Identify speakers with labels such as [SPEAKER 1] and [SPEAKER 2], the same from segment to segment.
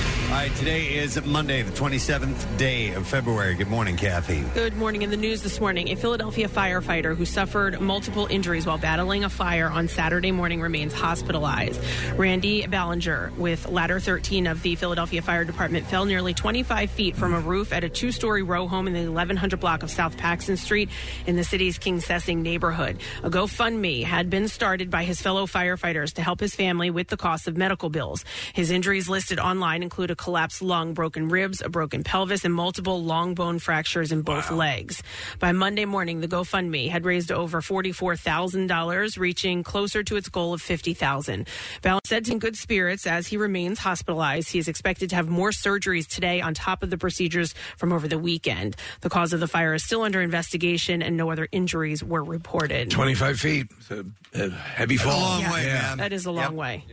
[SPEAKER 1] All right, today is Monday, the 27th day of February. Good morning, Kathy.
[SPEAKER 2] Good morning. In the news this morning, a Philadelphia firefighter who suffered multiple injuries while battling a fire on Saturday morning remains hospitalized. Randy Ballinger, with Ladder 13 of the Philadelphia Fire Department, fell nearly 25 feet from a roof at a two story row home in the 1100 block of South Paxton Street in the city's King Sessing neighborhood. A GoFundMe had been started by his fellow firefighters to help his family with the cost of medical bills. His injuries listed online include a collapsed lung, broken ribs, a broken pelvis, and multiple long bone fractures in both legs. By Monday morning, the GoFundMe had raised over $44,000, reaching closer to its goal of $50,000. Ballin said in good spirits as he remains hospitalized. He is expected to have more surgeries today on top of the procedures from over the weekend. The cause of the fire is still under investigation, and no other injuries were reported.
[SPEAKER 3] 25 feet. So, uh, heavy fall. Yeah.
[SPEAKER 2] That is a long way.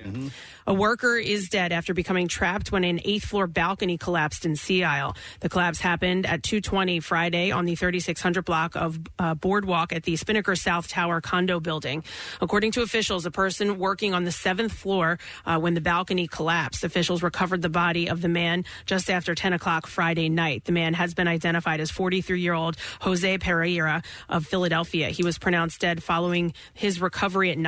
[SPEAKER 2] A worker is dead after becoming trapped when an eighth floor balcony collapsed in Sea Isle. The collapse happened at 2:20 Friday on the 3600 block of uh, Boardwalk at the Spinnaker South Tower condo building. According to officials, a person working on the seventh floor uh, when the balcony collapsed. Officials recovered the body of the man just after 10 o'clock Friday night. The man has been identified as 43-year-old Jose Pereira of Philadelphia. He was pronounced dead following his recovery at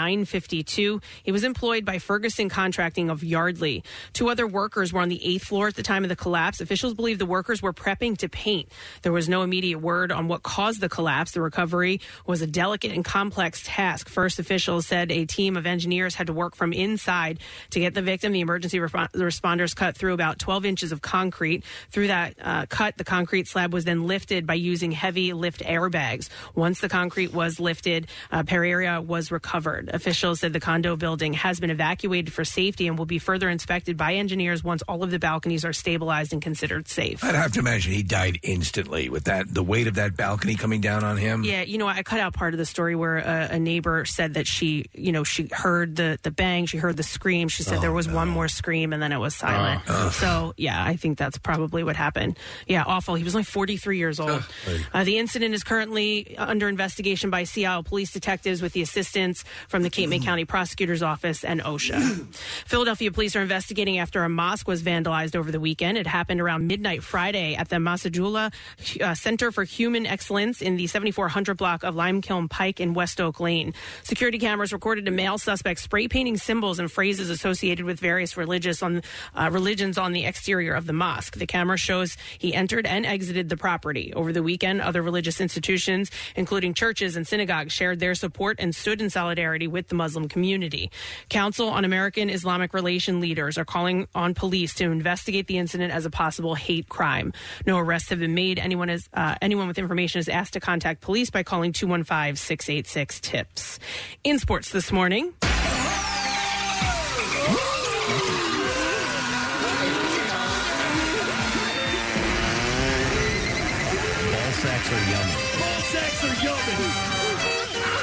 [SPEAKER 2] 9:52. He was employed by Ferguson Contracting of Yardley. Two other workers were on the eighth floor at the time of the collapse. Officials believe the workers were prepping to paint. There was no immediate word on what caused the collapse. The recovery was a delicate and complex task. First officials said a team of engineers had to work from inside to get the victim. The emergency respon- the responders cut through about 12 inches of concrete. Through that uh, cut, the concrete slab was then lifted by using heavy lift airbags. Once the concrete was lifted, uh, Pereira was recovered. Officials said the condo building has been evacuated for safety and will be further inspected by engineers once all of the balconies are stabilized and considered safe.
[SPEAKER 3] I'd have to imagine he died instantly with that the weight of that balcony coming down on him.
[SPEAKER 2] Yeah, you know, I cut out part of the story where uh, a, a neighbor said that she, you know, she heard the the bang, she heard the scream. She said there was one more scream, and then it was silent. so yeah, I think that's probably what happened. Yeah, awful. He was only 43 years old. Uh, the incident is currently under investigation by Seattle police detectives with the assistance from the Cape May County Prosecutor's Office and OSHA. Philadelphia police are investigating after a mosque was vandalized over the weekend. It happened around midnight Friday at the Masajula uh, Center for Human Excellence in the 7400 block of Limekiln Pike in West Oak Lane. Security cameras recorded a male suspect spray painting symbols and phrases associated with various religious on uh, religions on the exterior of the mosque. The camera shows he entered and exited the property over the weekend. Other religious institutions, including churches and synagogues, shared their support and stood in solidarity with the Muslim community. Council on American Islamic Relation leaders are calling on police to investigate the incident as a possible hate crime. No arrests have been made. Anyone is uh, anyone with information is asked to contact police by calling 215-686 tips. In sports this morning,
[SPEAKER 1] Ball sacks are yummy. Ball sacks are yummy.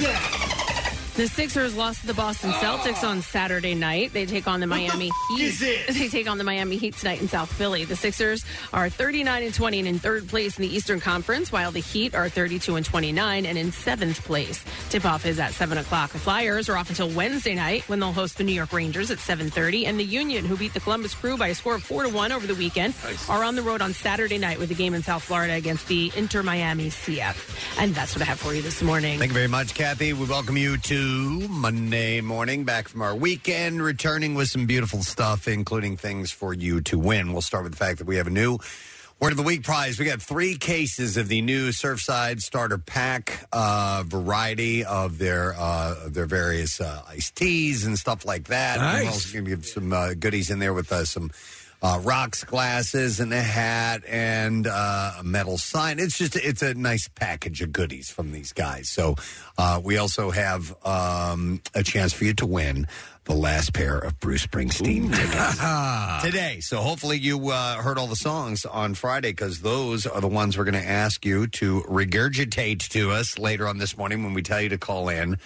[SPEAKER 2] The Sixers lost to the Boston Celtics on Saturday night. They take on the Miami Heat. They take on the Miami Heat tonight in South Philly. The Sixers are 39 and 20 and in third place in the Eastern Conference, while the Heat are 32 and 29 and in seventh place. Tip off is at seven o'clock. The Flyers are off until Wednesday night when they'll host the New York Rangers at 7:30, and the Union, who beat the Columbus Crew by a score of four to one over the weekend, are on the road on Saturday night with a game in South Florida against the Inter Miami CF. And that's what I have for you this morning.
[SPEAKER 1] Thank you very much, Kathy. We welcome you to Monday morning, back from our weekend, returning with some beautiful stuff, including things for you to win. We'll start with the fact that we have a new Word of the Week prize. We got three cases of the new Surfside Starter Pack uh, variety of their uh, of their various uh, iced teas and stuff like that. And we're
[SPEAKER 3] Nice.
[SPEAKER 1] also going to give some uh, goodies in there with uh, some uh, rocks, glasses, and a hat, and uh, a metal sign. It's just it's a nice package of goodies from these guys. So uh, we also have um, a chance for you to win the last pair of Bruce Springsteen tickets today. So hopefully you uh, heard all the songs on Friday because those are the ones we're going to ask you to regurgitate to us later on this morning when we tell you to call in.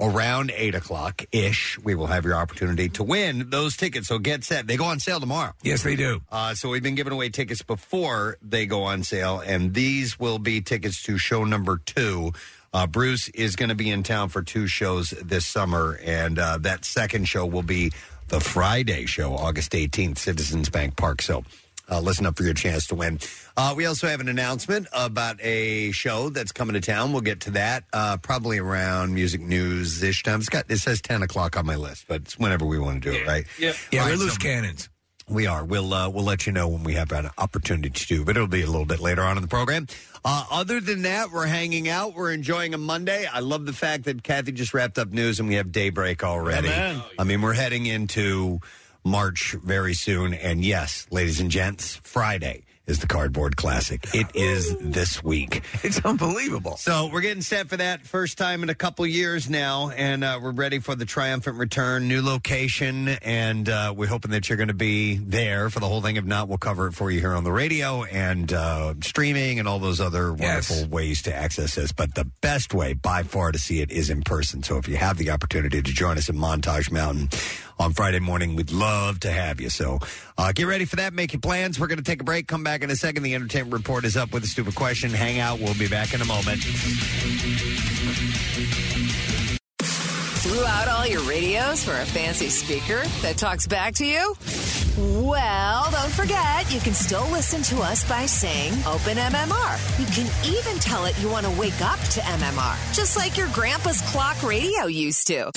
[SPEAKER 1] Around 8 o'clock ish, we will have your opportunity to win those tickets. So get set. They go on sale tomorrow.
[SPEAKER 3] Yes, they do.
[SPEAKER 1] Uh, so we've been giving away tickets before they go on sale, and these will be tickets to show number two. Uh, Bruce is going to be in town for two shows this summer, and uh, that second show will be the Friday show, August 18th, Citizens Bank Park. So uh, listen up for your chance to win. Uh, we also have an announcement about a show that's coming to town. We'll get to that uh, probably around music news ish time. It's got, it says 10 o'clock on my list, but it's whenever we want to do it, right?
[SPEAKER 3] Yep. Yeah,
[SPEAKER 1] All
[SPEAKER 3] we're
[SPEAKER 1] right,
[SPEAKER 3] loose
[SPEAKER 1] so-
[SPEAKER 3] cannons.
[SPEAKER 1] we are. We'll uh, we'll let you know when we have an opportunity to do, but it'll be a little bit later on in the program. Uh, other than that, we're hanging out. We're enjoying a Monday. I love the fact that Kathy just wrapped up news and we have daybreak already. I mean, we're heading into March very soon, and yes, ladies and gents, Friday is the Cardboard Classic. It is this week.
[SPEAKER 3] It's unbelievable.
[SPEAKER 1] So we're getting set for that first time in a couple years now, and uh, we're ready for the triumphant return, new location, and uh, we're hoping that you're going to be there for the whole thing. If not, we'll cover it for you here on the radio and uh, streaming and all those other wonderful ways to access this. But the best way by far to see it is in person. So if you have the opportunity to join us in Montage Mountain on Friday morning, we'd love to have you. So uh, get ready for that. Make your plans. We're going to take a break. Come back in a second. The entertainment report is up with a stupid question. Hang out. We'll be back in a moment.
[SPEAKER 4] Threw out all your radios for a fancy speaker that talks back to you? Well, don't forget, you can still listen to us by saying Open MMR. You can even tell it you want to wake up to MMR, just like your grandpa's clock radio used to.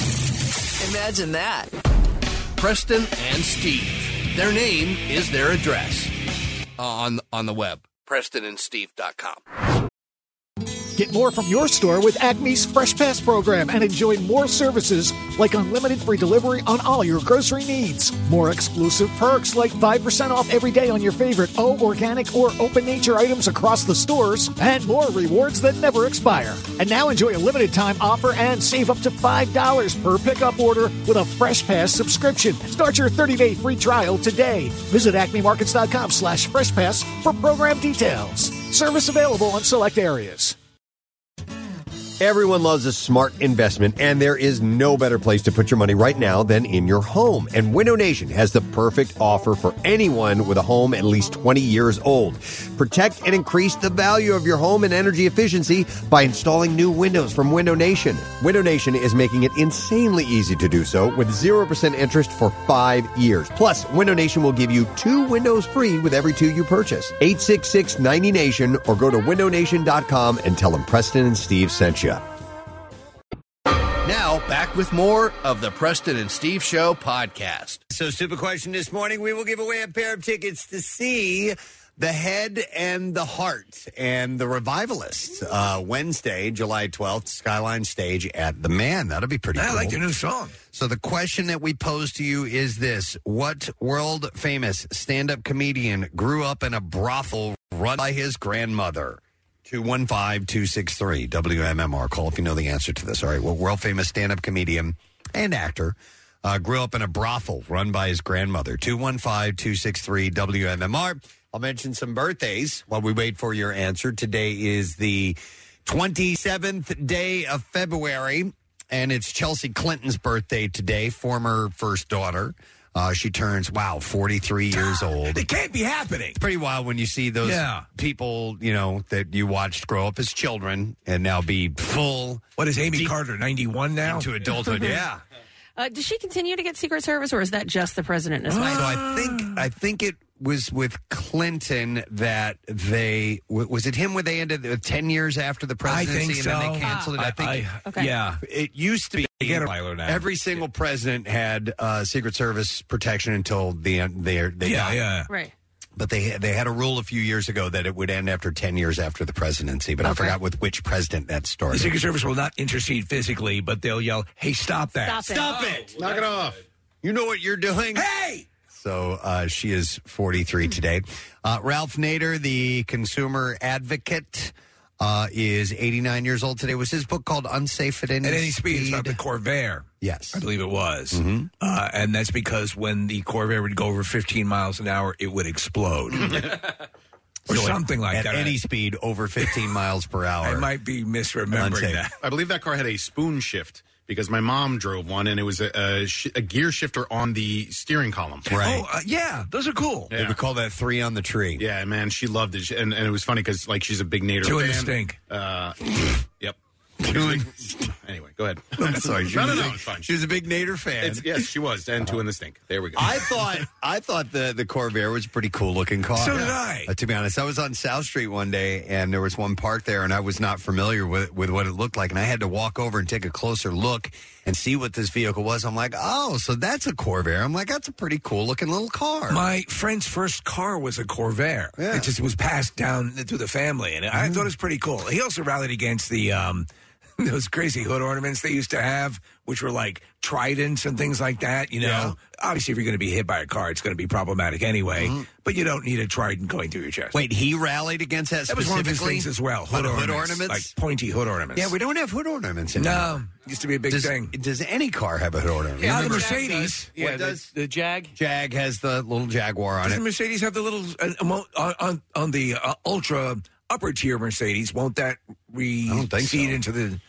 [SPEAKER 4] Imagine that.
[SPEAKER 5] Preston and Steve. Their name is their address uh, on on the web. PrestonandSteve.com.
[SPEAKER 6] Get more from your store with Acme's Fresh Pass program and enjoy more services like unlimited free delivery on all your grocery needs. More exclusive perks like 5% off every day on your favorite O organic or open nature items across the stores and more rewards that never expire. And now enjoy a limited time offer and save up to $5 per pickup order with a Fresh Pass subscription. Start your 30-day free trial today. Visit acmemarkets.com slash fresh pass for program details. Service available on select areas.
[SPEAKER 7] Everyone loves a smart investment, and there is no better place to put your money right now than in your home. And Window Nation has the perfect offer for anyone with a home at least 20 years old. Protect and increase the value of your home and energy efficiency by installing new windows from Window Nation. Window Nation is making it insanely easy to do so with 0% interest for five years. Plus, Window Nation will give you two windows free with every two you purchase. 866 90 Nation or go to windownation.com and tell them Preston and Steve sent you.
[SPEAKER 5] Now back with more of the Preston and Steve Show podcast.
[SPEAKER 1] So, stupid question this morning. We will give away a pair of tickets to see The Head and the Heart and The Revivalists uh, Wednesday, July 12th, Skyline Stage at The Man. That'll be pretty
[SPEAKER 3] I
[SPEAKER 1] cool.
[SPEAKER 3] like their new song.
[SPEAKER 1] So, the question that we pose to you is this What world famous stand up comedian grew up in a brothel run by his grandmother? 215 263 WMMR. Call if you know the answer to this. All right. Well, world famous stand up comedian and actor uh, grew up in a brothel run by his grandmother. 215 263 WMMR. I'll mention some birthdays while we wait for your answer. Today is the 27th day of February, and it's Chelsea Clinton's birthday today, former first daughter. Uh, she turns, wow, 43 years old.
[SPEAKER 3] It can't be happening.
[SPEAKER 1] It's pretty wild when you see those
[SPEAKER 3] Yeah.
[SPEAKER 1] people, you know, that you watched grow up as children and now be full
[SPEAKER 3] What is Amy Carter, 91 now?
[SPEAKER 1] to adulthood. yeah.
[SPEAKER 2] Uh, does she continue to get Secret Service, or is that just the president and his
[SPEAKER 1] So
[SPEAKER 2] wife?
[SPEAKER 1] I think um, I think it was with Clinton that they w- was it him where they ended with 10 years after the
[SPEAKER 3] I
[SPEAKER 1] presidency
[SPEAKER 3] think
[SPEAKER 1] and
[SPEAKER 3] so. Ah.
[SPEAKER 1] then they canceled it. I, think
[SPEAKER 3] I-
[SPEAKER 2] Okay.
[SPEAKER 3] Yeah.
[SPEAKER 1] it used to be
[SPEAKER 3] They get a filer now.
[SPEAKER 1] every single president had uh, Secret Service protection until the end. They they
[SPEAKER 3] yeah,
[SPEAKER 1] died.
[SPEAKER 3] yeah.
[SPEAKER 2] Right.
[SPEAKER 1] But they they had a rule a few years ago that it would end after ten years after the presidency. But I
[SPEAKER 2] Okay.
[SPEAKER 1] forgot with which president that
[SPEAKER 3] The
[SPEAKER 1] started.
[SPEAKER 3] Secret Service will not intercede physically, but they'll yell, hey, stop that.
[SPEAKER 2] Stop it.
[SPEAKER 1] Knock it off. You know what you're doing.
[SPEAKER 3] Hey!
[SPEAKER 1] So uh, she is 43 today. Uh, Ralph Nader, the consumer advocate, uh, is 89 years old today. Was his book called Unsafe at Any,
[SPEAKER 3] At any speed, it's about the Corvair.
[SPEAKER 1] Yes. Mm-hmm.
[SPEAKER 3] I believe it was. Uh, and that's because when the Corvair would go over 15 miles an hour, it would explode. or
[SPEAKER 1] So at-
[SPEAKER 3] something like
[SPEAKER 1] at
[SPEAKER 3] that.
[SPEAKER 1] any speed over 15 miles per hour.
[SPEAKER 3] I might be misremembering that.
[SPEAKER 8] I believe that car had a spoon shift because my mom drove one, and it was a, a, sh- a gear shifter on the steering column.
[SPEAKER 3] Oh, uh, yeah. Those are cool.
[SPEAKER 8] They would
[SPEAKER 1] call that three on the tree.
[SPEAKER 8] Yeah, man, she loved it, She- and, and it was funny because like she's a big Nader
[SPEAKER 3] Two in
[SPEAKER 8] fan.
[SPEAKER 3] the stink.
[SPEAKER 8] Uh, yep. anyway, go ahead.
[SPEAKER 1] I'm sorry, she
[SPEAKER 8] no,
[SPEAKER 1] was
[SPEAKER 8] no, no,
[SPEAKER 1] a big-
[SPEAKER 8] it's fine.
[SPEAKER 1] she was a big Nader fan.
[SPEAKER 8] It's, yes, she was, and two in the stink. There we go.
[SPEAKER 1] I thought I thought the the Corvair was a pretty cool looking car.
[SPEAKER 8] So did I.
[SPEAKER 1] Uh, to be honest, I was on South Street one day and there was one park there, and I was not familiar with with what it looked like, and I had to walk over and take a closer look and see what this vehicle was. I'm like, oh, so that's a Corvair. I'm like, that's a pretty cool looking little car.
[SPEAKER 3] My friend's first car was a Corvair. It just was passed down to the family, and I
[SPEAKER 1] Mm.
[SPEAKER 3] thought it was pretty cool. He also rallied against the um, those crazy hood ornaments they used to have, which were like tridents and things like that. You know, obviously, if you're going to be hit by a car, it's going to be problematic anyway. But you don't need a trident going through your chest.
[SPEAKER 1] Mm-hmm. Wait, he rallied against that.
[SPEAKER 3] That was one of his
[SPEAKER 1] specifically?
[SPEAKER 3] things as well.
[SPEAKER 1] About
[SPEAKER 3] Hood
[SPEAKER 1] the hood
[SPEAKER 3] ornaments,
[SPEAKER 1] ornaments?
[SPEAKER 3] like pointy hood ornaments.
[SPEAKER 1] Yeah, we don't have hood ornaments anymore.
[SPEAKER 3] No, used to be a big
[SPEAKER 1] does,
[SPEAKER 3] thing.
[SPEAKER 1] Does any car have a hood ornament?
[SPEAKER 3] Yeah, the
[SPEAKER 1] Remember-
[SPEAKER 3] Mercedes.
[SPEAKER 1] Yeah,
[SPEAKER 3] What
[SPEAKER 1] the-
[SPEAKER 3] does-
[SPEAKER 5] the Jag.
[SPEAKER 1] Jag has the little Jaguar on
[SPEAKER 3] Does
[SPEAKER 1] it.
[SPEAKER 3] the Mercedes have the little uh, emo- on on, on the uh, ultra upper tier Mercedes? Won't that recede into the?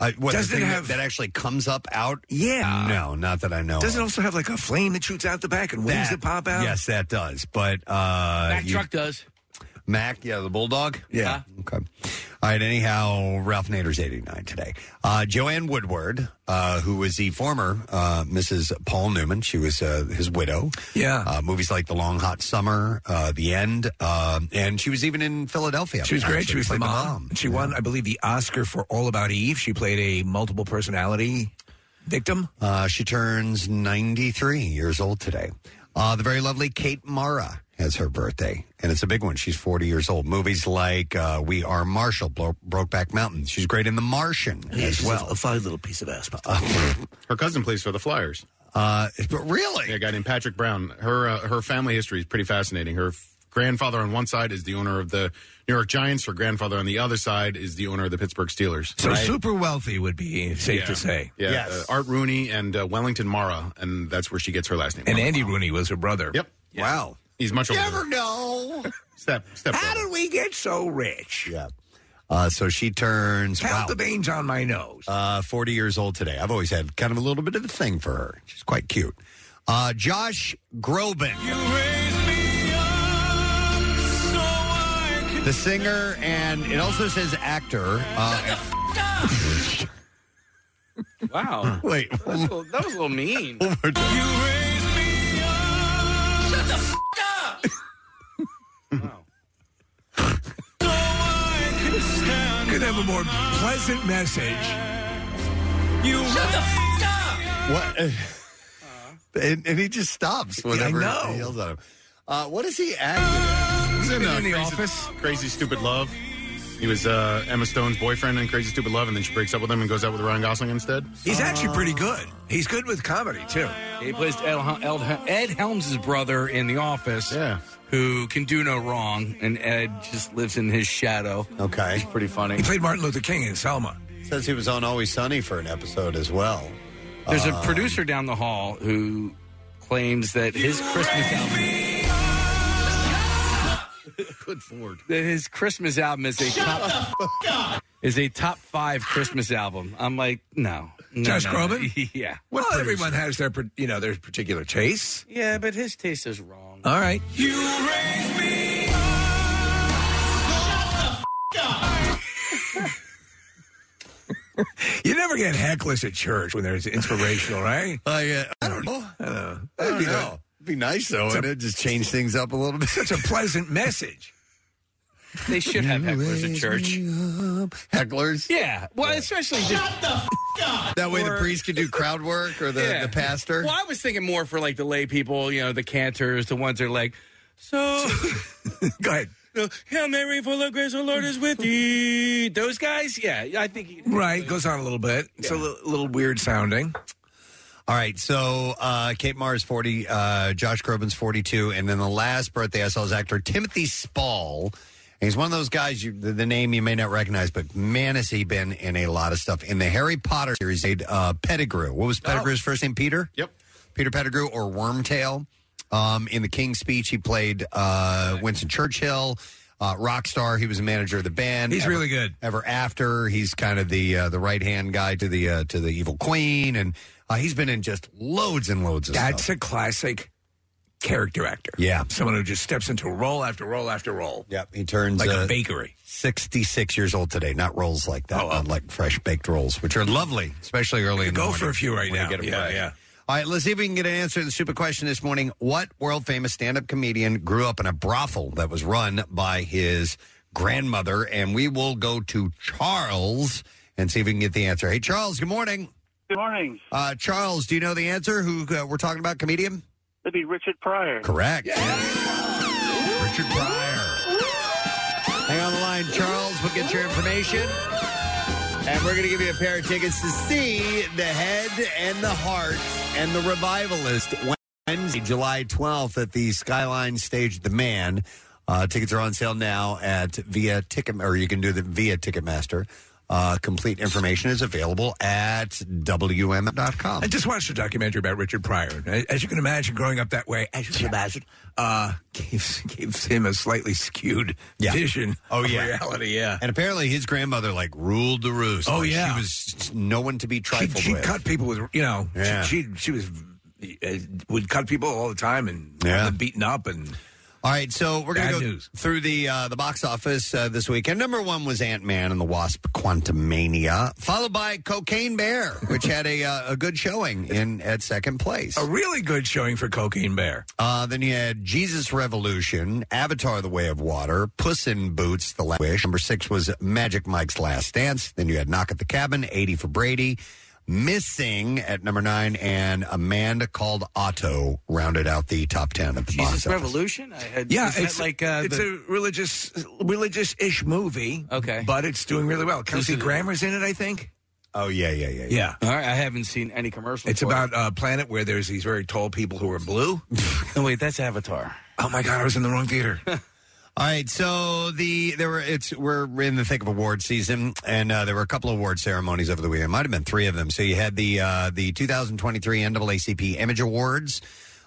[SPEAKER 1] Uh, what,
[SPEAKER 3] Doesn't
[SPEAKER 1] the
[SPEAKER 3] it
[SPEAKER 1] thing
[SPEAKER 3] have-
[SPEAKER 1] that, that actually comes up out? Ah,
[SPEAKER 3] Yeah.
[SPEAKER 1] No, not that I know.
[SPEAKER 3] Does it
[SPEAKER 1] of.
[SPEAKER 3] also have like a flame that shoots out the back and wings that pop out?
[SPEAKER 1] Yes, that does. But uh,
[SPEAKER 5] That
[SPEAKER 1] you-
[SPEAKER 5] truck does.
[SPEAKER 1] Mac, yeah, the bulldog.
[SPEAKER 3] Yeah.
[SPEAKER 1] Okay. All right. Anyhow, Ralph Nader's 89 today. Uh, Joanne Woodward, uh, who was the former uh, Mrs. Paul Newman, she was uh, his widow.
[SPEAKER 3] Yeah.
[SPEAKER 1] Uh, movies like The Long Hot Summer, uh, The End, uh, and she was even in Philadelphia.
[SPEAKER 3] She was great.
[SPEAKER 1] actually,
[SPEAKER 3] She was the
[SPEAKER 1] played
[SPEAKER 3] mom. She won, I believe, the Oscar for All About Eve. She played a multiple personality victim.
[SPEAKER 1] Uh, she turns 93 years old today. Uh, the very lovely Kate Mara has her birthday, and it's a big one. She's 40 years old. Movies like uh, We Are Marshall, Bro- Brokeback Mountain. She's great in The Martian as well.
[SPEAKER 8] a
[SPEAKER 5] fine little piece of ass.
[SPEAKER 8] Her cousin plays for the Flyers.
[SPEAKER 1] Uh, really?
[SPEAKER 8] Yeah, a guy named Patrick Brown. Her uh, her family history is pretty fascinating. Her f- grandfather on one side is the owner of the New York Giants. Her grandfather on the other side is the owner of the Pittsburgh Steelers.
[SPEAKER 3] So super wealthy would be safe
[SPEAKER 8] Yeah.
[SPEAKER 3] to say.
[SPEAKER 8] Yeah, uh, Art Rooney and uh, Wellington Mara, and that's where she gets her last name.
[SPEAKER 3] and Andy Rooney was her brother.
[SPEAKER 8] Yep.
[SPEAKER 1] Wow.
[SPEAKER 8] He's much older.
[SPEAKER 1] Never know.
[SPEAKER 8] Step step.
[SPEAKER 3] How did we get so rich?
[SPEAKER 1] Yeah. Uh, so she turns
[SPEAKER 3] Count
[SPEAKER 1] wow,
[SPEAKER 3] the veins on my nose.
[SPEAKER 1] uh, 40 years old today. I've always had kind of a little bit of a thing for her. She's quite cute. Uh, Josh Groban. The singer and it also says actor. Uh,
[SPEAKER 5] Wow.
[SPEAKER 1] wait,
[SPEAKER 5] That was a little, that was a little mean.
[SPEAKER 9] Shut the f up!
[SPEAKER 3] Could have a more pleasant message.
[SPEAKER 9] You Shut the f up!
[SPEAKER 1] What? and, and he just stops
[SPEAKER 3] Uh-huh. I
[SPEAKER 1] whenever
[SPEAKER 3] know.
[SPEAKER 1] he yells at him. Uh, what is he acting?
[SPEAKER 8] He's in,
[SPEAKER 3] Been
[SPEAKER 8] uh,
[SPEAKER 3] in the
[SPEAKER 8] Crazy-
[SPEAKER 3] office.
[SPEAKER 8] Crazy Stupid Love. He was uh, Emma Stone's boyfriend in Crazy Stupid Love, and then she breaks up with him and goes out with Ryan Gosling instead.
[SPEAKER 3] He's actually pretty good. He's good with comedy too.
[SPEAKER 5] He plays Ed, Hel- Ed, Hel- Ed Helms' brother in The Office,
[SPEAKER 8] Yeah.
[SPEAKER 5] who can do no wrong, and Ed just lives in his shadow.
[SPEAKER 1] Okay.
[SPEAKER 5] Pretty funny.
[SPEAKER 3] He played Martin Luther King in Selma.
[SPEAKER 1] Says he was on Always Sunny for an episode as well.
[SPEAKER 5] There's
[SPEAKER 1] Uh,
[SPEAKER 5] a producer down the hall who claims that his Christmas album,
[SPEAKER 8] Good lord.
[SPEAKER 5] that his Christmas album is a top is a top five Christmas album. I'm like, no, no
[SPEAKER 3] Josh
[SPEAKER 5] no, no.
[SPEAKER 3] Groban?
[SPEAKER 5] yeah,
[SPEAKER 3] Well, everyone has their par- you know their particular tastes.
[SPEAKER 5] yeah, but his taste is wrong.
[SPEAKER 3] All right, you never get heckless at church when there's inspirational, right?
[SPEAKER 1] I, uh, I don't know.
[SPEAKER 3] I don't know.
[SPEAKER 1] That'd be, nice. It'd be nice though, and it just change things up a little bit.
[SPEAKER 3] Such a pleasant message.
[SPEAKER 5] They should have hecklers at church.
[SPEAKER 1] Hecklers.
[SPEAKER 5] Yeah, well, especially just
[SPEAKER 1] That way the
[SPEAKER 5] Or-
[SPEAKER 1] priest can do crowd work or the,
[SPEAKER 5] Yeah.
[SPEAKER 1] the pastor.
[SPEAKER 5] Well, I was thinking more for like the lay people, you know, the cantors, the ones that are like, so
[SPEAKER 3] Go ahead.
[SPEAKER 5] Hail Mary, full of grace, the Lord is with thee. Those guys, yeah, I think. He,
[SPEAKER 3] Right, goes on a little bit. It's a li- little weird sounding.
[SPEAKER 1] All right, so uh, Kate Mars forty, uh, Josh Groban's forty-two, and then the last birthday I saw is actor Timothy Spall. And he's one of those guys you, the, the name you may not recognize, but man, has he been in a lot of stuff in the Harry Potter series. They uh, Pettigrew. What
[SPEAKER 3] Oh.
[SPEAKER 1] was Pettigrew's first name? Peter. Yep. Peter Pettigrew or Wormtail. Um, in the King's Speech, he played uh, Winston Churchill. Uh, rock star. He was a manager of the band.
[SPEAKER 3] He's
[SPEAKER 1] Ever-
[SPEAKER 3] really good.
[SPEAKER 1] Ever After. He's kind of the uh, the right hand guy to the uh, to the evil queen, and uh, he's been in just loads and loads of
[SPEAKER 3] That's
[SPEAKER 1] stuff.
[SPEAKER 3] a classic character actor.
[SPEAKER 1] Yeah.
[SPEAKER 3] Someone who just steps into role after role after role.
[SPEAKER 1] Yep, he turns
[SPEAKER 3] like
[SPEAKER 1] uh,
[SPEAKER 3] a bakery. Oh,
[SPEAKER 1] Sixty six years old today. Not rolls like that. not like fresh baked rolls, which are lovely, especially early in the
[SPEAKER 3] go
[SPEAKER 1] morning.
[SPEAKER 3] for a few right
[SPEAKER 1] when you
[SPEAKER 3] now.
[SPEAKER 1] Get 'em
[SPEAKER 3] Yeah,
[SPEAKER 1] fresh.
[SPEAKER 3] yeah.
[SPEAKER 1] All right, let's see if we can get an answer to the stupid question this morning. What world famous stand up comedian grew up in a brothel that was run by his grandmother? And we will go to Charles and see if we can get the answer. Hey, Charles, good morning.
[SPEAKER 10] Good morning.
[SPEAKER 1] Uh, Charles, do you know the answer? Who uh, we're talking about? Comedian?
[SPEAKER 10] That'd be Richard Pryor.
[SPEAKER 1] Correct. Richard Pryor. Hang on the line, Charles. We'll get your information. And we're going to give you a pair of tickets to see The Head and the Heart and The Revivalist Wednesday, July 12th at the Skyline Stage, The Man. Uh, tickets are on sale now at via Ticket, or you can do them via Ticketmaster. Uh, complete information is available at WM.com.
[SPEAKER 3] I just watched a documentary about Richard Pryor. And As you can imagine, growing up that way, as you can imagine, uh, gives gives him a slightly skewed
[SPEAKER 1] Yeah.
[SPEAKER 3] vision.
[SPEAKER 1] Oh,
[SPEAKER 3] of
[SPEAKER 1] yeah.
[SPEAKER 3] reality. Yeah,
[SPEAKER 1] And apparently his grandmother, like, ruled the roost.
[SPEAKER 3] Oh,
[SPEAKER 1] Like,
[SPEAKER 3] yeah.
[SPEAKER 1] She was no one to be
[SPEAKER 3] she,
[SPEAKER 1] trifled
[SPEAKER 3] she
[SPEAKER 1] with.
[SPEAKER 3] cut people with you know.
[SPEAKER 1] Yeah.
[SPEAKER 3] She, she she was uh, would cut people all the time and
[SPEAKER 1] Yeah.
[SPEAKER 3] have them beaten up and.
[SPEAKER 1] All right, so we're going
[SPEAKER 3] Bad
[SPEAKER 1] to go
[SPEAKER 3] news.
[SPEAKER 1] through the uh, the box office uh, this weekend. Number one was Ant Man and the Wasp: Quantumania, followed by Cocaine Bear, which had a uh, a good showing in at second place.
[SPEAKER 3] A really good showing for Cocaine Bear.
[SPEAKER 1] Uh, then you had Jesus Revolution, Avatar: The Way of Water, Puss in Boots, The Last Wish. Number six was Magic Mike's Last Dance. Then you had Knock at the Cabin, 80 for Brady, Missing at number nine, and Amanda Called Otto rounded out the top ten of the box office.
[SPEAKER 11] Jesus Revolution. I had,
[SPEAKER 3] Yeah,
[SPEAKER 11] is that
[SPEAKER 3] it's
[SPEAKER 11] like uh,
[SPEAKER 3] it's
[SPEAKER 11] the-
[SPEAKER 3] a religious religious ish movie. Okay, but it's doing really well. Kelsey Grammer's in it, I think.
[SPEAKER 1] Oh yeah, yeah, yeah,
[SPEAKER 3] yeah.
[SPEAKER 11] All right, I haven't seen any commercials.
[SPEAKER 3] It's
[SPEAKER 11] for
[SPEAKER 3] about a planet where there's these very tall people who are blue.
[SPEAKER 11] no, wait, that's Avatar.
[SPEAKER 3] Oh my God, I was in the wrong theater.
[SPEAKER 1] All right, so the there were it's we're in the thick of award season, and uh, there were a couple of award ceremonies over the weekend. Might have been three of them. So you had the uh, the 2023 NAACP Image Awards.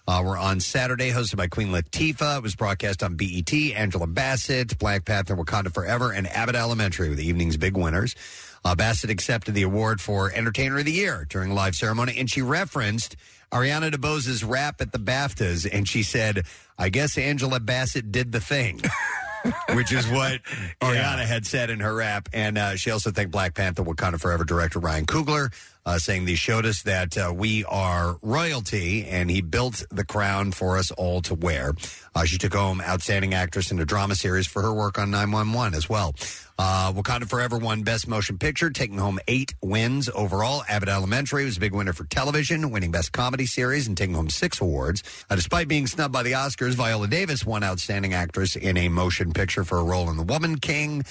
[SPEAKER 1] Uh, were on Saturday, hosted by Queen Latifah. It was broadcast on BET. Angela Bassett, Black Panther, Wakanda Forever, and Abbott Elementary were the evening's big winners. Uh, Bassett accepted the award for Entertainer of the Year during a live ceremony, and she referenced Ariana DeBose's rap at the BAFTAs, and she said, "I guess Angela Bassett did the thing." which is what Ariana had said in her rap. And uh, she also thanked Black Panther Wakanda Forever director Ryan Coogler, uh, saying they showed us that uh, we are royalty, and he built the crown for us all to wear. Uh, she took home Outstanding Actress in a Drama Series for her work on 911 as well. Uh, Wakanda Forever won Best Motion Picture, taking home eight wins overall. Abbott Elementary was a big winner for television, winning Best Comedy Series and taking home six awards. Uh, despite being snubbed by the Oscars, Viola Davis won Outstanding Actress in a Motion Picture for a role in The Woman King,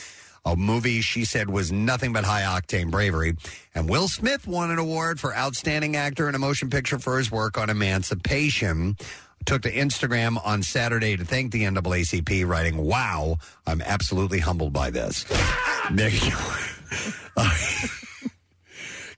[SPEAKER 1] a movie she said was nothing but high octane bravery. And Will Smith won an award for Outstanding Actor in a Motion Picture for his work on Emancipation took to Instagram on Saturday to thank the NAACP, writing, Wow, I'm absolutely humbled by this. there you go.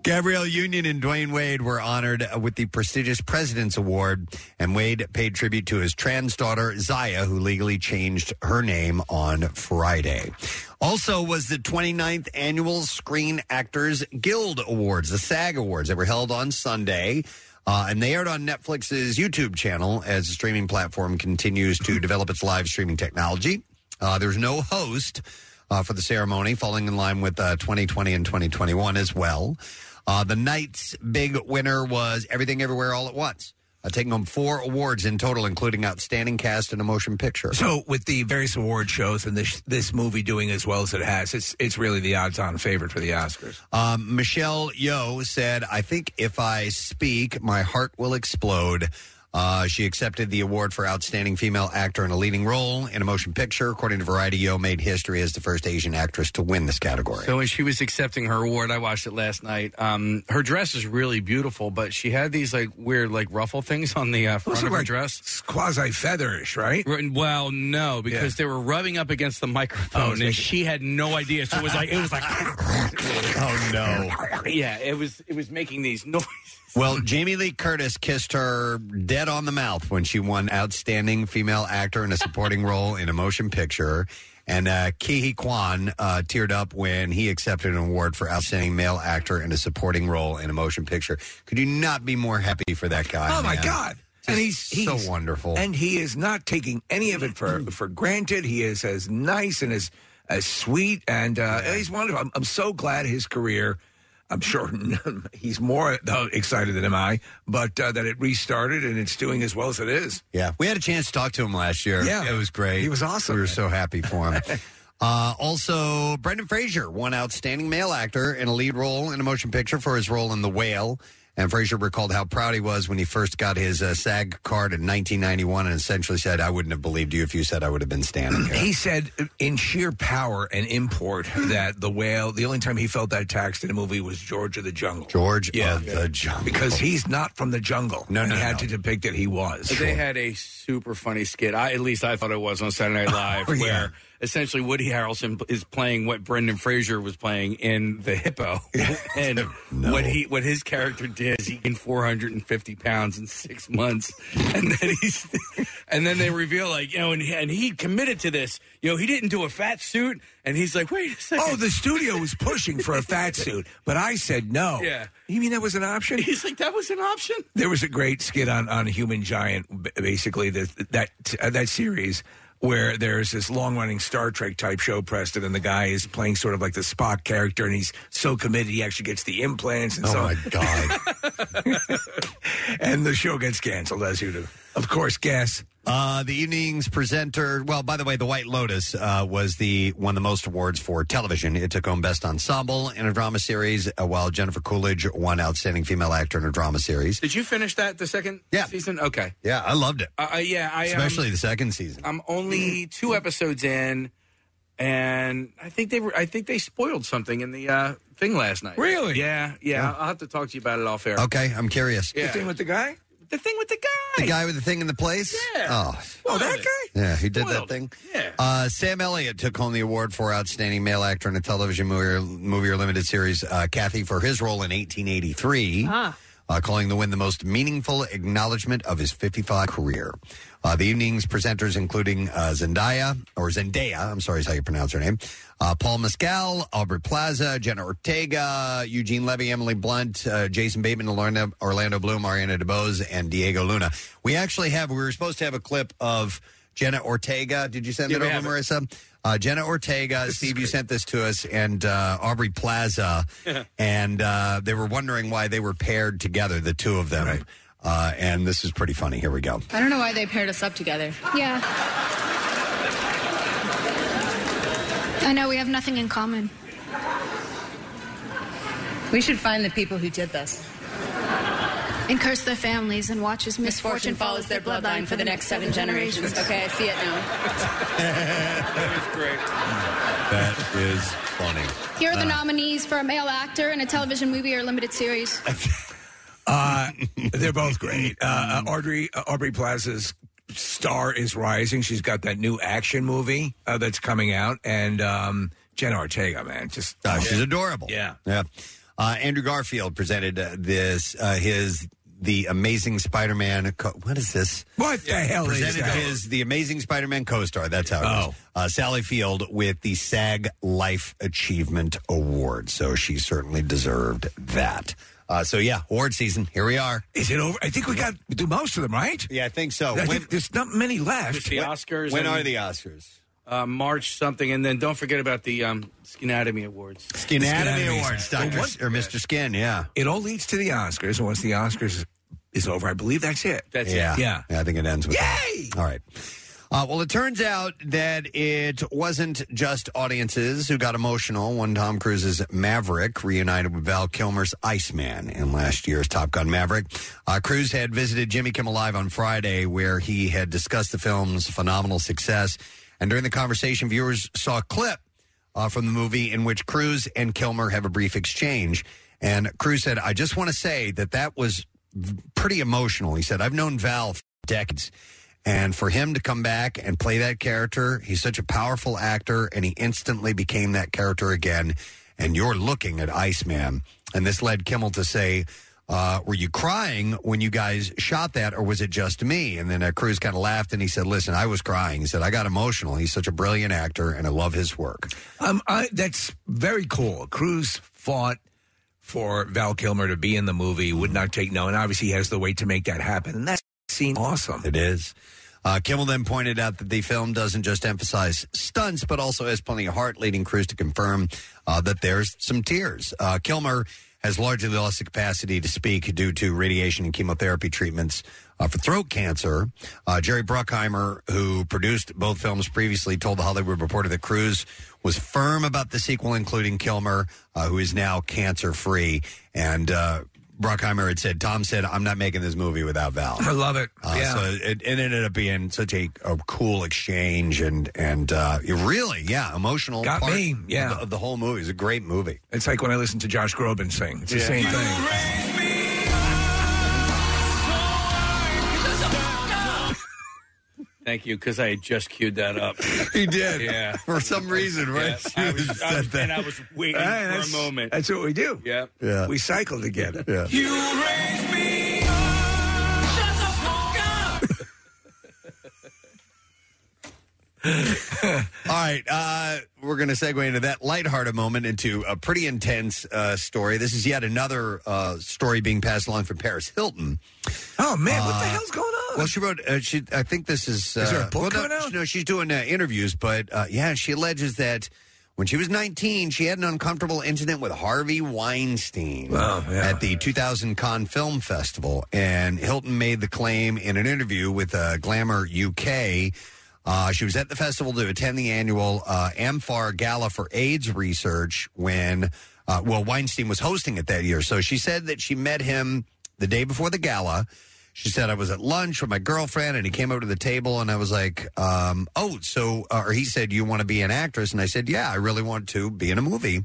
[SPEAKER 1] Gabrielle Union and Dwayne Wade were honored with the prestigious President's Award, and Wade paid tribute to his trans daughter, Zaya, who legally changed her name on Friday. Also, was the 29th Annual Screen Actors Guild Awards, the SAG Awards, that were held on Sunday. Uh, and they aired on Netflix's YouTube channel as the streaming platform continues to develop its live streaming technology. Uh, there's no host uh, for the ceremony, falling in line with uh, 2020 and 2021 as well. Uh, the night's big winner was Everything Everywhere All at Once, uh, taking home four awards in total, including Outstanding Cast in a Motion Picture.
[SPEAKER 3] So with the various award shows and this this movie doing as well as it has, it's it's really the odds-on favorite for the Oscars.
[SPEAKER 1] Um, Michelle Yeoh said, I think if I speak, my heart will explode. Uh, she accepted the award for Outstanding Female Actor in a Leading Role in a Motion Picture. According to Variety, Yo made history as the first Asian actress to win this category.
[SPEAKER 11] So when she was accepting her award, I watched it last night. Um, her dress is really beautiful, but she had these like weird like ruffle things on the uh, front
[SPEAKER 3] Those
[SPEAKER 11] of
[SPEAKER 3] are
[SPEAKER 11] her
[SPEAKER 3] like
[SPEAKER 11] dress,
[SPEAKER 3] quasi featherish, right? Oh,
[SPEAKER 11] Well, no, because they were rubbing up against the microphone, and she had no idea. So it was like it was like,
[SPEAKER 1] oh no,
[SPEAKER 11] yeah, it was it was making these noises.
[SPEAKER 1] Well, Jamie Lee Curtis kissed her dead on the mouth when she won Outstanding Female Actor in a Supporting Role in a Motion Picture. And uh, Kihi Kwan uh, teared up when he accepted an award for Outstanding Male Actor in a Supporting Role in a Motion Picture. Could you not be more happy for that guy?
[SPEAKER 3] oh my
[SPEAKER 1] man?
[SPEAKER 3] God! And he's,
[SPEAKER 1] Just so
[SPEAKER 3] he's-
[SPEAKER 1] wonderful.
[SPEAKER 3] and he is not taking any of it for for granted. He is as nice and as as sweet, and uh, he's wonderful. I'm, I'm so glad his career. I'm sure he's more uh, excited than am I, but uh, that it restarted and it's doing as well as it is.
[SPEAKER 1] Yeah, we had a chance to talk to him last year.
[SPEAKER 3] Yeah.
[SPEAKER 1] it was great.
[SPEAKER 3] He was awesome.
[SPEAKER 1] We were so happy for him. uh, also, Brendan Fraser won Outstanding Male Actor in a Lead Role in a Motion Picture for his role in The Whale. And Fraser recalled how proud he was when he first got his uh, SAG card in 1991, and essentially said, "I wouldn't have believed you if you said I would have been standing here."
[SPEAKER 3] He said, in sheer power and import, that the whale. The only time he felt that taxed in a movie was George of the Jungle.
[SPEAKER 1] George of the Jungle,
[SPEAKER 3] because he's not from the jungle.
[SPEAKER 11] No,
[SPEAKER 3] and
[SPEAKER 11] no,
[SPEAKER 3] he had
[SPEAKER 11] no.
[SPEAKER 3] to depict that he was.
[SPEAKER 11] They had a super funny skit. I at least I thought it was on Saturday Night Live,
[SPEAKER 3] Oh, yeah.
[SPEAKER 11] where essentially Woody Harrelson is playing what Brendan Fraser was playing in The Hippo, and what he what his character did is he gained 450 pounds in six months, and then he's and then they reveal like you know, and, and he committed to this. You know, he didn't do a fat suit, and he's like, wait a second.
[SPEAKER 3] Oh, the studio was pushing for a fat suit, but I said no.
[SPEAKER 11] Yeah.
[SPEAKER 3] You mean that was an option?
[SPEAKER 11] He's like, that was an option.
[SPEAKER 3] There was a great skit on on Human Giant, b- basically that that uh, that series where there's this long running Star Trek type show, Preston, and the guy is playing sort of like the Spock character, and he's so committed he actually gets the implants. And
[SPEAKER 1] Oh,
[SPEAKER 3] so
[SPEAKER 1] my god!
[SPEAKER 3] and the show gets canceled as you do, of course. Guess.
[SPEAKER 1] Uh, the evening's presenter, well, by the way, The White Lotus uh, was the won the most awards for television. It took home Best Ensemble in a Drama Series, uh, while Jennifer Coolidge won Outstanding Female Actor in a Drama Series.
[SPEAKER 11] Did you finish that the second season? Okay.
[SPEAKER 1] Yeah, I loved it,
[SPEAKER 11] Uh, uh, yeah, I um,
[SPEAKER 1] especially the second season.
[SPEAKER 11] I'm only two episodes in, and I think they were. I think they spoiled something in the uh, thing last night.
[SPEAKER 3] Really?
[SPEAKER 11] Yeah, yeah. I'll have to talk to you about it off air.
[SPEAKER 1] Okay, I'm curious.
[SPEAKER 11] Yeah.
[SPEAKER 3] The thing with the guy?
[SPEAKER 11] The thing with the guy.
[SPEAKER 1] The guy with the thing in the place?
[SPEAKER 11] Yeah.
[SPEAKER 1] Oh,
[SPEAKER 3] Oh, that guy.
[SPEAKER 1] yeah, he did that
[SPEAKER 11] Spoiled.
[SPEAKER 1] thing.
[SPEAKER 11] Yeah.
[SPEAKER 1] Uh, Sam Elliott took home the award for Outstanding Male Actor in a Television Movie or, movie or Limited Series, uh, Kathy, for his role in 1883. Uh, calling the win the most meaningful acknowledgement of his 55 career. Uh, the evening's presenters, including uh, Zendaya, or Zendaya, I'm sorry is how you pronounce her name, uh, Paul Mescal, Albert Plaza, Jenna Ortega, Eugene Levy, Emily Blunt, uh, Jason Bateman, Orlando, Orlando Bloom, Ariana DeBose, and Diego Luna. We actually have, we were supposed to have a clip of Jenna Ortega. Did you send
[SPEAKER 11] Yeah,
[SPEAKER 1] it
[SPEAKER 11] we
[SPEAKER 1] over,
[SPEAKER 11] have it.
[SPEAKER 1] Marissa? Uh, Jenna Ortega, Steve, you sent this to us, and uh, Aubrey Plaza and uh, they were wondering why they were paired together, the two of them. Uh, and this is pretty funny. Here we go.
[SPEAKER 12] I don't know why they paired us up together. Yeah.
[SPEAKER 13] I know we have nothing in common.
[SPEAKER 12] We should find the people who did this.
[SPEAKER 13] And curse their families and watch as misfortune, follows their bloodline for the next seven generations.
[SPEAKER 12] Okay, I see it now.
[SPEAKER 11] that was great.
[SPEAKER 1] That is funny.
[SPEAKER 13] Here are the
[SPEAKER 1] Uh,
[SPEAKER 13] nominees for a male actor in a television movie or limited series.
[SPEAKER 3] Uh, they're both great. Uh, uh, Audrey uh, Aubrey Plaza's star is rising. She's got that new action movie uh, that's coming out, and um, Jenna Ortega, man, just
[SPEAKER 1] Uh, she's adorable.
[SPEAKER 3] Yeah.
[SPEAKER 1] Yeah. Uh, Andrew Garfield presented uh, this uh, his the Amazing Spider-Man. Co- what is this?
[SPEAKER 3] What the hell is
[SPEAKER 1] presented
[SPEAKER 3] that? Oh.
[SPEAKER 1] his the Amazing Spider-Man co-star. That's how. It is. Uh, Sally Field with the SAG Life Achievement Award. So she certainly deserved that. Uh, so yeah, award season. Here we are.
[SPEAKER 3] Is it over? I think we got do most of them, right?
[SPEAKER 1] Yeah, I think so.
[SPEAKER 3] I
[SPEAKER 1] When-
[SPEAKER 3] think there's not many
[SPEAKER 11] It's
[SPEAKER 3] left.
[SPEAKER 11] the Oscars.
[SPEAKER 1] when
[SPEAKER 11] and,
[SPEAKER 1] are the Oscars?
[SPEAKER 11] Uh, March something, and then don't forget about the um, Skinatomy Awards.
[SPEAKER 1] Skinatomy Awards,
[SPEAKER 3] Well,
[SPEAKER 1] Doctor
[SPEAKER 3] what-
[SPEAKER 1] or Mr. Skin. Yeah.
[SPEAKER 3] It all leads to the Oscars, and once the Oscars is over, I believe that's it.
[SPEAKER 11] That's
[SPEAKER 1] yeah.
[SPEAKER 3] Yeah.
[SPEAKER 1] I think it ends with that. All right. Uh, well, it turns out that it wasn't just audiences who got emotional when Tom Cruise's Maverick reunited with Val Kilmer's Iceman in last year's Top Gun Maverick. Uh, Cruise had visited Jimmy Kimmel Live on Friday, where he had discussed the film's phenomenal success. And during the conversation, viewers saw a clip uh, from the movie in which Cruz and Kilmer have a brief exchange. And Cruz said, I just want to say that that was v- pretty emotional. He said, I've known Val for decades. And for him to come back and play that character, he's such a powerful actor, and he instantly became that character again. And you're looking at Iceman. And this led Kimmel to say, uh, Were you crying when you guys shot that, or was it just me? And then uh, Cruz kind of laughed and he said, Listen, I was crying. He said, I got emotional. He's such a brilliant actor, and I love his work.
[SPEAKER 3] Um, I, that's very cool. Cruz fought for Val Kilmer to be in the movie, would not take no, and obviously he has the way to make that happen. And that's seen awesome.
[SPEAKER 1] It is. Uh, Kimmel then pointed out that the film doesn't just emphasize stunts, but also has plenty of heart, leading Cruz to confirm uh, that there's some tears. Uh, Kilmer has largely lost the capacity to speak due to radiation and chemotherapy treatments uh, for throat cancer. Uh, Jerry Bruckheimer, who produced both films previously, told The Hollywood Reporter that Cruz was firm about the sequel, including Kilmer, uh, who is now cancer free. And uh, Bruckheimer had said, Tom said, I'm not making this movie without Val.
[SPEAKER 3] I love it.
[SPEAKER 1] Uh,
[SPEAKER 3] yeah.
[SPEAKER 1] So it, it ended up being such a, a cool exchange and and uh, it really, yeah, emotional.
[SPEAKER 3] Got
[SPEAKER 1] part
[SPEAKER 3] me,
[SPEAKER 1] of the-
[SPEAKER 3] yeah.
[SPEAKER 1] Of the, whole movie. It's a great movie.
[SPEAKER 3] It's like when I listen to Josh Groban sing. It's the
[SPEAKER 1] Yeah.
[SPEAKER 3] same
[SPEAKER 1] You
[SPEAKER 3] thing.
[SPEAKER 11] Thank you, because I had just queued that up.
[SPEAKER 1] He did.
[SPEAKER 11] Yeah.
[SPEAKER 1] For some reason, right?
[SPEAKER 11] Yeah, I was- I was-
[SPEAKER 1] that.
[SPEAKER 11] And I was waiting
[SPEAKER 3] Hey,
[SPEAKER 11] for a
[SPEAKER 3] that's-
[SPEAKER 11] moment.
[SPEAKER 3] That's what we do.
[SPEAKER 11] Yeah.
[SPEAKER 1] Yeah.
[SPEAKER 3] We cycle together.
[SPEAKER 1] Yeah. Uh, All right, uh, we're going to segue into that lighthearted moment into a pretty intense uh, story. This is yet another uh, story being passed along from Paris Hilton.
[SPEAKER 3] Oh man, what the
[SPEAKER 1] Uh,
[SPEAKER 3] hell's going on?
[SPEAKER 1] Well, she wrote. Uh, she, I think this is. Uh,
[SPEAKER 3] Is there a book
[SPEAKER 1] well, no,
[SPEAKER 3] coming out?
[SPEAKER 1] she- No, she's doing uh, interviews, but uh, yeah, she alleges that when she was 19, she had an uncomfortable incident with Harvey Weinstein at the 2000 Cannes Film Festival, and Hilton made the claim in an interview with uh, Glamour UK. Uh, she was at the festival to attend the annual uh, AMFAR Gala for AIDS Research when, uh, well, Weinstein was hosting it that year. So she said that she met him the day before the gala. She said, I was at lunch with my girlfriend and he came over to the table and I was like, um, oh, so, uh, or he said, you want to be an actress? And I said, yeah, I really want to be in a movie.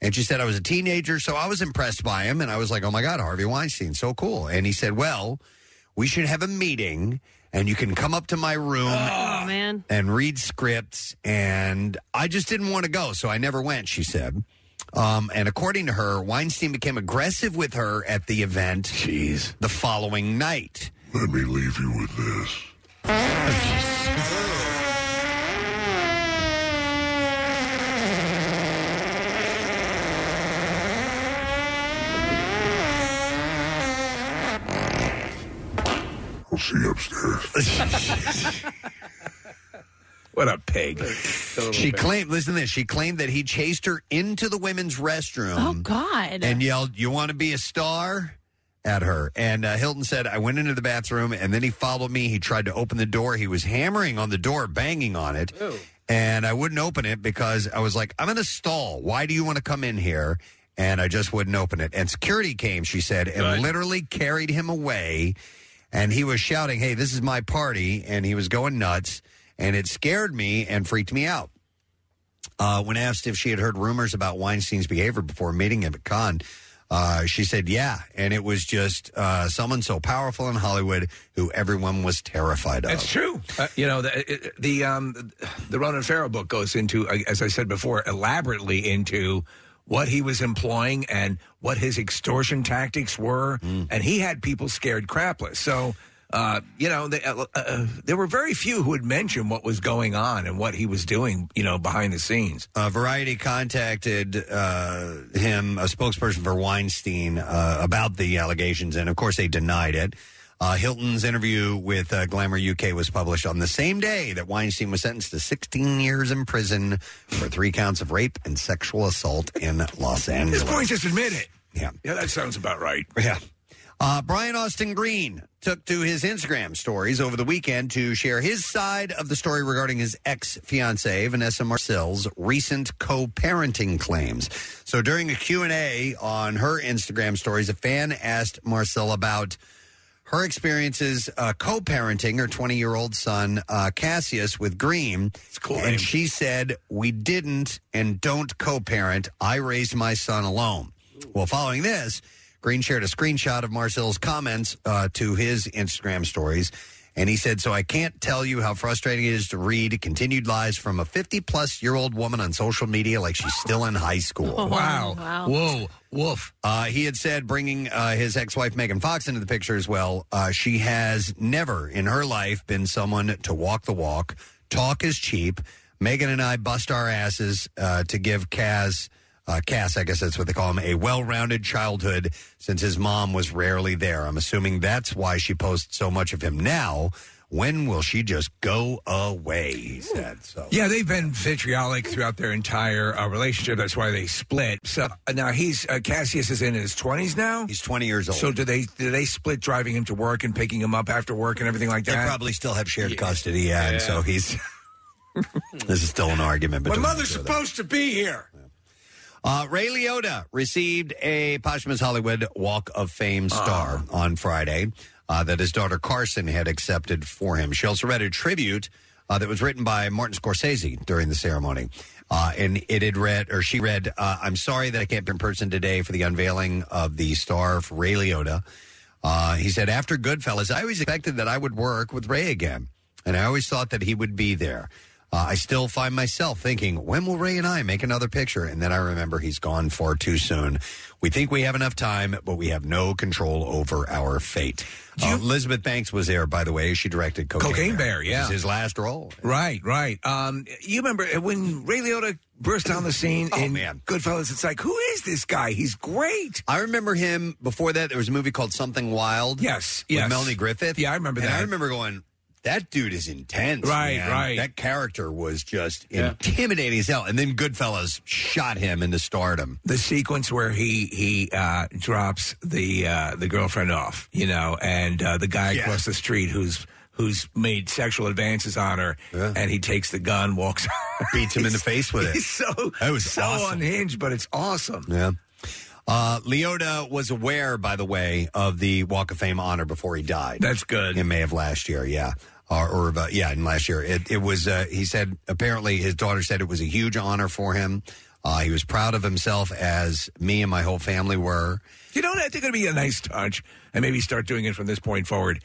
[SPEAKER 1] And she said, I was a teenager, so I was impressed by him. And I was like, oh my God, Harvey Weinstein, so cool. And he said, well, we should have a meeting and you can come up to my room
[SPEAKER 2] Oh, man.
[SPEAKER 1] and read scripts. And I just didn't want to go, so I never went, she said. Um, and according to her, Weinstein became aggressive with her at the event Jeez. the following night. Let me leave you with this.
[SPEAKER 3] I'll see you upstairs. what a pig.
[SPEAKER 1] She claimed, listen to this, she claimed that he chased her into the women's restroom.
[SPEAKER 2] Oh, God.
[SPEAKER 1] and yelled, "You want to be a star?" at her. And uh, Hilton said, "I went into the bathroom, and then he followed me. He tried to open the door. He was hammering on the door, banging on it, and I wouldn't open it because I was like, I'm in a stall. Why do you want to come in here?" And I just wouldn't open it. And security came, she said, and
[SPEAKER 14] Right.
[SPEAKER 1] literally carried him away. And he was shouting, Hey, this is my party. And he was going nuts. And it scared me and freaked me out. Uh, when asked if she had heard rumors about Weinstein's behavior before meeting him at Cannes, uh, she said, "Yeah," and it was just uh, someone so powerful in Hollywood who everyone was terrified of.
[SPEAKER 3] That's true. Uh, you know, the, the um, the Ronan Farrow book goes into, uh, as I said before, elaborately into what he was employing and what his extortion tactics were, and he had people scared crapless. So. Uh, you know, they, uh, uh, there were very few who would mention what was going on and what he was doing, you know, behind the scenes.
[SPEAKER 1] Uh, Variety contacted uh, him, a spokesperson for Weinstein, uh, about the allegations, and of course they denied it. Uh, Hilton's interview with uh, Glamour UK was published on the same day that Weinstein was sentenced to 16 years in prison for three counts of rape and sexual assault in Los
[SPEAKER 3] At this
[SPEAKER 1] Angeles.
[SPEAKER 3] point, just admit it.
[SPEAKER 1] Yeah.
[SPEAKER 3] Yeah, that sounds about right.
[SPEAKER 1] Yeah. Uh, Brian Austin Green took to his Instagram stories over the weekend to share his side of the story regarding his ex fiancee Vanessa Marcel's recent co-parenting claims. So during a Q&A on her Instagram stories, a fan asked Marcel about her experiences uh, co-parenting her 20-year-old son uh, Cassius with Green. It's cool. And she said, "We didn't and don't co-parent. I raised my son alone." Well, following this, Green shared a screenshot of Marcel's comments uh, to his Instagram stories. And he said, So I can't tell you how frustrating it is to read continued lies from a 50 plus year old woman on social media like she's still in high school.
[SPEAKER 9] Oh, wow. Wow. Whoa.
[SPEAKER 1] Oh, Woof. Uh, he had said, bringing uh, his ex wife Megan Fox into the picture as well, uh, she has never in her life been someone to walk the walk. Talk is cheap. Megan and I bust our asses uh, to give Kaz, uh, Cass, I guess that's what they call him, a well rounded childhood since his mom was rarely there. I'm assuming that's why she posts so much of him now. When will she just go away? He said. So.
[SPEAKER 3] Yeah, they've been vitriolic throughout their entire uh, relationship. That's why they split. So uh, now he's uh, Cassius is in his twenties now.
[SPEAKER 1] He's twenty years old.
[SPEAKER 3] So do they do they split driving him to work and picking him up after work and everything like
[SPEAKER 1] They
[SPEAKER 3] that?
[SPEAKER 1] probably still have shared custody, yeah, and
[SPEAKER 3] Yeah.
[SPEAKER 1] so he's. this is still an argument
[SPEAKER 3] My
[SPEAKER 1] between.
[SPEAKER 3] mother's supposed to be here.
[SPEAKER 1] Uh, Ray Liotta received a posthumous Hollywood Walk of Fame star on Friday uh, that his daughter Carson had accepted for him. She also read a tribute uh, that was written by Martin Scorsese during the ceremony. Uh, and it had read, or she read, uh, I'm sorry that I can't be in person today for the unveiling of the star for Ray Liotta. Uh, he said, after Goodfellas, I always expected that I would work with Ray again, and I always thought that he would be there. Uh, I still find myself thinking, when will Ray and I make another picture? And then I remember he's gone far too soon. We think we have enough time, but we have no control over our fate. Uh, Elizabeth Banks was there, by the way. She directed Cocaine,
[SPEAKER 3] Cocaine Bear,
[SPEAKER 1] which
[SPEAKER 3] yeah.
[SPEAKER 1] is his last role.
[SPEAKER 3] Right, right. Um, you remember when Ray Liotta burst on the scene
[SPEAKER 1] Oh,
[SPEAKER 3] in Goodfellas? It's like, who is this guy? He's great.
[SPEAKER 1] I remember him before that. There was a movie called Something Wild.
[SPEAKER 3] Yes,
[SPEAKER 1] with
[SPEAKER 3] yes.
[SPEAKER 1] Melanie Griffith.
[SPEAKER 3] Yeah, I remember
[SPEAKER 1] And
[SPEAKER 3] that.
[SPEAKER 1] I remember going, that dude is intense.
[SPEAKER 3] Right,
[SPEAKER 1] man.
[SPEAKER 3] right.
[SPEAKER 1] That character was just intimidating as hell. And then Goodfellas shot him into stardom.
[SPEAKER 3] the sequence where he he uh, drops the uh, the girlfriend off, you know, and uh, the guy across the street who's who's made sexual advances on her, and he takes the gun, walks,
[SPEAKER 1] beats him in the face with it.
[SPEAKER 3] He's so
[SPEAKER 1] That was
[SPEAKER 3] so
[SPEAKER 1] awesome.
[SPEAKER 3] unhinged, but it's awesome.
[SPEAKER 1] Yeah. Uh, Leota was aware, by the way, of the Walk of Fame honor before he died.
[SPEAKER 3] That's good.
[SPEAKER 1] In May of last year, yeah. Or, or about, yeah, in last year. It, it was, uh, he said, apparently his daughter said it was a huge honor for him. Uh, he was proud of himself, as me and my whole family were.
[SPEAKER 3] You know, I think it'd be a nice touch, and maybe start doing it from this point forward.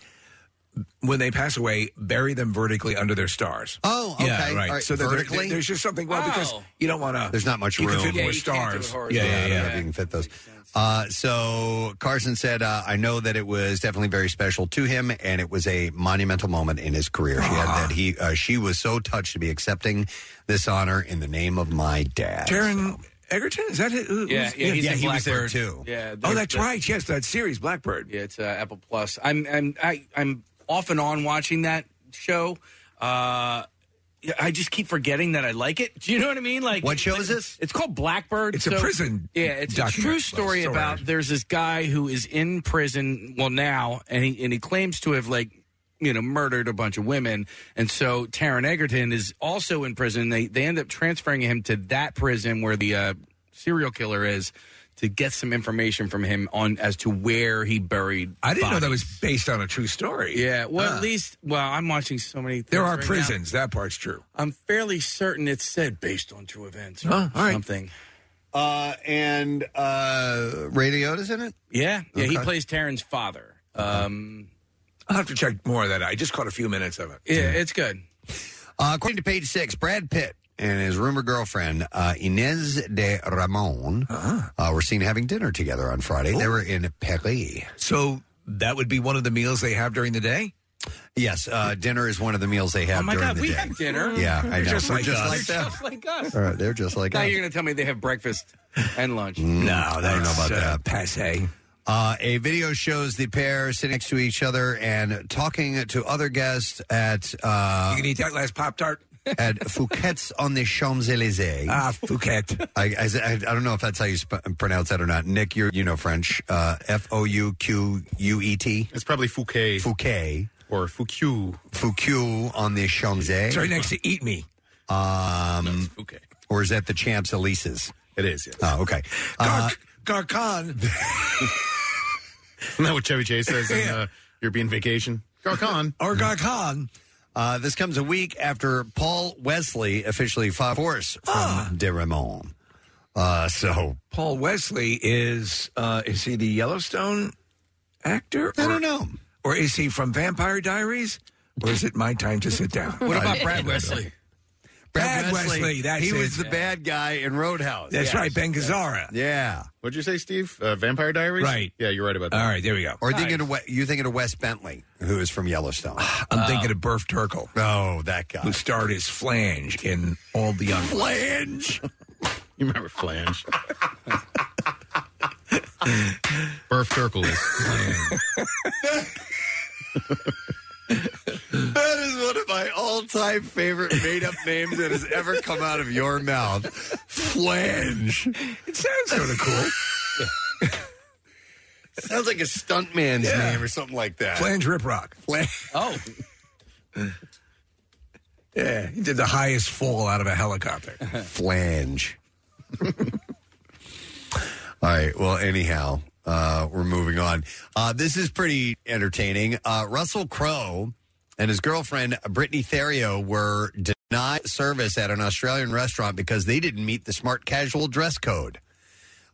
[SPEAKER 3] When they pass away, bury them vertically under their stars.
[SPEAKER 1] Oh,
[SPEAKER 3] yeah,
[SPEAKER 1] okay.
[SPEAKER 3] right.
[SPEAKER 1] All right,
[SPEAKER 3] So that there-
[SPEAKER 1] vertically?
[SPEAKER 3] there's just something well because
[SPEAKER 11] Oh.
[SPEAKER 3] you don't want to.
[SPEAKER 1] There's not much
[SPEAKER 3] you
[SPEAKER 1] room.
[SPEAKER 3] Can fit more stars.
[SPEAKER 1] I
[SPEAKER 3] yeah, yeah, yeah.
[SPEAKER 1] don't know if you can fit those. Uh, so Carson said, uh, "I know that it was definitely very special to him, and it was a monumental moment in his career. She
[SPEAKER 3] Ah.
[SPEAKER 1] had that he, uh, she was so touched to be accepting this honor in the name of my dad."
[SPEAKER 3] Taron Egerton? Is that who?
[SPEAKER 11] Yeah,
[SPEAKER 3] who's-
[SPEAKER 11] yeah, he's in
[SPEAKER 3] he was there
[SPEAKER 11] Blackbird.
[SPEAKER 3] too.
[SPEAKER 11] Yeah.
[SPEAKER 3] Oh,
[SPEAKER 11] they're-
[SPEAKER 3] that's
[SPEAKER 11] they're-
[SPEAKER 3] right. Yes, that series Blackbird.
[SPEAKER 11] Yeah, it's uh, Apple Plus. I'm I'm I, I'm off and on watching that show. Uh, yeah, I just keep forgetting that I like it. Do you know what I mean? Like
[SPEAKER 1] What show is this?
[SPEAKER 11] It's called Blackbird.
[SPEAKER 3] It's a prison
[SPEAKER 11] Yeah, it's a
[SPEAKER 3] document-
[SPEAKER 11] true story,
[SPEAKER 3] story.
[SPEAKER 11] about there's this guy who is in prison. Well, now and he and he claims to have like you know murdered a bunch of women, and so Taron Egerton is also in prison. They they end up transferring him to that prison where the uh, serial killer is. To get some information from him on as to where he buried,
[SPEAKER 3] I didn't know that
[SPEAKER 11] bodies.
[SPEAKER 3] was based on a true story.
[SPEAKER 11] Yeah, well,
[SPEAKER 3] Huh.
[SPEAKER 11] at least, well, I'm watching so many. Things
[SPEAKER 3] there are
[SPEAKER 11] right now.
[SPEAKER 3] prisons. That part's true.
[SPEAKER 11] I'm fairly certain it said based on true events.
[SPEAKER 3] Oh, all right.
[SPEAKER 11] Something.
[SPEAKER 1] Uh, and uh, Ray Liotta's in it.
[SPEAKER 11] Yeah, yeah. He
[SPEAKER 3] Okay.
[SPEAKER 11] plays Taryn's father. Um,
[SPEAKER 3] I'll have to check more of that. I just caught a few minutes of it.
[SPEAKER 11] yeah, it's good.
[SPEAKER 1] Uh, according to page six, Brad Pitt and his rumored girlfriend, uh, Inez de Ramon,
[SPEAKER 3] Uh-huh.
[SPEAKER 1] uh were seen having dinner together on Friday. They were in Paris.
[SPEAKER 3] So that would be one of the meals they have during the day.
[SPEAKER 1] Yes, uh, dinner is one of the meals they have
[SPEAKER 11] oh my
[SPEAKER 1] during
[SPEAKER 11] God,
[SPEAKER 1] the
[SPEAKER 11] we
[SPEAKER 1] day.
[SPEAKER 11] have dinner.
[SPEAKER 1] Yeah, I know.
[SPEAKER 11] They're Just
[SPEAKER 1] We're
[SPEAKER 11] like
[SPEAKER 1] just
[SPEAKER 11] us.
[SPEAKER 1] like
[SPEAKER 11] They're
[SPEAKER 1] them.
[SPEAKER 11] just like us.
[SPEAKER 1] All right, they're just like
[SPEAKER 11] now
[SPEAKER 1] us.
[SPEAKER 11] you're gonna tell me they have breakfast and lunch?
[SPEAKER 1] No, they don't know about that.
[SPEAKER 3] Passe.
[SPEAKER 1] Uh, a video shows the pair sitting next to each other and talking to other guests at. Uh,
[SPEAKER 3] You can eat that last Pop Tart.
[SPEAKER 1] at Fouquet's on the Champs Elysees. Ah,
[SPEAKER 3] Fouquet.
[SPEAKER 1] I, I, I don't know if that's how you sp- pronounce that or not. Nick, you you know French. Uh, F O U Q U E T.
[SPEAKER 8] It's probably Fouquet.
[SPEAKER 1] Fouquet.
[SPEAKER 8] Or Fouquet.
[SPEAKER 1] Fouquet on the Champs Elysees.
[SPEAKER 3] It's right next to Eat Me.
[SPEAKER 1] Um, okay. Or is that the Champs Elysees?
[SPEAKER 8] It is. Yes.
[SPEAKER 1] Oh, okay. Uh,
[SPEAKER 3] Garcon.
[SPEAKER 8] Isn't that what Chevy Chase says in uh, European Vacation? Garcon.
[SPEAKER 3] Or Garcon.
[SPEAKER 1] Uh, this comes a week after Paul Wesley officially filed divorce from De Ramon. Uh, so
[SPEAKER 3] Paul Wesley is uh, is he the Yellowstone actor? I don't
[SPEAKER 1] know.
[SPEAKER 3] Or is he from Vampire Diaries? Or is it my time to sit down?
[SPEAKER 1] What about
[SPEAKER 3] I-
[SPEAKER 1] Brad Wesley?
[SPEAKER 3] Brad Wesley, that's
[SPEAKER 1] he
[SPEAKER 3] it.
[SPEAKER 1] was the bad guy in Roadhouse.
[SPEAKER 3] That's right, Ben Gazzara.
[SPEAKER 1] Yeah.
[SPEAKER 8] What'd you say, Steve? Uh, Vampire Diaries.
[SPEAKER 1] Right.
[SPEAKER 8] Yeah, you're right about that.
[SPEAKER 3] All right, there we go.
[SPEAKER 1] Or thinking of Wes- you thinking of Wes Bentley, who is from Yellowstone.
[SPEAKER 3] I'm
[SPEAKER 11] Uh,
[SPEAKER 3] thinking of Burf Turkle.
[SPEAKER 1] Oh, that guy
[SPEAKER 3] who starred as Flange in All the Young.
[SPEAKER 1] Flange.
[SPEAKER 8] You remember Flange? Burf Turkle is
[SPEAKER 1] That is one of my all-time favorite made-up names that has ever come out of your mouth. Flange.
[SPEAKER 3] It sounds sort of cool.
[SPEAKER 1] sounds like a stuntman's
[SPEAKER 3] Yeah.
[SPEAKER 1] name or something like that.
[SPEAKER 3] Flange Rip Rock.
[SPEAKER 1] Oh.
[SPEAKER 3] Yeah, he did the highest fall out of a helicopter.
[SPEAKER 1] Flange. All right. Well, anyhow, uh, we're moving on. Uh, this is pretty entertaining. Uh, Russell Crowe and his girlfriend, Brittany Theriault, were denied service at an Australian restaurant because they didn't meet the smart casual dress code.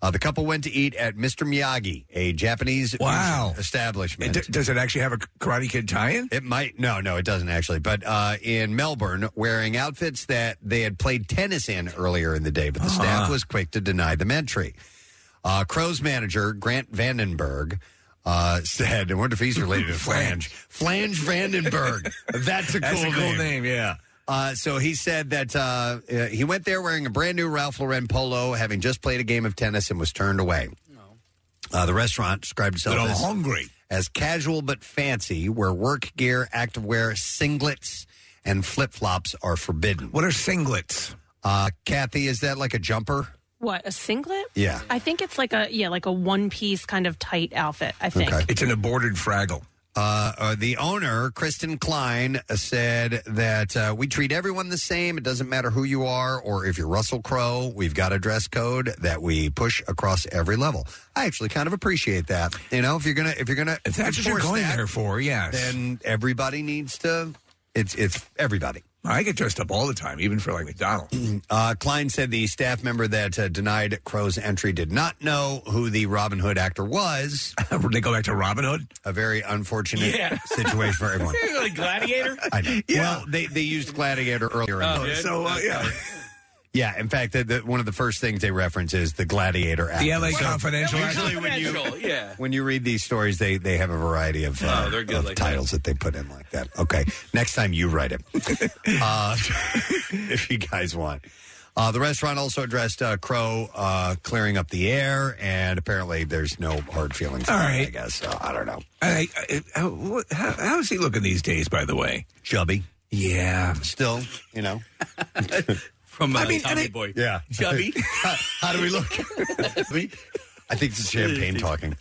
[SPEAKER 1] Uh, the couple went to eat at Mr. Miyagi, a Japanese wow. establishment.
[SPEAKER 3] does it actually have a Karate Kid tie-in?
[SPEAKER 1] It might. No, no, it doesn't actually. But uh, in Melbourne, wearing outfits that they had played tennis in earlier in the day, but the
[SPEAKER 3] Ah.
[SPEAKER 1] staff was quick to deny them entry. Uh, Crow's manager, Grant Vandenberg, uh, said, I wonder if he's related to Flange. Flange Vandenberg. That's a cool,
[SPEAKER 3] That's a cool name,
[SPEAKER 1] yeah. Uh, so he said that uh, uh, he went there wearing a brand new Ralph Lauren polo, having just played a game of tennis, and was turned away. Uh, the restaurant described itself
[SPEAKER 3] But I'm
[SPEAKER 1] as
[SPEAKER 3] hungry.
[SPEAKER 1] as casual but fancy, where work gear, activewear, singlets, and flip flops are forbidden.
[SPEAKER 3] What are singlets?
[SPEAKER 1] Uh, Kathy, is that like a jumper?
[SPEAKER 2] What a singlet?
[SPEAKER 1] Yeah.
[SPEAKER 2] I think it's like a yeah, like a one piece kind of tight outfit. I think.
[SPEAKER 3] It's an aborted Fraggle.
[SPEAKER 1] Uh, uh, the owner, Kristen Klein, uh, said that uh, we treat everyone the same. It doesn't matter who you are or if you're Russell Crowe. We've got a dress code that we push across every level. I actually kind of appreciate that. You know, if you're gonna if you're gonna
[SPEAKER 3] If that's what you're
[SPEAKER 1] enforce
[SPEAKER 3] going
[SPEAKER 1] that,
[SPEAKER 3] there for, yes.
[SPEAKER 1] then everybody needs to. It's it's everybody.
[SPEAKER 3] I get dressed up all the time, even for like McDonald's.
[SPEAKER 1] Uh, Klein said the staff member that uh, denied Crow's entry did not know who the Robin Hood actor was.
[SPEAKER 3] they go back to Robin Hood?
[SPEAKER 1] A very unfortunate
[SPEAKER 3] Yeah.
[SPEAKER 1] situation for everyone.
[SPEAKER 11] like Gladiator?
[SPEAKER 1] I know. Well, they, they used Gladiator earlier.
[SPEAKER 11] Oh,
[SPEAKER 1] in the
[SPEAKER 11] did?
[SPEAKER 3] So, uh, yeah.
[SPEAKER 1] Yeah, in fact, the, the, one of the first things they reference is the Gladiator actor.
[SPEAKER 3] The LA
[SPEAKER 1] So
[SPEAKER 3] Confidential.
[SPEAKER 11] Usually
[SPEAKER 3] when you-
[SPEAKER 11] yeah.
[SPEAKER 1] When you read these stories, they, they have a variety of, uh,
[SPEAKER 11] Oh, they're good
[SPEAKER 1] of
[SPEAKER 11] like that.
[SPEAKER 1] titles that. they put in like that. Okay, next time you write it, uh, if you guys want. Uh, the restaurant also addressed uh, Crow uh, clearing up the air, and apparently there's no hard feelings.
[SPEAKER 3] All
[SPEAKER 1] about it, I
[SPEAKER 3] right.
[SPEAKER 1] guess so, I don't know.
[SPEAKER 3] I, I, how, what- how, how is he looking these days, by the way?
[SPEAKER 1] Chubby.
[SPEAKER 3] Yeah.
[SPEAKER 1] Still, you know.
[SPEAKER 11] From uh,
[SPEAKER 3] I mean,
[SPEAKER 11] Tommy
[SPEAKER 3] and it-
[SPEAKER 11] Boy.
[SPEAKER 1] Yeah.
[SPEAKER 11] Chubby.
[SPEAKER 1] how, how do we look? I think it's champagne talking.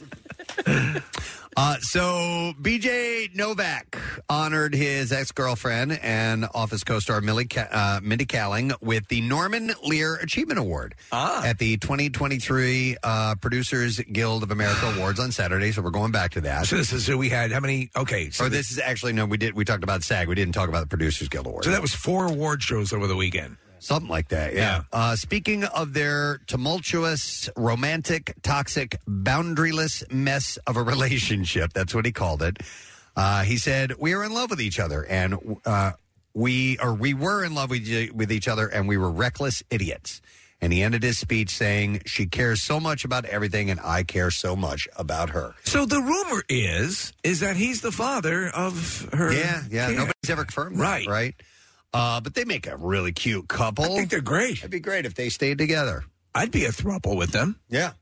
[SPEAKER 1] Uh, so, BJ Novak honored his ex girlfriend and office co star Millie Ca- uh, Mindy Kaling with the Norman Lear Achievement Award
[SPEAKER 3] Ah.
[SPEAKER 1] at the 2023 uh, Producers Guild of America Awards on Saturday. So, we're going back to that.
[SPEAKER 3] So this is who we had. How many? Okay. So
[SPEAKER 1] or this is actually, no, we did. We talked about SAG. We didn't talk about the Producers Guild Award.
[SPEAKER 3] So that was four award shows over the weekend.
[SPEAKER 1] Something like that, yeah. Uh, speaking of their tumultuous, romantic, toxic, boundaryless mess of a relationship, that's what he called it. Uh, he said, "We are in love with each other, and uh, we or we were in love with y- with each other, and we were reckless idiots." And he ended his speech saying, "She cares so much about everything, and I care so much about her."
[SPEAKER 3] So the rumor is is that he's the father of her.
[SPEAKER 1] Yeah, yeah.
[SPEAKER 3] kid.
[SPEAKER 1] Nobody's ever confirmed right. that, right? Uh, but they make a really cute couple. I think
[SPEAKER 3] they're great. It'd
[SPEAKER 1] be great if they stayed together.
[SPEAKER 3] I'd be a throuple with them.
[SPEAKER 1] Yeah.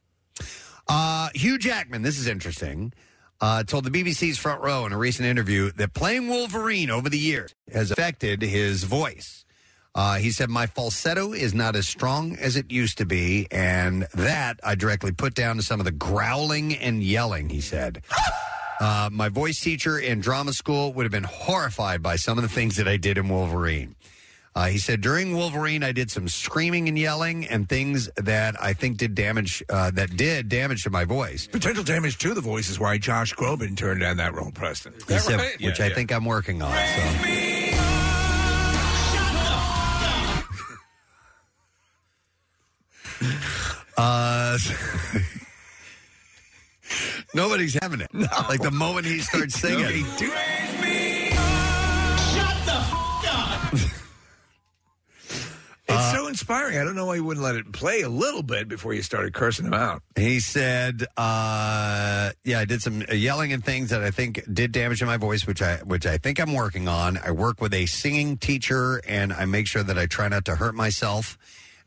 [SPEAKER 1] Uh, Hugh Jackman, this is interesting, uh, told the BBC's Front Row in a recent interview that playing Wolverine over the years has affected his voice. Uh, he said, My falsetto is not as strong as it used to be, and that I directly put down to some of the growling and yelling, he said. Uh, my voice teacher in drama school would have been horrified by some of the things that I did in Wolverine. Uh, he said, During Wolverine, I did some screaming and yelling and things that I think did damage, uh, that did damage to my voice.
[SPEAKER 3] Potential damage to the voice is why Josh Groban turned down that role, Preston. Is
[SPEAKER 1] He said, which I think I'm working on. So. Uh, nobody's having it. Like the moment he starts singing,
[SPEAKER 9] Shut the f- up!
[SPEAKER 3] It's so inspiring. I don't know why you wouldn't let it play a little bit before you started cursing him
[SPEAKER 11] Oh.
[SPEAKER 3] out.
[SPEAKER 1] He said, uh, "Yeah, I did some yelling and things that I think did damage to my voice, which I which I think I'm working on. I work with a singing teacher, and I make sure that I try not to hurt myself.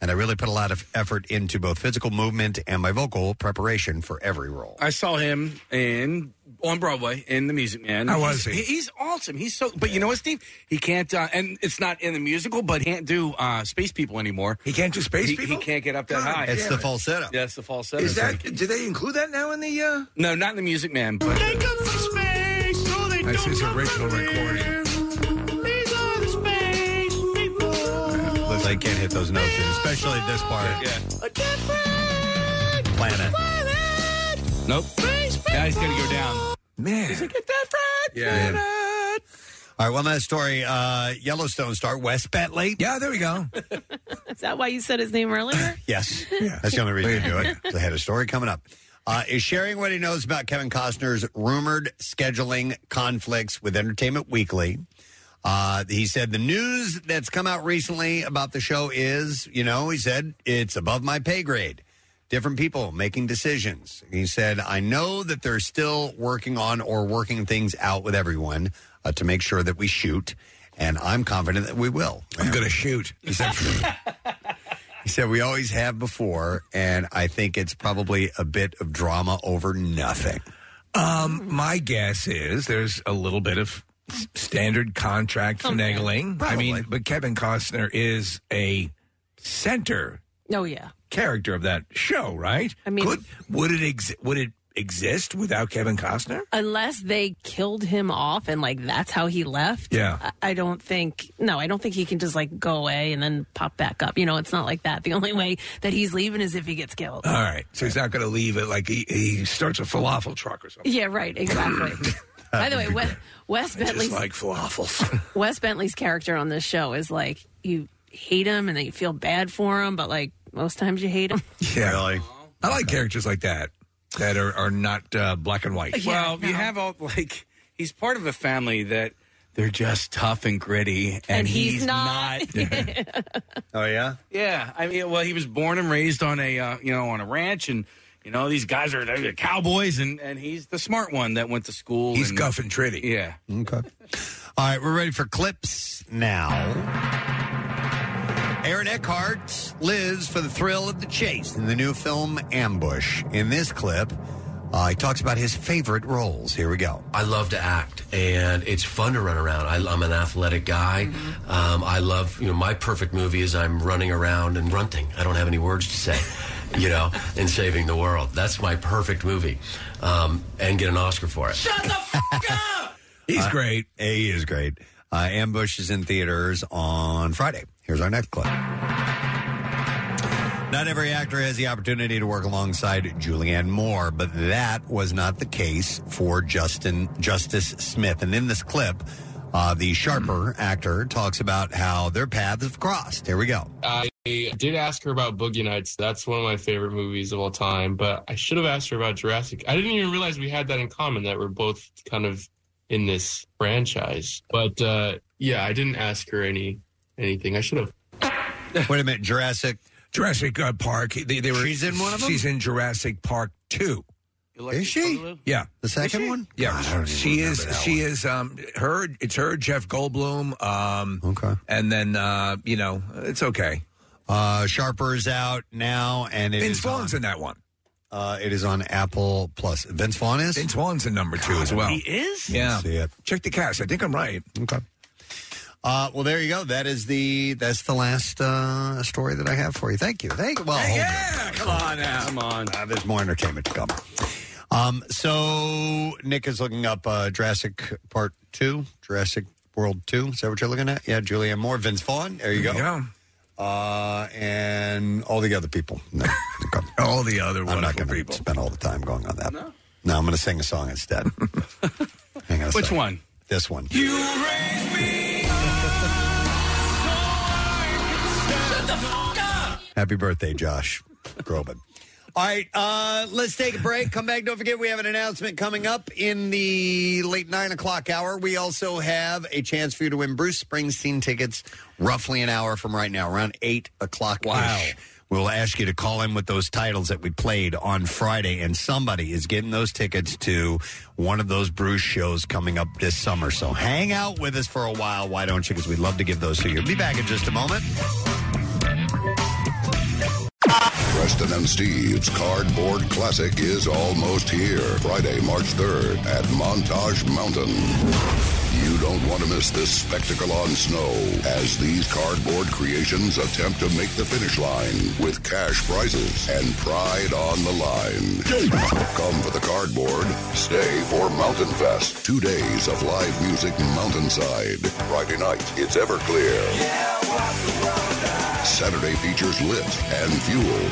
[SPEAKER 1] And I really put a lot of effort into both physical movement and my vocal preparation for every role.
[SPEAKER 11] I saw him in on Broadway in The Music Man.
[SPEAKER 1] How was
[SPEAKER 11] He's-
[SPEAKER 1] he?
[SPEAKER 11] He's awesome. He's so. But you know what, Steve? He can't. Uh, and it's not in the musical, but he can't do uh, Space People anymore.
[SPEAKER 3] He can't do Space
[SPEAKER 11] he,
[SPEAKER 3] People?
[SPEAKER 11] He can't get up
[SPEAKER 3] God
[SPEAKER 11] that high.
[SPEAKER 3] damn It's the it. falsetto.
[SPEAKER 11] Yeah, it's the falsetto.
[SPEAKER 3] Is that? Do they include that now in the? uh
[SPEAKER 11] No, not in the Music Man. But
[SPEAKER 3] That's his original recording.
[SPEAKER 1] Listen, I can't hit those notes, especially this part.
[SPEAKER 11] Yeah.
[SPEAKER 1] Planet.
[SPEAKER 11] Nope. Now he's gonna go down.
[SPEAKER 3] Man. He's
[SPEAKER 11] like, get that friend.
[SPEAKER 1] Yeah. All right, one last story. Uh, Yellowstone star Wes Bentley.
[SPEAKER 3] Yeah, there we go.
[SPEAKER 2] Is that why you said his name earlier?
[SPEAKER 1] Yes. That's the only reason to do it. 'cause I had a story coming up. Uh, is sharing what he knows about Kevin Costner's rumored scheduling conflicts with Entertainment Weekly. Uh, he said the news that's come out recently about the show is, you know, he said it's above my pay grade. Different people making decisions. He said, I know that they're still working on or working things out with everyone uh, to make sure that we shoot, and I'm confident that we will. I'm
[SPEAKER 3] going to shoot.
[SPEAKER 1] He said, he said, we always have before, and I think it's probably a bit of drama over nothing.
[SPEAKER 3] Um, my guess is there's a little bit of s- standard contract finagling. I mean, but Kevin Costner is a center
[SPEAKER 2] oh yeah.
[SPEAKER 3] character of that show, right? I mean, Could, would it ex- would it exist without Kevin Costner?
[SPEAKER 2] Unless they killed him off and like that's how he left.
[SPEAKER 3] Yeah.
[SPEAKER 2] I, I don't think no, I don't think he can just like go away and then pop back up. You know, it's not like that. The only way that he's leaving is if he gets killed.
[SPEAKER 3] All right, so he's not going to leave it like he, he starts a falafel truck or something.
[SPEAKER 2] Yeah, right, exactly. By the way, Wes, Wes
[SPEAKER 3] I
[SPEAKER 2] Bentley's
[SPEAKER 3] just like falafels.
[SPEAKER 2] Wes Bentley's character on this show is like you hate him and then you feel bad for him, but like most times you hate him.
[SPEAKER 3] yeah, I like characters like that that are are not uh, black and
[SPEAKER 2] Oh,
[SPEAKER 3] white.
[SPEAKER 11] well, you have all like he's part of a family that they're just tough and gritty, and, he's, not.
[SPEAKER 1] oh yeah,
[SPEAKER 11] yeah. I mean, well, he was born and raised on a uh, you know on a ranch, and you know these guys are they're cowboys, and and he's the smart one that went to school. He's
[SPEAKER 3] guff and tritty.
[SPEAKER 11] Yeah.
[SPEAKER 1] Okay. All right, we're ready for clips now. Aaron Eckhart lives for the thrill of the chase in the new film Ambush. In this clip, uh, he talks about his favorite roles. Here we go.
[SPEAKER 14] I love to act, and it's fun to run around. I, I'm an athletic guy. Um, I love, you know, my perfect movie is I'm running around and grunting. I don't have any words to say, you know, and saving the world. That's my perfect movie, um, and get an Oscar for it.
[SPEAKER 3] He's great.
[SPEAKER 1] He Uh, is great. Uh, Ambush is in theaters on Friday. Here's our next clip. Not every actor has the opportunity to work alongside Julianne Moore, but that was not the case for Justin Justice Smith. And in this clip, uh, the sharper actor talks about how their paths have crossed. Here we go.
[SPEAKER 15] I did ask her about Boogie Nights. That's one of my favorite movies of all time. But I should have asked her about Jurassic. I didn't even realize we had that in common. That we're both kind of in this franchise. But uh, yeah, I didn't ask her any anything. I should have.
[SPEAKER 1] Wait a minute, Jurassic.
[SPEAKER 3] Jurassic uh, Park. They, they were, she's in one of them. She's in Jurassic Park two.
[SPEAKER 1] Is she?
[SPEAKER 3] Yeah,
[SPEAKER 1] The second one?
[SPEAKER 3] Yeah,
[SPEAKER 1] God, I don't even
[SPEAKER 3] she
[SPEAKER 1] remember
[SPEAKER 3] is.
[SPEAKER 1] that
[SPEAKER 3] She is. Um, her. It's her. Jeff Goldblum. Um,
[SPEAKER 1] okay.
[SPEAKER 3] And then uh, you know, it's okay.
[SPEAKER 1] Uh, Sharper's out now, and it
[SPEAKER 3] Vince
[SPEAKER 1] is
[SPEAKER 3] Vaughn's
[SPEAKER 1] on-
[SPEAKER 3] in that one.
[SPEAKER 1] Uh, it is on Apple Plus. Vince Vaughn is? Vince
[SPEAKER 3] Vaughn's in number two as well.
[SPEAKER 1] He
[SPEAKER 11] is?
[SPEAKER 3] Yeah.
[SPEAKER 1] See it.
[SPEAKER 3] Check the cast. I think I'm right.
[SPEAKER 1] Okay. Uh, well, there you go. That is the that's the last uh, story that I have for you. Thank you. Thank you. Well, hold on.
[SPEAKER 3] Yeah, come on now.
[SPEAKER 1] Come on. Uh, there's more entertainment to come. Um, so Nick is looking up uh, Jurassic Part Two, Jurassic World Two. Is that what you're looking at? Yeah, Julianne Moore, Vince Vaughn. There you go. Uh, and all the other people. No, all the other I'm not going to spend all the time going on that. No, I'm going to sing a song instead. Hang on a
[SPEAKER 11] Which
[SPEAKER 1] second.
[SPEAKER 11] one?
[SPEAKER 1] This one.
[SPEAKER 11] You
[SPEAKER 9] Shut the fuck up!
[SPEAKER 1] Happy birthday, Josh Groban. All right, uh, let's take a break. Come back. Don't forget, we have an announcement coming up in the late nine o'clock hour. We also have a chance for you to win Bruce Springsteen tickets, roughly an hour from right now, around eight o'clock. Wow. We'll ask you to call in with those titles that we played on Friday, and somebody is getting those tickets to one of those Bruce shows coming up this summer. So hang out with us for a while, why don't you? Because we'd love to give those to you. Be back in just a moment.
[SPEAKER 16] Preston and Steve's Cardboard Classic is almost here. Friday, March 3rd at Montage Mountain. You don't want to miss this spectacle on snow as these cardboard creations attempt to make the finish line with cash prizes and pride on the line. Come for the cardboard, stay for Mountain Fest. Two days of live music mountainside. Friday night, it's Everclear. Saturday features lit and fuel.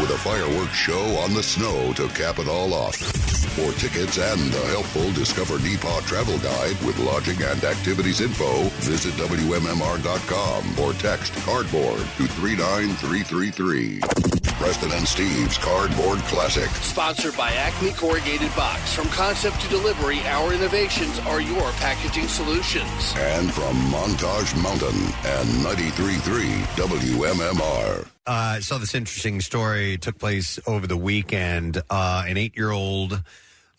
[SPEAKER 16] With a fireworks show on the snow to cap it all off. For tickets and a helpful Discover Depot travel guide with lodging and activities info, visit WMMR.com or text cardboard to 39333. Preston and Steve's Cardboard Classic.
[SPEAKER 5] Sponsored by Acme Corrugated Box. From concept to delivery, our innovations are your packaging solutions.
[SPEAKER 16] And from Montage Mountain and 93.3
[SPEAKER 1] uh,
[SPEAKER 16] WMMR.
[SPEAKER 1] I saw this interesting story. It took place over the weekend. Uh, an eight year old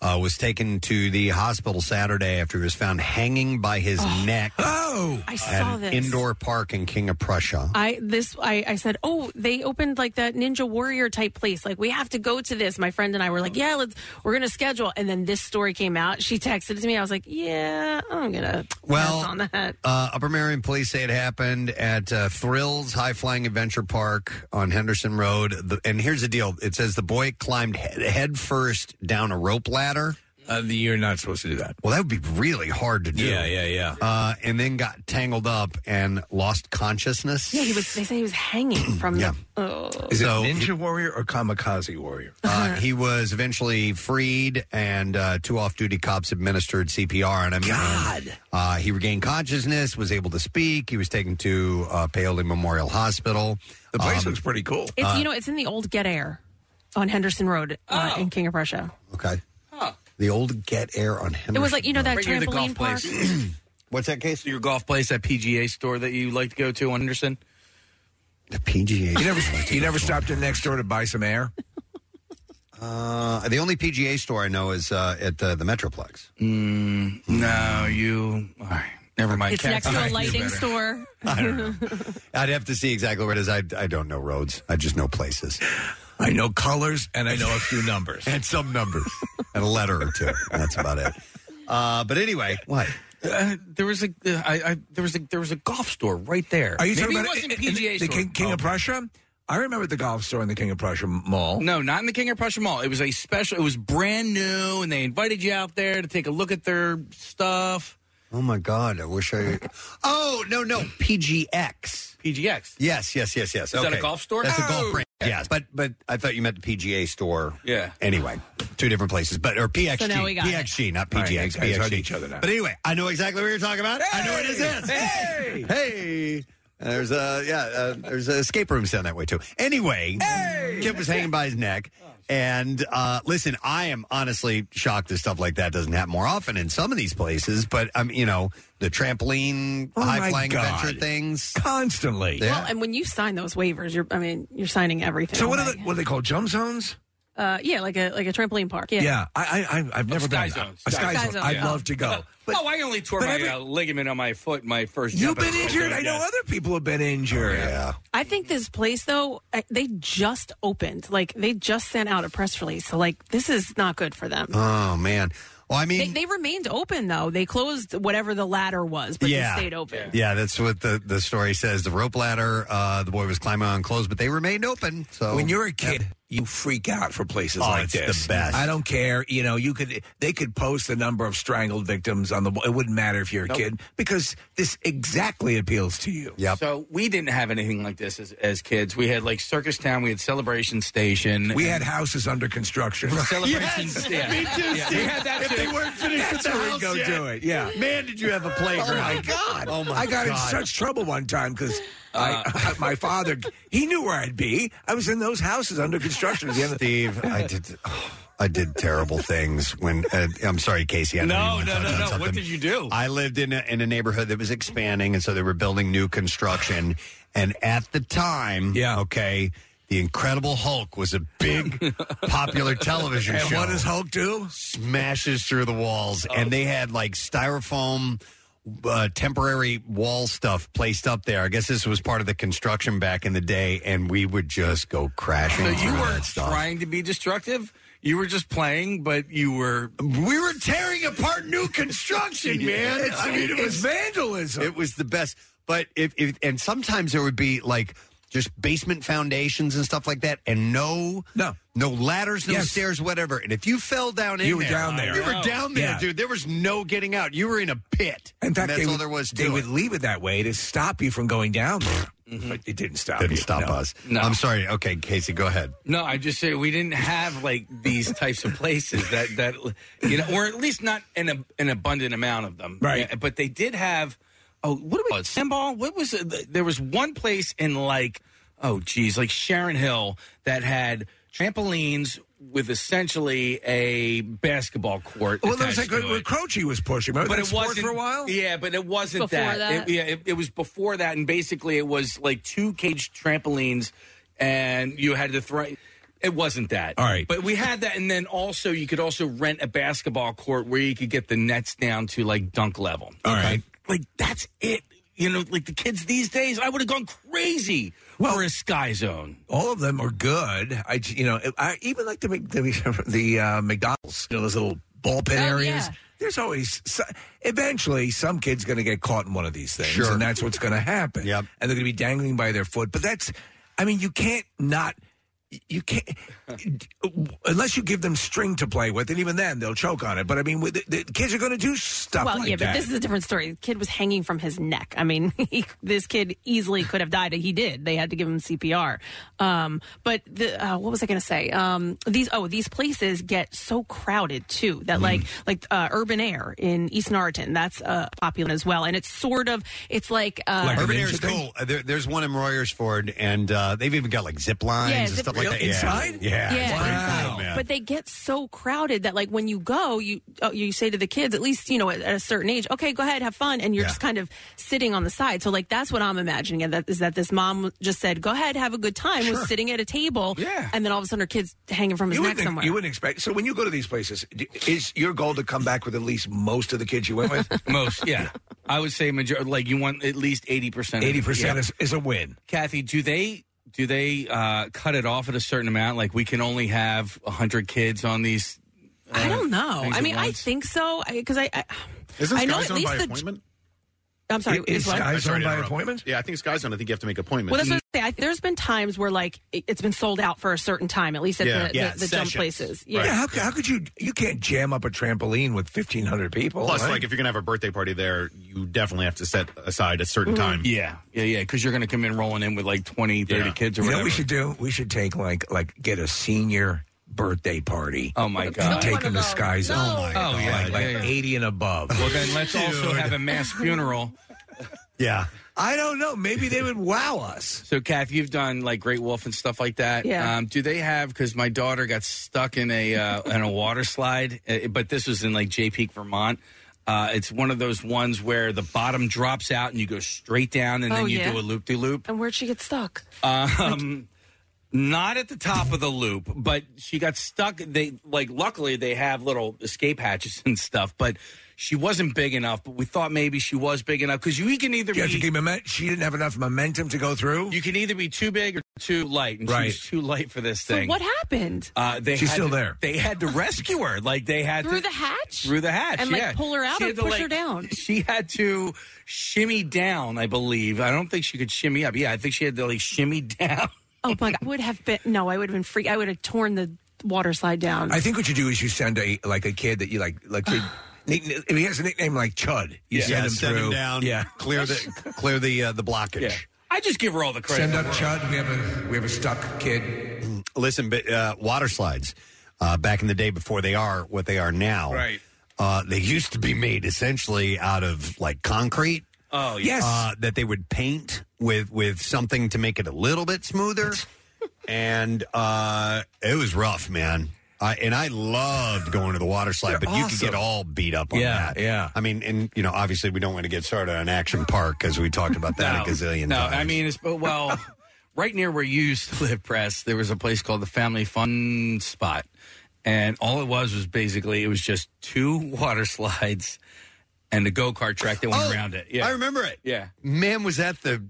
[SPEAKER 1] uh, was taken to the hospital Saturday after he was found hanging by his neck.
[SPEAKER 2] Oh! I saw
[SPEAKER 1] at an
[SPEAKER 2] this.
[SPEAKER 1] Indoor park in King of Prussia.
[SPEAKER 2] I this I, I said, oh, they opened like that Ninja Warrior type place. Like we have to go to this. My friend and I were like, yeah, let's we're gonna schedule. And then this story came out. She texted it to me. I was like, yeah, I'm gonna
[SPEAKER 1] Well,
[SPEAKER 2] pass on that.
[SPEAKER 1] Uh, Upper Marion police say it happened at uh, Thrills High Flying Adventure Park on Henderson Road. The, and here's the deal: it says the boy climbed he- head first down a rope ladder.
[SPEAKER 3] Uh, you're not supposed to do that.
[SPEAKER 1] Well, that would be really hard to do.
[SPEAKER 3] Yeah, yeah, yeah.
[SPEAKER 1] Uh, and then got tangled up and lost consciousness.
[SPEAKER 2] Yeah, he was. They say he was hanging from the. Oh. Uh-huh.
[SPEAKER 1] So-
[SPEAKER 3] Warrior or Kamikaze Warrior?
[SPEAKER 1] Uh, he was eventually freed, and uh, two off-duty cops administered CPR on him. God, uh, he regained consciousness, was able to speak. He was taken to uh, Paoli Memorial Hospital. Um, uh, The
[SPEAKER 3] place looks pretty cool.
[SPEAKER 2] It's you know it's in the old Get Air, on Henderson Road uh, in King of Prussia.
[SPEAKER 1] okay. The old Get Air on Henderson.
[SPEAKER 2] It was like you know that
[SPEAKER 11] Right near the golf
[SPEAKER 2] trampoline park.
[SPEAKER 11] place.
[SPEAKER 1] What's that case?
[SPEAKER 11] Your golf place, that PGA store that you like to go to, Anderson.
[SPEAKER 1] The PGA.
[SPEAKER 3] You never, you never stopped in next door to buy some air.
[SPEAKER 1] Uh, the only PGA store I know is uh, at uh, the Metroplex.
[SPEAKER 11] Mm, no, you. All right, never mind.
[SPEAKER 2] It's next to a lighting store.
[SPEAKER 1] I don't know. I'd have to see exactly where it is. I, I don't know roads. I just know places.
[SPEAKER 3] I know colors and I know a few numbers.
[SPEAKER 1] and some numbers. And a letter or two. That's about it. Uh, but anyway, what?
[SPEAKER 11] Uh, there was a uh, I, I there was a there was a golf store right there.
[SPEAKER 3] Are you
[SPEAKER 11] Maybe
[SPEAKER 3] talking
[SPEAKER 11] it
[SPEAKER 3] about
[SPEAKER 11] wasn't
[SPEAKER 3] in- in the
[SPEAKER 11] PGA store?
[SPEAKER 3] King, King of Prussia? I remember the golf store in the King of Prussia Mall.
[SPEAKER 11] No, not in the King of Prussia Mall. It was a special. It was brand new, and they invited you out there to take a look at their stuff.
[SPEAKER 1] Oh my God! I wish I. Oh no no PGX.
[SPEAKER 11] PGX.
[SPEAKER 1] Yes yes yes yes.
[SPEAKER 11] Is that a
[SPEAKER 1] Okay.
[SPEAKER 11] golf store?
[SPEAKER 1] That's a
[SPEAKER 11] Oh,
[SPEAKER 1] golf brand. Yes, but but I thought you meant the PGA store.
[SPEAKER 11] Yeah.
[SPEAKER 1] Anyway, two different places, but or PXG,
[SPEAKER 11] So now we got it.
[SPEAKER 1] PXG, not
[SPEAKER 3] All right,
[SPEAKER 1] PGX,
[SPEAKER 3] you guys hug
[SPEAKER 1] PXG.
[SPEAKER 3] each other now.
[SPEAKER 1] But anyway, I know exactly what you're talking about. I know what it is.
[SPEAKER 3] Hey!
[SPEAKER 1] Hey. And there's a yeah. Uh, there's an escape room down that way too. Anyway, Kip was hanging by his neck, and uh, listen, I am honestly shocked that stuff like that doesn't happen more often in some of these places. But um, you know, the trampoline,
[SPEAKER 3] Oh, my
[SPEAKER 1] high flying
[SPEAKER 3] God.
[SPEAKER 1] adventure things,
[SPEAKER 3] Constantly.
[SPEAKER 2] Well, and when you sign those waivers, you're I mean you're signing everything.
[SPEAKER 3] So what are
[SPEAKER 2] away.
[SPEAKER 3] the, what are they called? Jump zones?
[SPEAKER 2] Uh, yeah, like a like a trampoline park. Yeah.
[SPEAKER 3] I, I I- I've never
[SPEAKER 11] sky
[SPEAKER 3] been.
[SPEAKER 11] zones.
[SPEAKER 3] A sky,
[SPEAKER 2] Sky
[SPEAKER 3] zone.
[SPEAKER 2] zone,
[SPEAKER 3] I'd
[SPEAKER 2] yeah.
[SPEAKER 3] love to go. But
[SPEAKER 11] oh, I only tore
[SPEAKER 3] but
[SPEAKER 11] my
[SPEAKER 3] every-
[SPEAKER 11] uh, ligament on my foot my first.
[SPEAKER 3] you've
[SPEAKER 11] jump at
[SPEAKER 3] been
[SPEAKER 11] the-
[SPEAKER 3] injured. I know
[SPEAKER 11] Yeah.
[SPEAKER 3] other people have been injured.
[SPEAKER 11] Oh,
[SPEAKER 1] yeah.
[SPEAKER 2] I think this place though, I- they just opened. Like they just sent out a press release. So like this is not good for them.
[SPEAKER 1] Oh man. Well, I mean,
[SPEAKER 2] they, they remained open though. They closed whatever the ladder was, but
[SPEAKER 1] Yeah.
[SPEAKER 2] they stayed open.
[SPEAKER 1] Yeah, that's what the, the story says. The rope ladder, uh, the boy was climbing on closed, but they remained open. So
[SPEAKER 3] when you're a kid, you freak out for places
[SPEAKER 1] Oh,
[SPEAKER 3] like
[SPEAKER 1] it's
[SPEAKER 3] this.
[SPEAKER 1] the best.
[SPEAKER 3] I don't care. You know, you could they could post the number of strangled victims on the. It wouldn't matter if you're a
[SPEAKER 11] Nope.
[SPEAKER 3] kid because this exactly appeals to you.
[SPEAKER 11] So we didn't have anything like this as, as kids. We had like Circus Town, we had Celebration Station.
[SPEAKER 3] We had
[SPEAKER 11] and-
[SPEAKER 3] houses under construction.
[SPEAKER 11] Celebration
[SPEAKER 3] Yes!
[SPEAKER 11] yeah.
[SPEAKER 3] Me too,
[SPEAKER 11] Yeah.
[SPEAKER 3] Steve.
[SPEAKER 11] We had that
[SPEAKER 3] If
[SPEAKER 11] too.
[SPEAKER 3] they weren't finished with
[SPEAKER 11] That's
[SPEAKER 3] the
[SPEAKER 11] where we
[SPEAKER 3] house
[SPEAKER 11] go
[SPEAKER 3] yet.
[SPEAKER 11] do it. Yeah.
[SPEAKER 1] Man, did you have a playground.
[SPEAKER 3] Oh my god!
[SPEAKER 1] Oh, my
[SPEAKER 3] I got in
[SPEAKER 1] God. Uh.
[SPEAKER 3] such trouble one time because I, my father, he knew where I'd be. I was in those houses under construction. at the end of-
[SPEAKER 1] Steve, I did. I did terrible things when uh, I'm sorry, Casey. I know
[SPEAKER 3] No,
[SPEAKER 1] you
[SPEAKER 3] no,
[SPEAKER 1] wanna
[SPEAKER 3] no,
[SPEAKER 1] touch on
[SPEAKER 3] no. What
[SPEAKER 1] something.
[SPEAKER 3] did you do?
[SPEAKER 1] I lived in a, in a neighborhood that was expanding, and so they were building new construction. And at the time, yeah, okay, the Incredible Hulk was a big, popular television
[SPEAKER 3] And
[SPEAKER 1] show.
[SPEAKER 3] what does Hulk do?
[SPEAKER 1] Smashes through the walls, and they had like styrofoam. Uh, temporary wall stuff placed up there. I guess this was part of the construction back in the day, and we would just go crashing.
[SPEAKER 11] So you
[SPEAKER 1] through
[SPEAKER 11] weren't
[SPEAKER 1] that stuff.
[SPEAKER 11] trying to be destructive. You were just playing, but you were.
[SPEAKER 1] We were tearing apart new construction, man.
[SPEAKER 11] It's- I mean, it was
[SPEAKER 3] vandalism.
[SPEAKER 1] It was the best. But if, if and sometimes there would be like just basement foundations and stuff like that, and no, no, no ladders, no stairs, whatever. And if you fell down in
[SPEAKER 3] You were
[SPEAKER 1] there,
[SPEAKER 3] down there.
[SPEAKER 1] you were
[SPEAKER 3] Oh.
[SPEAKER 1] down there,
[SPEAKER 3] Yeah.
[SPEAKER 1] dude. There was no getting out. You were in a pit.
[SPEAKER 3] In
[SPEAKER 1] And
[SPEAKER 3] fact,
[SPEAKER 1] that's
[SPEAKER 3] they
[SPEAKER 1] all
[SPEAKER 3] would,
[SPEAKER 1] there was. To
[SPEAKER 3] They
[SPEAKER 1] it. Mm-hmm.
[SPEAKER 3] would leave it that way to stop you from going down there, but it didn't stop.
[SPEAKER 1] Didn't
[SPEAKER 3] you,
[SPEAKER 1] stop
[SPEAKER 3] no.
[SPEAKER 1] us. I'm sorry. Okay, Casey, go ahead.
[SPEAKER 11] No, I just say we didn't have like these types of places that that you know, or at least not an ab- an abundant amount of them.
[SPEAKER 3] Right.
[SPEAKER 11] Yeah, but they did have. Oh, what about Simball? What was it? there was one place in like oh geez, like Sharon Hill that had trampolines with essentially a basketball court.
[SPEAKER 3] Well, there was
[SPEAKER 11] attached
[SPEAKER 3] like
[SPEAKER 11] to it.
[SPEAKER 3] where Croce was pushing. Remember that sport for a while?
[SPEAKER 11] Yeah, but it wasn't
[SPEAKER 3] Before
[SPEAKER 11] that.
[SPEAKER 3] that?
[SPEAKER 11] It, yeah, it, it was before that, and basically it was like two cage trampolines, and you had to throw. It wasn't that. All right, but we had that, and then also you could also rent a basketball court where you could get the nets down to like dunk level. All right, like, like, that's it. You know, like the kids these days, I would have gone crazy for a sky zone.
[SPEAKER 3] All of them are good. I, you know, I even like the Mc- the, the uh, McDonald's. You know, those little ball
[SPEAKER 2] Oh,
[SPEAKER 3] pit areas. There's always so- eventually some kid's going to get caught in one of these things,
[SPEAKER 1] Sure.
[SPEAKER 3] and that's what's going to happen. Yep. and they're going to be dangling by their foot. But that's, I mean, you can't not. You can't unless you give them string to play with, and even then they'll choke on it. But I mean, with- the, the kids are going to do stuff
[SPEAKER 2] well,
[SPEAKER 3] like
[SPEAKER 2] yeah,
[SPEAKER 3] that.
[SPEAKER 2] but this is a different story. The kid was hanging from his neck. I mean, he, this kid easily could have died. He did. They had to give him CPR. Um, but the, uh, what was I going to say? Um, these oh, these places get so crowded too
[SPEAKER 3] Mm-hmm.
[SPEAKER 2] that like like uh, Urban Air in East Norriton that's uh, popular as well, and it's sort of it's like, uh,
[SPEAKER 1] Urban Air is cool. Uh, There, there's one in Royersford, and uh, they've even got like zip lines
[SPEAKER 2] Yeah,
[SPEAKER 1] and
[SPEAKER 2] zip-
[SPEAKER 1] stuff like that.
[SPEAKER 3] Really? Inside?
[SPEAKER 1] Yeah, yeah, it's
[SPEAKER 2] Yeah.
[SPEAKER 1] pretty cool, man.
[SPEAKER 2] But they get so crowded that like when you go, you oh, you say to the kids, at least you know at, at a certain age, okay, go ahead, have fun, and you're just kind of sitting on the side. So like that's what I'm imagining, and that is that this mom just said, go ahead, have a good time, was sitting at a table, yeah, and then all of a sudden her kids hanging from his
[SPEAKER 3] you
[SPEAKER 2] neck
[SPEAKER 3] wouldn't,
[SPEAKER 2] somewhere.
[SPEAKER 3] You wouldn't expect. So when you go to these places, d- is your goal to come back with at least most of the kids you went with?
[SPEAKER 11] Most, yeah. I would say major like you want at least eighty percent.
[SPEAKER 3] Eighty percent is, is a win.
[SPEAKER 11] Kathy, do they do they uh, cut it off at a certain amount? Like we can only have hundred kids on these. uh,
[SPEAKER 2] I don't know.
[SPEAKER 11] things
[SPEAKER 2] I
[SPEAKER 11] at
[SPEAKER 2] mean, I
[SPEAKER 11] once.
[SPEAKER 2] think so because I, I
[SPEAKER 8] Isn't
[SPEAKER 2] I know
[SPEAKER 8] Sky
[SPEAKER 2] at
[SPEAKER 8] Zone
[SPEAKER 2] least
[SPEAKER 8] by
[SPEAKER 2] the
[SPEAKER 8] appointment?
[SPEAKER 2] I'm sorry, is what?
[SPEAKER 8] Sorry to interrupt. Yeah, I think Sky Zone. I think you have to make appointments.
[SPEAKER 2] Well, that's what I'm saying. I, there's been times where like it, it's been sold out for a certain time, at least at
[SPEAKER 3] Yeah.
[SPEAKER 2] the,
[SPEAKER 3] Yeah,
[SPEAKER 2] the, the jump
[SPEAKER 3] sessions.
[SPEAKER 2] places.
[SPEAKER 3] Yeah. how, c- how could you? You can't jam up a trampoline with fifteen hundred people.
[SPEAKER 8] Plus,
[SPEAKER 3] right?
[SPEAKER 8] like if you're gonna have a birthday party there, you definitely have to set aside a certain
[SPEAKER 3] Mm-hmm.
[SPEAKER 8] time.
[SPEAKER 11] Yeah, yeah, yeah. Because you're going to come in rolling in with like 20, 30 kids or
[SPEAKER 3] you know what
[SPEAKER 11] whatever.
[SPEAKER 3] we should do? We should take like like get a senior birthday party.
[SPEAKER 11] Oh my
[SPEAKER 3] And
[SPEAKER 11] God.
[SPEAKER 3] take them to Sky Zone.
[SPEAKER 11] No. Oh,
[SPEAKER 3] God.
[SPEAKER 11] yeah,
[SPEAKER 3] like, like
[SPEAKER 11] yeah, yeah.
[SPEAKER 3] eighty and above.
[SPEAKER 11] well, then let's also have a mass funeral.
[SPEAKER 3] Yeah, I don't know. Maybe they would wow us.
[SPEAKER 11] So, Kath, you've done like Great Wolf and stuff like that.
[SPEAKER 3] Yeah.
[SPEAKER 11] Um, do they have? Because my daughter got stuck in a uh, in a water slide, uh, but this was in like J Peak, Vermont. Uh, it's one of those ones where the bottom drops out and you go straight down, and
[SPEAKER 2] Oh,
[SPEAKER 11] then you
[SPEAKER 2] yeah.
[SPEAKER 11] do a loop de loop.
[SPEAKER 2] And where'd she get stuck?
[SPEAKER 11] Um, not at the top of the loop, but she got stuck. They like luckily they have little escape hatches and stuff, but she wasn't big enough. But we thought maybe she was big enough because you can either
[SPEAKER 3] You have
[SPEAKER 11] be
[SPEAKER 3] to keep momen- She didn't have enough momentum to go through.
[SPEAKER 11] you can either be too big or too light, and she was too light for this
[SPEAKER 2] So
[SPEAKER 11] thing.
[SPEAKER 2] what happened?
[SPEAKER 11] Uh, they
[SPEAKER 3] She's
[SPEAKER 11] had
[SPEAKER 3] still
[SPEAKER 11] to-
[SPEAKER 3] there.
[SPEAKER 11] They had to rescue her. Like they had
[SPEAKER 2] Through
[SPEAKER 11] to,
[SPEAKER 2] the hatch?
[SPEAKER 11] Through the hatch,
[SPEAKER 2] And, like,
[SPEAKER 11] yeah.
[SPEAKER 2] pull her out
[SPEAKER 11] She
[SPEAKER 2] or
[SPEAKER 11] had to,
[SPEAKER 2] push
[SPEAKER 11] like-
[SPEAKER 2] her down?
[SPEAKER 11] She had to shimmy down, I believe. I don't think she could shimmy up. Yeah, I think she had to like shimmy down.
[SPEAKER 2] Oh my! God. I would have been no. I would have been freak. I would have torn the water slide down.
[SPEAKER 3] I think what you do is you send a like a kid that you like like. To, nick- if he has a nickname like Chud, you
[SPEAKER 1] Yeah,
[SPEAKER 3] send him
[SPEAKER 1] send him
[SPEAKER 3] through.
[SPEAKER 1] down,
[SPEAKER 3] Yeah,
[SPEAKER 1] clear the clear the uh, the blockage.
[SPEAKER 11] I just give her all the credit.
[SPEAKER 3] Send up Chud. We have a we have a stuck kid.
[SPEAKER 1] Listen, but uh, water slides uh, back in the day before they are what they are now.
[SPEAKER 3] Right.
[SPEAKER 1] Uh, they used to be made essentially out of like concrete.
[SPEAKER 11] Oh
[SPEAKER 1] yeah. Uh, that they would paint with with something to make it a little bit smoother, and uh, it was rough, man. I, and I loved going to the water slide, but you could get
[SPEAKER 3] awesome.
[SPEAKER 1] all beat up on
[SPEAKER 3] Yeah,
[SPEAKER 1] that. Yeah. I mean, and you know, obviously, we don't want to get started on Action Park because we talked about that a gazillion
[SPEAKER 11] no,
[SPEAKER 1] times.
[SPEAKER 11] I mean, it's, but well, right near where you used to live, Press, there was a place called the Family Fun Spot. And all it was was basically, it was just two water slides and a go kart track that went
[SPEAKER 1] Oh,
[SPEAKER 11] around it. Yeah.
[SPEAKER 1] I remember it.
[SPEAKER 11] Yeah.
[SPEAKER 1] Man, was that the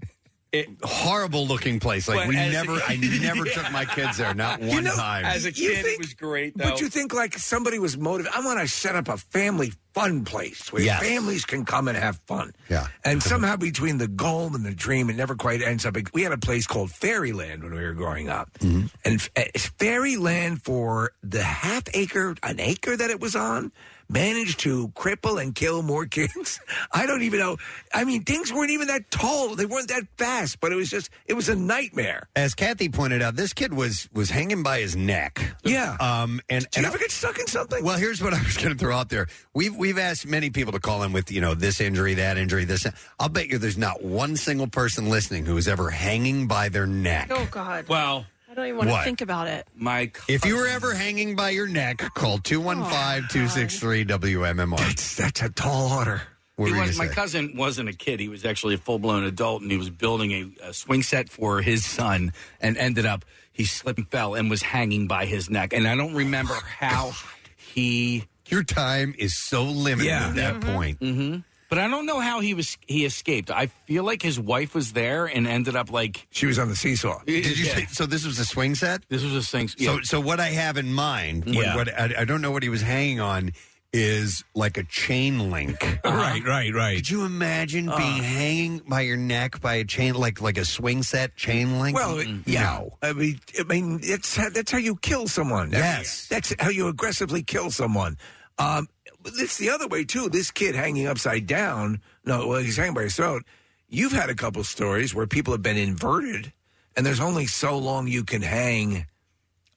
[SPEAKER 1] horrible looking place? Like
[SPEAKER 11] But
[SPEAKER 1] we
[SPEAKER 11] as-
[SPEAKER 1] never, I never took my kids there, not one time.
[SPEAKER 3] You
[SPEAKER 11] it
[SPEAKER 3] think-
[SPEAKER 11] was great,
[SPEAKER 3] But
[SPEAKER 11] though.
[SPEAKER 3] you think like somebody was motivated. I want to set up a family fun place where
[SPEAKER 1] Yes.
[SPEAKER 3] families can come and have fun.
[SPEAKER 1] Yeah.
[SPEAKER 3] And somehow between the goal and the dream, it never quite ends up. We had a place called Fairyland when we were growing up, and f- it's Fairyland for the half acre, an acre that it was on. Managed to cripple and kill more kids. I don't even know. I mean, things weren't even that tall. They weren't that fast, but it was just, it was a nightmare.
[SPEAKER 1] As Kathy pointed out, this kid was was hanging by his neck.
[SPEAKER 3] Yeah.
[SPEAKER 1] Um. And
[SPEAKER 3] Did you ever get stuck in something?
[SPEAKER 1] Well, here's what I was going to throw out there. We've we've asked many people to call in with you know this injury, that injury, this. I'll bet you there's not one single person listening who is ever hanging by their neck.
[SPEAKER 2] Oh God!
[SPEAKER 11] Well,
[SPEAKER 2] I don't even want
[SPEAKER 1] What?
[SPEAKER 2] to think about it.
[SPEAKER 11] My
[SPEAKER 1] If you were ever hanging by your neck, call 215-263-WMMR. That's,
[SPEAKER 3] that's a tall order.
[SPEAKER 11] He was- my cousin wasn't a kid. He was actually a full blown adult, and he was building a, a swing set for his son, and ended up he slipped and fell and was hanging by his neck. And I don't remember how he.
[SPEAKER 1] Oh Your time is so limited at that
[SPEAKER 3] Mm-hmm.
[SPEAKER 1] point.
[SPEAKER 11] hmm But I don't know how he was he escaped. I feel like his wife was there and ended up like
[SPEAKER 3] she was on the seesaw.
[SPEAKER 1] Did you say, so this was a swing set?
[SPEAKER 11] This was a swing set.
[SPEAKER 1] So so what I have in mind, what,
[SPEAKER 11] Yeah.
[SPEAKER 1] what I, I don't know what he was hanging on is like a chain link.
[SPEAKER 11] Uh-huh.
[SPEAKER 3] Right, right, right.
[SPEAKER 1] Could you imagine being hanging by your neck by a chain like like a swing set chain link?
[SPEAKER 3] Well, yeah. I mean, I mean, that's how, that's how you kill someone. Yes, that's how you aggressively kill someone. Um, but it's the other way too. This kid hanging upside down. No, well, he's hanging by his throat. You've had a couple stories where people have been inverted, and there's only so long you can hang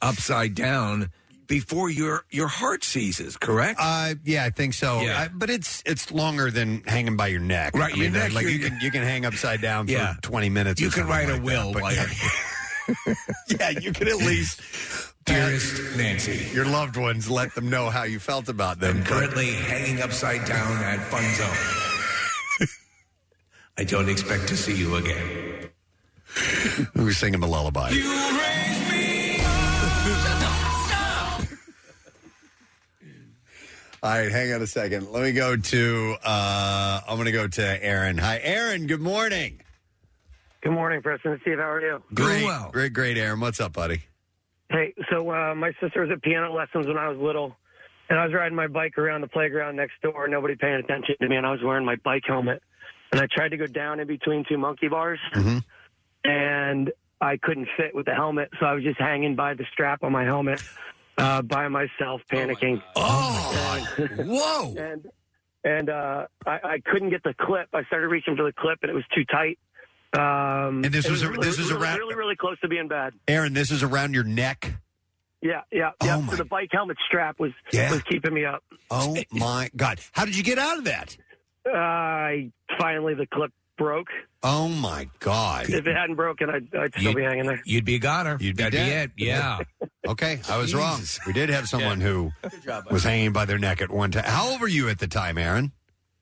[SPEAKER 3] upside down before your your heart seizes. Correct?
[SPEAKER 1] Uh, yeah, I think so. I- but it's it's longer than hanging by your neck.
[SPEAKER 3] Right,
[SPEAKER 1] I
[SPEAKER 3] your
[SPEAKER 1] mean,
[SPEAKER 3] neck,
[SPEAKER 1] like
[SPEAKER 3] your-
[SPEAKER 1] you can you can hang upside down
[SPEAKER 3] Yeah.
[SPEAKER 1] for twenty minutes.
[SPEAKER 3] You
[SPEAKER 1] or
[SPEAKER 3] can
[SPEAKER 1] something
[SPEAKER 3] write a
[SPEAKER 1] like that,
[SPEAKER 3] will
[SPEAKER 1] but-
[SPEAKER 3] while you're-
[SPEAKER 1] yeah, you can at least.
[SPEAKER 3] Dearest Nancy,
[SPEAKER 1] your loved ones, let them know how you felt about them.
[SPEAKER 3] currently hanging upside down at Fun Zone. I don't expect to see you again.
[SPEAKER 1] We were singing the lullaby. All right, hang on a second. Let me go to. Uh, I'm going to go to Aaron. Hi, Aaron. Good morning.
[SPEAKER 17] Good morning, President Steve. How are you?
[SPEAKER 1] Great, great, great, Aaron. What's up, buddy?
[SPEAKER 17] Hey, so uh, my sister was at piano lessons when I was little, and I was riding my bike around the playground next door, nobody paying attention to me, and I was wearing my bike helmet. And I tried to go down in between two monkey bars,
[SPEAKER 1] Mm-hmm.
[SPEAKER 17] and I couldn't fit with the helmet, so I was just hanging by the strap on my helmet uh, by myself, panicking.
[SPEAKER 1] Oh, whoa!
[SPEAKER 17] And, and uh, I, I couldn't get the clip. I started reaching for the clip, and it was too tight. Um,
[SPEAKER 1] And this
[SPEAKER 17] it
[SPEAKER 1] was a- this was
[SPEAKER 17] really,
[SPEAKER 1] around-
[SPEAKER 17] really, really close to being bad.
[SPEAKER 1] Aaron, this is around your neck.
[SPEAKER 17] Yeah, yeah, yeah. so the bike helmet strap was was keeping me up.
[SPEAKER 1] Oh my God! How did you get out of that?
[SPEAKER 17] Uh, I finally the clip broke.
[SPEAKER 1] Oh my God!
[SPEAKER 17] If it hadn't broken, I'd, I'd still be hanging there.
[SPEAKER 3] You'd be a goner. You'd
[SPEAKER 1] be
[SPEAKER 3] That'd be
[SPEAKER 1] dead.
[SPEAKER 3] it. Yeah.
[SPEAKER 1] Okay, I was wrong. We did have someone who
[SPEAKER 17] job,
[SPEAKER 1] was hanging by their neck at one time. How old were you at the time, Aaron?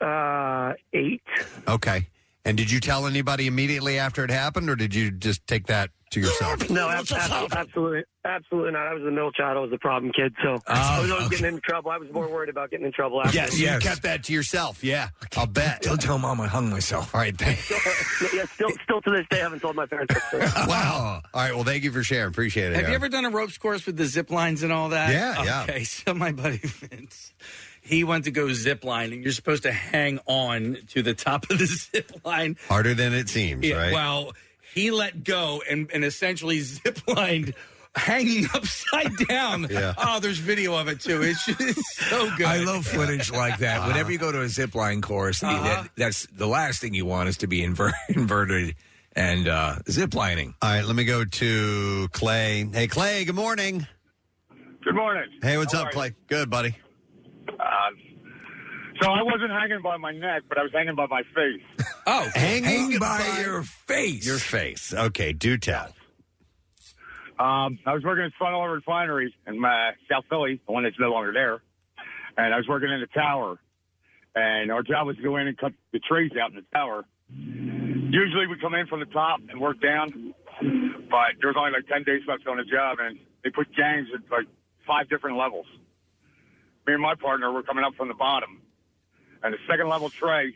[SPEAKER 17] Uh, eight.
[SPEAKER 1] Okay. And did you tell anybody immediately after it happened, or did you just take that
[SPEAKER 7] to yourself?
[SPEAKER 17] No, ab- ab- absolutely, absolutely not. I was the middle child. I was the problem kid. So I was always getting in trouble. I was more worried about getting in trouble. After
[SPEAKER 1] Oh, Yes, you kept that to yourself. Yeah, I'll bet.
[SPEAKER 3] Don't tell mom I hung myself.
[SPEAKER 1] All right, thank-
[SPEAKER 17] yeah, still, still to this day, I haven't told my parents. that story.
[SPEAKER 1] wow. All right, well, thank you for sharing. Appreciate it.
[SPEAKER 11] Have you
[SPEAKER 1] Aaron.
[SPEAKER 11] ever done a ropes course with the zip lines and all that?
[SPEAKER 1] Yeah, yeah.
[SPEAKER 11] Okay, so my buddy Vince, he went to go zip line, and you're supposed to hang on to the top of the zip line.
[SPEAKER 1] Harder than it seems,
[SPEAKER 11] Yeah,
[SPEAKER 1] right?
[SPEAKER 11] Well, he let go and, and essentially zip lined. Hanging upside down.
[SPEAKER 3] Yeah.
[SPEAKER 11] Oh, there's video of it too. It's just it's so good.
[SPEAKER 3] I love footage like that.
[SPEAKER 11] Uh-huh.
[SPEAKER 3] Whenever you go to a zip line course, I mean,
[SPEAKER 11] Uh-huh.
[SPEAKER 3] that, that's the last thing you want is to be inver- inverted and uh, zip lining.
[SPEAKER 1] All right, let me go to Clay. Hey, Clay, good morning.
[SPEAKER 10] Good morning.
[SPEAKER 1] Hey, what's
[SPEAKER 10] How
[SPEAKER 1] up,
[SPEAKER 10] are
[SPEAKER 1] Clay? Good, buddy.
[SPEAKER 10] Um, so I wasn't hanging by my neck, but I was hanging by my face.
[SPEAKER 11] Oh,
[SPEAKER 1] hanging
[SPEAKER 3] by, your face.
[SPEAKER 1] Your face. Okay, do tell.
[SPEAKER 10] Um, I was working at Sun Oil Refinery in uh, South Philly, the one that's no longer there. And I was working in the tower. And our job was to go in and cut the trees out in the tower. Usually we come in from the top and work down. But there was only like 10 days left on the job. And they put gangs at like five different levels. Me and my partner were coming up from the bottom. And the second level tray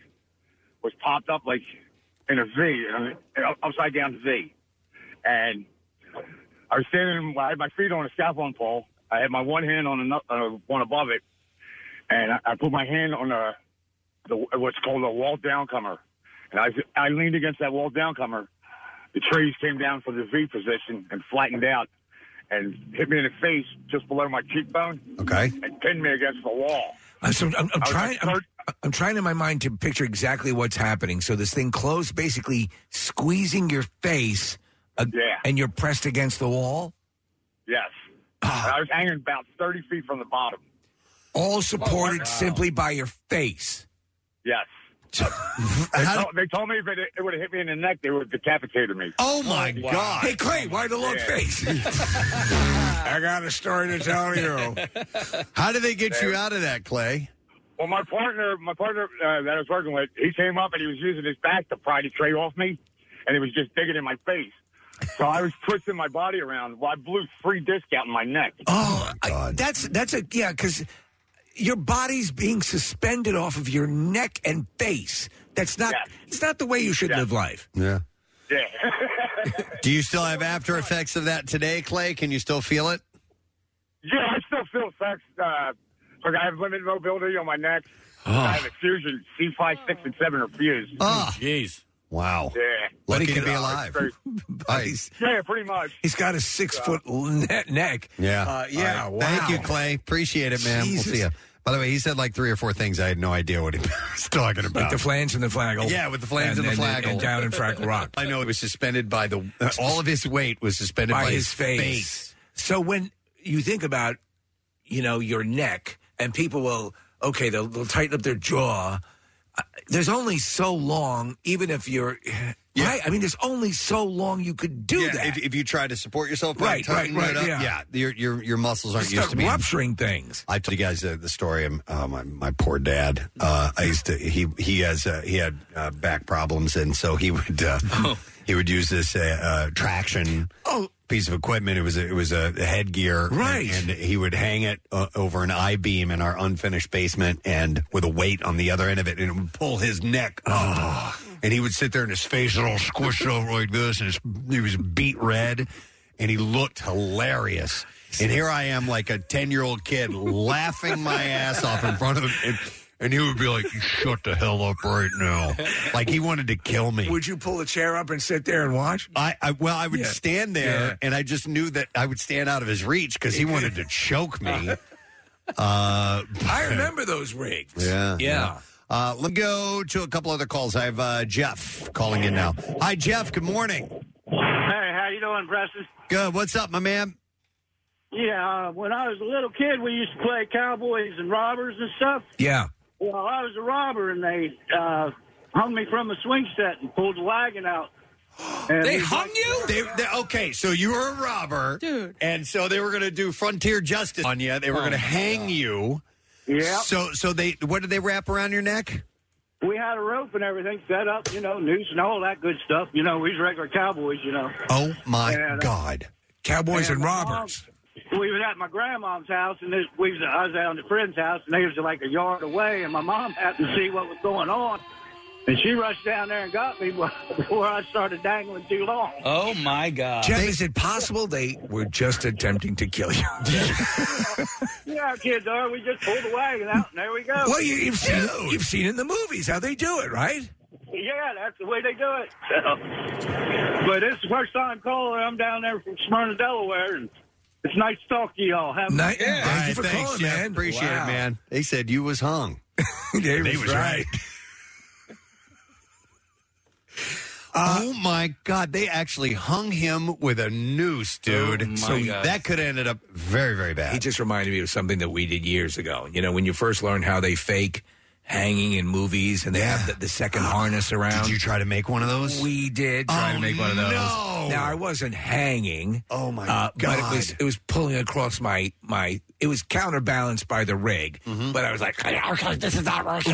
[SPEAKER 10] was popped up like in a V, an upside down V. And I was standing, I had my feet on a scaffolding pole. I had my one hand on another, uh, one above it, and I, I put my hand on a, the, what's called a wall downcomer. And I, I leaned against that wall downcomer. The trees came down from the V position and flattened out and hit me in the face just below my cheekbone.
[SPEAKER 1] Okay.
[SPEAKER 10] And pinned me against the wall.
[SPEAKER 3] I'm, so, I'm, I'm
[SPEAKER 10] I was
[SPEAKER 3] trying. I'm, I'm trying in my mind to picture exactly what's happening. So this thing closed, basically squeezing your face, uh, and you're pressed against the wall.
[SPEAKER 10] Yes. And I was hanging about 30 feet from the bottom. Oh,
[SPEAKER 3] all supported simply by your face.
[SPEAKER 10] Yes. They, told, they told me if it, it would have hit me in the neck, they would have decapitated me.
[SPEAKER 1] Oh my God.
[SPEAKER 3] Hey Clay, why the long face? I got a story to tell you.
[SPEAKER 1] How did they get you out of that, Clay?
[SPEAKER 10] Well, my partner, my partner uh, that I was working with, he came up and he was using his back to pry the tray off me, and he was just digging in my face. So I was twisting my body around. Well, I blew three discs out in my neck.
[SPEAKER 3] Oh, I, that's that's a yeah, because your body's being suspended off of your neck and face. That's not it's not the way you should live life.
[SPEAKER 1] Yeah.
[SPEAKER 10] Yeah.
[SPEAKER 1] Do you still have after effects of that today, Clay? Can you still feel it?
[SPEAKER 10] Yeah, I still feel sex. Uh, like I have limited mobility on my neck. I have a fusion. C five, six, and seven are fused.
[SPEAKER 1] Oh,
[SPEAKER 11] jeez.
[SPEAKER 1] Wow.
[SPEAKER 10] Yeah.
[SPEAKER 1] Lucky
[SPEAKER 3] Buddy
[SPEAKER 1] to
[SPEAKER 3] can-
[SPEAKER 1] be alive. Nice.
[SPEAKER 10] Yeah, pretty much.
[SPEAKER 3] He's got a six foot net neck.
[SPEAKER 1] Yeah.
[SPEAKER 3] uh, yeah.
[SPEAKER 1] All right.
[SPEAKER 3] wow.
[SPEAKER 1] Thank you, Clay. Appreciate it, man.
[SPEAKER 3] Jesus.
[SPEAKER 1] We'll see you. By the way, he said like three or four things. I had no idea what he was talking about.
[SPEAKER 3] Like the flange and the flaggle.
[SPEAKER 1] Yeah, with the flames and,
[SPEAKER 3] And-
[SPEAKER 1] the
[SPEAKER 3] and-
[SPEAKER 1] flag
[SPEAKER 3] and down in Fraggle Rock.
[SPEAKER 1] I know it was suspended by the all of his weight was suspended by,
[SPEAKER 3] by his face. So when you think about, you know, your neck, and people will okay, they'll, they'll tighten up their jaw. Uh, There's only so long, even if you're, right? I mean, there's only so long you could do
[SPEAKER 1] Yeah,
[SPEAKER 3] that.
[SPEAKER 1] If, if you try to support yourself, by
[SPEAKER 3] Right, right,
[SPEAKER 1] tightening it
[SPEAKER 3] right,
[SPEAKER 1] up,
[SPEAKER 3] yeah.
[SPEAKER 1] your your your muscles aren't
[SPEAKER 3] Start
[SPEAKER 1] used to being
[SPEAKER 3] rupturing things.
[SPEAKER 1] I told you guys the, the story. Um, uh, my my poor dad. Uh, I used to. He he has uh, he had uh, back problems, and so he would uh,
[SPEAKER 3] Oh.
[SPEAKER 1] he would use this uh, uh, traction. Piece of equipment. It was a, it was a headgear, right? And, and he would hang it uh, over an I beam in our unfinished basement, and with a weight on the other end of it, and it would pull his neck. up. Oh, And he would sit there, and his face would all squished over like this, and his, he was beat red, and he looked hilarious. And here I am, like a ten-year-old kid, laughing my ass off in front of him, and, and he would be like, "You shut the hell up right now!" Like he wanted to kill me.
[SPEAKER 3] Would you pull a chair up and sit there and watch?
[SPEAKER 1] I, I well, I would stand there, and I just knew that I would stand out of his reach because he wanted to choke me. Uh,
[SPEAKER 3] I remember those rigs.
[SPEAKER 1] Yeah,
[SPEAKER 3] Yeah.
[SPEAKER 1] Uh, let me go to a couple other calls. I have uh, Jeff calling in now. Hi, Jeff. Good morning.
[SPEAKER 18] Hey, how you doing, Preston?
[SPEAKER 1] Good. What's up, my man?
[SPEAKER 18] Yeah, uh, when I was a little kid, we used to play cowboys and robbers and stuff.
[SPEAKER 3] Yeah.
[SPEAKER 18] Well, I was a robber, and they uh, hung me from a swing set and pulled the wagon out. And
[SPEAKER 1] They
[SPEAKER 18] we-
[SPEAKER 1] hung you? They, they, okay, so you were a robber, dude, and so they were going to do frontier justice on you. They were
[SPEAKER 18] Oh,
[SPEAKER 1] going to
[SPEAKER 18] my
[SPEAKER 1] hang you.
[SPEAKER 18] Yeah.
[SPEAKER 1] So, so they what did they wrap around your neck?
[SPEAKER 18] we had a rope and everything set up, you know, noose and all that good stuff. You know, we was regular cowboys, you know.
[SPEAKER 1] Oh my
[SPEAKER 18] And, uh,
[SPEAKER 1] God!
[SPEAKER 3] Cowboys and
[SPEAKER 18] my
[SPEAKER 3] robbers.
[SPEAKER 18] mom- we was at my grandmom's house, and this, we was, I was at a friend's house, and they was like a yard away, and my mom happened to see what was going on, and she rushed down there and got me before I started dangling too long.
[SPEAKER 11] Oh my God!
[SPEAKER 3] Jeff, is it possible they were just attempting to kill you?
[SPEAKER 18] Yeah, kids are. We just pulled the wagon out, and there we go.
[SPEAKER 3] Well, you, you've seen you've seen in the movies how they do it, right?
[SPEAKER 18] Yeah, that's the way they do it. But it's the first time calling. I'm down there from Smyrna, Delaware, and it's nice to talk to y'all. Have
[SPEAKER 3] Night-
[SPEAKER 1] Yeah. Thank you for calling, man. Appreciate it, man. They said you was hung.
[SPEAKER 3] they was right.
[SPEAKER 1] oh my God! They actually hung him with a noose, dude.
[SPEAKER 3] my
[SPEAKER 1] so
[SPEAKER 3] God.
[SPEAKER 1] that could have ended up very, very bad.
[SPEAKER 3] He just reminded me of something that we did years ago. You know, when you first learn how they fake hanging in movies and they have the, the second harness around. Did you
[SPEAKER 1] Oh, try to make one of those? Oh,
[SPEAKER 3] We did try to make one of those.
[SPEAKER 1] no.
[SPEAKER 3] Now I wasn't hanging. uh,
[SPEAKER 1] Oh my
[SPEAKER 3] But it was it was pulling across my my. It was counterbalanced by the rig,
[SPEAKER 1] Mm-hmm.
[SPEAKER 3] but I was like, "This is not working."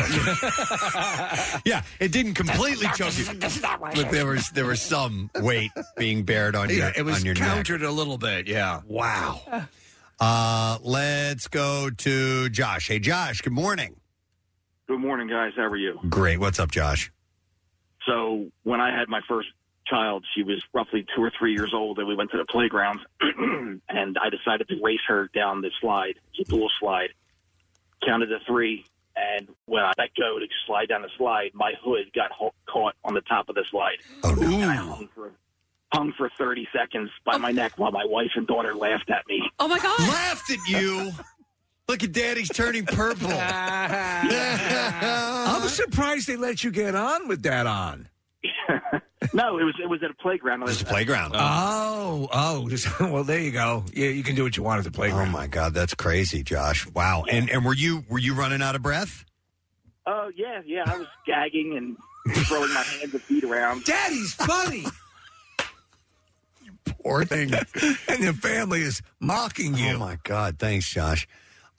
[SPEAKER 1] yeah, it didn't completely choke you, but there was there was some weight being bared on your
[SPEAKER 3] Yeah, it was
[SPEAKER 1] on your
[SPEAKER 3] countered
[SPEAKER 1] a little bit. Yeah. Wow. Uh, let's go to Josh. Hey, Josh. Good morning.
[SPEAKER 19] Good morning, guys. How are you?
[SPEAKER 1] Great. What's up, Josh?
[SPEAKER 19] So, when I had my first child, she was roughly two or three years old, and we went to the playground, and I decided to race her down the slide, the dual slide. Counted to three, and when I let go to slide down the slide, my hood got ho- caught on the top of the slide. Oh, no. And I hung for, hung for 30 seconds by my neck while my wife and daughter laughed at me.
[SPEAKER 2] Oh my God!
[SPEAKER 1] Laughed at you. Look at Daddy's turning purple.
[SPEAKER 3] I'm surprised they let you get on with that on.
[SPEAKER 19] no, it was it was at a playground. It was
[SPEAKER 1] a playground.
[SPEAKER 3] Oh, oh, just, well, there you go. Yeah, you can do what you want at the playground.
[SPEAKER 1] Oh my God, that's crazy, Josh. Wow. And and were you were you running out of breath?
[SPEAKER 19] Oh yeah, yeah. I was gagging and throwing my hands and feet around.
[SPEAKER 3] Daddy's funny.
[SPEAKER 1] Poor thing.
[SPEAKER 3] and your family is mocking you.
[SPEAKER 1] Oh my God, thanks, Josh.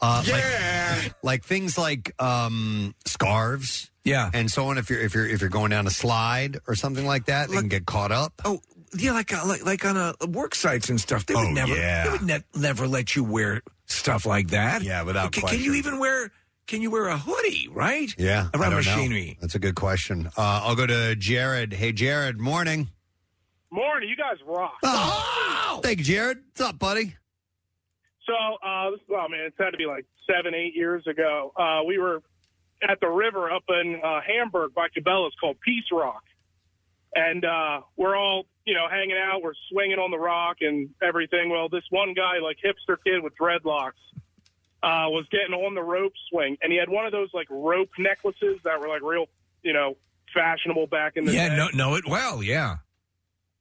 [SPEAKER 1] Uh, yeah. Like, like things like um, scarves.
[SPEAKER 3] Yeah.
[SPEAKER 1] And so on. If you're if you're if you're going down a slide or something like that, they can get caught up.
[SPEAKER 3] Oh yeah, like uh, like like on uh, work sites and stuff. They would
[SPEAKER 1] Oh,
[SPEAKER 3] never
[SPEAKER 1] yeah.
[SPEAKER 3] they would ne- never let you wear stuff like that.
[SPEAKER 1] Yeah, without
[SPEAKER 3] Can, can you
[SPEAKER 1] question.
[SPEAKER 3] even wear? Can you wear a hoodie? Right?
[SPEAKER 1] Yeah. I don't
[SPEAKER 3] Around
[SPEAKER 1] know.
[SPEAKER 3] machinery.
[SPEAKER 1] That's a good question. Uh, I'll go to Jared. Hey, Jared. Morning.
[SPEAKER 20] Morning, you guys rock.
[SPEAKER 1] Thank you, Jared. Ah, What's up, buddy?
[SPEAKER 20] So, uh, this, oh man, it's had to be like seven, eight years ago. Uh, we were at the river up in uh, Hamburg by Cabela's called Peace Rock. And uh, we're all, you know, hanging out. We're swinging on the rock and everything. Well, this one guy, like hipster kid with dreadlocks, uh, was getting on the rope swing. And he had one of those like rope necklaces that were like real, you know, fashionable back in the day.
[SPEAKER 3] Yeah, no, know it well. Yeah.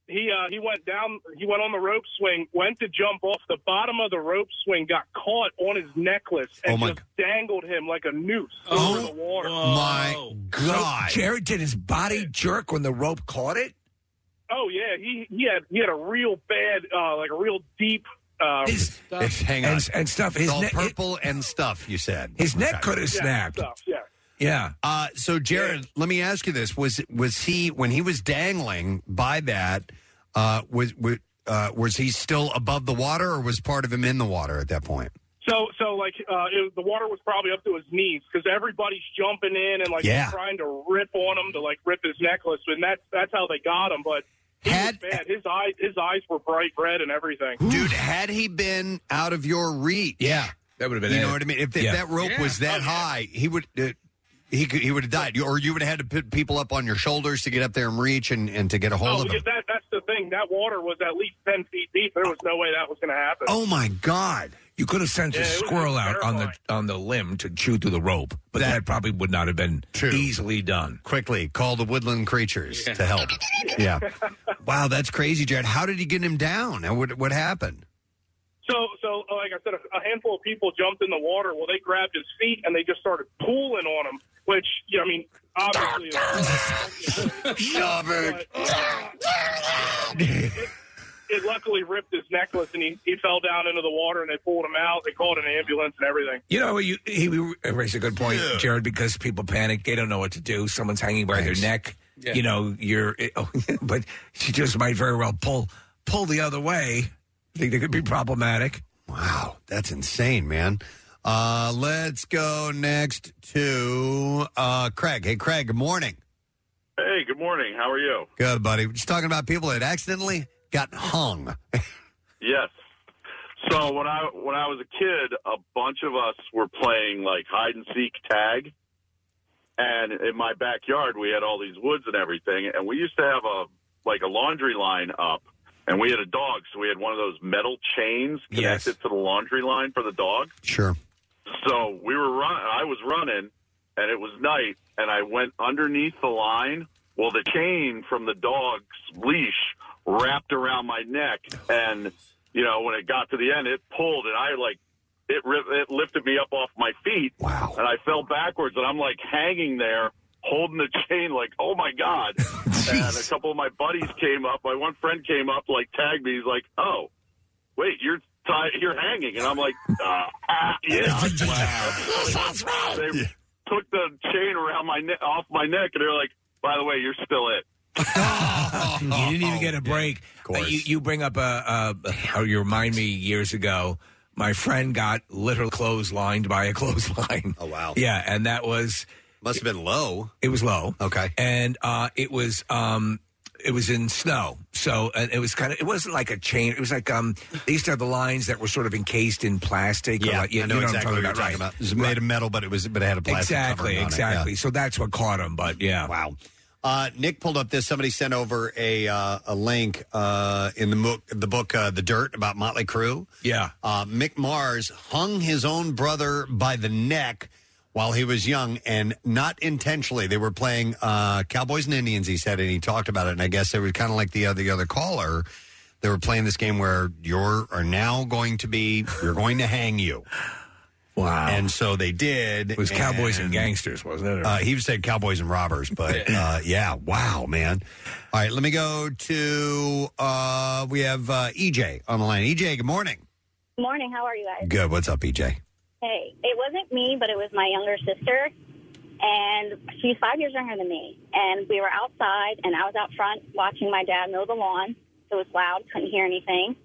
[SPEAKER 20] he uh, he went down. He went on the rope swing, went to jump off the bottom of the rope swing, got caught on his necklace, and
[SPEAKER 3] Oh, my
[SPEAKER 20] just dangled him like a noose
[SPEAKER 1] Oh
[SPEAKER 20] over the water. Oh.
[SPEAKER 3] God! Jared did his body jerk when the rope caught it.
[SPEAKER 20] Oh yeah, he he had he had a real bad, uh, like a real deep. Uh,
[SPEAKER 1] It's, hang on.
[SPEAKER 3] And- and stuff. His
[SPEAKER 1] It's all
[SPEAKER 3] neck-
[SPEAKER 1] purple and stuff, you said.
[SPEAKER 3] His neck
[SPEAKER 1] Okay.
[SPEAKER 3] could have snapped. Yeah.
[SPEAKER 1] Uh, so Jared, let me ask you this: was was he when he was dangling by that? Uh, was was, uh, was he still above the water, or was part of him in the water at that point?
[SPEAKER 20] So, so like uh, it, was- the water was probably up to his knees because everybody's jumping in and like
[SPEAKER 1] Yeah.
[SPEAKER 20] trying to rip on him to like rip his necklace, and that's that's how they got him. But he was bad. His eyes his eyes were bright red and everything.
[SPEAKER 1] Dude, had he been out of your reach, Oh, yeah,
[SPEAKER 3] that would have
[SPEAKER 1] been. You know what I mean? If, that-
[SPEAKER 3] Yeah.
[SPEAKER 1] that rope
[SPEAKER 3] Yeah.
[SPEAKER 1] was that high, he would. Uh, he could, he would have died, You- or you would have had to put people up on your shoulders to get up there and reach and, and to get a hold
[SPEAKER 20] Oh,
[SPEAKER 1] of
[SPEAKER 20] yeah,
[SPEAKER 1] him.
[SPEAKER 20] that, that's the thing. That water was at least 10 feet deep. There was no way that was going to happen.
[SPEAKER 1] Oh my God!
[SPEAKER 3] You could have sent a
[SPEAKER 20] Yeah, it was
[SPEAKER 3] squirrel out on the on the limb to chew through the rope, but that, probably would not have been easily done.
[SPEAKER 1] Quickly call the woodland creatures to help. Yeah. Wow, that's crazy, Jared. How did he get him down? And What what happened?
[SPEAKER 20] So, so uh, like I said, a, a handful of people jumped in the water. Well, they grabbed his feet and they just started pulling on him, which, you know, I mean, obviously. Shove
[SPEAKER 1] it.
[SPEAKER 20] uh, it, it luckily ripped his necklace, and he, he fell down into the water, and they pulled him out. They called an ambulance and everything.
[SPEAKER 3] You know, you, he raised a good point, Jared, because people panic. They don't know what to do. Someone's hanging by their neck.
[SPEAKER 11] Yeah.
[SPEAKER 3] You know, you're, it, oh, but she just might very well pull pull the other way. I think that could be problematic.
[SPEAKER 1] Wow, that's insane, man. Uh, let's go next to uh, Craig. Hey, Craig. Good morning.
[SPEAKER 21] Hey, good morning. How are you?
[SPEAKER 1] Good, buddy. We're just talking about people that accidentally got hung.
[SPEAKER 21] Yes. So when I when I was a kid, a bunch of us were playing like hide and seek tag, and in my backyard we had all these woods and everything, and we used to have a like a laundry line up, and we had a dog, so we had one of those metal chains
[SPEAKER 1] Yes.
[SPEAKER 21] connected to the laundry line for the dog.
[SPEAKER 1] Sure.
[SPEAKER 21] So we were running. I was running, and it was night, and I went underneath the line. Well, the chain from the dog's leash wrapped around my neck, and you know when it got to the end, it pulled, and I like it. ri it lifted me up off my feet, wow. and I fell backwards, and I'm like hanging there. Holding the chain, like, oh my God. and a couple of my buddies came up. My one friend came up, like, tagged me. He's like, oh, wait, you're tied, you're hanging, and I'm like, uh, ah, yeah. They took the chain around my ne- off my neck, and they're like, by the way, you're still it.
[SPEAKER 3] you didn't
[SPEAKER 1] Oh,
[SPEAKER 3] even get a break. Uh, you, you bring up a, a, or you remind me years ago, my friend got literal clotheslined by a clothesline. Oh wow! Yeah, and that was
[SPEAKER 1] must have been low.
[SPEAKER 3] It was low.
[SPEAKER 1] Okay,
[SPEAKER 3] and uh, it was um, it was in snow, so and it was kind of it wasn't like a chain. It was like um, they used to have the lines that were sort of encased in plastic. or like, you,
[SPEAKER 1] I know,
[SPEAKER 3] you know
[SPEAKER 1] exactly
[SPEAKER 3] what
[SPEAKER 1] what
[SPEAKER 3] I'm
[SPEAKER 1] you're
[SPEAKER 3] talking
[SPEAKER 1] talking about.
[SPEAKER 3] about, right.
[SPEAKER 1] It was made of metal, but it was but it had a plastic
[SPEAKER 3] exactly,
[SPEAKER 1] covering on it,
[SPEAKER 3] exactly.
[SPEAKER 1] yeah.
[SPEAKER 3] So that's what caught him. But yeah,
[SPEAKER 1] Wow. Uh, Nick pulled up this. Somebody sent over a uh, a link uh, in the book, the book uh, The Dirt about Motley Crue.
[SPEAKER 3] Yeah.
[SPEAKER 1] Uh, Mick Mars hung his own brother by the neck while he was young, and not intentionally. They were playing uh, Cowboys and Indians. He said, and he talked about it. And I guess they were kind of like the other the other caller. They were playing this game where you're are now going to be you're going to hang you.
[SPEAKER 3] Wow.
[SPEAKER 1] And so they did. It
[SPEAKER 3] was Cowboys and Gangsters, wasn't it?
[SPEAKER 1] Uh, he said Cowboys and Robbers, but uh, yeah, wow, man. All right, let me go to, uh, we have uh, EJ on the line. EJ, good morning.
[SPEAKER 22] Morning. How are you guys?
[SPEAKER 1] Good. What's up, E EJ?
[SPEAKER 22] Hey, it wasn't me, but it was my younger sister, and she's five years younger than me. And we were outside, and I was out front watching my dad mow the lawn. It was loud; couldn't hear anything.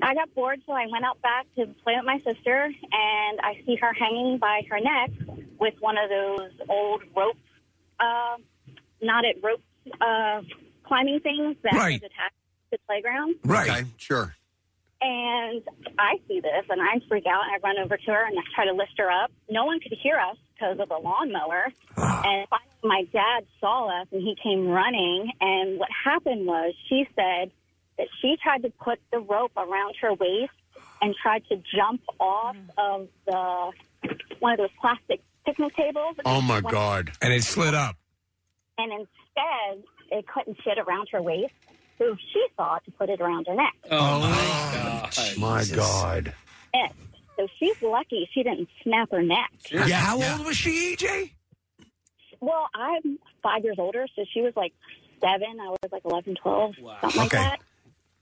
[SPEAKER 22] I got bored, so I went out back to play with my sister, and I see her hanging by her neck with one of those old rope, uh, knotted rope uh, climbing things that was
[SPEAKER 1] Right.
[SPEAKER 22] attached to the playground.
[SPEAKER 1] Right. Okay, sure.
[SPEAKER 22] And I see this and I freak out and I run over to her and I try to lift her up. No one could hear us because of the lawnmower. and finally, my dad saw us and he came running. And what happened was she said that she tried to put the rope around her waist and tried to jump off of the one of those plastic picnic tables.
[SPEAKER 1] Oh,
[SPEAKER 3] Oh
[SPEAKER 22] When-
[SPEAKER 3] And it slid up.
[SPEAKER 22] And instead, it couldn't fit around her waist. So she thought to put it around her neck.
[SPEAKER 3] Oh,
[SPEAKER 1] my God.
[SPEAKER 22] it. So she's lucky she didn't snap her neck.
[SPEAKER 3] Yeah, how old was she, E EJ?
[SPEAKER 22] Well, I'm five years older, so she was like seven. I was like 11, 12, something like
[SPEAKER 1] Okay.
[SPEAKER 22] that.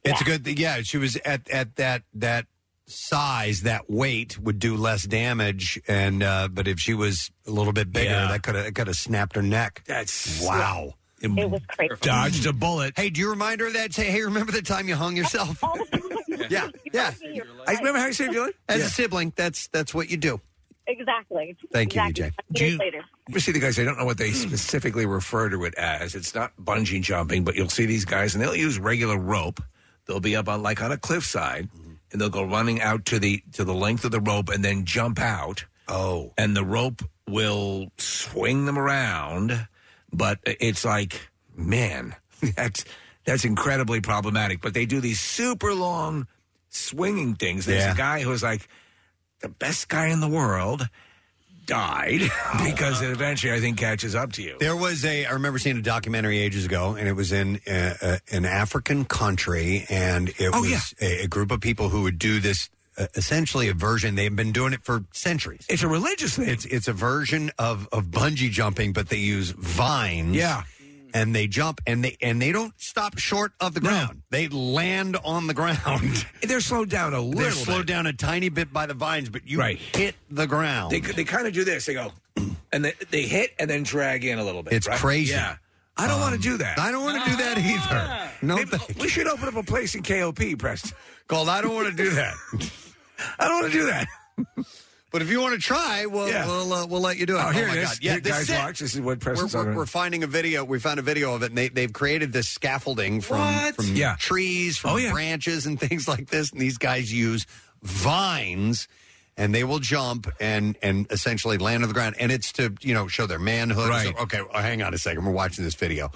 [SPEAKER 1] It's a good thing. Yeah, she was at, at that, that size, that weight would do less damage. And, uh, but if she was a little bit bigger,
[SPEAKER 3] Yeah.
[SPEAKER 1] that could have, could have snapped her neck.
[SPEAKER 3] That's
[SPEAKER 1] wow.
[SPEAKER 3] It
[SPEAKER 22] was crazy.
[SPEAKER 3] Dodged a bullet.
[SPEAKER 1] Hey, do you remind her of that? Say, hey, remember the time you hung yourself? yeah, yeah.
[SPEAKER 3] I remember how you saved your life.
[SPEAKER 1] As a sibling, that's that's what you do.
[SPEAKER 22] Exactly.
[SPEAKER 1] Thank you, E
[SPEAKER 22] exactly.
[SPEAKER 1] EJ.
[SPEAKER 3] Do
[SPEAKER 22] Years
[SPEAKER 3] you-
[SPEAKER 22] later.
[SPEAKER 3] You see the guys, I don't know what
[SPEAKER 1] Hmm.
[SPEAKER 3] they specifically refer to it as. It's not bungee jumping, but you'll see these guys and they'll use regular rope. They'll be up on like on a cliffside
[SPEAKER 1] Mm-hmm.
[SPEAKER 3] and they'll go running out to the to the length of the rope and then jump out.
[SPEAKER 1] Oh.
[SPEAKER 3] And the rope will swing them around, but it's like, man, that's that's incredibly problematic. But they do these super long swinging things. There's
[SPEAKER 1] Yeah.
[SPEAKER 3] a guy who's like the best guy in the world died because it eventually, I think, catches up to you.
[SPEAKER 1] There was a I remember seeing a documentary ages ago, and it was in uh, uh, an African country, and it
[SPEAKER 3] Oh,
[SPEAKER 1] was a, a group of people who would do this. Uh, essentially, a version they've been doing it for centuries.
[SPEAKER 3] It's a religious thing.
[SPEAKER 1] It's it's a version of of bungee jumping, but they use vines.
[SPEAKER 3] Yeah.
[SPEAKER 1] and they jump and they and they don't stop short of the ground. They land on the ground.
[SPEAKER 3] They're slowed down a little.
[SPEAKER 1] They're slowed down a tiny bit by the vines, but you
[SPEAKER 3] Right.
[SPEAKER 1] hit the ground.
[SPEAKER 3] They they kind of do this. They go and they, they hit and then drag in a little bit.
[SPEAKER 1] It's
[SPEAKER 3] right?
[SPEAKER 1] crazy. Um,
[SPEAKER 3] Yeah. I don't want to do that. Ah.
[SPEAKER 1] I don't want to do that either. No, thank
[SPEAKER 3] We should open up a place in KOP, Preston.
[SPEAKER 1] Called. I don't want to do that.
[SPEAKER 3] I don't want to do that.
[SPEAKER 1] But if you want to try, we'll
[SPEAKER 3] Yeah.
[SPEAKER 1] we'll, uh, we'll let you do it.
[SPEAKER 3] Oh, here
[SPEAKER 1] my
[SPEAKER 3] it is.
[SPEAKER 1] God. Yeah,
[SPEAKER 3] Here,
[SPEAKER 1] this
[SPEAKER 3] guys,
[SPEAKER 1] is it.
[SPEAKER 3] watch. This is what
[SPEAKER 1] We're,
[SPEAKER 3] Preston's
[SPEAKER 1] we're,
[SPEAKER 3] on.
[SPEAKER 1] we're finding a video. We found a video of it, and they, they've created this scaffolding from,
[SPEAKER 3] What?
[SPEAKER 1] from
[SPEAKER 3] Yeah.
[SPEAKER 1] trees, from
[SPEAKER 3] Oh, yeah.
[SPEAKER 1] branches, and things like this. And these guys use vines, and they will jump and and essentially land on the ground. And it's to you know show their manhood.
[SPEAKER 3] Right.
[SPEAKER 1] So- okay, well, hang on a second. We're watching this video.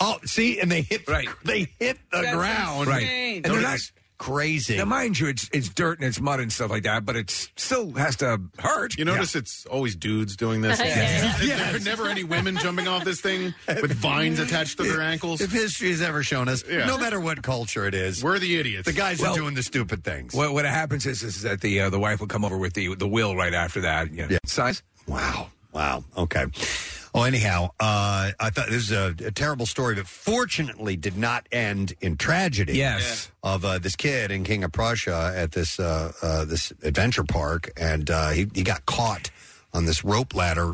[SPEAKER 1] Oh, see, and they hit
[SPEAKER 3] right.
[SPEAKER 1] they hit the ground.
[SPEAKER 3] Right.
[SPEAKER 1] And
[SPEAKER 3] And
[SPEAKER 1] they're
[SPEAKER 3] they're
[SPEAKER 1] not crazy.
[SPEAKER 3] Now, mind you, it's it's dirt and it's mud and stuff like that, but it still has to hurt.
[SPEAKER 8] You notice it's always dudes doing this.
[SPEAKER 3] Yeah.
[SPEAKER 8] There are never any women jumping off this thing with vines attached to their ankles.
[SPEAKER 1] If history has ever shown us,
[SPEAKER 8] Yeah.
[SPEAKER 1] no matter what culture it is,
[SPEAKER 8] we're the idiots.
[SPEAKER 1] The guys
[SPEAKER 3] Well-
[SPEAKER 1] are doing the stupid things.
[SPEAKER 3] What what happens is is that the uh, the wife will come over with the the will right after that. You know, Size.
[SPEAKER 1] Wow. Wow. Okay. Well, anyhow, uh, I thought this is a, a terrible story, but fortunately did not end in tragedy.
[SPEAKER 3] Yes.
[SPEAKER 1] Of uh, this kid in King of Prussia at this uh, uh, this adventure park, and uh, he, he got caught on this rope ladder,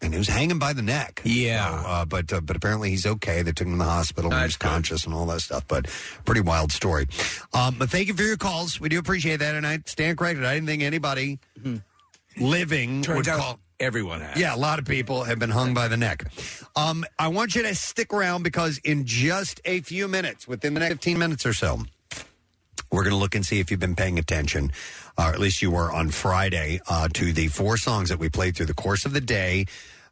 [SPEAKER 1] and he was hanging by the neck. Yeah. uh, but uh, but apparently he's okay. They took him to the hospital. and he was conscious and all that stuff. But pretty wild story. Um, but thank you for your calls. We do appreciate that, and I stand corrected. I didn't think anybody living
[SPEAKER 3] Hmm. Turns
[SPEAKER 1] would
[SPEAKER 3] out
[SPEAKER 1] call.
[SPEAKER 3] everyone has.
[SPEAKER 1] Yeah, a lot of people have been hung by the neck. Um, I want you to stick around because in just a few minutes, within the next 15 minutes or so, we're going to look and see if you've been paying attention, uh, or at least you were on Friday, uh, to the four songs that we played through the course of the day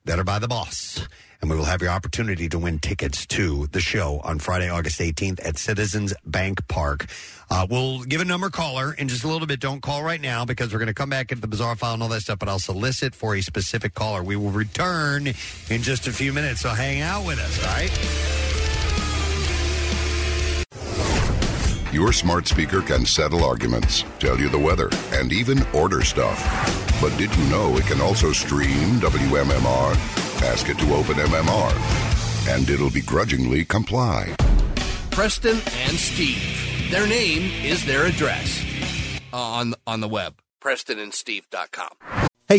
[SPEAKER 1] that are by the boss. And we will have your opportunity to win tickets to the show on Friday, August 18th at Citizens Bank Park. Uh, we'll give a number caller in just a little bit. Don't call right now because we're going to come back into the bizarre file and all that stuff, but I'll solicit for a specific caller. We will return in just a few minutes, so hang out with us, all right?
[SPEAKER 16] Your smart speaker can settle arguments, tell you the weather, and even order stuff. But did you know it can also stream WMMR, ask it to open MMR, and it'll begrudgingly comply.
[SPEAKER 5] Preston and Steve. Their name is their address uh, on on the web. PrestonandSteve.com.
[SPEAKER 7] Hey,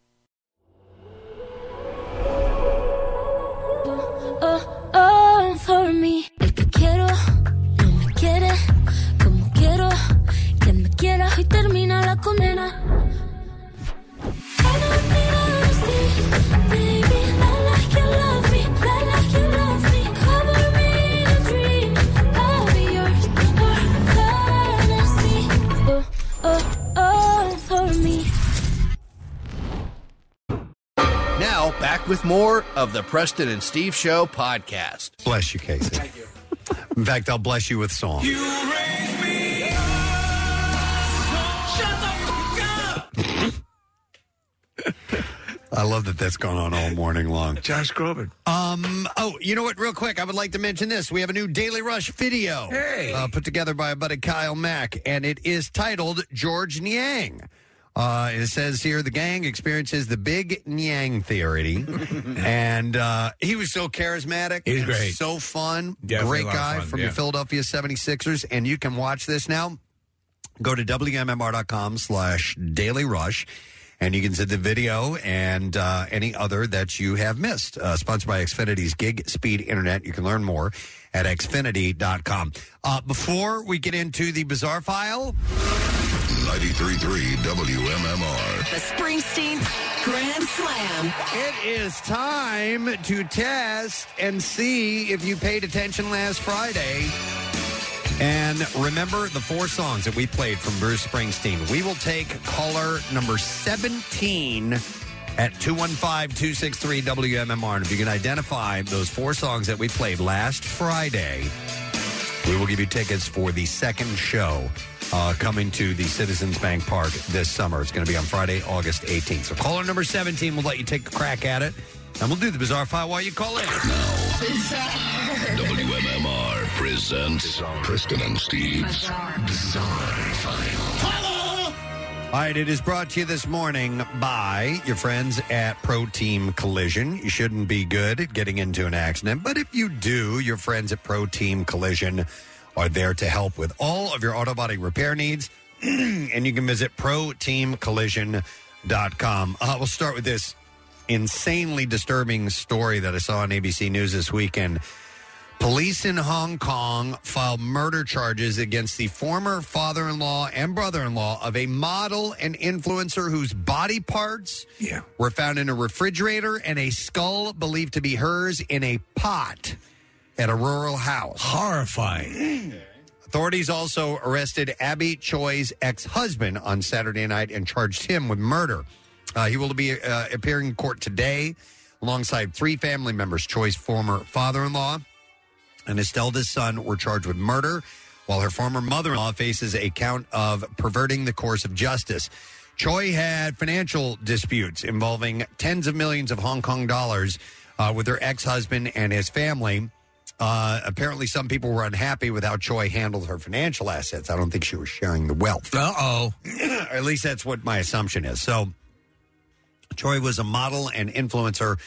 [SPEAKER 4] oh, oh, Uh, for me. El que quiero no me quiere como quiero que me quiera y termina la condena. I don't need honesty, baby. I like you love me, I like you love me. Cover me in a dream, I'll be yours. Your honesty, oh, oh, oh, for me.
[SPEAKER 5] Now back with more of the Preston and Steve Show podcast.
[SPEAKER 1] Bless you, Casey. In fact, I'll bless you with song. I love that that's gone on all morning long.
[SPEAKER 3] Josh Groban.
[SPEAKER 1] Um. Oh, you know what? Real quick, I would like to mention this. We have a new Daily Rush video uh, put together by our buddy Kyle Mack, and it is titled George Niang. Uh, it says here the gang experiences the big Niang theory, and uh, he was so charismatic.
[SPEAKER 3] He's
[SPEAKER 1] and
[SPEAKER 3] great.
[SPEAKER 1] so fun,
[SPEAKER 3] Definitely a
[SPEAKER 1] great
[SPEAKER 3] lot of
[SPEAKER 1] guy
[SPEAKER 3] fun,
[SPEAKER 1] from
[SPEAKER 3] yeah.
[SPEAKER 1] the Philadelphia 76ers, and you can watch this now. Go to WMMR.com slash Daily Rush, and you can see the video and uh, any other that you have missed. Uh, sponsored by Xfinity's Gig Speed Internet. You can learn more at Xfinity.com. Uh, before we get into the bizarre file,
[SPEAKER 16] 93.3 WMMR.
[SPEAKER 6] The Springsteen Grand Slam.
[SPEAKER 1] It is time to test and see if you paid attention last Friday. And remember the four songs that we played from Bruce Springsteen. We will take caller number 17 at 215-263-WMMR. And if you can identify those four songs that we played last Friday, we will give you tickets for the second show uh, coming to the Citizens Bank Park this summer. It's going to be on Friday, August 18th. So caller number 17 will let you take a crack at it, and we'll do the Bizarre File while you call in.
[SPEAKER 16] WMMR presents Preston and Steve's Bizarre File.
[SPEAKER 1] All right, it is brought to you this morning by your friends at Pro Team Collision. You shouldn't be good at getting into an accident, but if you do, your friends at Pro Team Collision are there to help with all of your auto body repair needs. and you can visit proteamcollision.com. Uh, we'll start with this insanely disturbing story that I saw on ABC News this weekend. Police in Hong Kong filed murder charges against the former father in law and brother in law of a model and influencer whose body parts were found in a refrigerator and a skull believed to be hers in a pot at a rural house. Horrifying. Authorities also arrested Abby Choi's ex husband on Saturday night and charged him with murder. Uh, he will be uh, appearing in court today alongside three family members Choi's former father in law and his eldest son were charged with murder, while her former mother in law faces a count of perverting the course of justice. Choi had financial disputes involving tens of millions of Hong Kong dollars uh, with her ex husband and his family. Uh, apparently, some people were unhappy with how Choi handled her financial assets. I don't think she was sharing the wealth. Uh oh. at least that's what my assumption is. So, Choi was a model and influencer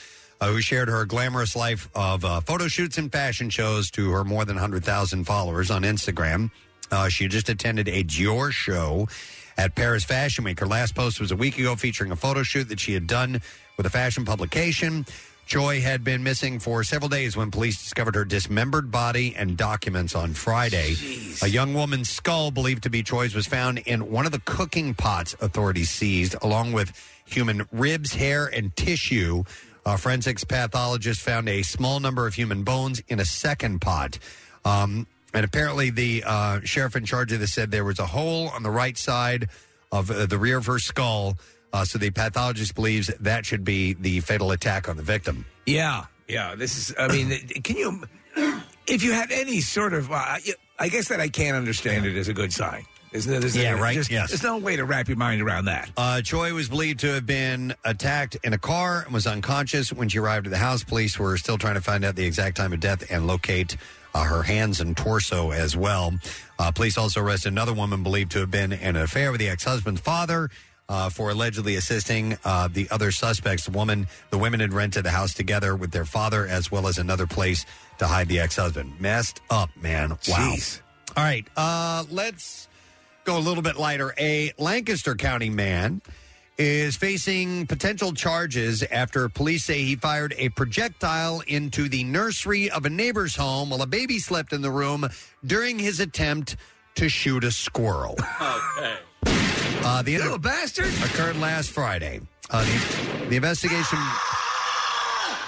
[SPEAKER 1] uh, who shared her glamorous life of uh, photo shoots and fashion shows to her more than 100,000 followers on Instagram. Uh, she just attended a Dior show at Paris Fashion Week. Her last post was a week ago featuring a photo shoot that she had done with a fashion publication. Joy had been missing for several days when police discovered her dismembered body and documents on Friday. A young woman's skull, believed to be Joy's, was found in one of the cooking pots authorities seized, along with human ribs, hair, and tissue. A forensics pathologist found a small number of human bones in a second pot. Um, and apparently, the uh, sheriff in charge of this said there was a hole on the right side of uh, the rear of her skull. Uh, so the pathologist believes that should be the fatal attack on the victim.
[SPEAKER 3] Yeah, yeah. This is. I mean, can you? If you had any sort of, uh, I guess that I can't understand it is a good sign. Isn't it? Isn't
[SPEAKER 1] Yeah,
[SPEAKER 3] it?
[SPEAKER 1] right?
[SPEAKER 3] Just-
[SPEAKER 1] Yes.
[SPEAKER 3] There's no way to wrap your mind around that.
[SPEAKER 1] Uh, Choi was believed to have been attacked in a car and was unconscious when she arrived at the house. Police were still trying to find out the exact time of death and locate uh, her hands and torso as well. Uh, police also arrested another woman believed to have been in an affair with the ex-husband's father. Uh, for allegedly assisting uh, the other suspects, the woman, the women had rented the house together with their father, as well as another place to hide the ex-husband. Messed up, man. Wow. All right, uh, let's go a little bit lighter. A Lancaster County man is facing potential charges after police say he fired a projectile into the nursery of a neighbor's home while a baby slept in the room during his attempt to shoot a squirrel.
[SPEAKER 4] Okay.
[SPEAKER 1] Uh, the little bastard occurred last Friday. Uh, the, the investigation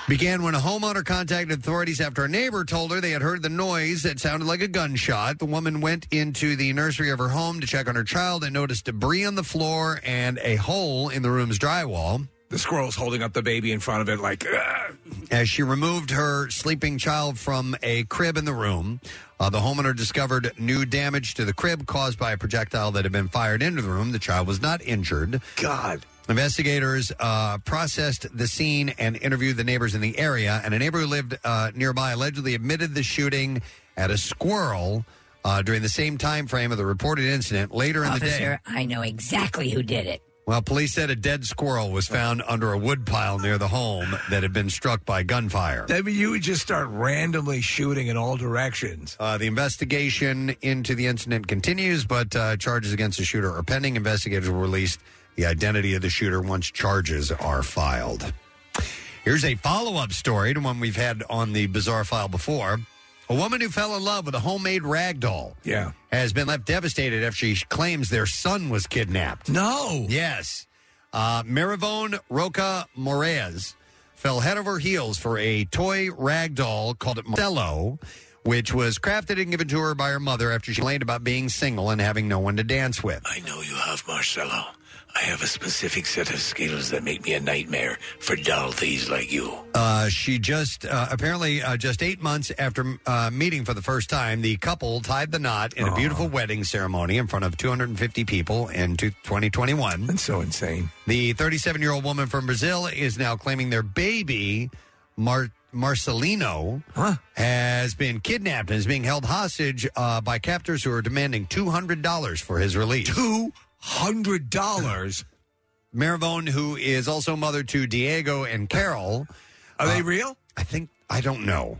[SPEAKER 1] began when a homeowner contacted authorities after a neighbor told her they had heard the noise that sounded like a gunshot. The woman went into the nursery of her home to check on her child and noticed debris on the floor and a hole in the room's drywall.
[SPEAKER 3] The squirrel's holding up the baby in front of it, like. "Ugh."
[SPEAKER 1] As she removed her sleeping child from a crib in the room, uh, the homeowner discovered new damage to the crib caused by a projectile that had been fired into the room. The child was not injured.
[SPEAKER 3] God.
[SPEAKER 1] Investigators uh, processed the scene and interviewed the neighbors in the area, and a neighbor who lived uh, nearby allegedly admitted the shooting at a squirrel uh, during the same time frame of the reported incident later in the day.
[SPEAKER 12] Officer, I know exactly who did it.
[SPEAKER 1] Well, police said a dead squirrel was found under a wood pile near the home that had been struck by gunfire.
[SPEAKER 3] I mean, you would just start randomly shooting in all directions.
[SPEAKER 1] Uh, the investigation into the incident continues, but uh, charges against the shooter are pending. Investigators will release the identity of the shooter once charges are filed. Here's a follow up story to one we've had on the Bizarre File before. A woman who fell in love with a homemade rag doll
[SPEAKER 3] Yeah.
[SPEAKER 1] has been left devastated after she claims their son was kidnapped.
[SPEAKER 3] No.
[SPEAKER 1] Yes. Uh, Marivone Roca Morez fell head over heels for a toy rag doll called Marcello, which was crafted and given to her
[SPEAKER 3] Oh,
[SPEAKER 1] by her mother after she complained about being single and having no one to dance with.
[SPEAKER 3] I know you have Marcello. I have a specific set of skills that make me a nightmare for dull thieves like you.
[SPEAKER 1] Uh, she just uh, apparently uh, just eight months after uh, meeting for the first time, the couple tied the knot in a beautiful wedding ceremony in front of 250 people in two- 2021. That's
[SPEAKER 3] so insane.
[SPEAKER 1] The 37 year old woman from Brazil is now claiming their baby, Mar- Marcelino, has been kidnapped and is being held hostage uh, by captors who are demanding $200 for his release.
[SPEAKER 3] $200?
[SPEAKER 1] Marivone, who is also mother to Diego and Carol. Uh,
[SPEAKER 3] Are they real?
[SPEAKER 1] I think, I don't know.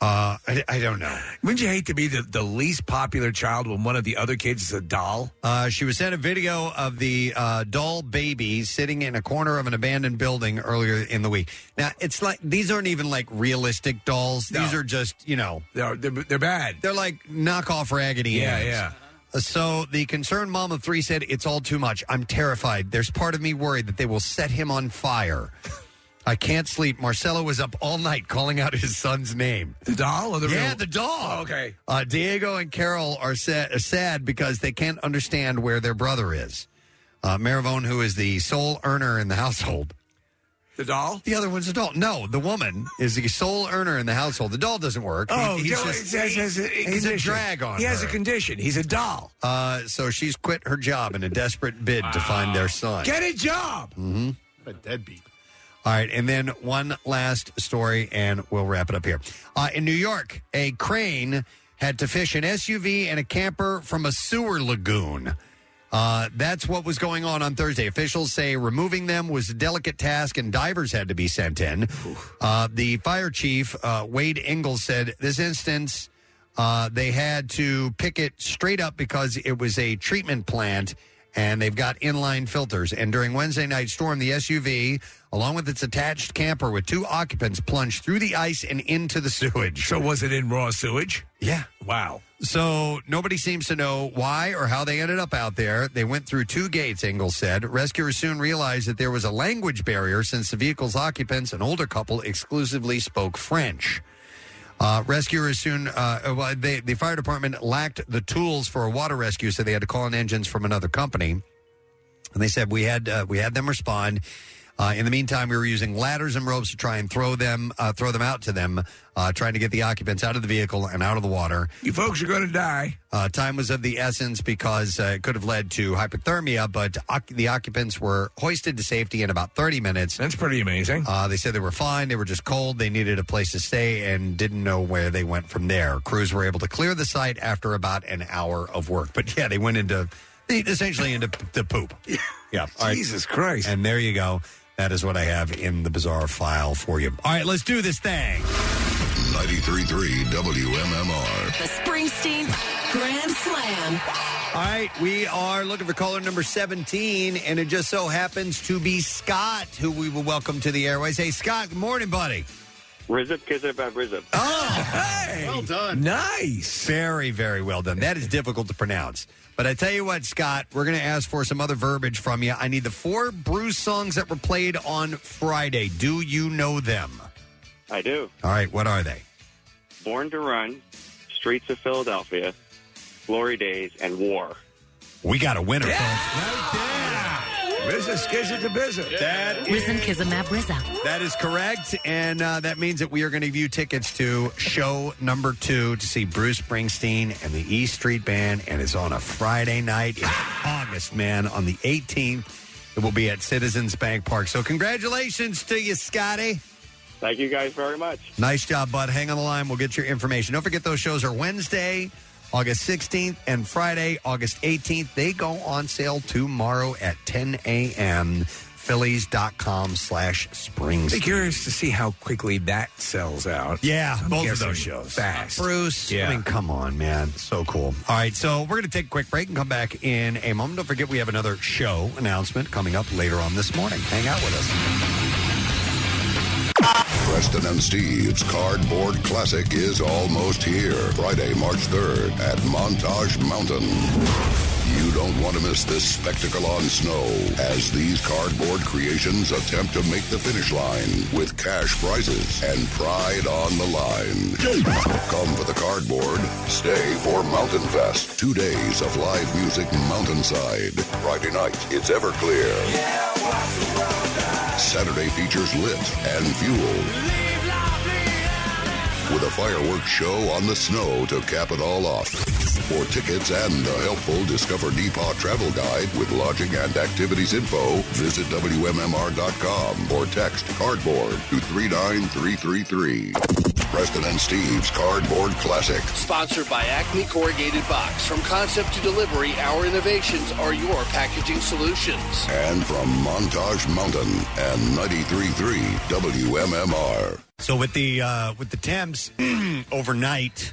[SPEAKER 1] Uh, I, I don't know.
[SPEAKER 3] Wouldn't you hate to be the, the least popular child when one of the other kids is a doll?
[SPEAKER 1] Uh, she was sent a video of the uh, doll baby sitting in a corner of an abandoned building earlier in the week. Now, it's like these aren't even like realistic dolls. These are just, you know,
[SPEAKER 3] they're, they're, they're bad.
[SPEAKER 1] They're like knockoff raggedy
[SPEAKER 3] Yeah,
[SPEAKER 1] Ann's.
[SPEAKER 3] yeah.
[SPEAKER 1] Uh, So the concerned mom of three said, It's all too much. I'm terrified. There's part of me worried that they will set him on fire. I can't sleep. Marcelo was up all night calling out his son's name.
[SPEAKER 3] The doll or the
[SPEAKER 1] Yeah,
[SPEAKER 3] real-
[SPEAKER 1] the doll.
[SPEAKER 3] Oh, okay.
[SPEAKER 1] Uh, Diego and Carol are sad, are sad because they can't understand where their brother is. Uh, Marivone, who is the sole earner in the household.
[SPEAKER 3] The doll?
[SPEAKER 1] The other one's a doll. No, the woman is the sole earner in the household. The doll doesn't work. He-
[SPEAKER 3] Oh,
[SPEAKER 1] he's,
[SPEAKER 3] doll-
[SPEAKER 1] just-
[SPEAKER 3] he has- has a
[SPEAKER 1] he's a
[SPEAKER 3] condition.
[SPEAKER 1] drag on
[SPEAKER 3] He has
[SPEAKER 1] her.
[SPEAKER 3] a condition. He's a doll.
[SPEAKER 1] Uh, so she's quit her job in a desperate bid to find their son.
[SPEAKER 3] Get a job.
[SPEAKER 1] Mm-hmm.
[SPEAKER 8] A deadbeat.
[SPEAKER 1] All right, and then one last story, and we'll wrap it up here. Uh, in New York, a crane had to fish an SUV and a camper from a sewer lagoon. Uh, that's what was going on on Thursday. Officials say removing them was a delicate task, and divers had to be sent in. Uh, the fire chief, uh, Wade Ingalls, said this instance uh, they had to pick it straight up because it was a treatment plant and they've got inline filters. And during Wednesday night storm, the SUV, along with its attached camper with two occupants, plunged through the ice and into the sewage.
[SPEAKER 3] So was it in raw sewage?
[SPEAKER 1] Yeah.
[SPEAKER 3] Wow.
[SPEAKER 1] So nobody seems to know why or how they ended up out there. They went through two gates, Ingalls said. Rescuers soon realized that there was a language barrier since the vehicle's occupants, an older couple, exclusively spoke French. Uh, rescuers soon, uh, well, they, the fire department lacked the tools for a water rescue, so they had to call in engines from another company. And they said we had uh, we had them respond. Uh, in the meantime, we were using ladders and ropes to try and throw them uh, throw them out to them, uh, trying to get the occupants out of the vehicle and out of the water.
[SPEAKER 3] You folks are going to die.
[SPEAKER 1] Uh, time was of the essence because uh, it could have led to hypothermia, but oc- the occupants were hoisted to safety in about 30 minutes.
[SPEAKER 3] That's pretty amazing.
[SPEAKER 1] Uh, they said they were fine. They were just cold. They needed a place to stay and didn't know where they went from there. Crews were able to clear the site after about an hour of work. But yeah, they went into, they essentially into p- the poop. Yeah. All right.
[SPEAKER 3] Jesus Christ.
[SPEAKER 1] And there you go. That is what I have in the bizarre file for you. All right, let's do this thing.
[SPEAKER 16] 93.3 WMMR.
[SPEAKER 6] The Springsteen Grand Slam.
[SPEAKER 1] All right, we are looking for caller number 17, and it just so happens to be Scott, who we will welcome to the airways. Hey, Scott, good morning, buddy. Oh.
[SPEAKER 13] Rizip, Kizip, and Rizip.
[SPEAKER 8] Well done.
[SPEAKER 3] Nice.
[SPEAKER 1] Very, very well done. That is difficult to pronounce. But I tell you what, Scott, we're going to ask for some other verbiage from you. I need the four Bruce songs that were played on Friday. Do you know them?
[SPEAKER 13] I do.
[SPEAKER 1] All right, what are they?
[SPEAKER 13] Born to Run, Streets of Philadelphia, Glory Days, and War.
[SPEAKER 1] We got a winner.
[SPEAKER 3] Rizza, skizza, kabizza.
[SPEAKER 1] That
[SPEAKER 6] Rizm Kizm Ab Rizza.
[SPEAKER 1] That is correct, and uh, that means that we are going to give you tickets to show number two to see Bruce Springsteen and the E Street Band, and it's on a Friday night in August, man, on the 18th. It will be at Citizens Bank Park. So, congratulations to you, Scotty.
[SPEAKER 13] Thank you guys very much.
[SPEAKER 1] Nice job, bud. Hang on the line. We'll get your information. Don't forget those shows are Wednesday, August 16th, and Friday, August 18th. They go on sale tomorrow at 10 a.m. Phillies.com slash Springsteen.
[SPEAKER 3] Be curious to see how quickly that sells out.
[SPEAKER 1] Yeah,
[SPEAKER 3] I'm
[SPEAKER 1] both of
[SPEAKER 3] guessing
[SPEAKER 1] those shows.
[SPEAKER 3] Fast.
[SPEAKER 1] Bruce.
[SPEAKER 3] Yeah.
[SPEAKER 1] I mean, come on, man. So cool. All right, so we're going to take a quick break and come back in a moment. Don't forget, we have another show announcement coming up later on this morning. Hang out with us.
[SPEAKER 16] Preston and Steve's Cardboard Classic is almost here. Friday, March 3rd at Montage Mountain. You don't want to miss this spectacle on snow as these cardboard creations attempt to make the finish line with cash prizes and pride on the line. Come for the cardboard, stay for Mountain Fest. Two days of live music mountainside. Friday night, it's Everclear. Saturday features Lit and Fuel with a fireworks show on the snow to cap it all off. For tickets and a helpful Discover Depot travel guide with lodging and activities info, visit WMMR.com or text cardboard to 39333. Preston and Steve's Cardboard Classic.
[SPEAKER 5] Sponsored by Acme Corrugated Box. From concept to delivery, our innovations are your packaging solutions.
[SPEAKER 16] And from Montage Mountain and 93.3 WMMR.
[SPEAKER 1] So with the uh, with the temps overnight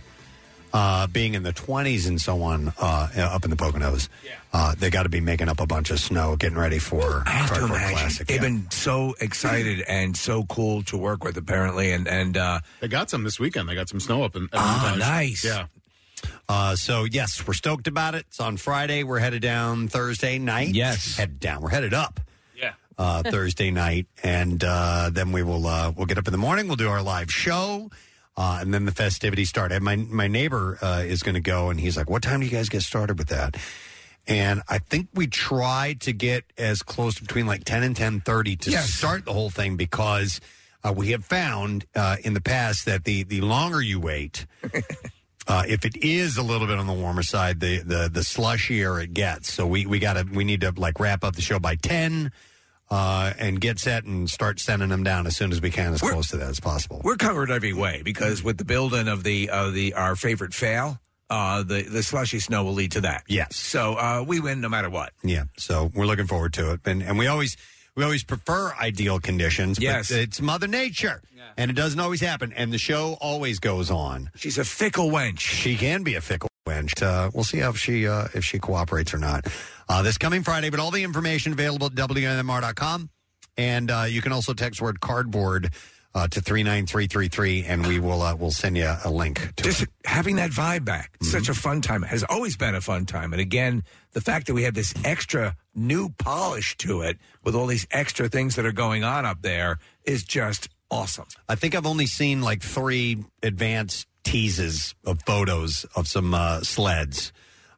[SPEAKER 1] uh, being in the 20s and so on uh, up in the Poconos, uh, they got to be making up a bunch of snow, getting ready for
[SPEAKER 3] I have to
[SPEAKER 1] Cardboard
[SPEAKER 3] imagine
[SPEAKER 1] Classic.
[SPEAKER 3] they've
[SPEAKER 1] yeah.
[SPEAKER 3] been so excited and so cool to work with. Apparently, and and uh,
[SPEAKER 8] they got some this weekend. They got some snow up in.
[SPEAKER 3] Ah, nice.
[SPEAKER 8] Yeah.
[SPEAKER 1] Uh, so yes, we're stoked about it. It's on Friday. We're headed down Thursday night. Yes, headed down. We're headed up.
[SPEAKER 11] Yeah.
[SPEAKER 1] Uh, Thursday night, and uh, then we will uh, we'll get up in the morning. We'll do our live show, uh, and then the festivities start. And my my neighbor uh, is going to go, and he's like, "What time do you guys get started with that?" And I think we tried to get as close to between like ten and ten thirty to start the whole thing because uh, we have found uh, in the past that the the longer you wait. Uh, if it is a little bit on the warmer side, the the the slushier it gets. So we we gotta we need to like wrap up the show by ten, uh, and get set and start sending them down as soon as we can, as close to that as possible.
[SPEAKER 3] We're covered every way because with the building of the of the our favorite fail, uh, the the slushy snow will lead to that.
[SPEAKER 1] Yes.
[SPEAKER 3] So uh, we win no matter what.
[SPEAKER 1] Yeah, so we're looking forward to it, and and we always we always prefer ideal conditions. but
[SPEAKER 3] Yes.
[SPEAKER 1] it's Mother Nature, and it doesn't always happen. And the show always goes on.
[SPEAKER 3] She's a fickle wench. She
[SPEAKER 1] can be a fickle wench. Uh, we'll see how if she uh, if she cooperates or not. Uh, this coming Friday, but all the information available at WMMR.com. And uh, you can also text word cardboard uh, to 39333, and we will uh, we'll send you a link to
[SPEAKER 3] Just having that vibe back.
[SPEAKER 1] Mm-hmm.
[SPEAKER 3] Such a fun time. It has always been a fun time. And again, the fact that we have this extra new polish to it with all these extra things that are going on up there is just awesome.
[SPEAKER 1] I think I've only seen like three advanced teases of photos of some uh, sleds.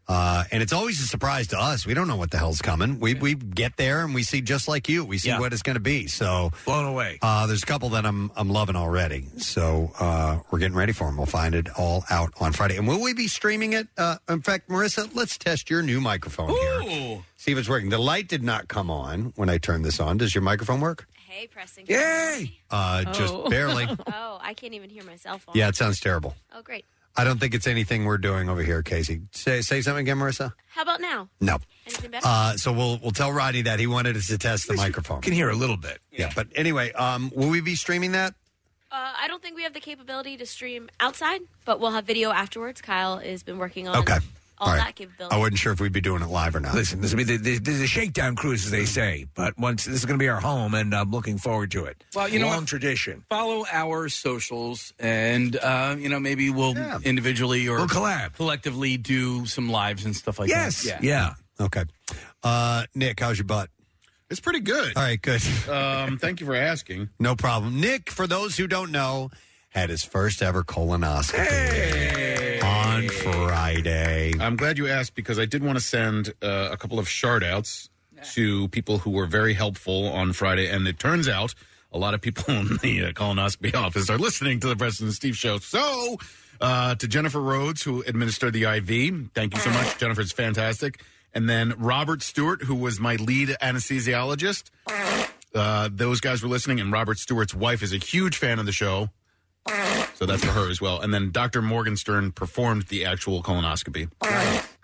[SPEAKER 1] Uh, and it's always a surprise to us. We don't know what the hell's coming. We we get there and we see just like you. We see
[SPEAKER 3] Yeah.
[SPEAKER 1] what it's going to be. So
[SPEAKER 3] blown away.
[SPEAKER 1] Uh, there's a couple that I'm I'm loving already. So uh, we're getting ready for them. We'll find it all out on Friday. And will we be streaming it? Uh, in fact, Marissa, let's test your new microphone here. See if it's working. The light did not come on when I turned this on. Does your microphone work?
[SPEAKER 14] Hey, Preston. can you hear me?
[SPEAKER 1] Uh, Just barely.
[SPEAKER 14] oh, I can't even hear myself.
[SPEAKER 1] Yeah, it sounds terrible.
[SPEAKER 14] Oh, great.
[SPEAKER 1] I don't think it's anything we're doing over here, Casey. Say say something again, Marissa.
[SPEAKER 14] How about now?
[SPEAKER 1] No.
[SPEAKER 14] Anything better?
[SPEAKER 1] Uh, so we'll we'll tell Roddy that he wanted us to test the microphone.
[SPEAKER 3] Can hear a little bit.
[SPEAKER 1] Yeah, but anyway, um, will we be streaming that?
[SPEAKER 14] Uh, I don't think we have the capability to stream outside, but we'll have video afterwards. Kyle has been working on
[SPEAKER 1] Okay.
[SPEAKER 14] all,
[SPEAKER 1] All right.
[SPEAKER 14] that capability.
[SPEAKER 1] I wasn't sure if we'd be doing it live or not.
[SPEAKER 3] Listen, this will be the, the, this is a shakedown cruise, as they say. But once this is going to be our home, and I'm looking forward to it.
[SPEAKER 11] Well, you know
[SPEAKER 3] long
[SPEAKER 11] what?
[SPEAKER 3] tradition.
[SPEAKER 11] Follow our socials, and uh, you know maybe we'll individually or
[SPEAKER 3] We'll collab.
[SPEAKER 11] collectively do some lives and stuff like
[SPEAKER 3] Yes.
[SPEAKER 11] that.
[SPEAKER 3] Yeah.
[SPEAKER 1] Okay. Uh, Nick, how's your butt?
[SPEAKER 8] It's pretty good.
[SPEAKER 1] All right, good.
[SPEAKER 8] Um, thank you for asking.
[SPEAKER 1] No problem. Nick, for those who don't know, had his first ever colonoscopy on Friday.
[SPEAKER 8] I'm glad you asked because I did want to send uh, a couple of shout outs to people who were very helpful on Friday. And it turns out a lot of people in the uh, colonoscopy office are listening to the President and Steve show. So, uh, to Jennifer Rhodes, who administered the IV, thank you so much. Jennifer's fantastic. And then Robert Stewart, who was my lead anesthesiologist. Uh, those guys were listening, and Robert Stewart's wife is a huge fan of the show. So that's for her as well. And then Dr. Morgenstern performed the actual colonoscopy.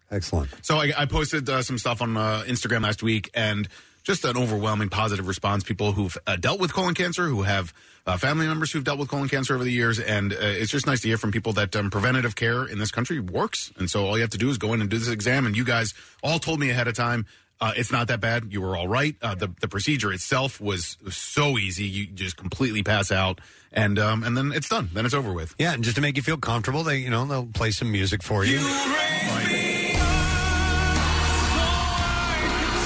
[SPEAKER 1] Excellent.
[SPEAKER 8] So I, I posted uh, some stuff on uh, Instagram last week, and just an overwhelming positive response. People who've uh, dealt with colon cancer, who have uh, family members who've dealt with colon cancer over the years, and uh, it's just nice to hear from people that um, preventative care in this country works. And so all you have to do is go in and do this exam. And you guys all told me ahead of time. Uh, it's not that bad. You were all right. Uh, the the procedure itself was, was so easy. You just completely pass out, and um, and then it's done. Then it's over with.
[SPEAKER 1] Yeah, and just to make you feel comfortable, they you know they'll play some music for you.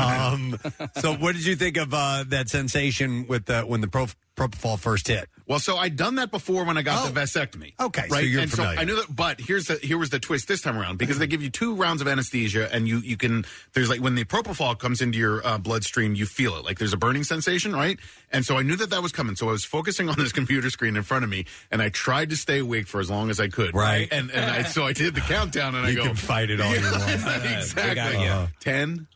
[SPEAKER 1] Um, so, what did you think of uh, that sensation with the, when the pro- propofol first hit?
[SPEAKER 8] Well, so I'd done that before when I got the vasectomy.
[SPEAKER 1] Oh. Okay, so
[SPEAKER 8] right.
[SPEAKER 1] you're
[SPEAKER 8] and
[SPEAKER 1] familiar.
[SPEAKER 8] so I knew that, but here's the here was the twist this time around because they give you two rounds of anesthesia, and you you can there's like when the propofol comes into your uh, bloodstream, you feel it like there's a burning sensation, right? And so I knew that that was coming. So I was focusing on this computer screen in front of me, and I tried to stay awake for as long as I could,
[SPEAKER 1] Right.
[SPEAKER 8] And and I, so I did the countdown, and I
[SPEAKER 1] You
[SPEAKER 8] go
[SPEAKER 1] can fight it all you want.
[SPEAKER 8] exactly.
[SPEAKER 1] Uh-huh.
[SPEAKER 8] Ten,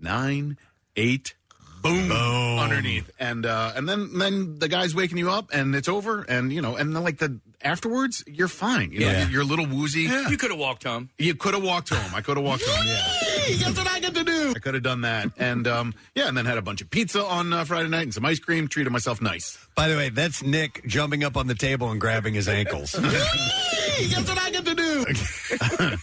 [SPEAKER 8] nine, eight, boom, underneath, and uh, and then then the guy's waking you up, and it's over, and you know, and then like the afterwards, you're fine. You know,
[SPEAKER 11] Yeah.
[SPEAKER 8] you're a little woozy.
[SPEAKER 11] You could have walked home.
[SPEAKER 8] You could have walked home. I could have walked home. Yeah. That's what I get to do. I could have done that, and um, yeah, and then had a bunch of pizza on uh, Friday night and some ice cream. Treated myself nice.
[SPEAKER 1] By the way, that's Nick jumping up on the table and grabbing his ankles.
[SPEAKER 8] That's what I get to do.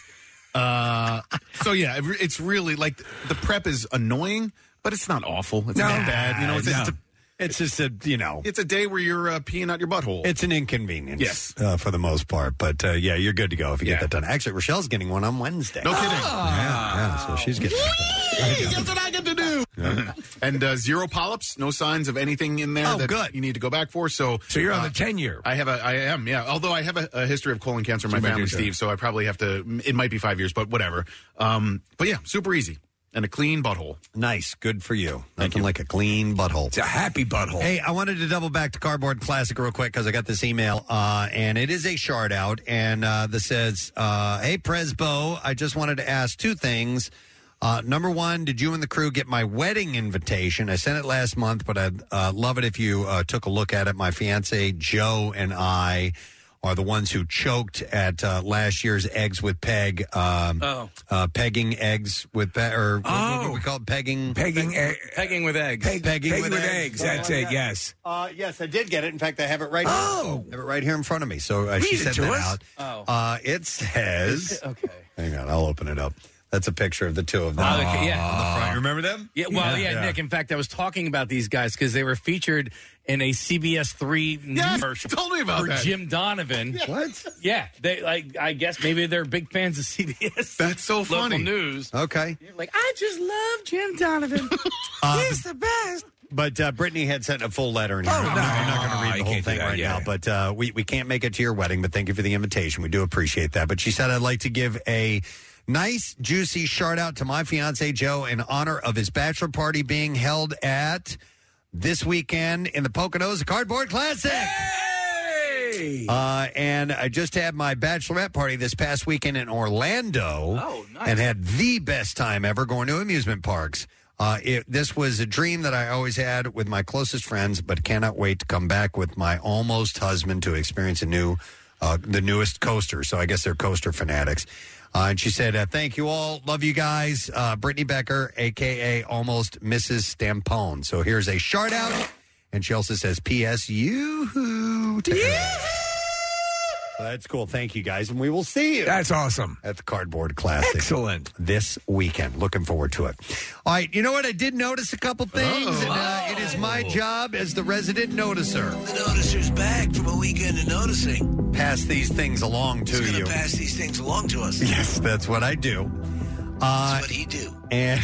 [SPEAKER 8] Uh, so yeah, it re- it's really like the prep is annoying, but it's not awful. It's not bad. You know, it's, it's, a,
[SPEAKER 1] it's just a you know,
[SPEAKER 8] it's a day where you're uh, peeing out your butthole.
[SPEAKER 1] It's an inconvenience.
[SPEAKER 8] Yes.
[SPEAKER 1] uh, for the most part. But uh, yeah, you're good to go if you get that done. Actually, Rochelle's getting one on Wednesday.
[SPEAKER 8] No kidding. Ah.
[SPEAKER 1] Yeah, yeah, so she's getting.
[SPEAKER 8] That's what I get to do. and uh, zero polyps, no signs of anything in there
[SPEAKER 3] Oh,
[SPEAKER 8] that
[SPEAKER 3] good.
[SPEAKER 8] you need to go back for. So,
[SPEAKER 3] So you're on
[SPEAKER 8] uh,
[SPEAKER 3] the 10 year.
[SPEAKER 8] I have a, I am, yeah. Although I have a, a history of colon cancer in my
[SPEAKER 3] You might
[SPEAKER 8] family,
[SPEAKER 3] do that.
[SPEAKER 8] Steve. So I probably have to. It might be five years, but whatever. Um, but yeah, super easy and a clean butthole.
[SPEAKER 1] Nice, good for you. Nothing like a clean butthole. It's
[SPEAKER 3] a happy butthole.
[SPEAKER 1] Hey, I wanted to double back to Cardboard Classic real quick because I got this email, uh, and it is a shard out, and uh, this says, uh, "Hey Presbo, I just wanted to ask two things. Uh, number one, did you and the crew get my wedding invitation? I sent it last month, but I'd uh, love it if you uh, took a look at it. My fiance Joe and I." Are the ones who choked at uh, last year's eggs with peg, um,
[SPEAKER 11] Oh.
[SPEAKER 1] uh, pegging eggs with pe- or what- what,
[SPEAKER 11] Oh.
[SPEAKER 1] do we call it pegging,
[SPEAKER 3] pegging,
[SPEAKER 11] pegging with eggs.
[SPEAKER 1] pegging,
[SPEAKER 3] Pegging with eggs, that's it, yes.
[SPEAKER 1] Uh, yes, I did get it. In fact, I have it right. Oh, I have it right here in front of me. So uh, she
[SPEAKER 3] Read it
[SPEAKER 1] sent
[SPEAKER 3] to
[SPEAKER 1] that
[SPEAKER 3] us.
[SPEAKER 1] out.
[SPEAKER 3] Oh.
[SPEAKER 1] Uh, it says. okay. Hang on, I'll open it up. That's a picture of the two of them.
[SPEAKER 11] Oh, okay, yeah.
[SPEAKER 1] on
[SPEAKER 3] Ah.
[SPEAKER 1] the front. You Remember them?
[SPEAKER 11] Yeah, well, yeah, Nick. In fact, I was talking about these guys because they were featured in a CBS three
[SPEAKER 8] Yes,
[SPEAKER 11] commercial.
[SPEAKER 8] told me about
[SPEAKER 11] for
[SPEAKER 8] that.
[SPEAKER 11] Jim Donovan.
[SPEAKER 1] What?
[SPEAKER 11] Yeah, they like. I guess maybe they're big fans of CBS.
[SPEAKER 8] That's so funny.
[SPEAKER 11] Local news.
[SPEAKER 1] Okay.
[SPEAKER 11] Like I just love Jim Donovan.
[SPEAKER 1] Uh,
[SPEAKER 11] He's the best.
[SPEAKER 1] But uh, Brittany had sent a full letter
[SPEAKER 11] Oh,
[SPEAKER 1] in here. I'm not- I'm not going to read the whole thing right now. But uh, we, we can't make it to your wedding, but thank you for the invitation. We do appreciate that. But she said, I'd like to give a nice, juicy shout out to my fiance, Joe, in honor of his bachelor party being held at this weekend in the Poconos Cardboard Classic. Uh, and I just had my bachelorette party this past weekend in Orlando. Oh, nice. And had the best time ever going to amusement parks. Uh, it, this was a dream that I always had with my closest friends, but cannot wait to come back with my almost husband to experience a new, uh, the newest coaster. So I guess they're coaster fanatics. Uh, and she said, uh, "Thank you all, love you guys." Uh, Brittany Becker, aka almost Mrs. Stampone. So here's a shout out, and she also says, "P.S. You well, that's cool. Thank you, guys. And we will see you.
[SPEAKER 3] That's awesome.
[SPEAKER 1] At the Cardboard Classic.
[SPEAKER 3] Excellent.
[SPEAKER 1] This weekend. Looking forward to it. All right. You know what? I did notice a couple things, and uh, it is
[SPEAKER 3] Oh.
[SPEAKER 1] my job as the resident noticer.
[SPEAKER 3] The noticer's back from a weekend of noticing.
[SPEAKER 1] Pass these things along to you.
[SPEAKER 3] Pass these things along to us.
[SPEAKER 1] Yes, that's what I do. Uh,
[SPEAKER 3] That's what he do.
[SPEAKER 1] And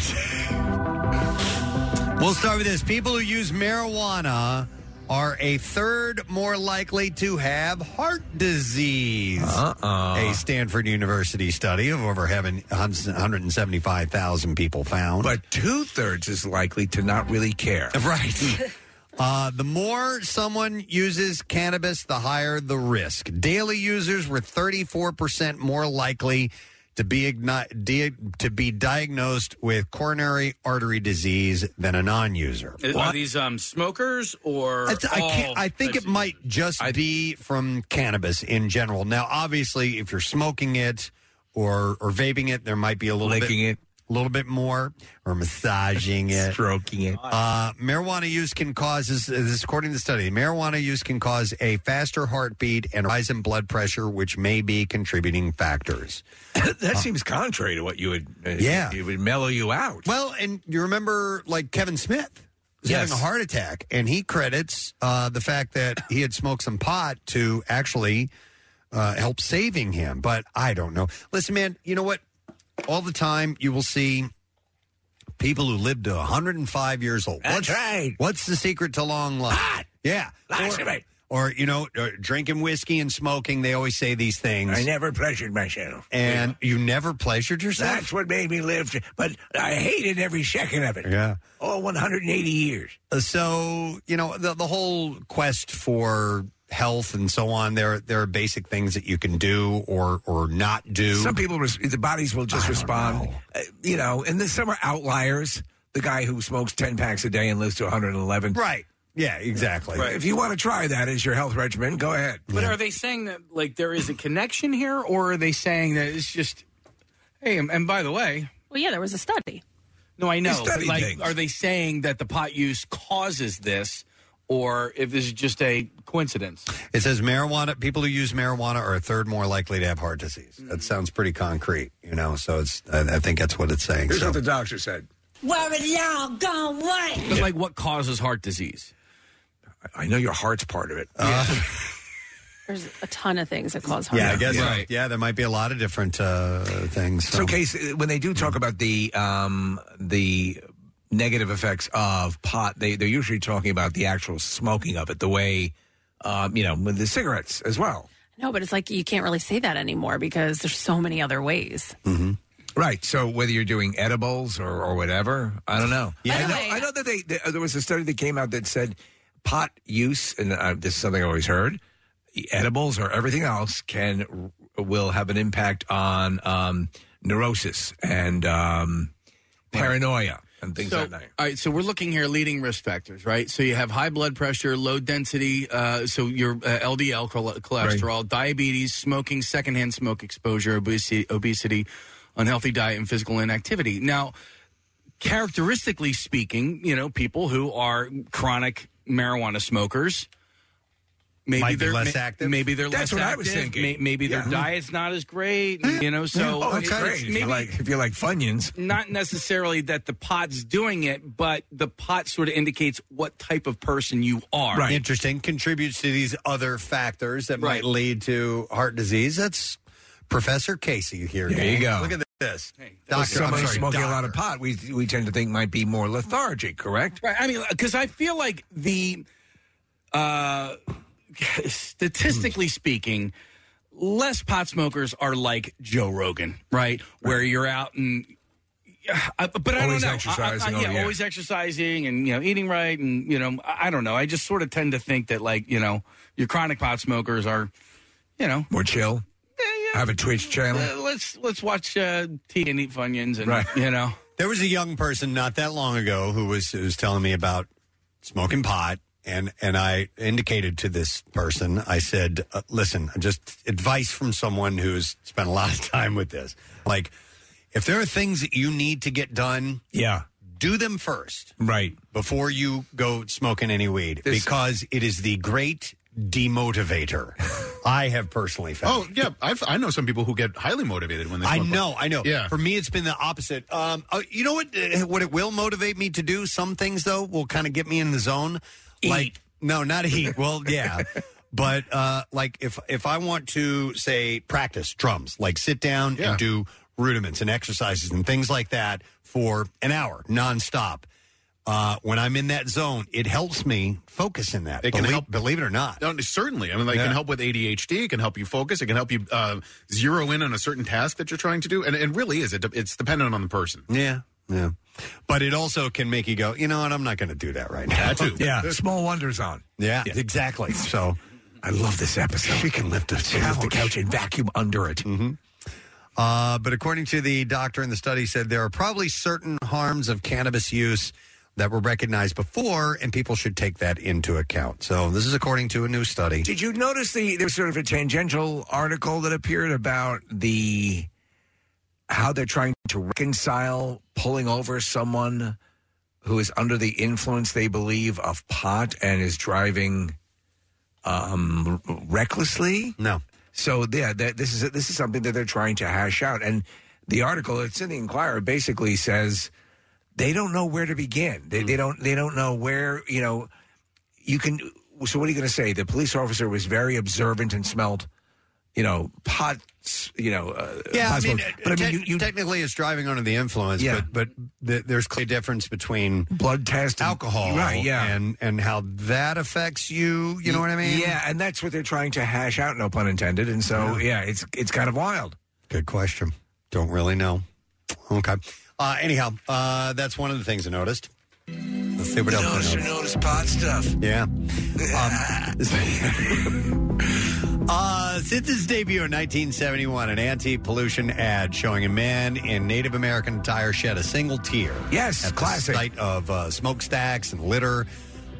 [SPEAKER 1] we'll start with this. People who use marijuana are a third more likely to have heart disease.
[SPEAKER 3] Uh-uh.
[SPEAKER 1] A Stanford University study of over having 175,000 people found.
[SPEAKER 3] But two thirds is likely to not really care.
[SPEAKER 1] Right. Uh, the more someone uses cannabis, the higher the risk. Daily users were 34% more likely to be, igni- di- to be diagnosed with coronary artery disease than a non user.
[SPEAKER 11] Are these um, smokers or
[SPEAKER 1] I, th- I
[SPEAKER 11] Oh,
[SPEAKER 1] can't, I think it might just be from cannabis in general. Now, obviously, if you're smoking it or or vaping it, there might be a little
[SPEAKER 3] Licking
[SPEAKER 1] bit, a little bit more, or massaging it,
[SPEAKER 3] stroking it.
[SPEAKER 1] Uh, marijuana use can cause this, this is according to the study. Marijuana use can cause a faster heartbeat and rise in blood pressure, which may be contributing factors. Uh,
[SPEAKER 3] that seems contrary to what you would. Uh,
[SPEAKER 1] Yeah.
[SPEAKER 3] it would mellow you out.
[SPEAKER 1] Well, and you remember like Kevin Smith was
[SPEAKER 3] Yes.
[SPEAKER 1] having a heart attack, and he credits uh, the fact that he had smoked some pot to actually uh, help saving him. But I don't know. Listen, man, you know what? All the time you will see people who live to 105 years old. That's what's, right. What's the secret to long life? Yeah. Or, or, you know, or drinking whiskey and smoking. They always say these things.
[SPEAKER 3] I never pressured myself.
[SPEAKER 1] And you never pleasured yourself?
[SPEAKER 3] That's what made me live, to- but I hated every second of it.
[SPEAKER 1] Yeah.
[SPEAKER 3] All 180 years.
[SPEAKER 1] Uh, So you know the the whole quest for health and so on. There there are basic things that you can do or or not do.
[SPEAKER 3] Some people, res- the bodies will just respond. Uh, you know, and then some are outliers. The guy who smokes 10 packs a day and lives to 111.
[SPEAKER 1] Right. Yeah, exactly.
[SPEAKER 3] Right. If you want to try that as your health regimen, go ahead.
[SPEAKER 11] But are they saying that like there is a connection here, or are they saying that it's just hey? And, and by the way,
[SPEAKER 2] Well, yeah, there was a study.
[SPEAKER 11] no, I
[SPEAKER 2] They
[SPEAKER 11] know. but,
[SPEAKER 2] study
[SPEAKER 11] like,
[SPEAKER 2] things.
[SPEAKER 11] are they saying that the pot use causes this, or if this is just a coincidence?
[SPEAKER 1] It says marijuana. People who use marijuana are a third more likely to have heart disease.
[SPEAKER 3] Mm.
[SPEAKER 1] That sounds pretty concrete, you know. So it's I, I think that's what it's saying.
[SPEAKER 3] Here's
[SPEAKER 1] So-
[SPEAKER 3] what the doctor said.
[SPEAKER 4] Where it all gone away.
[SPEAKER 11] But like, what causes heart disease?
[SPEAKER 3] I know your heart's part of it.
[SPEAKER 1] Uh,
[SPEAKER 2] There's a ton of things that cause heart.
[SPEAKER 1] yeah, I guess.
[SPEAKER 2] disease.
[SPEAKER 3] Right.
[SPEAKER 1] Yeah, there might be a lot of different uh, things.
[SPEAKER 3] So, case when they do talk about the um, the negative effects of pot, they they're usually talking about the actual smoking of it, the way um, you know with the cigarettes as well.
[SPEAKER 2] No, but it's like you can't really say that anymore because there's so many other ways.
[SPEAKER 3] Right. So whether you're doing edibles or, or whatever, I don't know.
[SPEAKER 2] Yeah.
[SPEAKER 3] I know, I know that they, that- uh, there was a study that came out that said pot use, and uh, this is something I always heard. Edibles or everything else can will have an impact on um, neurosis and um, paranoia and things
[SPEAKER 11] so,
[SPEAKER 3] like that.
[SPEAKER 11] All right, so we're looking here leading risk factors, right? So you have high blood pressure, low density, uh, so your uh, LDL chol- cholesterol, diabetes, smoking, secondhand smoke exposure, obesity, obesity, unhealthy diet, and physical inactivity. Now, characteristically speaking, you know, people who are chronic marijuana smokers. Maybe
[SPEAKER 3] Might be
[SPEAKER 11] they're
[SPEAKER 3] less
[SPEAKER 11] ma-
[SPEAKER 3] active.
[SPEAKER 11] Maybe they're
[SPEAKER 3] That's
[SPEAKER 11] less
[SPEAKER 3] what I
[SPEAKER 11] active.
[SPEAKER 3] was thinking.
[SPEAKER 11] May- maybe
[SPEAKER 3] Yeah.
[SPEAKER 11] their diet's not as great. You know, so
[SPEAKER 3] Yeah. oh, that's
[SPEAKER 11] it's-
[SPEAKER 3] great.
[SPEAKER 11] it's
[SPEAKER 3] if, you
[SPEAKER 11] maybe-
[SPEAKER 3] like, if you like Funyuns,
[SPEAKER 11] not necessarily that the pot's doing it, but the pot sort of indicates what type of person you are.
[SPEAKER 1] Interesting. Contributes to these other factors that
[SPEAKER 11] Right.
[SPEAKER 1] might lead to heart disease. That's Professor Casey here.
[SPEAKER 3] There you
[SPEAKER 1] gang.
[SPEAKER 3] go.
[SPEAKER 1] Look at this.
[SPEAKER 3] Well,
[SPEAKER 1] Doctor, I'm
[SPEAKER 3] somebody
[SPEAKER 1] sorry,
[SPEAKER 3] smoking
[SPEAKER 1] doc-
[SPEAKER 3] a lot of pot, we we tend to think might be more lethargic, correct?
[SPEAKER 11] Right. I mean, because I feel like the uh, statistically speaking, less pot smokers are like Joe Rogan, right? Where you're out and. I, but I
[SPEAKER 3] Always
[SPEAKER 11] don't know. I- I-
[SPEAKER 3] exercising,
[SPEAKER 11] I-
[SPEAKER 3] oh,
[SPEAKER 11] yeah,
[SPEAKER 3] yeah.
[SPEAKER 11] always exercising and you know eating right and you know I I don't know. I just sort of tend to think that like you know your chronic pot smokers are, you know,
[SPEAKER 3] more chill. Have a Twitch channel.
[SPEAKER 11] Uh, let's let's watch uh, tea and eat funyuns and you know.
[SPEAKER 1] There was a young person not that long ago who was who was telling me about smoking pot, and and I indicated to this person, I said, uh, "Listen, just advice from someone who's spent a lot of time with this. Like, if there are things that you need to get done,
[SPEAKER 3] yeah,
[SPEAKER 1] do them first,
[SPEAKER 3] right,
[SPEAKER 1] before you go smoking any weed, because it is the great demotivator. I have personally found.
[SPEAKER 8] Oh yeah, I've, I know some people who get highly motivated when they.
[SPEAKER 1] I
[SPEAKER 8] smoke.
[SPEAKER 1] know, I know.
[SPEAKER 8] Yeah,
[SPEAKER 1] For me, it's been the opposite. Um, uh, you know what? uh, What it will motivate me to do. Some things though will kind of get me in the zone. Like no, not eat. Well, yeah, but uh, like if if I want to say practice drums, like sit down
[SPEAKER 8] Yeah.
[SPEAKER 1] and do rudiments and exercises and things like that for an hour nonstop. Uh, when I'm in that zone, it helps me focus in that.
[SPEAKER 8] It can
[SPEAKER 1] believe,
[SPEAKER 8] help-
[SPEAKER 1] believe it or not.
[SPEAKER 8] No, certainly. I mean, like, it
[SPEAKER 1] Yeah.
[SPEAKER 8] can help with ADHD. It can help you focus. It can help you uh, zero in on a certain task that you're trying to do. And it really is. It, de- it's dependent on the person.
[SPEAKER 1] Yeah, yeah. But it also can make you go, you know what? I'm not going to do that right now.
[SPEAKER 8] That too.
[SPEAKER 3] yeah. Small wonders on.
[SPEAKER 1] Yeah, exactly. So
[SPEAKER 3] I love this episode.
[SPEAKER 1] We can lift, a,
[SPEAKER 3] lift the couch and vacuum under it.
[SPEAKER 1] Mm-hmm. Uh, but according to the doctor in the study, said there are probably certain harms of cannabis use that were recognized before, and people should take that into account. So this is according to a new study.
[SPEAKER 3] Did you notice the there's sort of a tangential article that appeared about the how they're trying to reconcile pulling over someone who is under the influence they believe of pot and is driving um, r- recklessly?
[SPEAKER 1] No.
[SPEAKER 3] So yeah, that, this is this is something that they're trying to hash out, and the article that's in the Inquirer basically says they don't know where to begin. They, they don't they don't know where you know you can. So what are you going to say? The police officer was very observant and smelled you know, pots, you know, uh,
[SPEAKER 1] Yeah, I
[SPEAKER 3] pot
[SPEAKER 1] mean,
[SPEAKER 3] smokes.
[SPEAKER 1] but technically it's driving under the influence, but but th- there's clear difference between
[SPEAKER 3] blood test,
[SPEAKER 1] alcohol,
[SPEAKER 3] Right, yeah.
[SPEAKER 1] Oh, and and how that affects you. You know what I mean?
[SPEAKER 3] Yeah, and that's what they're trying to hash out. No pun intended. And so, yeah, it's it's kind of wild.
[SPEAKER 1] Good question. Don't really know. Okay. Uh, anyhow, uh, that's one of the things I noticed. Let's see what else. I
[SPEAKER 3] Notice or
[SPEAKER 1] noticed.
[SPEAKER 3] notice pot stuff.
[SPEAKER 1] Yeah. Um, uh, since its debut in 1971, an anti-pollution ad showing a man in Native American attire shed a single tear.
[SPEAKER 3] Yes,
[SPEAKER 1] at
[SPEAKER 3] classic.
[SPEAKER 1] The sight of uh, smokestacks and litter.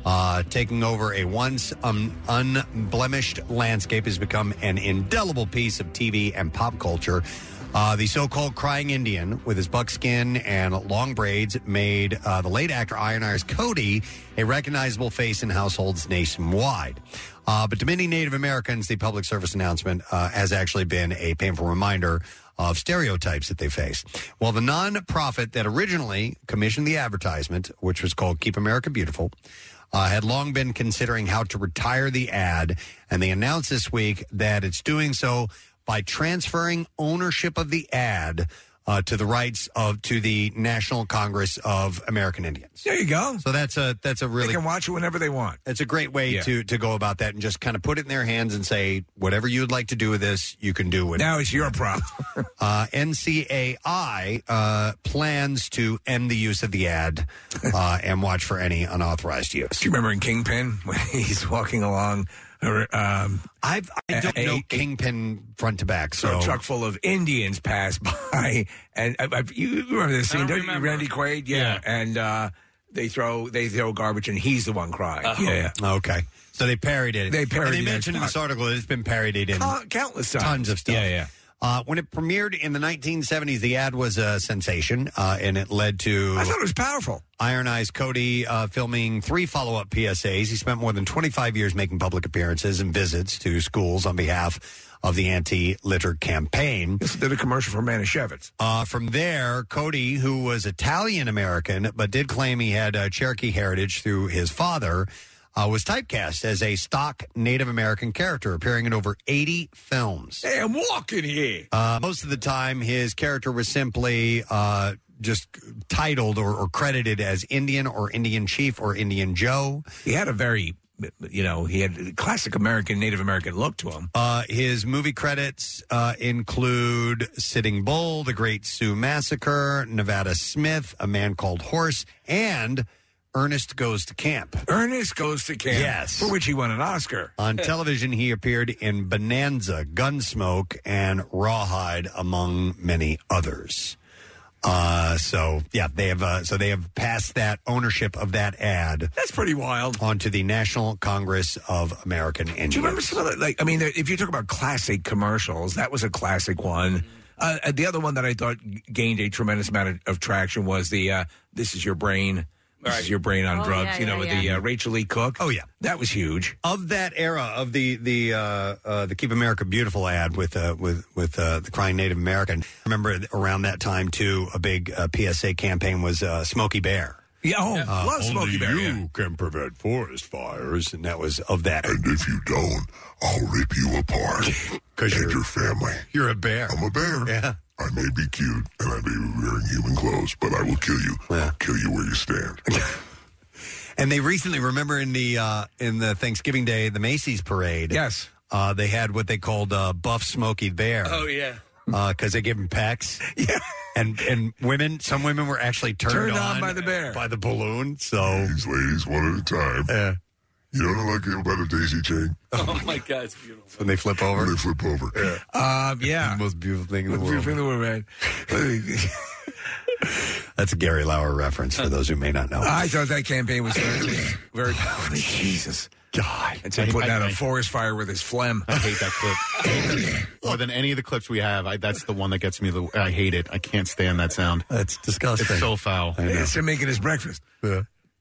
[SPEAKER 1] Uh, taking over a once um, unblemished landscape has become an indelible piece of TV and pop culture. Uh, the so-called crying Indian with his buckskin and long braids made uh, the late actor Iron Eyes Cody a recognizable face in households nationwide. Uh, but to many Native Americans, the public service announcement uh, has actually been a painful reminder of stereotypes that they face. Well, the nonprofit that originally commissioned the advertisement, which was called Keep America Beautiful, uh, had long been considering how to retire the ad, and they announced this week that it's doing so by transferring ownership of the ad uh, to the rights of to the National Congress of American Indians.
[SPEAKER 3] There you go.
[SPEAKER 1] So that's a that's a really
[SPEAKER 3] They can watch it whenever they want.
[SPEAKER 1] it's a great way
[SPEAKER 3] Yeah.
[SPEAKER 1] to to go about that and just kind of put it in their hands and say whatever you would like to do with this, you can do it.
[SPEAKER 3] Now it's your problem.
[SPEAKER 1] uh, NCAI uh, plans to end the use of the ad uh, and watch for any unauthorized use.
[SPEAKER 3] Do you remember in Kingpin when he's walking along? Or, um,
[SPEAKER 1] I've, I don't know Kingpin front to back. So
[SPEAKER 3] a truck full of Indians pass by, and I, I, you remember this scene, don't you, Randy Quaid? Yeah, and uh, they throw they throw garbage, and he's the one crying. Yeah,
[SPEAKER 1] Okay. So they parried it.
[SPEAKER 3] They parried
[SPEAKER 1] And
[SPEAKER 3] it.
[SPEAKER 1] they mentioned in this article that it's been parodied in
[SPEAKER 3] Count- countless times.
[SPEAKER 1] Tons of stuff.
[SPEAKER 3] Yeah, yeah.
[SPEAKER 1] Uh, when it premiered in the 1970s, the ad was a sensation, uh, and it led to
[SPEAKER 3] I thought it was powerful.
[SPEAKER 1] Iron Eyes Cody uh, filming three follow up PSAs. He spent more than 25 years making public appearances and visits to schools on behalf of the anti litter campaign.
[SPEAKER 3] This did a commercial for Manischewitz.
[SPEAKER 1] Uh, from there, Cody, who was Italian American but did claim he had uh, Cherokee heritage through his father, uh, was typecast as a stock Native American character, appearing in over 80 films.
[SPEAKER 3] Hey, I'm walking here.
[SPEAKER 1] Uh, most of the time, his character was simply uh, just titled or, or credited as Indian or Indian Chief or Indian Joe.
[SPEAKER 3] He had a very, you know, he had a classic American, Native American look to him.
[SPEAKER 1] Uh, his movie credits uh, include Sitting Bull, The Great Sioux Massacre, Nevada Smith, A Man Called Horse, and Ernest Goes to Camp.
[SPEAKER 3] Ernest Goes to Camp,
[SPEAKER 1] Yes.
[SPEAKER 3] for which he won an Oscar
[SPEAKER 1] On television, he appeared in Bonanza, Gunsmoke, and Rawhide, among many others. Uh, so yeah, they have uh, so they have passed that ownership of that ad.
[SPEAKER 3] That's pretty wild.
[SPEAKER 1] Onto the National Congress of American Indians.
[SPEAKER 3] Do you remember some of the, like, I mean, there- if you talk about classic commercials, that was a classic one. Uh, and the other one that I thought g- gained a tremendous amount of, of traction was the uh, This Is Your Brain. This is your brain on
[SPEAKER 1] Oh,
[SPEAKER 3] drugs,
[SPEAKER 1] yeah,
[SPEAKER 3] you know,
[SPEAKER 1] yeah,
[SPEAKER 3] with the
[SPEAKER 1] yeah.
[SPEAKER 3] uh, Rachel Lee Cook. Oh
[SPEAKER 1] yeah,
[SPEAKER 3] that was huge.
[SPEAKER 1] of that era of the the uh, uh, the Keep America Beautiful ad with uh, with with uh, the crying Native American. I remember around that time too, a big uh, PSA campaign was uh, Smokey Bear.
[SPEAKER 3] Yeah, oh,
[SPEAKER 1] Uh,
[SPEAKER 3] love Smokey Bear.
[SPEAKER 1] You
[SPEAKER 3] yeah.
[SPEAKER 1] can prevent forest fires, and that was of that. And
[SPEAKER 16] if you don't, I'll rip you apart.
[SPEAKER 1] Cause
[SPEAKER 16] and your family.
[SPEAKER 1] You're a bear.
[SPEAKER 16] I'm a bear.
[SPEAKER 1] Yeah.
[SPEAKER 16] I may be cute and I may be wearing human clothes, but I will kill you. I'll kill you where you stand.
[SPEAKER 1] And they recently remember in the uh, in the Thanksgiving Day the Macy's parade.
[SPEAKER 3] Yes,
[SPEAKER 1] uh, they had what they called uh, Buff Smokey Bear.
[SPEAKER 11] Oh yeah.
[SPEAKER 1] because they give him packs. Yeah. And and women, some women were actually turned,
[SPEAKER 16] Turned on by
[SPEAKER 1] the bear, by the balloon. So
[SPEAKER 16] These ladies, one at a time.
[SPEAKER 1] Yeah.
[SPEAKER 16] You know what I like about a daisy chain?
[SPEAKER 11] Oh my God, it's beautiful.
[SPEAKER 1] when they flip over,
[SPEAKER 16] they flip over. Yeah.
[SPEAKER 3] Um, yeah.
[SPEAKER 1] most beautiful thing in the
[SPEAKER 3] Most
[SPEAKER 1] world.
[SPEAKER 3] beautiful thing in the world, man.
[SPEAKER 1] That's a Gary Lauer reference for those who may not know.
[SPEAKER 3] I thought that campaign was very, very oh, Jesus.
[SPEAKER 1] God.
[SPEAKER 3] And so
[SPEAKER 8] I-
[SPEAKER 3] putting
[SPEAKER 8] I-
[SPEAKER 3] out a
[SPEAKER 8] I-
[SPEAKER 3] forest fire with his phlegm. I
[SPEAKER 8] hate that clip. More than any of the clips we have, I, that's the one that gets me. The I hate it. I can't stand that sound.
[SPEAKER 1] That's disgusting.
[SPEAKER 8] It's so foul.
[SPEAKER 3] It's him making his breakfast.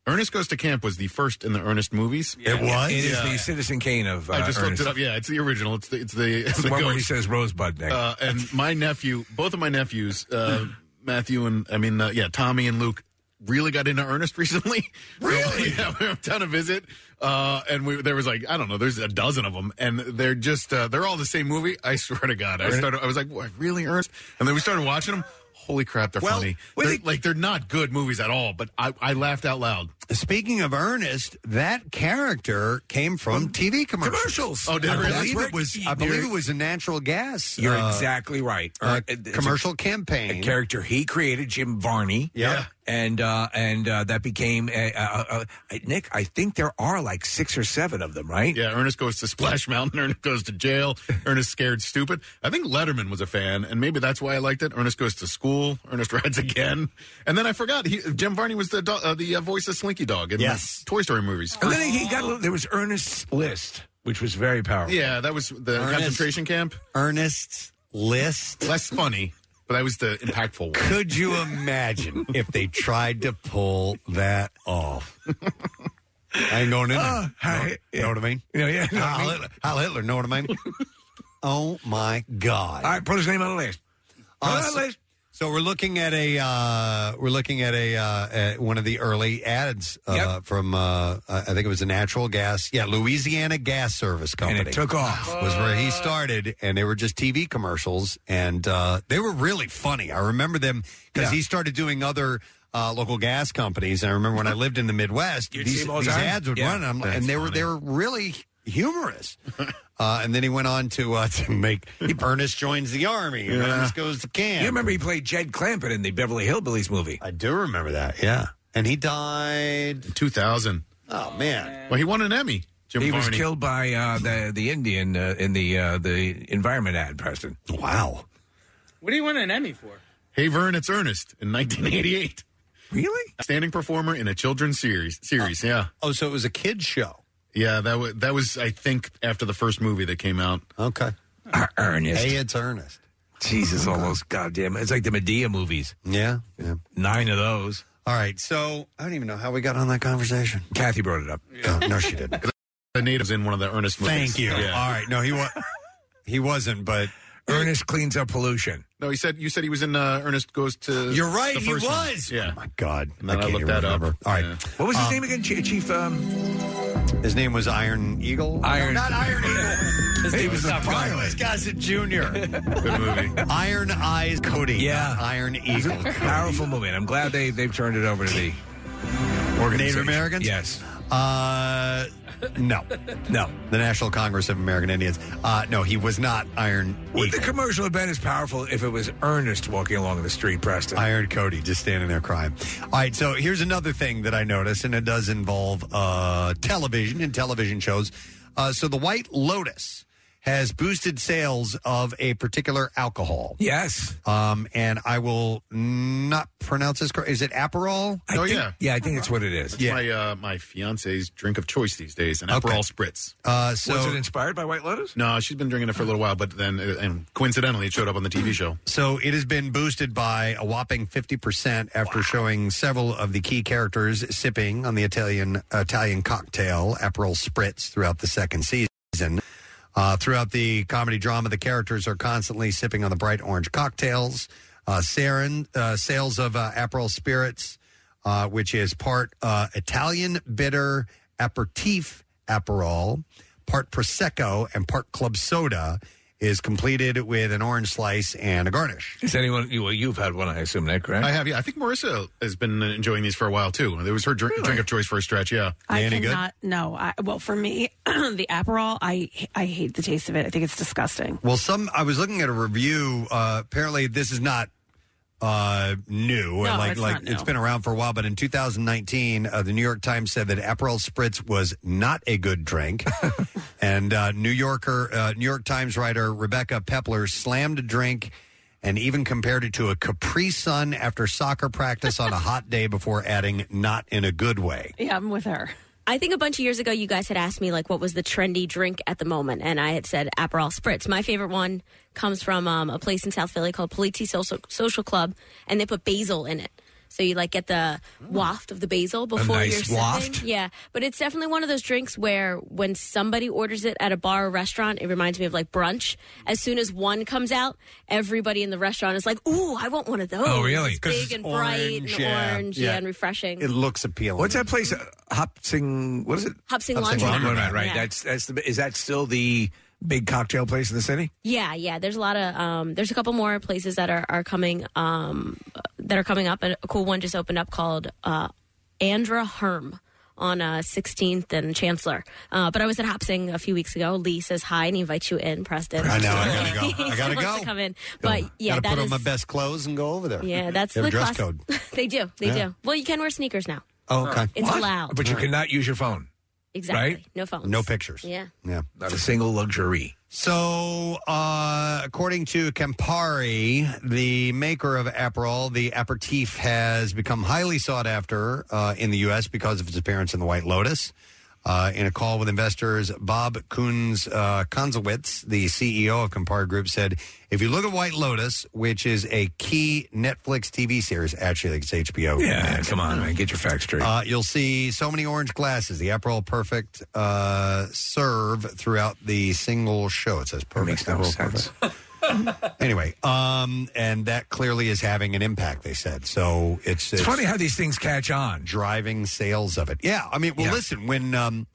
[SPEAKER 8] Ernest Goes to Camp was the first in the Ernest movies.
[SPEAKER 3] It was? It is
[SPEAKER 8] Yeah.
[SPEAKER 3] the Citizen Kane of uh,
[SPEAKER 8] I just looked
[SPEAKER 3] Ernest.
[SPEAKER 8] it up. Yeah, it's the original. It's the it's the,
[SPEAKER 3] It's the one where he
[SPEAKER 8] ghost.
[SPEAKER 3] says Rosebud next.
[SPEAKER 8] Uh, and my nephew, both of my nephews, uh, Matthew and I mean, uh, yeah, Tommy and Luke, really got into earnest recently. Really? yeah, we were down to visit, uh, and we there was like I don't know, there's a dozen of them, and they're just uh, they're all the same movie. I swear to God, I
[SPEAKER 3] Really?
[SPEAKER 8] started I was like what, really earnest, and then we started watching them. Holy crap, they're
[SPEAKER 1] Well,
[SPEAKER 8] funny.
[SPEAKER 1] well,
[SPEAKER 8] They're-
[SPEAKER 1] they-
[SPEAKER 8] like they're not good movies at all, but I, I laughed out loud.
[SPEAKER 1] Speaking of Ernest, that character came from TV commercials.
[SPEAKER 3] commercials.
[SPEAKER 1] Oh, did
[SPEAKER 3] I
[SPEAKER 1] I
[SPEAKER 3] believe
[SPEAKER 1] believe
[SPEAKER 3] that's
[SPEAKER 1] it was.
[SPEAKER 3] where-
[SPEAKER 1] I believe it was a natural gas.
[SPEAKER 3] You're
[SPEAKER 1] uh,
[SPEAKER 3] exactly right.
[SPEAKER 1] uh,
[SPEAKER 3] it's a-
[SPEAKER 1] commercial campaign.
[SPEAKER 3] a character he created, Jim Varney.
[SPEAKER 1] Yeah.
[SPEAKER 3] and uh, and uh, that became a, a, a, a, Nick. I think there are like six or seven of them, right?
[SPEAKER 8] Yeah, Ernest goes to Splash Mountain. Ernest goes to jail. Ernest scared stupid. I think Letterman was a fan, and maybe that's why I liked it. Ernest goes to school. Ernest rides again, and then I forgot he, Jim Varney was the do- uh, the uh, voice of Slinky Dog in
[SPEAKER 3] Yes.
[SPEAKER 8] the Toy Story movies.
[SPEAKER 3] And then he got a little, there was Ernest's List, which was very powerful.
[SPEAKER 8] Yeah, that was the
[SPEAKER 3] Ernest-
[SPEAKER 8] concentration camp.
[SPEAKER 1] Ernest's List.
[SPEAKER 8] Less funny, but that was the impactful one.
[SPEAKER 1] Could you imagine if they tried to pull that off? I ain't going in there.
[SPEAKER 3] Uh,
[SPEAKER 1] know, know what I mean?
[SPEAKER 3] Yeah, yeah, know what I
[SPEAKER 1] Heil
[SPEAKER 3] mean.
[SPEAKER 1] Hitler, Heil Hitler, know what I mean? oh my God! All
[SPEAKER 3] right, put his name on the list.
[SPEAKER 1] so, so we're looking at a uh, we're looking at a uh, at one of the early ads uh, from uh, I think it was a natural gas, yeah, Louisiana Gas Service Company,
[SPEAKER 3] took off.
[SPEAKER 1] was where he started, and they were just TV commercials, and uh, they were really funny. I remember them because he started doing other. Uh, local gas companies. And I remember when I lived in the Midwest,
[SPEAKER 3] You'd see
[SPEAKER 1] these,
[SPEAKER 3] them all the
[SPEAKER 1] these
[SPEAKER 3] time?
[SPEAKER 1] ads would
[SPEAKER 3] Yeah.
[SPEAKER 1] run, and, I'm, like-
[SPEAKER 3] That's
[SPEAKER 1] and they were they were really humorous. uh, and then he went on to uh, to make Ernest joins the army. and
[SPEAKER 3] Yeah.
[SPEAKER 1] Ernest goes to camp.
[SPEAKER 3] You remember he played Jed Clampett in the Beverly Hillbillies movie?
[SPEAKER 1] I do remember that. Yeah, and he died
[SPEAKER 8] in 2000.
[SPEAKER 1] Oh man!
[SPEAKER 8] Well, he won an Emmy. Jim
[SPEAKER 3] he was
[SPEAKER 8] Varney.
[SPEAKER 3] killed by uh, the the Indian uh, in the uh, the environment ad, Preston.
[SPEAKER 1] Wow.
[SPEAKER 9] What do you want an Emmy for?
[SPEAKER 8] Hey Vern, it's Ernest in 1988.
[SPEAKER 3] Really?
[SPEAKER 8] Standing performer in a children's series. Series, yeah.
[SPEAKER 1] Oh, so it was a kids show.
[SPEAKER 8] Yeah, that was that was I think after the first movie that came out.
[SPEAKER 1] Okay.
[SPEAKER 3] Ernest.
[SPEAKER 1] Hey, it's Ernest.
[SPEAKER 3] Jesus,
[SPEAKER 1] Oh,
[SPEAKER 3] all those goddamn. It's like the Medea movies.
[SPEAKER 1] Yeah, yeah.
[SPEAKER 3] Nine of those.
[SPEAKER 1] All right, so I don't even know how we got on that conversation.
[SPEAKER 3] Kathy brought it up.
[SPEAKER 1] No, no, she didn't.
[SPEAKER 8] The natives in one of the Ernest movies.
[SPEAKER 1] Thank you.
[SPEAKER 8] Yeah.
[SPEAKER 1] All right, no, he was he wasn't, but
[SPEAKER 3] Ernest cleans up pollution.
[SPEAKER 8] No, he said you said he was in uh, Ernest Goes to.
[SPEAKER 3] You're right,
[SPEAKER 8] the
[SPEAKER 3] he
[SPEAKER 8] first one.
[SPEAKER 3] was.
[SPEAKER 8] Yeah.
[SPEAKER 1] God,
[SPEAKER 8] And then I, looked that up.
[SPEAKER 1] All right,
[SPEAKER 3] What was his
[SPEAKER 1] Um,
[SPEAKER 3] name again, Ch- Chief? Um,
[SPEAKER 1] His name was Iron Eagle.
[SPEAKER 3] Iron.
[SPEAKER 1] No, not Iron Eagle.
[SPEAKER 3] His name was not Iron.
[SPEAKER 1] Carlos Gossett Jr.
[SPEAKER 8] Good movie.
[SPEAKER 1] Iron Eyes Cody.
[SPEAKER 3] Yeah.
[SPEAKER 1] not Iron
[SPEAKER 3] It's a
[SPEAKER 1] Eagle.
[SPEAKER 3] powerful movie, and I'm glad they they've turned it over to the
[SPEAKER 1] Native
[SPEAKER 3] organization.
[SPEAKER 1] Americans?
[SPEAKER 3] Yes.
[SPEAKER 1] Uh, no.
[SPEAKER 3] No.
[SPEAKER 1] The National Congress of American Indians. Uh, no, he was not Iron
[SPEAKER 3] Would the
[SPEAKER 1] Eagle.
[SPEAKER 3] commercial have been as powerful if it was Ernest walking along the street, Preston?
[SPEAKER 1] Iron Cody just standing there crying. All right, so here's another thing that I noticed, and it does involve uh, television and television shows. Uh, so the White Lotus has boosted sales of a particular alcohol.
[SPEAKER 3] Yes.
[SPEAKER 1] Um, and I will not pronounce this correct. Is it Aperol?
[SPEAKER 3] I
[SPEAKER 8] Oh,
[SPEAKER 3] think-
[SPEAKER 8] yeah.
[SPEAKER 3] Yeah, I think that's what it is.
[SPEAKER 8] That's my uh, my fiance's drink of choice these days, an
[SPEAKER 3] Okay.
[SPEAKER 8] Aperol spritz.
[SPEAKER 1] Uh, so
[SPEAKER 3] was it inspired by White Lotus?
[SPEAKER 8] No, she's been drinking it for a little while, but then uh, and coincidentally, it showed up on the TV show.
[SPEAKER 1] So it has been boosted by a whopping 50% after showing several of the key characters sipping on the Italian Italian cocktail Aperol Spritz throughout the second season. Uh, throughout the comedy drama, the characters are constantly sipping on the bright orange cocktails. Uh, sarin, uh, sales of uh, Aperol Spirits, uh, which is part uh, Italian bitter aperitif Aperol, part Prosecco, and part club soda, is completed with an orange slice and a garnish.
[SPEAKER 3] Is anyone? you- Well, you've had one, I assume, Nick, correct?
[SPEAKER 8] I have, yeah. I think Marissa has been enjoying these for a while too. It was her drink, drink of choice for a stretch. Yeah,
[SPEAKER 2] I cannot. No. I, well, for me, the Aperol, I I hate the taste of it. I think it's disgusting.
[SPEAKER 1] Well, some I was looking at a review. Uh, apparently, this is not uh, new.
[SPEAKER 2] No,
[SPEAKER 1] like
[SPEAKER 2] it's
[SPEAKER 1] like
[SPEAKER 2] not new.
[SPEAKER 1] it's been around for a while. But in 2019, uh, the New York Times said that Aperol Spritz was not a good drink, and uh, New Yorker uh, New York Times writer Rebecca Pepler slammed the drink. And even compared it to a Capri Sun after soccer practice on a hot day before adding, not in a good way.
[SPEAKER 2] Yeah, I'm with her.
[SPEAKER 14] I think a bunch of years ago, you guys had asked me like what was the trendy drink at the moment, and I had said Aperol Spritz. My favorite one comes from um, a place in South Philly called Polizzi Social, Social Club, and they put basil in it. So you like get the waft of the basil before
[SPEAKER 3] nice
[SPEAKER 14] you're sipping.
[SPEAKER 3] waft?
[SPEAKER 14] Yeah, but it's definitely one of those drinks where when somebody orders it at a bar or restaurant, it reminds me of like brunch. As soon as one comes out, everybody in the restaurant is like, "Ooh, I want one of those."
[SPEAKER 3] Oh, really?
[SPEAKER 14] It's
[SPEAKER 3] 'Cause
[SPEAKER 14] big
[SPEAKER 3] it's
[SPEAKER 14] and bright
[SPEAKER 3] orange,
[SPEAKER 14] and
[SPEAKER 3] yeah,
[SPEAKER 14] orange,
[SPEAKER 3] yeah.
[SPEAKER 14] yeah, and refreshing.
[SPEAKER 3] It
[SPEAKER 1] looks appealing.
[SPEAKER 3] What's that place? Uh, Hopsing. What is it?
[SPEAKER 14] Hopsing
[SPEAKER 3] Hopsing
[SPEAKER 14] Laundromat.
[SPEAKER 3] Laundromat, Right.
[SPEAKER 14] Yeah.
[SPEAKER 3] That's that's the. Is that still the big cocktail place in the city?
[SPEAKER 14] Yeah, yeah. There's a lot of um, there's a couple more places that are are coming um, that are coming up. And A cool one just opened up called uh, Andra Herm on uh, 16th and Chancellor. Uh, but I was at Hopsing a few weeks ago. Lee says hi and he invites you in, Preston.
[SPEAKER 1] I know. I gotta go.
[SPEAKER 14] He
[SPEAKER 1] I gotta
[SPEAKER 14] wants
[SPEAKER 1] go.
[SPEAKER 14] to come in, but yeah,
[SPEAKER 1] Gotta
[SPEAKER 14] that
[SPEAKER 1] put on
[SPEAKER 14] is
[SPEAKER 1] my best clothes and go over there.
[SPEAKER 14] yeah, that's
[SPEAKER 1] They have
[SPEAKER 14] the
[SPEAKER 1] a dress
[SPEAKER 14] class-
[SPEAKER 1] code.
[SPEAKER 14] they do, they
[SPEAKER 1] Yeah.
[SPEAKER 14] do. Well, you can wear sneakers now.
[SPEAKER 1] Oh, okay.
[SPEAKER 14] It's allowed.
[SPEAKER 3] But you cannot use your phone.
[SPEAKER 14] Exactly.
[SPEAKER 3] right?
[SPEAKER 14] No phones.
[SPEAKER 1] No pictures.
[SPEAKER 14] Yeah.
[SPEAKER 1] Yeah.
[SPEAKER 3] Not a single luxury.
[SPEAKER 1] So, uh, according to Campari, the maker of Aperol, the aperitif has become highly sought after uh, in the U.S. because of its appearance in the White Lotus. Uh, in a call with investors, Bob Kunz uh, Konzowitz, the CEO of Campari Group, said, "If you look at White Lotus, which is a key Netflix TV series, actually it's HBO.
[SPEAKER 3] Yeah, come on, man, get your facts straight.
[SPEAKER 1] Uh, you'll see so many orange glasses. The Aperol Perfect uh, serve throughout the single show. It says perfect. Aperol Perfect. anyway, um, and that clearly is having an impact. They said so. It's,
[SPEAKER 3] It's funny how these things catch on.
[SPEAKER 1] Driving sales of it. Yeah, I mean, well, listen, when um,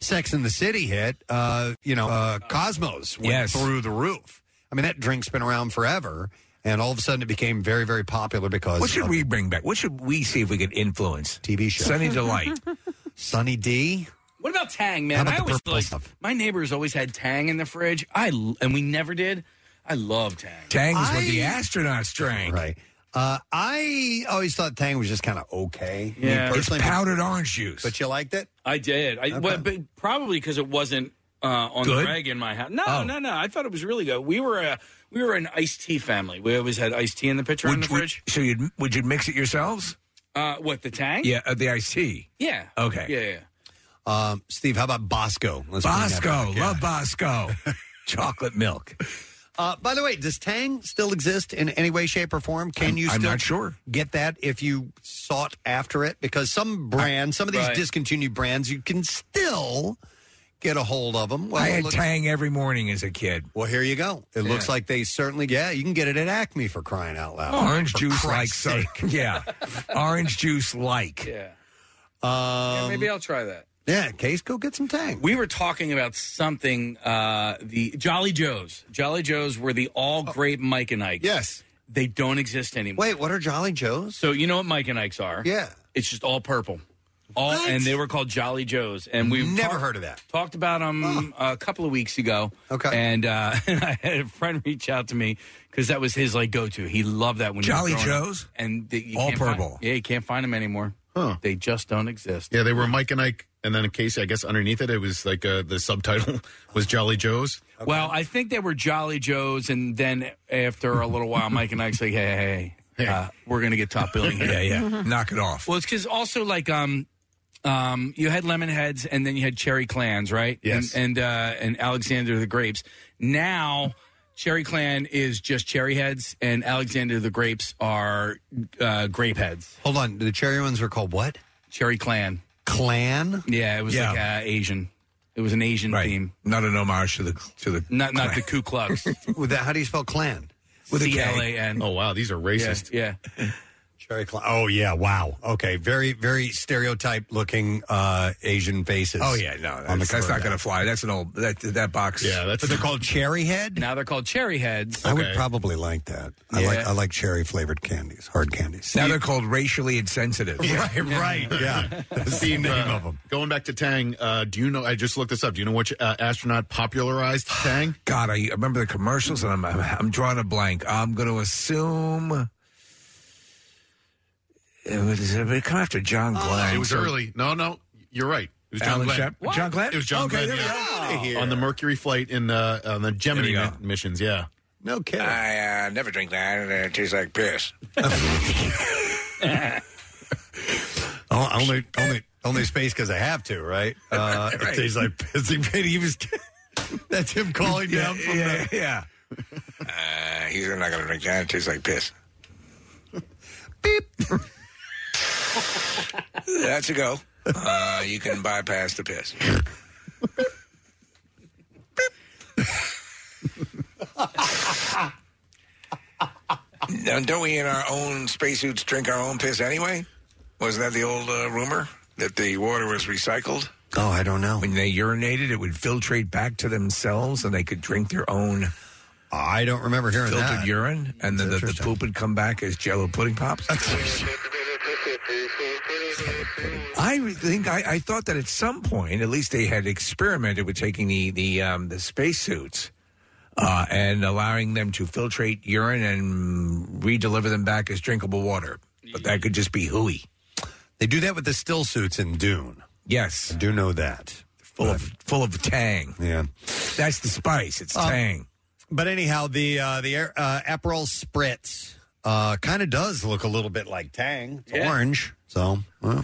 [SPEAKER 1] Sex in the City hit, uh, you know, uh, Cosmos went
[SPEAKER 3] Yes.
[SPEAKER 1] through the roof. I mean, that drink's been around forever, and all of a sudden it became very, very popular because.
[SPEAKER 3] What should
[SPEAKER 1] of
[SPEAKER 3] we bring back? What should we see if we could influence?
[SPEAKER 1] TV show.
[SPEAKER 3] Sunny Delight.
[SPEAKER 1] Sunny D.
[SPEAKER 11] What about Tang,
[SPEAKER 1] How
[SPEAKER 11] man?
[SPEAKER 1] about
[SPEAKER 11] I
[SPEAKER 1] the
[SPEAKER 11] always
[SPEAKER 1] purple
[SPEAKER 11] like
[SPEAKER 1] stuff?
[SPEAKER 11] my neighbors always had Tang in the fridge. I l- and we never did. I love Tang.
[SPEAKER 3] Tang is what the
[SPEAKER 1] I-
[SPEAKER 3] astronauts drank.
[SPEAKER 1] Right. Uh, I always thought Tang was just kind of okay. Me
[SPEAKER 11] Yeah. It's
[SPEAKER 1] personally,
[SPEAKER 11] powdered
[SPEAKER 3] orange juice.
[SPEAKER 1] But you liked it?
[SPEAKER 11] I did. I well, but probably because it wasn't uh, on
[SPEAKER 1] Good?
[SPEAKER 11] the reg in my house. No,
[SPEAKER 1] Oh.
[SPEAKER 11] no, no. I thought it was really good. We were a we were an iced tea family. We always had iced tea in the pitcher in the
[SPEAKER 3] Would-
[SPEAKER 11] fridge.
[SPEAKER 3] So you'd would you mix it yourselves?
[SPEAKER 11] Uh, what the Tang?
[SPEAKER 3] Yeah, uh, the iced tea.
[SPEAKER 11] Yeah.
[SPEAKER 3] Okay.
[SPEAKER 11] Yeah. yeah.
[SPEAKER 1] Um, Steve, how about Bosco? Let's bring that
[SPEAKER 3] Bosco,
[SPEAKER 1] back, yeah.
[SPEAKER 3] love Bosco, chocolate milk.
[SPEAKER 1] Uh, by the way, does Tang still exist in any way, shape, or form? Can you?
[SPEAKER 3] I'm
[SPEAKER 1] still
[SPEAKER 3] not sure.
[SPEAKER 1] Get that if you sought after it, because some brands, some of these
[SPEAKER 3] Right.
[SPEAKER 1] discontinued brands, you can still get a hold of them.
[SPEAKER 3] I had
[SPEAKER 1] it looks-
[SPEAKER 3] Tang every morning as a kid.
[SPEAKER 1] Well, here you go. It looks like they certainly. Yeah, you can get it at Acme for crying out loud.
[SPEAKER 3] orange
[SPEAKER 1] For
[SPEAKER 3] juice like
[SPEAKER 1] Christ's
[SPEAKER 3] so. Yeah, orange juice like.
[SPEAKER 11] Yeah.
[SPEAKER 1] Um,
[SPEAKER 11] yeah. Maybe I'll try that.
[SPEAKER 1] Yeah, Case, go get some Tang.
[SPEAKER 11] We were talking about something. Uh, the Jolly Joes. Jolly Joes were the all grape Mike and Ike.
[SPEAKER 1] Oh. Yes.
[SPEAKER 11] They don't exist anymore.
[SPEAKER 1] Wait, what are Jolly Joes?
[SPEAKER 11] So you know what Mike and Ike's are?
[SPEAKER 1] Yeah.
[SPEAKER 11] It's just all purple. All
[SPEAKER 1] What?
[SPEAKER 11] and they were called Jolly Joes, and we
[SPEAKER 1] Never heard of that. Oh.
[SPEAKER 11] Talked about them a couple of weeks ago. Okay, and uh, I had a friend reach out to me because that was his like go-to. He loved that when he was
[SPEAKER 3] Jolly
[SPEAKER 11] growing up.
[SPEAKER 3] Joes?
[SPEAKER 11] and the, you
[SPEAKER 8] All
[SPEAKER 11] can't find-
[SPEAKER 8] purple.
[SPEAKER 11] yeah, you can't find them anymore. They just don't exist.
[SPEAKER 8] Yeah, they were Mike and Ike, and then Casey. I guess underneath it, it was like uh, the subtitle was Jolly Joe's.
[SPEAKER 11] Well, I think they were Jolly Joes, and then after a little while, Mike and Ike's like, "Hey, hey, hey, uh, we're gonna get top billing here."
[SPEAKER 3] Yeah, yeah. Knock it off.
[SPEAKER 11] Well, it's because also like um, um, you had lemon heads, and then you had cherry clans, right?
[SPEAKER 8] Yes.
[SPEAKER 11] And and, uh, and Alexander the grapes. Now, cherry clan is just cherry heads, and Alexander the grapes are uh, grape heads.
[SPEAKER 1] Hold on, the cherry ones were called what?
[SPEAKER 11] Cherry clan.
[SPEAKER 1] Clan.
[SPEAKER 11] Yeah, it was
[SPEAKER 3] Yeah.
[SPEAKER 11] like uh, Asian. It was an Asian theme,
[SPEAKER 3] Not an homage to the to the
[SPEAKER 11] not not the Ku Klux.
[SPEAKER 1] With that, how do you spell clan?
[SPEAKER 3] With a K.
[SPEAKER 11] C L A N.
[SPEAKER 8] Oh wow, these are racist.
[SPEAKER 11] Yeah.
[SPEAKER 1] Cherry clan. Oh yeah, wow. Okay, very very stereotype looking uh, Asian faces.
[SPEAKER 3] Oh yeah, no,
[SPEAKER 1] on the
[SPEAKER 3] that's, that's
[SPEAKER 1] cover
[SPEAKER 3] not
[SPEAKER 1] of
[SPEAKER 3] going to
[SPEAKER 1] that.
[SPEAKER 3] fly. That's an old that that box.
[SPEAKER 8] Yeah, that's-
[SPEAKER 1] But they're called cherry head.
[SPEAKER 11] Now they're called cherry heads.
[SPEAKER 1] I would probably like that. I like I like cherry flavored candies, hard candies.
[SPEAKER 3] now they're called racially insensitive.
[SPEAKER 1] Right, right. Yeah. That's the
[SPEAKER 8] Steve,
[SPEAKER 1] name
[SPEAKER 8] uh,
[SPEAKER 1] of them.
[SPEAKER 8] Going back to Tang, uh, do you know? I just looked this up. Do you know which uh, astronaut popularized Tang?
[SPEAKER 3] God, I I remember the commercials, and I'm I'm, I'm drawing a blank. I'm going to assume it was it come after John Glenn.
[SPEAKER 8] Oh, it was
[SPEAKER 3] so-
[SPEAKER 8] early. No, no, you're right. It was John
[SPEAKER 3] Alan
[SPEAKER 8] Glenn.
[SPEAKER 3] Shep- What? John Glenn?
[SPEAKER 8] It was John
[SPEAKER 3] Okay,
[SPEAKER 8] Glenn.
[SPEAKER 3] there we
[SPEAKER 8] yeah.
[SPEAKER 3] go. Outta here.
[SPEAKER 8] On the Mercury flight in the on the Gemini
[SPEAKER 3] There we
[SPEAKER 8] mi- missions. Yeah.
[SPEAKER 1] No kidding.
[SPEAKER 3] I uh, never drink that. and It tastes like piss. Uh,
[SPEAKER 1] Oh, only only only space because I have to, right? Uh,
[SPEAKER 3] Right.
[SPEAKER 1] It tastes like pissing paint. He was. That's him calling down from
[SPEAKER 3] yeah,
[SPEAKER 1] the.
[SPEAKER 3] yeah. Uh, he's not going to drink that. It tastes like piss. That's a go. Uh, you can bypass the piss. now, don't we in our own spacesuits drink our own piss anyway? Wasn't that the old uh, rumor that the water was recycled?
[SPEAKER 1] Oh, I don't know.
[SPEAKER 3] When they urinated, it would filtrate back to themselves, and they could drink their own.
[SPEAKER 1] I don't remember hearing
[SPEAKER 3] filtered
[SPEAKER 1] that.
[SPEAKER 3] urine, and then the, the poop would come back as Jello pudding pops. I think I, I thought that at some point, at least they had experimented with taking the the um, the spacesuits uh, and allowing them to filtrate urine and re-deliver them back as drinkable water. But that could just be hooey.
[SPEAKER 1] They do that with the still suits in Dune.
[SPEAKER 3] Yes,
[SPEAKER 1] I do know that.
[SPEAKER 3] Full of full of tang.
[SPEAKER 1] Yeah,
[SPEAKER 3] that's the spice. It's
[SPEAKER 1] Um,
[SPEAKER 3] tang.
[SPEAKER 1] But anyhow, the uh, the air- uh, Aperol Spritz uh, kind of does look a little bit like Tang. It's
[SPEAKER 3] Yeah.
[SPEAKER 1] orange, so well. Uh,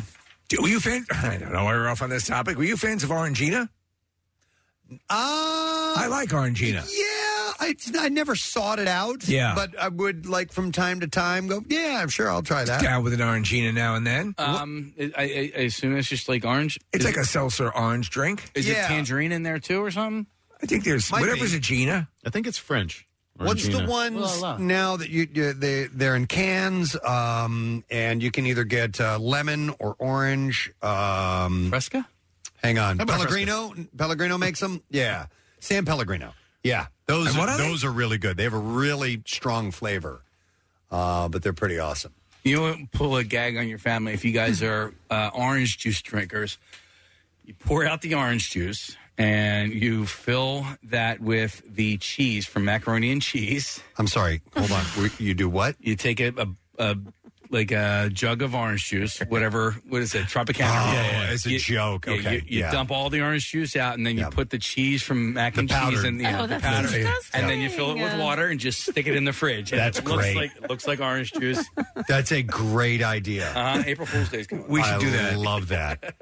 [SPEAKER 3] Do, were you fans? I don't know. why We're off on this topic. Were you fans of Orangina? I like Orangina.
[SPEAKER 1] Yeah, I, I never sought it out.
[SPEAKER 3] Yeah.
[SPEAKER 1] but I would like from time to time go. Yeah, I'm sure I'll try that.
[SPEAKER 3] Down with an Orangina now and then.
[SPEAKER 11] Um, I, I, I assume it's just like orange.
[SPEAKER 3] It's like a seltzer orange drink.
[SPEAKER 11] Is
[SPEAKER 3] Yeah.
[SPEAKER 11] it tangerine in there too, or something?
[SPEAKER 3] I think there's
[SPEAKER 11] Might
[SPEAKER 3] whatever's
[SPEAKER 11] be.
[SPEAKER 3] a Gina.
[SPEAKER 8] I think it's French.
[SPEAKER 1] What's the ones now that you, you they they're in cans, um, and you can either get uh, lemon or orange. Um,
[SPEAKER 11] Fresca.
[SPEAKER 1] Hang on,
[SPEAKER 8] How about
[SPEAKER 1] Pellegrino. Pellegrino makes them. Yeah, San Pellegrino. Yeah, those
[SPEAKER 3] And what
[SPEAKER 1] are,
[SPEAKER 3] are they?
[SPEAKER 1] those are really good. They have a really strong flavor, uh, but they're pretty awesome.
[SPEAKER 11] You won't pull a gag on your family if you guys are uh, orange juice drinkers. You pour out the orange juice and you fill that with the cheese from macaroni and cheese.
[SPEAKER 1] I'm sorry. Hold on. We- You do what?
[SPEAKER 11] You take a, a, a like a jug of orange juice, whatever. What is it? Tropicana.
[SPEAKER 1] Oh, it's a joke.
[SPEAKER 11] you-
[SPEAKER 1] Okay,
[SPEAKER 11] You, you
[SPEAKER 1] yeah.
[SPEAKER 11] dump all the orange juice out, and then you put the cheese from mac and cheese
[SPEAKER 1] powder.
[SPEAKER 11] in the,
[SPEAKER 1] Oh,
[SPEAKER 11] the
[SPEAKER 1] that's
[SPEAKER 11] powder,
[SPEAKER 1] disgusting.
[SPEAKER 11] and then you fill it with water and just stick it in the fridge. And
[SPEAKER 1] That's
[SPEAKER 11] it looks
[SPEAKER 1] great.
[SPEAKER 11] Like, it looks like orange juice.
[SPEAKER 1] That's a great idea.
[SPEAKER 11] Uh, April Fool's Day's coming.
[SPEAKER 1] I Love that.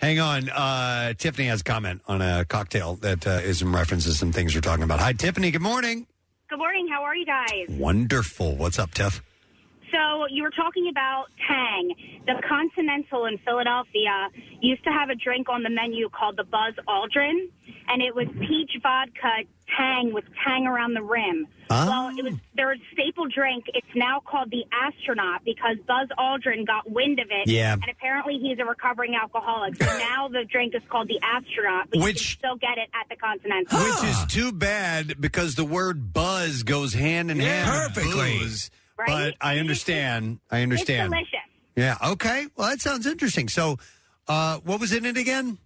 [SPEAKER 1] Hang on. Uh, Tiffany has a comment on a cocktail that uh, is in reference to some things we're talking about. Hi, Tiffany. Good morning.
[SPEAKER 15] Good morning. How are you guys?
[SPEAKER 1] Wonderful. What's up, Tiff?
[SPEAKER 15] So you were talking about Tang. The Continental in Philadelphia used to have a drink on the menu called the Buzz Aldrin, and it was peach vodka Tang with Tang around the rim.
[SPEAKER 1] Ah.
[SPEAKER 15] Well, it was their staple drink. It's now called the Astronaut because Buzz Aldrin got wind of it.
[SPEAKER 1] Yeah.
[SPEAKER 15] And apparently he's a recovering alcoholic. So now the drink is called the Astronaut, but
[SPEAKER 1] Which-
[SPEAKER 15] you can still get it at the Continental.
[SPEAKER 1] Which
[SPEAKER 11] Ah.
[SPEAKER 1] is too bad because the word buzz goes hand in hand with
[SPEAKER 15] Perfectly.
[SPEAKER 1] booze.
[SPEAKER 15] Right?
[SPEAKER 1] But I understand. I understand.
[SPEAKER 15] It's delicious.
[SPEAKER 1] Yeah. Okay. Well, that sounds interesting. So, uh, what was in it again?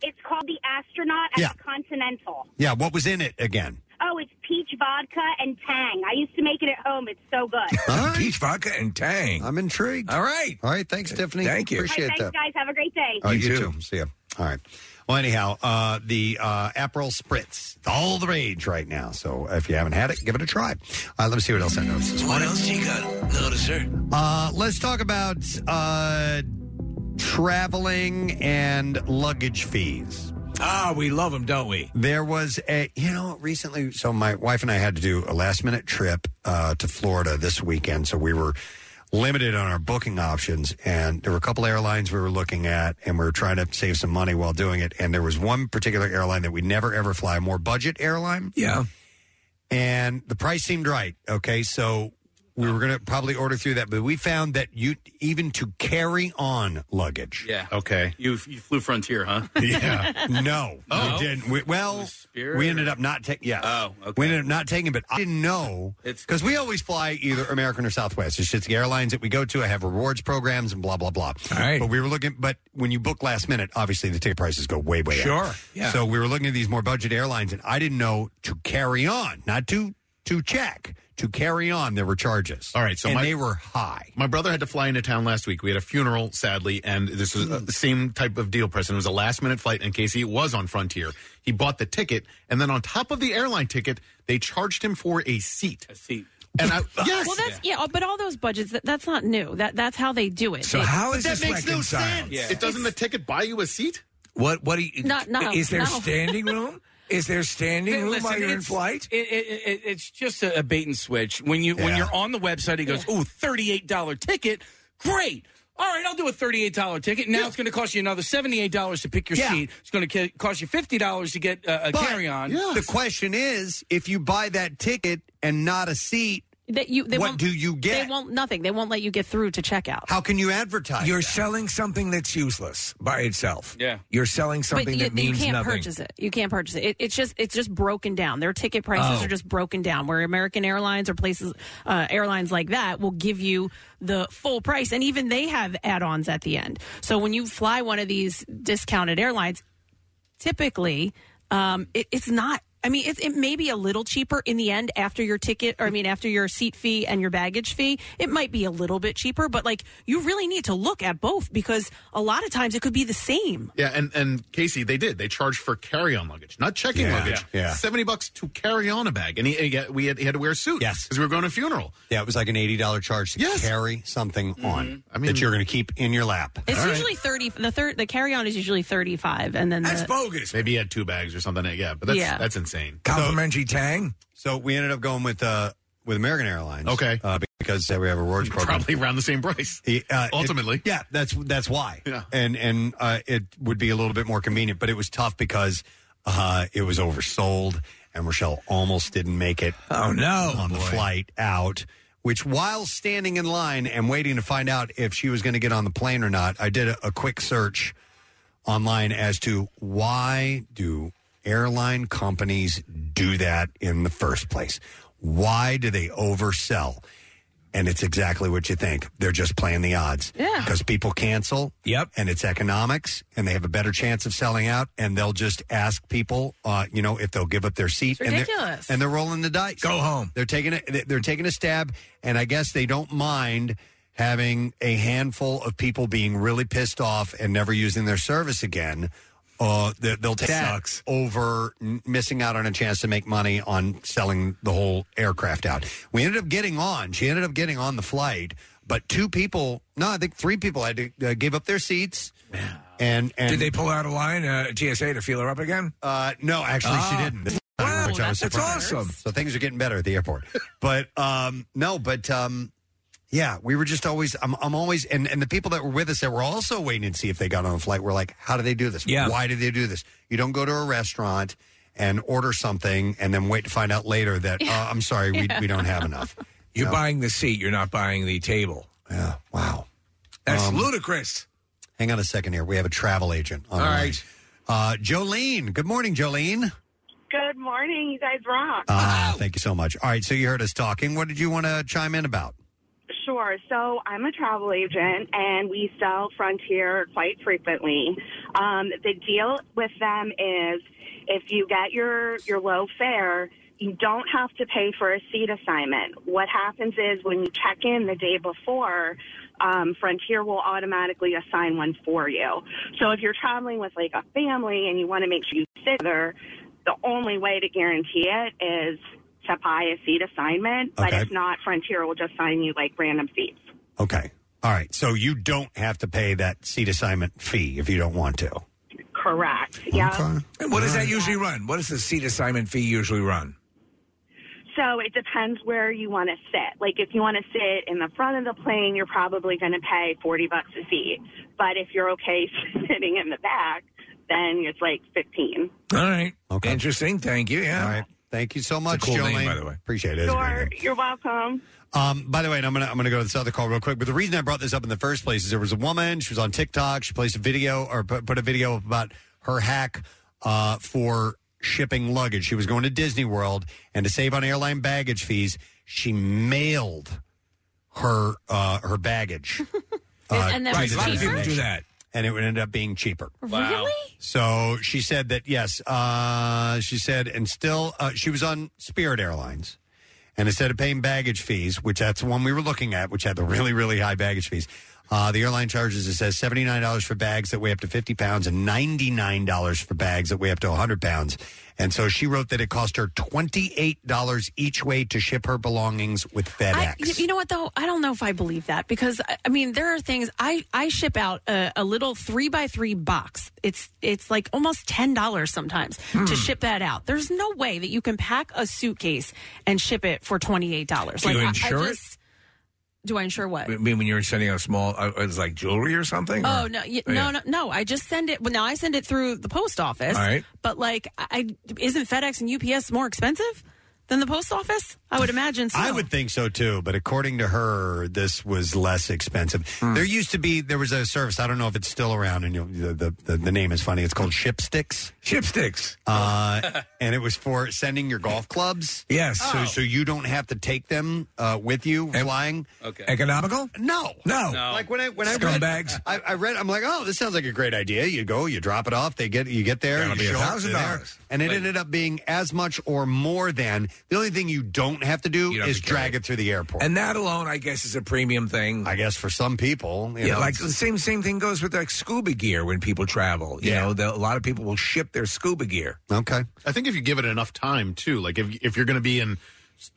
[SPEAKER 15] It's called the Astronaut at
[SPEAKER 1] Yeah.
[SPEAKER 15] the Continental.
[SPEAKER 1] Yeah. What was in it again?
[SPEAKER 15] Oh, it's peach vodka and tang. I used to make it at home. It's so good.
[SPEAKER 3] Peach vodka and tang.
[SPEAKER 1] I'm intrigued.
[SPEAKER 3] All right.
[SPEAKER 1] All right. Thanks, Tiffany.
[SPEAKER 3] Thank you.
[SPEAKER 15] All right,
[SPEAKER 1] Appreciate
[SPEAKER 15] thanks,
[SPEAKER 1] that.
[SPEAKER 15] guys. Have a great day.
[SPEAKER 1] All right, you too. See ya. All right. Well, anyhow, uh, the uh, Aperol Spritz, it's all the rage right now. So if you haven't had it, give it a try. All right, let me see what else I noticed this morning.
[SPEAKER 3] else you got, noticer?
[SPEAKER 1] Uh, let's talk about uh, traveling and luggage fees.
[SPEAKER 3] Ah, we love them, don't we?
[SPEAKER 1] There was a, you know, recently, so my wife and I had to do a last minute trip uh, to Florida this weekend. So we were limited on our booking options. And there were a couple airlines we were looking at, and we were trying to save some money while doing it. And there was one particular airline that we never ever fly, a more budget airline.
[SPEAKER 3] Yeah.
[SPEAKER 1] And the price seemed right. Okay. So we were going to probably order through that, but we found that you, even to carry on luggage.
[SPEAKER 11] Yeah.
[SPEAKER 8] Okay.
[SPEAKER 11] You, you flew Frontier, huh?
[SPEAKER 1] Yeah. No,
[SPEAKER 11] Oh.
[SPEAKER 1] we didn't. We, well,
[SPEAKER 11] Spirit
[SPEAKER 1] we ended up not taking. Yes. Oh, okay. We ended up not taking, but I didn't know because we always fly either American or Southwest. It's just the airlines that we go to. I have rewards programs and blah blah blah. All right. But we were looking, but when you book last minute, obviously the ticket prices go way way up.
[SPEAKER 3] Sure. Yeah.
[SPEAKER 1] So we were looking at these more budget airlines, and I didn't know to carry on, not to to check to carry on. There were charges.
[SPEAKER 8] All right, so
[SPEAKER 1] and
[SPEAKER 8] my-
[SPEAKER 1] they were high.
[SPEAKER 8] My brother had to fly into town last week. We had a funeral, sadly, and this was
[SPEAKER 1] Hmm.
[SPEAKER 8] uh, the same type of deal, Preston. It was a last minute flight, and Casey was on Frontier. He bought the ticket, and then on top of the airline ticket, they charged him for a seat. A
[SPEAKER 11] seat.
[SPEAKER 8] And I, yes.
[SPEAKER 2] Well, that's yeah. but all those budgets that, that's not new. That that's how they do it. They-
[SPEAKER 8] But that makes no sense? It doesn't the ticket buy you a seat?
[SPEAKER 3] What? What do you?
[SPEAKER 2] Not- no,
[SPEAKER 3] Is there
[SPEAKER 2] no.
[SPEAKER 3] standing room? Is there standing room
[SPEAKER 11] Listen,
[SPEAKER 3] while you're in
[SPEAKER 11] it's-
[SPEAKER 3] flight?
[SPEAKER 11] It, it, it, it's just a, a bait and switch. When you when
[SPEAKER 3] Yeah.
[SPEAKER 11] you're on the website, it goes, "Oh, thirty eight dollar ticket, great." All right, I'll do a thirty-eight dollar ticket. Now it's going to cost you another seventy-eight dollars to pick your
[SPEAKER 1] Yeah.
[SPEAKER 11] seat. It's going to cost you fifty dollars to get uh, a
[SPEAKER 1] But
[SPEAKER 11] carry-on.
[SPEAKER 1] The question is, if you buy that ticket and not a seat,
[SPEAKER 2] That you, they
[SPEAKER 1] What
[SPEAKER 2] won't,
[SPEAKER 1] do you get?
[SPEAKER 2] They won't nothing. They won't let you get through to checkout.
[SPEAKER 1] How can you advertise?
[SPEAKER 3] You're selling something that's useless by itself. Yeah. You're selling something
[SPEAKER 2] but you,
[SPEAKER 3] that means
[SPEAKER 2] you can't
[SPEAKER 3] nothing.
[SPEAKER 2] purchase it. You can't purchase it. it. It's just it's just broken down. Their ticket prices
[SPEAKER 3] Oh.
[SPEAKER 2] are just broken down. Where American Airlines or places uh, airlines like that will give you the full price, and even they have add-ons at the end. So when you fly one of these discounted airlines, typically um, it, it's not. I mean, it, it may be a little cheaper in the end after your ticket, or I mean, after your seat fee and your baggage fee. It might be a little bit cheaper, but like you really need to look at both because a lot of times it could be the same.
[SPEAKER 8] Yeah, and, and Casey, they did. They charged for carry-on luggage, not checking
[SPEAKER 1] Yeah.
[SPEAKER 8] luggage.
[SPEAKER 1] Yeah. Yeah.
[SPEAKER 8] seventy bucks to carry on a bag, and he, he had, we had, he had to wear a suit. Yes, because we were going to a funeral.
[SPEAKER 1] Yeah, it was like an eighty dollar charge to carry something
[SPEAKER 8] Mm-hmm.
[SPEAKER 1] on that you're going to keep in your lap.
[SPEAKER 2] It's usually thirty. The third, the carry on is usually thirty five, and then the,
[SPEAKER 3] bogus.
[SPEAKER 8] Maybe he had two bags or something. Yeah, but that's
[SPEAKER 2] Yeah.
[SPEAKER 8] that's insane.
[SPEAKER 3] Complimentary tang.
[SPEAKER 1] So we ended up going with uh, with American Airlines. Okay, uh, because uh, we have a rewards program.
[SPEAKER 8] Probably around the same price.
[SPEAKER 1] Uh, it-
[SPEAKER 8] Ultimately,
[SPEAKER 1] yeah, that's that's why. Yeah, and and uh, it would be a little bit more convenient, but it was tough because uh, it was oversold, and Rochelle almost didn't make it.
[SPEAKER 3] Oh no!
[SPEAKER 1] On the flight out, which while standing in line and waiting to find out if she was going to get on the plane or not, I did a, a quick search online as to why do airline companies do that in the first place? Why do they oversell? And it's exactly what you think. They're just playing the odds.
[SPEAKER 4] Yeah.
[SPEAKER 1] Because people cancel. Yep. And it's economics, and they have a better chance of selling out, and they'll just ask people, uh, you know, if they'll give up their seat.
[SPEAKER 4] It's
[SPEAKER 1] and they're- And
[SPEAKER 4] ridiculous.
[SPEAKER 1] they're, rolling the dice. Go home. They're taking a, They're taking a stab, and I guess they don't mind having a handful of people being really pissed off and never using their service again. Uh, they, they'll take that over n- missing out on a chance to make money on selling the whole aircraft out. We ended up getting on. She ended up getting on the flight, but two people, no, I think three people had to uh, give up their seats. And, and
[SPEAKER 3] Did they pull out a line, uh, TSA, to feel her up again?
[SPEAKER 1] Uh, no, actually, she didn't. This time, which I was
[SPEAKER 3] Ah. that's
[SPEAKER 1] surprised.
[SPEAKER 3] awesome.
[SPEAKER 1] So things are getting better at the airport. But um, no, but um, yeah, we were just always. I'm, I'm always, and, and the people that were with us that were also waiting to see if they got on the flight were like, "How do they do this?
[SPEAKER 3] Yeah.
[SPEAKER 1] Why do they do this? You don't go to a restaurant and order something and then wait to find out later that uh, I'm sorry, we, we don't have enough.
[SPEAKER 3] You're
[SPEAKER 1] No.
[SPEAKER 3] buying the seat. You're not buying the table.
[SPEAKER 1] Yeah. Wow.
[SPEAKER 3] That's
[SPEAKER 1] Um,
[SPEAKER 3] ludicrous.
[SPEAKER 1] Hang on a second here. We have a travel agent. On
[SPEAKER 3] All
[SPEAKER 1] the line. uh, Jolene. Good morning, Jolene.
[SPEAKER 10] Good morning. You guys rock.
[SPEAKER 1] Uh, thank you so much. All right, so you heard us talking. What did you want to chime in about?
[SPEAKER 10] Sure. So I'm a travel agent and we sell Frontier quite frequently. Um, the deal with them is if you get your, your low fare, you don't have to pay for a seat assignment. What happens is when you check in the day before, um, Frontier will automatically assign one for you. So if you're traveling with like a family and you want to make sure you sit there, the only way to guarantee it is to buy a seat assignment. But if not, Frontier will just sign you like random seats.
[SPEAKER 1] Okay. All right, so you don't have to pay that seat assignment fee if you don't want to.
[SPEAKER 10] Correct. Yeah.
[SPEAKER 3] And what does that usually run? What does the seat assignment fee usually run?
[SPEAKER 10] So it depends where you want to sit. Like if you want to sit in the front of the plane, you're probably going to pay 40 bucks a seat. But if you're okay sitting in the back, then it's like 15.
[SPEAKER 3] All right. Okay. Interesting. Thank you. Yeah. All right.
[SPEAKER 1] Thank you so much,
[SPEAKER 3] cool name,
[SPEAKER 1] Jolene.
[SPEAKER 3] by the way.
[SPEAKER 1] Appreciate it. It's a great
[SPEAKER 10] Sure. You're welcome.
[SPEAKER 1] Um, by the way, and I'm gonna I'm gonna go to this other call real quick. But the reason I brought this up in the first place is there was a woman. She was on TikTok. She placed a video or put, put a video up about her hack uh, for shipping luggage. She was going to Disney World, and to save on airline baggage fees, she mailed her uh, her baggage. uh,
[SPEAKER 4] And that
[SPEAKER 1] to
[SPEAKER 4] was
[SPEAKER 1] the
[SPEAKER 4] Right, a lot of people
[SPEAKER 1] destination.
[SPEAKER 4] do that.
[SPEAKER 1] and it would end up being cheaper.
[SPEAKER 4] Wow. Really?
[SPEAKER 1] So she said that yes. Uh, she said, and still, uh, she was on Spirit Airlines, and instead of paying baggage fees, which that's the one we were looking at, which had the really really high baggage fees, uh, the airline charges it says seventy nine dollars for bags that weigh up to fifty pounds and ninety nine dollars for bags that weigh up to hundred pounds. And so she wrote that it cost her twenty eight dollars each way to ship her belongings with FedEx.
[SPEAKER 2] I, you you know what though? I don't know if I believe that because I- I mean there are things I I ship out a, a little three by three box. It's it's like almost ten dollars sometimes
[SPEAKER 3] Hmm.
[SPEAKER 2] to ship that out. There's no way that you can pack a suitcase and ship it for twenty eight dollars.
[SPEAKER 3] Do
[SPEAKER 2] like
[SPEAKER 3] you
[SPEAKER 2] I- I
[SPEAKER 3] insure it?
[SPEAKER 2] just- Do I insure what?
[SPEAKER 3] I mean, when you were sending out small, uh, it's like jewelry or something.
[SPEAKER 2] Uh, Oh
[SPEAKER 3] or-
[SPEAKER 2] no, y-
[SPEAKER 3] Oh,
[SPEAKER 2] no,
[SPEAKER 3] yeah.
[SPEAKER 2] no, no! I just send it. Well, now I send it through the post office.
[SPEAKER 3] All right.
[SPEAKER 2] But like, I isn't FedEx and UPS more expensive than the post office? I would imagine. So.
[SPEAKER 1] I would think so too, but according to her, this was less expensive.
[SPEAKER 3] Hmm.
[SPEAKER 1] There used to be there was a service. I don't know if it's still around, and you, the, the the the name is funny. It's called Shipsticks.
[SPEAKER 3] Shipsticks,
[SPEAKER 1] uh, and it was for sending your golf clubs.
[SPEAKER 3] Yes, Oh.
[SPEAKER 1] so so you don't have to take them uh, with you flying.
[SPEAKER 3] Okay. Economical?
[SPEAKER 1] No,
[SPEAKER 3] No.
[SPEAKER 1] Like when I when I
[SPEAKER 3] Scumbags.
[SPEAKER 1] read, I, I read, I'm like, oh, this sounds like a great idea. You go, you drop it off. They get you get there,
[SPEAKER 3] That'll
[SPEAKER 1] you
[SPEAKER 3] be
[SPEAKER 1] show up,
[SPEAKER 3] $1,000.
[SPEAKER 1] they're there. and it ended up being as much or more than. The only thing you don't have to do
[SPEAKER 3] don't have
[SPEAKER 1] is
[SPEAKER 3] to carry
[SPEAKER 1] drag it through the airport.
[SPEAKER 3] And that alone, I guess, is a premium thing.
[SPEAKER 1] I guess for some people, you
[SPEAKER 3] yeah,
[SPEAKER 1] know,
[SPEAKER 3] like
[SPEAKER 1] it's-
[SPEAKER 3] the same same thing goes with like scuba gear when people travel. You know, the, a lot of people will ship their scuba gear.
[SPEAKER 1] Okay.
[SPEAKER 8] I think if you give it enough time too, like if if you're going to be in,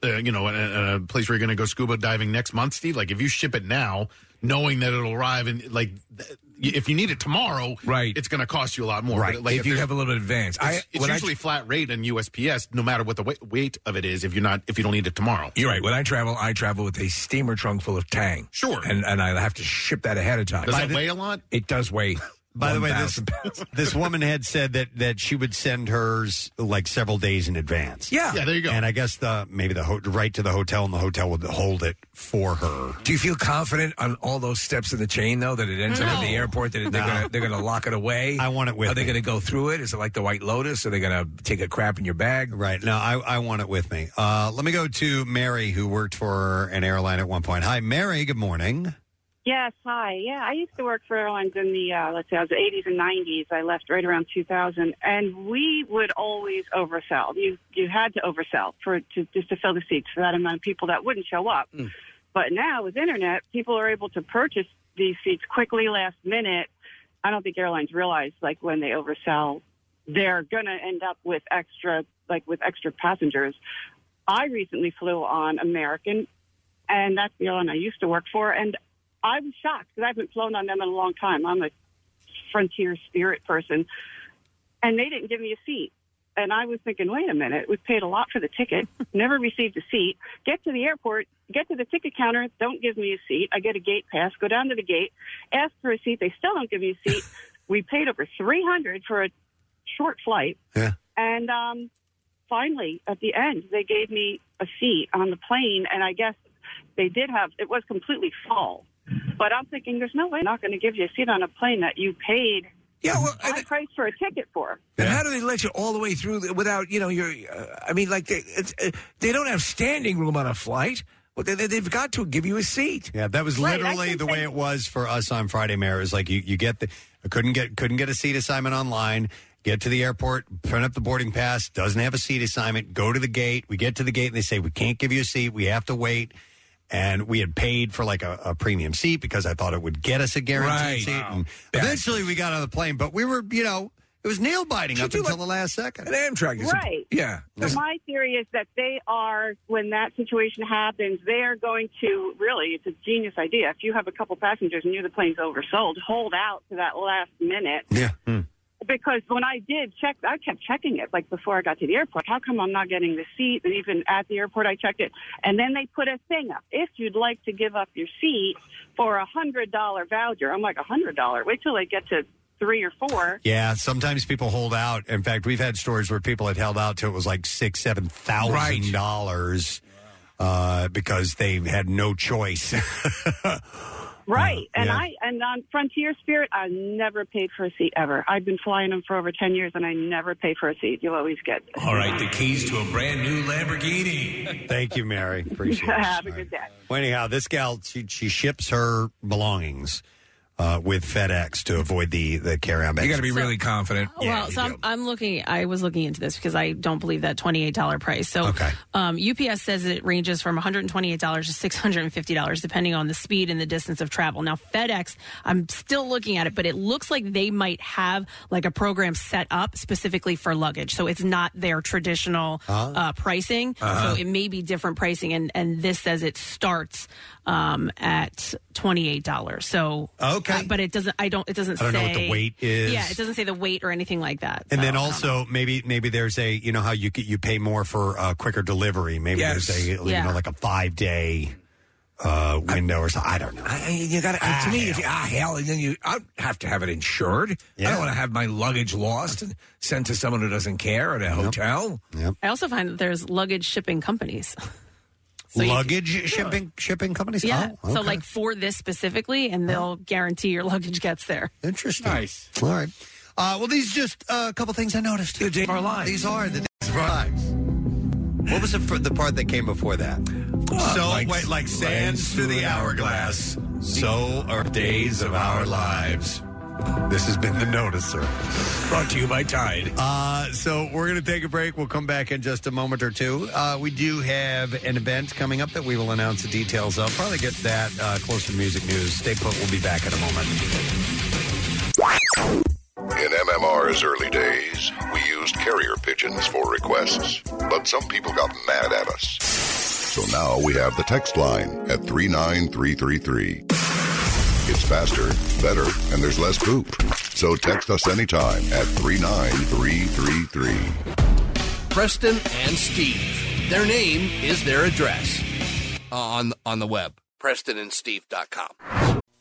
[SPEAKER 8] uh, you know, in a, in a place where you're going to go scuba diving next month, Steve. Like if you ship it now, knowing that it'll arrive and like th- if you need it tomorrow, right, it's going to cost you a lot more.
[SPEAKER 3] Right.
[SPEAKER 8] like
[SPEAKER 3] If you
[SPEAKER 8] there's-
[SPEAKER 3] have a little bit of advance. I-
[SPEAKER 8] it's, it's
[SPEAKER 3] when I-
[SPEAKER 8] usually flat rate in USPS, no matter what the weight, weight of it is. If you're not, if you don't need it tomorrow,
[SPEAKER 3] You're right. When I travel, I travel with a steamer trunk full of tang. Sure. And and I have to ship that ahead of time.
[SPEAKER 8] Does
[SPEAKER 3] By
[SPEAKER 8] that
[SPEAKER 3] the-
[SPEAKER 8] weigh a lot?
[SPEAKER 3] It does weigh.
[SPEAKER 1] By the way, this
[SPEAKER 3] 1,000 pounds.
[SPEAKER 1] this woman had said that that she would send hers like several days in advance.
[SPEAKER 3] Yeah. Yeah, there you
[SPEAKER 1] go. And I guess the maybe the ho- right to the hotel, and the hotel would hold it for her.
[SPEAKER 3] Do you feel confident on all those steps in the chain, though, that it ends up at the airport? That they're
[SPEAKER 1] No.
[SPEAKER 3] gonna they're gonna lock it away. I want it
[SPEAKER 1] with
[SPEAKER 3] Are they
[SPEAKER 1] me.
[SPEAKER 3] gonna go through it? Is it like the White Lotus? Are they gonna take a crap in your bag?
[SPEAKER 1] Right. No, I, I want it with me. Uh, let me go to Mary, who worked for an airline at one point. Hi, Mary. Good morning.
[SPEAKER 17] Yes, hi. Yeah, I used to work for airlines in the uh, let's say I was 80s and 90s. I left right around 2000, and we would always oversell. You you had to oversell for to, just to fill the seats for that amount of people that wouldn't show up. But now with internet, people are able to purchase these seats quickly, last minute. I don't think airlines realize like when they oversell, they're gonna end up with extra like with extra passengers. I recently flew on American, and that's the airline I used to work for, and I was shocked because I haven't flown on them in a long time. I'm a frontier spirit person, and they didn't give me a seat. And I was thinking, wait a minute, we paid a lot for the ticket, never received a seat. Get to the airport, get to the ticket counter, don't give me a seat. I get a gate pass, go down to the gate, ask for a seat. They still don't give me a seat. we paid over three hundred for a short flight,
[SPEAKER 1] Yeah.
[SPEAKER 17] and um, finally, at the end, they gave me a seat on the plane, and I guess they did have it was completely full. But I'm thinking, there's no way they're not going to give you a seat on a plane that you paid
[SPEAKER 3] yeah, well,
[SPEAKER 17] high price for a ticket for.
[SPEAKER 3] And how do they let you all the way through the- without you know your? Uh, I mean, like they it's, uh, they don't have standing room on a flight. Well, they, they- they've got to give you a seat.
[SPEAKER 1] Yeah, that was literally the way it was for us on Friday, Mary. It was like you, you get the I couldn't get couldn't get a seat assignment online. Get to the airport, print up the boarding pass, doesn't have a seat assignment, go to the gate. We get to the gate and they say, We can't give you a seat, we have to wait. And we had paid for like a, a premium seat because I thought it would get us a guaranteed
[SPEAKER 3] Right.
[SPEAKER 1] seat. And eventually we got on the plane, but we were, you know, it was nail biting up until the last second.
[SPEAKER 3] An Amtrak
[SPEAKER 17] Right. So my theory is that they are, when that situation happens, they are going to really, it's a genius idea. If you have a couple passengers and you know the plane's oversold, hold out to that last minute.
[SPEAKER 1] Yeah.
[SPEAKER 17] Because when I did check, I kept checking it, like before I got to the airport. How come I'm not getting the seat? And even at the airport, I checked it. And then they put a thing up. If you'd like to give up your seat for a $100 voucher, I'm like, a $100? Wait till they get to three or four.
[SPEAKER 1] Yeah, sometimes people hold out. In fact, we've had stories where people had held out till it was like six, seven thousand dollars uh, because they had no choice.
[SPEAKER 17] Right. and
[SPEAKER 1] yeah.
[SPEAKER 17] I and on Frontier Spirit, I never paid for a seat ever. I've been flying them for over ten years, and I never pay for a seat. You always get.
[SPEAKER 3] All right, the keys to a brand new Lamborghini.
[SPEAKER 1] Thank you, Mary. Appreciate it.
[SPEAKER 17] Have a good day.
[SPEAKER 1] Well, anyhow, this gal she, she ships her belongings uh, with FedEx to avoid the the carry on.
[SPEAKER 3] You got to be really confident.
[SPEAKER 2] well, so I'm, I'm looking. I was looking into this because I don't believe that twenty eight dollar price. So, um, UPS says it ranges from one hundred and twenty eight dollars to six hundred and fifty dollars, depending on the speed and the distance of travel. Now, FedEx, I'm still looking at it, but it looks like they might have like a program set up specifically for luggage. So it's not their traditional
[SPEAKER 4] Ah.
[SPEAKER 2] uh, pricing.
[SPEAKER 4] Uh-huh.
[SPEAKER 2] So it may be different pricing, and and this says it starts um, at twenty eight dollars. So
[SPEAKER 1] Okay.
[SPEAKER 2] uh, but it doesn't. I don't. It doesn't.
[SPEAKER 1] I don't know
[SPEAKER 2] say,
[SPEAKER 1] what the weight is.
[SPEAKER 2] Yeah, it doesn't say the weight or anything like that.
[SPEAKER 1] And
[SPEAKER 2] so
[SPEAKER 1] then
[SPEAKER 2] I don't know.
[SPEAKER 1] also maybe maybe there's a you know how you c- you pay more for uh, quicker delivery. Maybe
[SPEAKER 2] Yes.
[SPEAKER 1] there's a you
[SPEAKER 2] Yeah.
[SPEAKER 1] know like a five day uh, window or something. I don't know.
[SPEAKER 3] I, you got to to me. If you, ah hell, and then you I have to have it insured. I don't want to have my luggage lost and sent to someone who doesn't care at a hotel.
[SPEAKER 1] Yep.
[SPEAKER 2] I also find that there's luggage shipping companies.
[SPEAKER 1] luggage shipping shipping companies.
[SPEAKER 2] yeah.
[SPEAKER 1] Oh,
[SPEAKER 2] So
[SPEAKER 1] okay.
[SPEAKER 2] like for this specifically, and they'll guarantee your luggage gets there.
[SPEAKER 1] Interesting. Nice. All right. Uh, well, these just uh, a couple things I noticed. The day of our lives. These are the days of our lives. What was the, fir- the part that came before that? so
[SPEAKER 18] like-
[SPEAKER 1] wait, Uh, like sands to
[SPEAKER 18] through
[SPEAKER 1] the
[SPEAKER 18] an
[SPEAKER 1] hourglass, so are days of our lives. This has been the noticer.
[SPEAKER 3] Brought to you by Tide.
[SPEAKER 1] Uh, so we're going to take a break. We'll come back in just a moment or two. Uh, we do have an event coming up that we will announce the details of. Probably get that uh, closer to music news. Stay put. We'll be back in a moment.
[SPEAKER 16] In MMR's early days, we used carrier pigeons for requests, but some people got mad at us. So now we have the text line at 39333. It's faster, better, and there's less poop. So text us anytime at 39333.
[SPEAKER 5] Preston and Steve. Their name is their address uh, on on the web. PrestonandSteve.com.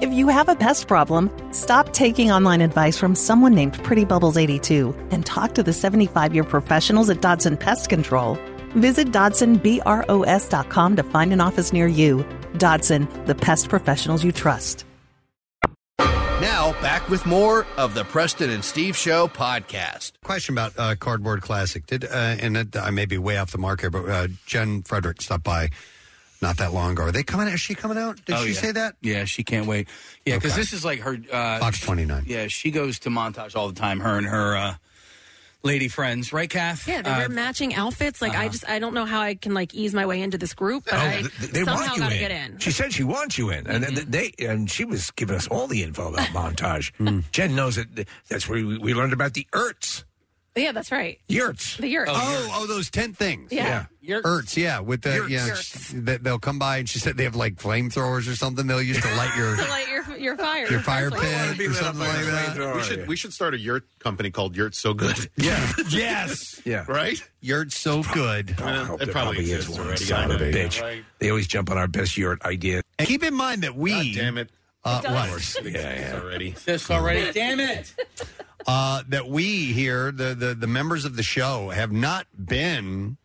[SPEAKER 19] If you have a pest problem, stop taking online advice from someone named Pretty Bubbles 82 and talk to the 75 year professionals at Dodson Pest Control. Visit DodsonBROS.com to find an office near you. Dodson, the pest professionals you trust.
[SPEAKER 5] Now back with more of the Preston and Steve Show podcast.
[SPEAKER 1] Question about uh, Cardboard Classic. Did uh, and it, I may be way off the mark here, but uh, Jen Frederick stopped by not that long ago. Are they coming? Is she coming out? Did
[SPEAKER 11] Oh,
[SPEAKER 1] she
[SPEAKER 11] yeah.
[SPEAKER 1] say that?
[SPEAKER 11] Yeah, she can't wait. Yeah, because
[SPEAKER 1] Okay.
[SPEAKER 11] this is like her uh,
[SPEAKER 1] Fox twenty nine.
[SPEAKER 11] Yeah, she goes to Montage all the time. Her and her uh, lady friends, right, Kath?
[SPEAKER 2] Yeah, they
[SPEAKER 11] Uh,
[SPEAKER 2] wear matching outfits. Like I
[SPEAKER 11] uh-huh.
[SPEAKER 2] just I don't know how I can like ease my way into this group, but
[SPEAKER 3] Oh,
[SPEAKER 2] I
[SPEAKER 3] th- they
[SPEAKER 2] somehow
[SPEAKER 3] want you
[SPEAKER 2] gotta
[SPEAKER 3] in.
[SPEAKER 2] get in. Mm-hmm.
[SPEAKER 3] She said she wants you in, and th- th- they and she was giving us all the info about montage.
[SPEAKER 2] Hmm.
[SPEAKER 3] Jen knows it. That's where we, we learned about the Ertz
[SPEAKER 2] Yeah, that's right.
[SPEAKER 3] yurts.
[SPEAKER 2] The yurt.
[SPEAKER 1] Oh, oh, those tent things.
[SPEAKER 2] Yeah. Yurts.
[SPEAKER 1] Ertz, yeah, with the
[SPEAKER 2] Yurts.
[SPEAKER 1] yeah,
[SPEAKER 2] Yurts.
[SPEAKER 1] sh- they- they'll come by and she said they have like flamethrowers or something. They'll use to light your
[SPEAKER 2] to light your your fire.
[SPEAKER 1] your fire
[SPEAKER 2] Like,
[SPEAKER 1] pit or something like that.
[SPEAKER 8] We should we should start a yurt company called Yurt So Good.
[SPEAKER 1] Yeah. yes.
[SPEAKER 3] Yeah.
[SPEAKER 8] Right.
[SPEAKER 1] Yurt's so good.
[SPEAKER 8] I mean, it probably
[SPEAKER 3] is
[SPEAKER 8] exists
[SPEAKER 3] one
[SPEAKER 8] already.
[SPEAKER 3] son
[SPEAKER 8] I
[SPEAKER 3] of a
[SPEAKER 8] know,
[SPEAKER 3] bitch.
[SPEAKER 8] right?
[SPEAKER 3] They always jump on our best yurt idea.
[SPEAKER 1] And keep in mind that we
[SPEAKER 8] damn it.
[SPEAKER 1] Uh,
[SPEAKER 8] It does.
[SPEAKER 1] what?
[SPEAKER 8] Of course it exists already.
[SPEAKER 11] This already. Damn it.
[SPEAKER 1] uh, that we here, the, the the members of the show, have not been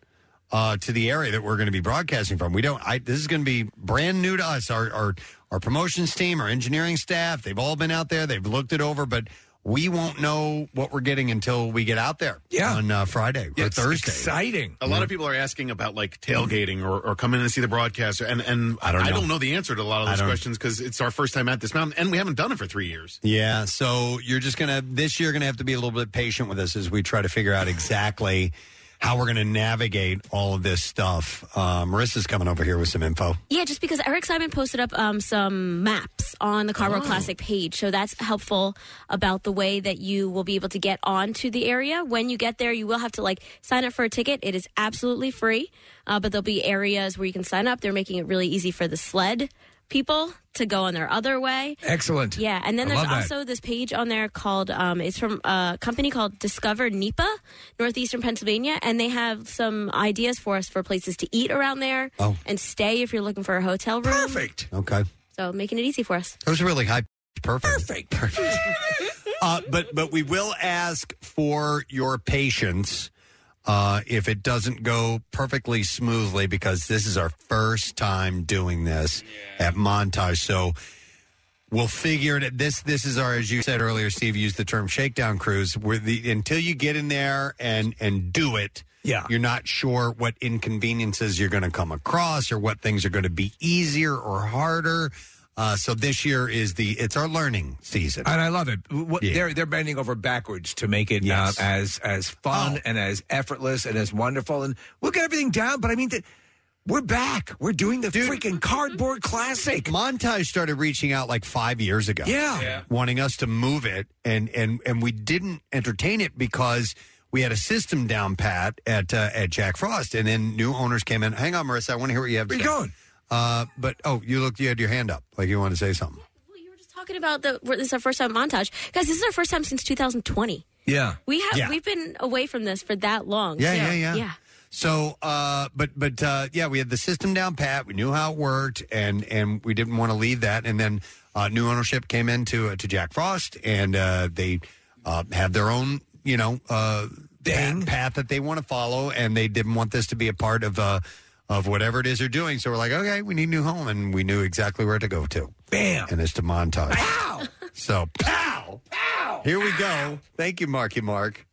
[SPEAKER 1] uh, to the area that we're going to be broadcasting from. We don't. I, this is going to be brand new to us. Our, our our promotions team, our engineering staff, they've all been out there. They've looked it over, but we won't know what we're getting until we get out there. Yeah. on uh, Friday or Thursday.
[SPEAKER 8] A lot of people are asking about like tailgating or, or come in and see the broadcast, and and I
[SPEAKER 1] don't know.
[SPEAKER 8] the answer to a lot of
[SPEAKER 1] I
[SPEAKER 8] those
[SPEAKER 1] don't-
[SPEAKER 8] questions because it's our first time at this mountain, and we haven't done it for three years.
[SPEAKER 1] Yeah, so you're just gonna this year gonna have to be a little bit patient with us as we try to figure out exactly how we're gonna navigate all of this stuff. Uh, Marissa's coming over here with some info.
[SPEAKER 14] Yeah, just because Eric Simon posted up um, some maps on the Carbon Classic page, so that's helpful about the way that you will be able to get onto the area. When you get there, you will have to like sign up for a ticket. It is absolutely free, uh, but there'll be areas where you can sign up. They're making it really easy for the sled people to go on their other way.
[SPEAKER 3] Excellent.
[SPEAKER 14] Yeah, and then
[SPEAKER 3] I
[SPEAKER 14] there's
[SPEAKER 3] love that.
[SPEAKER 14] also this page on there called um, it's from a company called Discover NEPA, northeastern Pennsylvania, and they have some ideas for us for places to eat around there
[SPEAKER 1] Oh.
[SPEAKER 14] and stay if you're looking for a hotel room. Perfect.
[SPEAKER 1] Okay.
[SPEAKER 14] So making it easy for us.
[SPEAKER 1] That was really high. Perfect. Perfect. uh, but but we will ask for your patience uh, if it doesn't go perfectly smoothly because this is our first time doing this at montage. So we'll figure it. This this is our as you said earlier, Steve used the term shakedown cruise. Where the until you get in there and and do it.
[SPEAKER 3] Yeah.
[SPEAKER 1] You're not sure what inconveniences you're going to come across or what things are going to be easier or harder. Uh, so this year is the it's our learning season.
[SPEAKER 3] And I love it. What,
[SPEAKER 1] Yeah.
[SPEAKER 3] They're they're bending over backwards to make it
[SPEAKER 1] Yes. Oh.
[SPEAKER 3] uh, as as fun and as effortless and as wonderful. And we'll get everything down. But I mean, th- We're back. We're doing the freaking cardboard classic.
[SPEAKER 1] Montage started reaching out like five years ago.
[SPEAKER 3] Yeah. Yeah.
[SPEAKER 1] Wanting us to move it and and and we didn't entertain it because we had a system down pat at uh, at Jack Frost and then new owners came in. Hang on, Marissa, I want to hear what you have to
[SPEAKER 3] Where
[SPEAKER 1] say.
[SPEAKER 3] you going?
[SPEAKER 1] Uh but oh, you looked you had your hand up like you want to say something.
[SPEAKER 14] talking about the we're- this is our first time montage, guys. This is our first time since 2020.
[SPEAKER 3] Yeah.
[SPEAKER 14] We have
[SPEAKER 1] Yeah.
[SPEAKER 14] we've been away from this for that long.
[SPEAKER 1] Yeah,
[SPEAKER 14] so-
[SPEAKER 1] yeah, yeah. So, uh, but but uh, yeah, we had the system down pat. We knew how it worked, and and we didn't want to leave that. And then uh, new ownership came into uh, to Jack Frost, and uh, they uh, have their own you know uh, path, path that they want to follow, and they didn't want this to be a part of uh, of whatever it is they're doing. So we're like, okay, we need a new home, and we knew exactly where to go to.
[SPEAKER 3] Bam,
[SPEAKER 1] and it's to montage. Pow! So pow, pow. Here we go. Thank you, Marky Mark.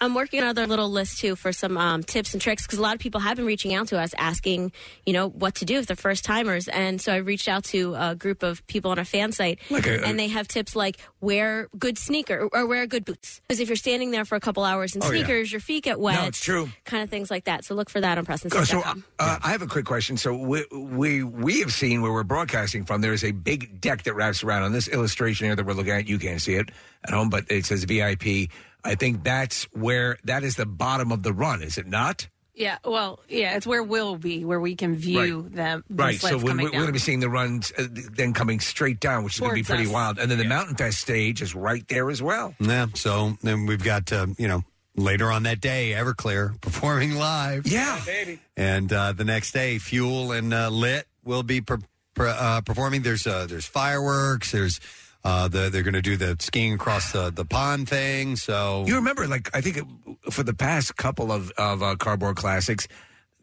[SPEAKER 14] I'm working on other little list too for some um, tips and tricks because a lot of people have been reaching out to us asking, you know, what to do if they're first timers. And so I reached out to a group of people on our fan site,
[SPEAKER 4] Like a-
[SPEAKER 14] and they have tips like wear good sneaker or wear good boots because if you're standing there for a couple hours in
[SPEAKER 3] Oh, yeah.
[SPEAKER 14] sneakers, your feet get wet.
[SPEAKER 3] No, it's true.
[SPEAKER 14] Kind of things like that. So look for that on
[SPEAKER 3] Oh, so uh,
[SPEAKER 14] PrestonSteve.com.
[SPEAKER 3] I have a quick question. So we, we we have seen where we're broadcasting from. There is a big deck that wraps around on this illustration here that we're looking at. You can't see it at home, but it says VIP. I think that's where that is the bottom of the run, is it not?
[SPEAKER 2] Yeah, well, yeah, it's where we'll be, where we can view them. the
[SPEAKER 3] Right. So
[SPEAKER 2] sleds
[SPEAKER 3] we,
[SPEAKER 2] coming
[SPEAKER 3] we're going to
[SPEAKER 2] down.
[SPEAKER 3] be seeing the runs uh, th- then coming straight down, which is going to be
[SPEAKER 2] Towards
[SPEAKER 3] pretty
[SPEAKER 2] us.
[SPEAKER 3] wild. And then the Mountain Fest stage is right there as well.
[SPEAKER 1] Yeah. So then we've got uh, you know later on that day, Everclear performing live.
[SPEAKER 3] Yeah,
[SPEAKER 1] baby. And uh, the next day, Fuel and uh, Lit will be per- per- uh, performing. There's uh, there's fireworks. There's uh, the, they're going to do the skiing across the, the pond thing. So
[SPEAKER 3] You remember, like I think it, for the past couple of of uh, cardboard classics,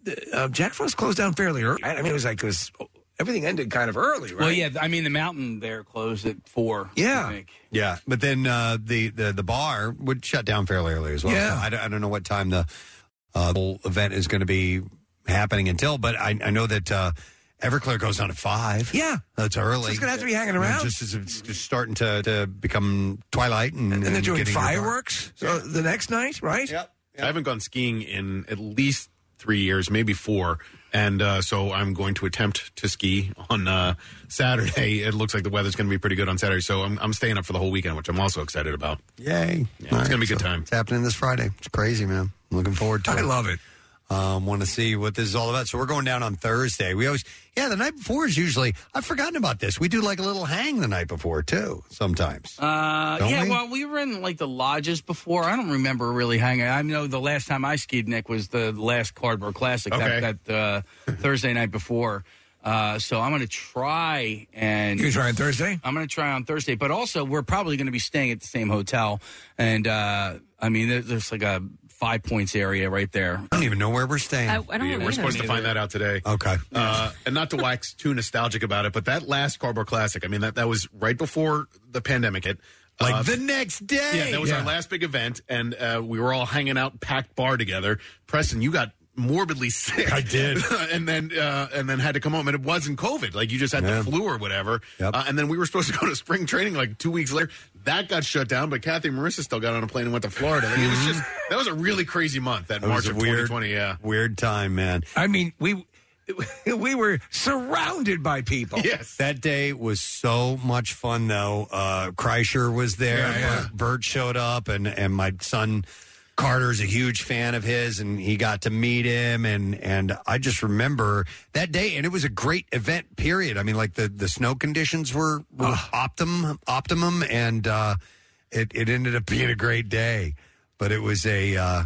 [SPEAKER 3] the, uh, Jack Frost closed down fairly early. I mean, it was like it was everything ended kind of early, right?
[SPEAKER 11] Well, yeah, I mean the mountain there closed at four.
[SPEAKER 3] Yeah.
[SPEAKER 1] yeah, but then uh, the, the the bar would shut down fairly early as well.
[SPEAKER 11] Yeah.
[SPEAKER 1] So I, don't- I don't know what time the uh, the whole event is going to be happening until, but I, I know that uh, Everclear goes down at five.
[SPEAKER 3] Yeah,
[SPEAKER 1] that's early.
[SPEAKER 3] So it's gonna have to be hanging
[SPEAKER 1] You know,
[SPEAKER 3] around.
[SPEAKER 1] Just as it's just starting to, to become twilight, and,
[SPEAKER 3] and they're doing
[SPEAKER 1] getting your bar.
[SPEAKER 3] fireworks so the next night, right? Yep.
[SPEAKER 8] I haven't gone skiing in at least three years, maybe four. And uh, so I'm going to attempt to ski on uh, Saturday. It looks like the weather's going to be pretty good on Saturday. So I'm, I'm staying up for the whole weekend, which I'm also excited about.
[SPEAKER 1] Yay!
[SPEAKER 8] Yeah, it's going to be a good time.
[SPEAKER 1] It's happening this Friday. It's crazy, man. I'm looking forward to it. I
[SPEAKER 3] love it.
[SPEAKER 1] Um, want to see what this is all about. So we're going down on Thursday. We always, yeah, the night before is usually. I've forgotten about this. We do like a little hang the night before too. Sometimes.
[SPEAKER 11] Uh,
[SPEAKER 1] Don't
[SPEAKER 11] yeah,
[SPEAKER 1] we?
[SPEAKER 11] well, we were in like the lodges before. I don't remember really hanging. I know the last time I skied, Nick, was the last Cardboard Classic
[SPEAKER 8] Okay.
[SPEAKER 11] that, that uh, Thursday night before. Uh, so I'm going to try and
[SPEAKER 3] You try on Thursday.
[SPEAKER 11] I'm going to try on Thursday, but also we're probably going to be staying at the same hotel. And uh, I mean, there, there's like a five points area right there. I
[SPEAKER 1] don't even know where we're staying.
[SPEAKER 8] I- I don't Yeah, we're either. supposed to find that out today.
[SPEAKER 1] Okay.
[SPEAKER 8] Uh, and not to wax too nostalgic about it, but that last Cardboard Classic, I mean, that, that was right before the pandemic hit.
[SPEAKER 1] Like
[SPEAKER 8] Uh,
[SPEAKER 1] the next day.
[SPEAKER 8] Yeah, that was our last big event, and uh, we were all hanging out, packed bar together. Preston, you got morbidly sick. I
[SPEAKER 1] did,
[SPEAKER 8] and then uh, and then had to come home, and it wasn't COVID. Like you just had the flu or whatever. Uh, and then we were supposed to go to spring training like two weeks later. That got shut down, but Kathy and Marissa still got on a plane and went to Florida. Like, it was just that was a really crazy month. That,
[SPEAKER 1] That
[SPEAKER 8] March
[SPEAKER 1] was a
[SPEAKER 8] of
[SPEAKER 1] weird-
[SPEAKER 8] 2020. Yeah,
[SPEAKER 1] Weird time, man.
[SPEAKER 3] I mean, we we were surrounded by people.
[SPEAKER 8] Yes.
[SPEAKER 1] That day was so much fun, though. Uh, Kreischer was there. Bert, Bert showed up, and, and my son Carter's a huge fan of his, and he got to meet him. And, and I just remember that day, and it was a great event, period. I mean, like the, the snow conditions were, were optimum, optimum, and uh, it, it ended up being a great day. But it was a. Uh,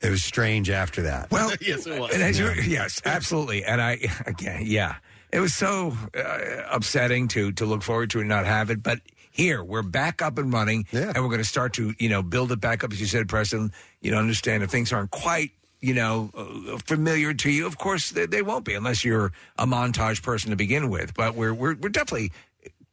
[SPEAKER 1] It was strange after that.
[SPEAKER 3] Well,
[SPEAKER 8] yes, it was.
[SPEAKER 3] And as you yes, absolutely. And I again, yeah, it was so uh, upsetting to to look forward to and not have it. But here we're back up and running, and we're going to start to you know build it back up as you said, Preston. You know, understand if things aren't quite you know uh, familiar to you, of course they, they won't be unless you're a montage person to begin with. But we're we're we're definitely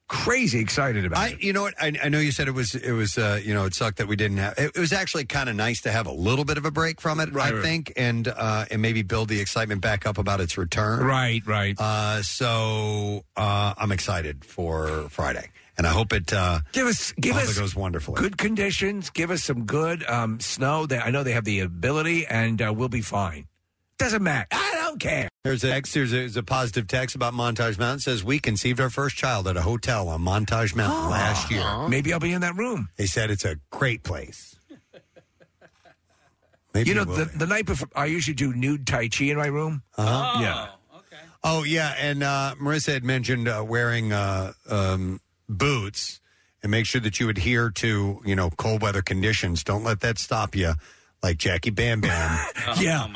[SPEAKER 3] crazy excited about
[SPEAKER 1] I,
[SPEAKER 3] it.
[SPEAKER 1] you know what? I, I know you said it was it was uh, you know it sucked that we didn't have. It, it was actually kind of nice to have a little bit of a break from it,
[SPEAKER 3] Right,
[SPEAKER 1] I
[SPEAKER 3] right.
[SPEAKER 1] think, and uh, and maybe build the excitement back up about its return.
[SPEAKER 3] Right, right.
[SPEAKER 1] Uh, so uh, I'm excited for Friday, and I hope it uh,
[SPEAKER 3] Give us, give
[SPEAKER 1] I hope
[SPEAKER 3] us
[SPEAKER 1] it goes wonderfully.
[SPEAKER 3] Good conditions. Give us some good um, snow. That I know they have the ability, and uh, we'll be fine. doesn't matter. I don't care.
[SPEAKER 1] There's a text. There's a, there's a positive text about Montage Mountain. It says we conceived our first child at a hotel on Montage Mountain last year.
[SPEAKER 3] Maybe I'll be in that room.
[SPEAKER 1] They said it's a great place. Maybe
[SPEAKER 3] you know,
[SPEAKER 1] it will
[SPEAKER 3] the, the night before, I usually do nude tai chi in my room.
[SPEAKER 1] Uh-huh.
[SPEAKER 3] Yeah.
[SPEAKER 1] Oh yeah, and uh, Marissa had mentioned uh, wearing uh, um, boots and make sure that you adhere to you know cold weather conditions. Don't let that stop you, like Jackie Bam Bam.
[SPEAKER 3] yeah.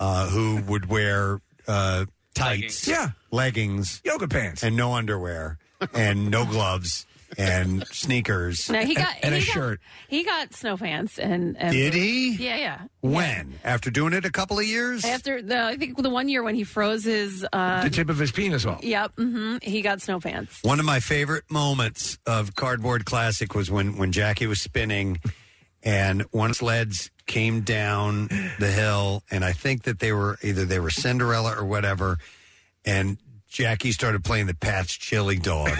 [SPEAKER 1] uh, who would wear uh, tights, yeah, leggings,
[SPEAKER 3] yoga pants,
[SPEAKER 1] and no underwear, and no gloves, and sneakers.
[SPEAKER 2] No, he got-
[SPEAKER 1] and, and a
[SPEAKER 2] he got-
[SPEAKER 1] shirt.
[SPEAKER 2] He got snow pants and, and
[SPEAKER 1] Did he?
[SPEAKER 2] Yeah, yeah.
[SPEAKER 1] When after doing it a couple of years,
[SPEAKER 2] After the, I think the one year when he froze his. Uh,
[SPEAKER 1] the tip of his penis off.
[SPEAKER 2] Yep, hmm he got snow pants.
[SPEAKER 1] One of my favorite moments of Cardboard Classic was when, when Jackie was spinning and one of the sleds came down the hill and I think that they were either they were Cinderella or whatever and Jackie started playing the Pat's Chili Dog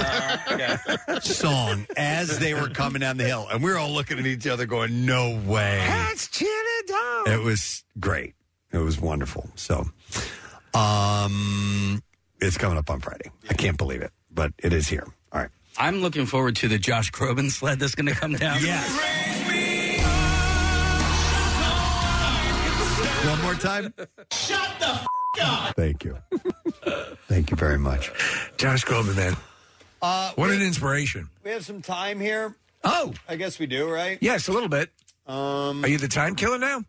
[SPEAKER 1] song as they were coming down the hill and we were all looking at each other going no way.
[SPEAKER 3] That's chili dog.
[SPEAKER 1] It was great. It was wonderful. So, um, it's coming up on Friday. I can't believe it, but it is here. All right.
[SPEAKER 11] I'm looking forward to the Josh Groban sled that's going to come down.
[SPEAKER 1] yes. One more time.
[SPEAKER 4] Shut the f- up.
[SPEAKER 1] Thank you. Thank you very much.
[SPEAKER 3] Josh Groban, man.
[SPEAKER 1] Uh,
[SPEAKER 3] What an inspiration.
[SPEAKER 1] we have some time here.
[SPEAKER 3] Oh,
[SPEAKER 1] I guess we do, right?
[SPEAKER 3] Yes, a little bit.
[SPEAKER 1] Um,
[SPEAKER 3] Are you the time killer now?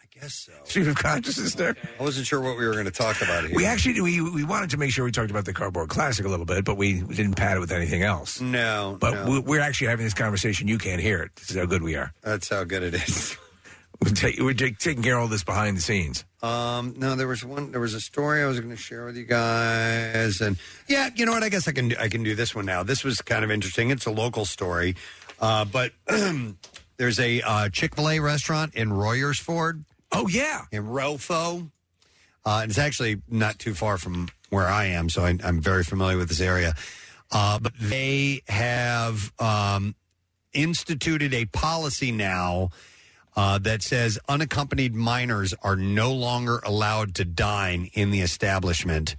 [SPEAKER 1] I guess so.
[SPEAKER 3] Stream of consciousness there.
[SPEAKER 1] I wasn't sure what we were going to talk about here.
[SPEAKER 3] We actually we we wanted to make sure we talked about the cardboard classic a little bit, but we, we didn't pad it with anything else.
[SPEAKER 1] No,
[SPEAKER 3] but
[SPEAKER 1] no.
[SPEAKER 3] we- we're actually having this conversation. You can't hear it. This is how good we are.
[SPEAKER 1] That's how good it is.
[SPEAKER 3] We're, ta- we're ta- taking care of all this behind the scenes.
[SPEAKER 1] Um, no, there was one. There was a story I was going to share with you guys, and yeah, you know what? I guess I can I can do this one now. This was kind of interesting. It's a local story, uh, but there's a uh, Chick Fil A restaurant in Royersford.
[SPEAKER 3] Oh yeah,
[SPEAKER 1] in Rotho. Uh, and it's actually not too far from where I am, so I, I'm very familiar with this area. Uh, but they have um, instituted a policy now uh, that says unaccompanied minors are no longer allowed to dine in the establishment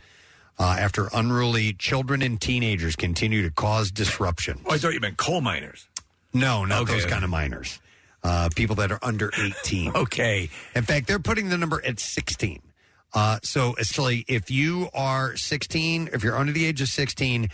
[SPEAKER 1] uh, after unruly children and teenagers continue to cause disruption.
[SPEAKER 3] Oh, I thought you meant coal miners.
[SPEAKER 1] No, not
[SPEAKER 3] Okay.
[SPEAKER 1] those kind of minors. Uh, people that are under 18.
[SPEAKER 3] okay.
[SPEAKER 1] In fact, they're putting the number at 16. Uh, so, essentially, if you are 16, if you're under the age of 16,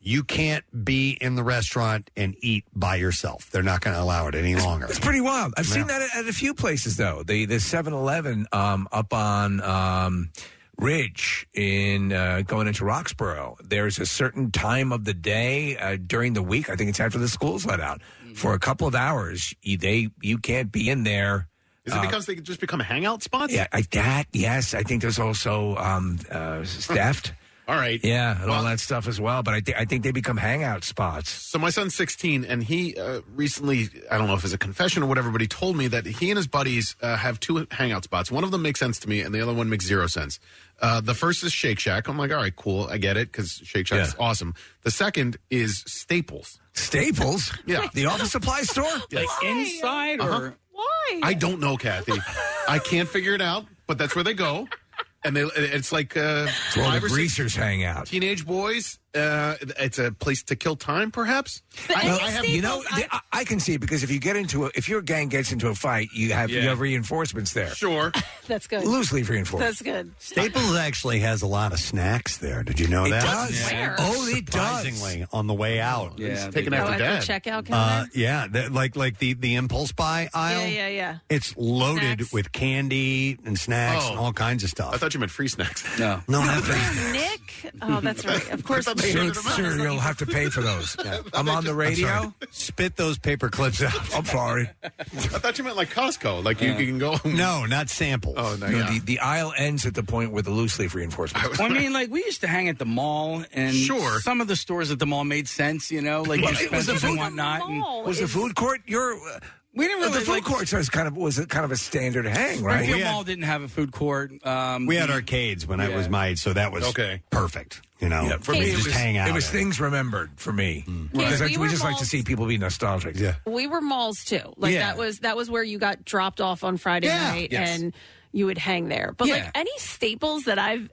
[SPEAKER 1] you can't be in the restaurant and eat by yourself. They're not going to allow it any longer.
[SPEAKER 3] It's pretty wild. I've seen that at, at a few places though. The the 7-Eleven um, up on um, Ridge in uh, going into Roxborough. There's a certain time of the day uh, during the week. I think it's after the school's let out
[SPEAKER 8] Mm.
[SPEAKER 3] for a couple of hours. You, they you can't be in there.
[SPEAKER 8] Is it
[SPEAKER 3] uh,
[SPEAKER 8] because they just become hangout spots?
[SPEAKER 3] yeah, I, that yes. I think there's also um, uh, theft.
[SPEAKER 8] All right.
[SPEAKER 3] Yeah, and all that stuff as well. But I, th- I think they become hangout spots.
[SPEAKER 8] So my son's 16, and he uh, recently, I don't know if it's a confession or whatever, but he told me that he and his buddies uh, have two hangout spots. One of them makes sense to me, and the other one makes zero sense. Uh, the first is Shake Shack. I'm like, all right, cool. I get it because Shake Shack's
[SPEAKER 3] Yeah.
[SPEAKER 8] awesome. The second is Staples.
[SPEAKER 3] Staples?
[SPEAKER 8] Yeah.
[SPEAKER 3] The office supply store? Uh-huh.
[SPEAKER 8] Like
[SPEAKER 11] inside
[SPEAKER 8] Uh-huh.
[SPEAKER 11] or-
[SPEAKER 2] Why?
[SPEAKER 8] I don't know, Kathy. I can't figure it out, but that's where they go. And they, it's like uh,
[SPEAKER 3] It's where
[SPEAKER 8] five
[SPEAKER 3] the
[SPEAKER 8] or six
[SPEAKER 3] greasers hang out.
[SPEAKER 8] teenage boys. Uh, it's a place to kill time, perhaps.
[SPEAKER 3] Well, you know, th- I, I can see it because if you get into a, if your gang gets into a fight, you have you
[SPEAKER 8] Yeah.
[SPEAKER 3] have reinforcements there.
[SPEAKER 8] Sure,
[SPEAKER 2] That's good.
[SPEAKER 3] loosely reinforced.
[SPEAKER 2] That's good.
[SPEAKER 1] Staples actually has a lot of snacks there. Did you know
[SPEAKER 3] It
[SPEAKER 1] that?
[SPEAKER 3] does. Where? Oh, it does.
[SPEAKER 1] Surprisingly, on the way out.
[SPEAKER 3] Yeah,
[SPEAKER 1] It's
[SPEAKER 3] they
[SPEAKER 1] taken
[SPEAKER 3] do.
[SPEAKER 1] after
[SPEAKER 3] Oh,
[SPEAKER 1] dad.
[SPEAKER 2] at the checkout
[SPEAKER 1] Uh,
[SPEAKER 2] counter?
[SPEAKER 1] yeah, that- like like the, the impulse buy aisle.
[SPEAKER 2] yeah, yeah, yeah.
[SPEAKER 1] It's loaded
[SPEAKER 2] Snacks.
[SPEAKER 1] with candy and snacks and
[SPEAKER 8] Oh.
[SPEAKER 1] all kinds of stuff. I
[SPEAKER 8] thought you meant free snacks.
[SPEAKER 11] No,
[SPEAKER 1] no, not free
[SPEAKER 2] Nick? Oh, that's right. Of course.
[SPEAKER 3] Soon, soon you'll have to pay for those. I'm on the radio.
[SPEAKER 1] Spit those paper clips out.
[SPEAKER 3] I'm sorry.
[SPEAKER 8] I thought you meant like Costco. Like you,
[SPEAKER 3] Yeah.
[SPEAKER 8] you can go.
[SPEAKER 1] No, not samples.
[SPEAKER 8] Oh no,
[SPEAKER 3] No,
[SPEAKER 8] yeah.
[SPEAKER 3] the, the aisle ends at the point where the loose leaf reinforcements.
[SPEAKER 11] Well, I mean, like we used to hang at the mall, and
[SPEAKER 3] Sure.
[SPEAKER 11] some of the stores at the mall made sense, you know, like
[SPEAKER 3] Well,
[SPEAKER 11] your
[SPEAKER 3] it was the
[SPEAKER 11] Spencer's
[SPEAKER 3] food-
[SPEAKER 11] and whatnot. And
[SPEAKER 3] was the food court your? uh,
[SPEAKER 11] We didn't
[SPEAKER 3] the
[SPEAKER 11] really
[SPEAKER 3] food
[SPEAKER 11] like-
[SPEAKER 3] court was kind of was a kind of a standard hang, right?
[SPEAKER 11] Springfield Mall didn't have a food court. Um,
[SPEAKER 3] We had
[SPEAKER 1] arcades when I was my age, so that was
[SPEAKER 3] Okay.
[SPEAKER 1] perfect. You know,
[SPEAKER 3] Yeah, for
[SPEAKER 1] You
[SPEAKER 3] me,
[SPEAKER 1] just
[SPEAKER 3] it was,
[SPEAKER 1] hang out. Hmm.
[SPEAKER 3] It was
[SPEAKER 1] at
[SPEAKER 3] things remembered for me
[SPEAKER 2] Right.
[SPEAKER 3] because
[SPEAKER 2] We
[SPEAKER 3] we,
[SPEAKER 2] were
[SPEAKER 3] just like to
[SPEAKER 2] malls-
[SPEAKER 3] see people be nostalgic. Yeah,
[SPEAKER 2] We were malls too. Like
[SPEAKER 3] Yeah.
[SPEAKER 2] that was that was where you got dropped off on Friday
[SPEAKER 3] Yeah.
[SPEAKER 2] night
[SPEAKER 3] Yes.
[SPEAKER 2] and you would hang there. But
[SPEAKER 4] Yeah.
[SPEAKER 2] like any Staples that I've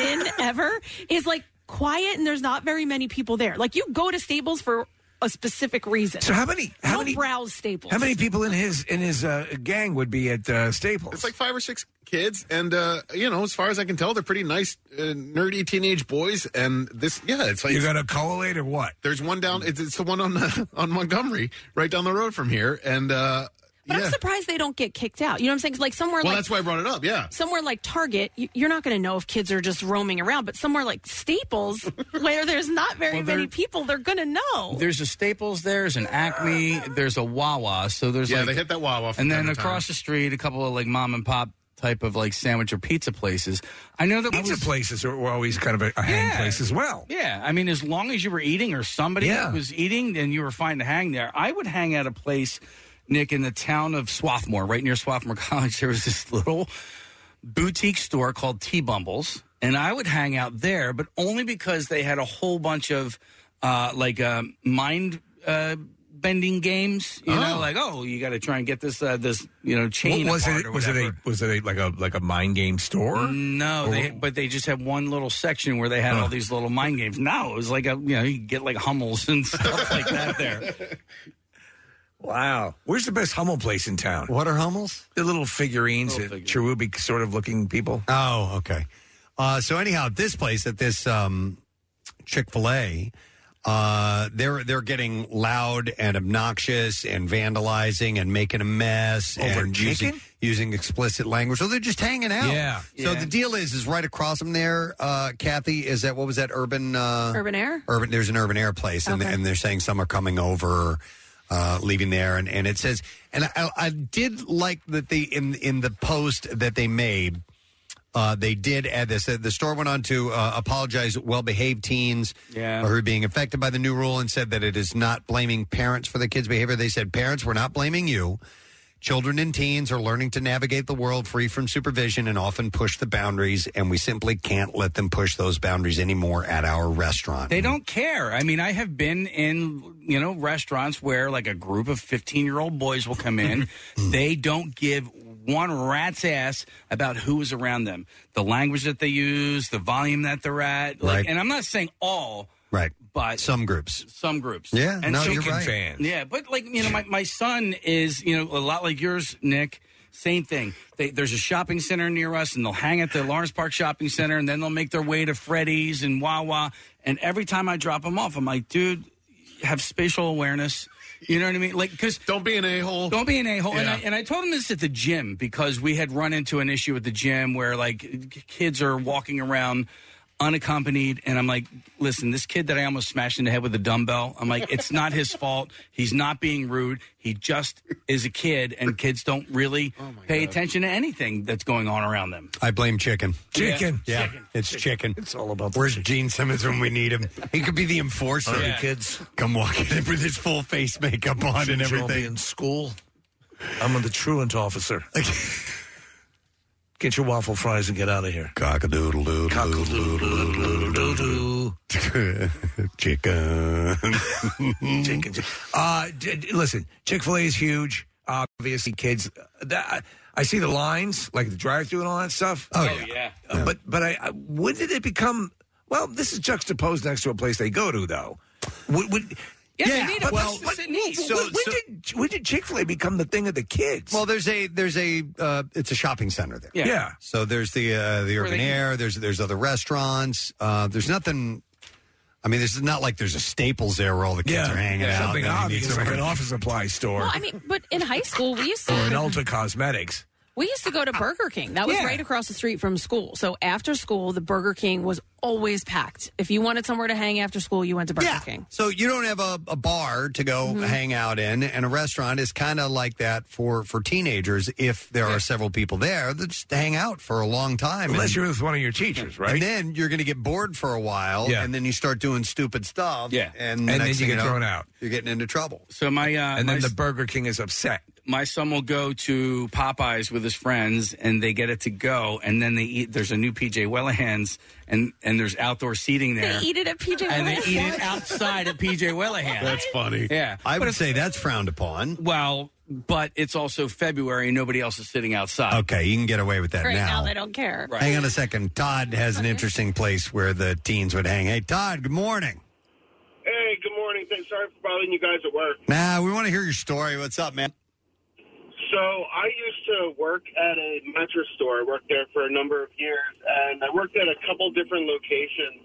[SPEAKER 2] in ever is like quiet and there's not very many people there. Like you go to Staples for a specific reason.
[SPEAKER 3] So how many- how
[SPEAKER 2] You don't
[SPEAKER 3] many-
[SPEAKER 2] browse Staples?
[SPEAKER 3] How many people in his in his uh, gang would be at uh, Staples?
[SPEAKER 8] It's like five or six kids, and uh, you know, as far as I can tell, they're pretty nice, uh, nerdy teenage boys. And this, yeah, it's like
[SPEAKER 3] You got a collate or what?
[SPEAKER 8] There's one down. It's, it's the one on the, on Montgomery, right down the road from here, and uh,
[SPEAKER 2] But
[SPEAKER 8] yeah.
[SPEAKER 2] I'm surprised they don't get kicked out. You know what I'm saying? 'Cause, Like somewhere
[SPEAKER 8] well,
[SPEAKER 2] like
[SPEAKER 8] that's why I brought it up. Yeah,
[SPEAKER 2] somewhere like Target, you- you're not going to know if kids are just roaming around. But somewhere like Staples, where there's not very
[SPEAKER 11] Well, they're-
[SPEAKER 2] many people, they're going to know.
[SPEAKER 11] There's a Staples, there's an Acme, there's a Wawa. So there's
[SPEAKER 8] Yeah,
[SPEAKER 11] like,
[SPEAKER 8] they hit that Wawa from
[SPEAKER 11] and
[SPEAKER 8] time
[SPEAKER 11] then
[SPEAKER 8] to time.
[SPEAKER 11] across the street, a couple of like mom and pop type of like sandwich or pizza places. I know that pizza
[SPEAKER 3] places are, were always kind of a, a hang place as well.
[SPEAKER 11] Yeah, I mean, as long as you were eating or somebody
[SPEAKER 3] Yeah.
[SPEAKER 11] was eating, and you were fine to hang there. I would hang at a place, Nick, in the town of Swarthmore, right near Swarthmore College. There was this little boutique store called Tea Bumbles, and I would hang out there, but only because they had a whole bunch of uh, like uh, mind. Uh, Bending games, you know, like oh, you got to try and get this uh, this you know chain.
[SPEAKER 3] What was
[SPEAKER 11] apart
[SPEAKER 3] it?
[SPEAKER 11] or
[SPEAKER 3] Was it
[SPEAKER 11] whatever.
[SPEAKER 3] a was it a, like a like a mind game store?
[SPEAKER 11] No,
[SPEAKER 3] Or-
[SPEAKER 11] they, but they just had one little section where they had all these little mind games. Now it was like a you know you could get like Hummels and stuff like that there.
[SPEAKER 3] Wow. Where's the best Hummel place in town?
[SPEAKER 1] What are Hummels?
[SPEAKER 3] The little figurines, that cherubic sort of looking people.
[SPEAKER 1] Oh, okay. Uh, so anyhow, at this place at this um, Chick Fil A, uh, they're they're getting loud and obnoxious and vandalizing and making a mess
[SPEAKER 3] Over
[SPEAKER 1] and
[SPEAKER 3] chicken?
[SPEAKER 1] using, using explicit language. So they're just hanging out.
[SPEAKER 3] Yeah.
[SPEAKER 1] So
[SPEAKER 3] Yeah.
[SPEAKER 1] the deal is, is right across from there, uh, Kathy. Is that what was that? Urban. Uh,
[SPEAKER 2] Urban Air?
[SPEAKER 1] Urban. There's an urban air place, and,
[SPEAKER 2] Okay.
[SPEAKER 1] and they're saying some are coming over. Uh, leaving there, and, and it says, and I, I did like that they in in the post that they made, uh, they did add this. The- The store went on to uh, apologize well behaved teens
[SPEAKER 11] Yeah.
[SPEAKER 1] who are being affected by the new rule and said that it is not blaming parents for the kids' behavior. They said, Parents, we're not blaming you. Children and teens are learning to navigate the world free from supervision and often push the boundaries, and we simply can't let them push those boundaries anymore at our restaurant.
[SPEAKER 11] They don't care. I mean, I have been in you know restaurants where like a group of fifteen year old boys will come in. they don't give one rat's ass about who is around them, the language that they use, the volume that they're at. Like,
[SPEAKER 1] Right.
[SPEAKER 11] And I'm not saying all,
[SPEAKER 1] Right.
[SPEAKER 11] but
[SPEAKER 1] some groups.
[SPEAKER 11] some groups.
[SPEAKER 1] Yeah,
[SPEAKER 11] and
[SPEAKER 1] no,
[SPEAKER 11] so-
[SPEAKER 1] you're Chicken right. fans.
[SPEAKER 11] Yeah, but like you know, my, my son is you know a lot like yours, Nick. Same thing. They, there's a shopping center near us, and they'll hang at the Lawrence Park Shopping Center, and then they'll make their way to Freddy's and Wawa. And every time I drop them off, I'm like, dude, have spatial awareness. You know what I mean? Like, because
[SPEAKER 8] don't be an a hole.
[SPEAKER 11] Don't be an a hole. Oh, And, I,
[SPEAKER 8] Yeah.
[SPEAKER 11] and I told him this at the gym because we had run into an issue at the gym where like k- kids are walking around unaccompanied, and I'm like, listen, this kid that I almost smashed in the head with a dumbbell. I'm like, it's not his fault. He's not being rude. He just is a kid, and kids don't really pay attention to anything that's going on around them.
[SPEAKER 1] I blame chicken.
[SPEAKER 11] Chicken.
[SPEAKER 1] Yeah,
[SPEAKER 11] Chicken.
[SPEAKER 1] it's chicken. It's all about Where's Gene Simmons when we need him? He could be the enforcer.
[SPEAKER 3] All right, Oh, Yeah. kids.
[SPEAKER 1] Come walking in with his full face makeup on and
[SPEAKER 3] Shouldn't you all be
[SPEAKER 1] everything.
[SPEAKER 3] in school. I'm the truant officer. Get your waffle fries and get out of here.
[SPEAKER 1] Cock a doodle doodle doodle doodle
[SPEAKER 3] doodle
[SPEAKER 1] doodle. Chicken.
[SPEAKER 3] Chicken. Uh, d- d- listen, Chick Fil A is huge. Obviously, kids. That, I see the lines, like the drive-through and all that stuff.
[SPEAKER 11] Oh, yeah. yeah.
[SPEAKER 3] Uh, But but I, I when did it become? Well, this is juxtaposed next to a place they go to, though. Would, would,
[SPEAKER 1] Yeah, they need a
[SPEAKER 3] but-
[SPEAKER 1] place to
[SPEAKER 3] but-
[SPEAKER 1] sit and eat.
[SPEAKER 3] when-
[SPEAKER 1] So-
[SPEAKER 3] when,
[SPEAKER 1] so-
[SPEAKER 3] did when did Chick Fil A become the thing of the kids?
[SPEAKER 1] Well, there's a there's a uh, it's a shopping center there.
[SPEAKER 3] Yeah. Yeah.
[SPEAKER 1] So there's the uh, the urban
[SPEAKER 3] they-
[SPEAKER 1] air. There's there's other restaurants. Uh, there's nothing. I mean, this is not like there's a Staples there where all the kids are hanging out.
[SPEAKER 3] Something
[SPEAKER 1] and they need
[SPEAKER 3] obvious, like
[SPEAKER 1] somewhere
[SPEAKER 3] an
[SPEAKER 1] to-
[SPEAKER 3] office supply store
[SPEAKER 2] Well, I mean, but in high school, we used to
[SPEAKER 3] or an Ulta Cosmetics.
[SPEAKER 2] We used to go to Burger King. That was
[SPEAKER 3] Yeah.
[SPEAKER 2] right across the street from school. So after school, the Burger King was always packed. If you wanted somewhere to hang after school, you went to Burger King.
[SPEAKER 1] So you don't have a, a bar to go
[SPEAKER 11] Mm-hmm.
[SPEAKER 1] hang out in, and a restaurant is kind of like that for for teenagers. If there are several people there, they just hang out for a long time.
[SPEAKER 3] Unless
[SPEAKER 1] and,
[SPEAKER 3] you're with one of your teachers, right?
[SPEAKER 1] And then you're going to get bored for a while,
[SPEAKER 3] Yeah.
[SPEAKER 1] and then you start doing stupid stuff.
[SPEAKER 11] Yeah.
[SPEAKER 1] and the next
[SPEAKER 3] And then you
[SPEAKER 1] thing
[SPEAKER 3] get
[SPEAKER 1] know,
[SPEAKER 3] thrown out.
[SPEAKER 1] You're getting into trouble.
[SPEAKER 11] So my uh,
[SPEAKER 3] and then
[SPEAKER 11] my
[SPEAKER 3] the Burger King is upset.
[SPEAKER 11] my son will go to Popeyes with his friends, and they get it to go, and then they eat. There's a new PJ Wellahans, and and and there's outdoor seating there.
[SPEAKER 14] They eat it at PJ
[SPEAKER 11] and they
[SPEAKER 14] Wellness.
[SPEAKER 11] eat it outside at PJ Wellahan.
[SPEAKER 1] That's funny.
[SPEAKER 11] Yeah,
[SPEAKER 1] I would say that's frowned upon.
[SPEAKER 11] Well, but it's also February and nobody else is sitting outside.
[SPEAKER 1] Okay, you can get away with that
[SPEAKER 14] right
[SPEAKER 1] now.
[SPEAKER 14] now. they don't care.
[SPEAKER 1] Hang on a second. Todd has an interesting place where the teens would hang. Hey, Todd, good morning.
[SPEAKER 18] Hey, good morning. Thanks. Sorry for bothering you guys at work.
[SPEAKER 1] Nah, we want to hear your story. What's up, man?
[SPEAKER 18] So I used to work at a mattress store. I worked there for a number of years, and I worked at a couple different locations.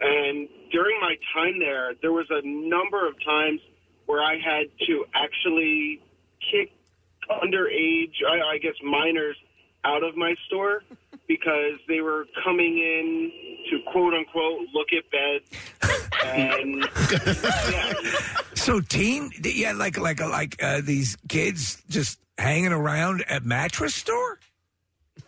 [SPEAKER 18] And during my time there, there was a number of times where I had to actually kick underage, I, I guess minors, out of my store because they were coming in to quote unquote look at beds and
[SPEAKER 3] So teen, yeah, like like like uh, these kids just hanging around at mattress store.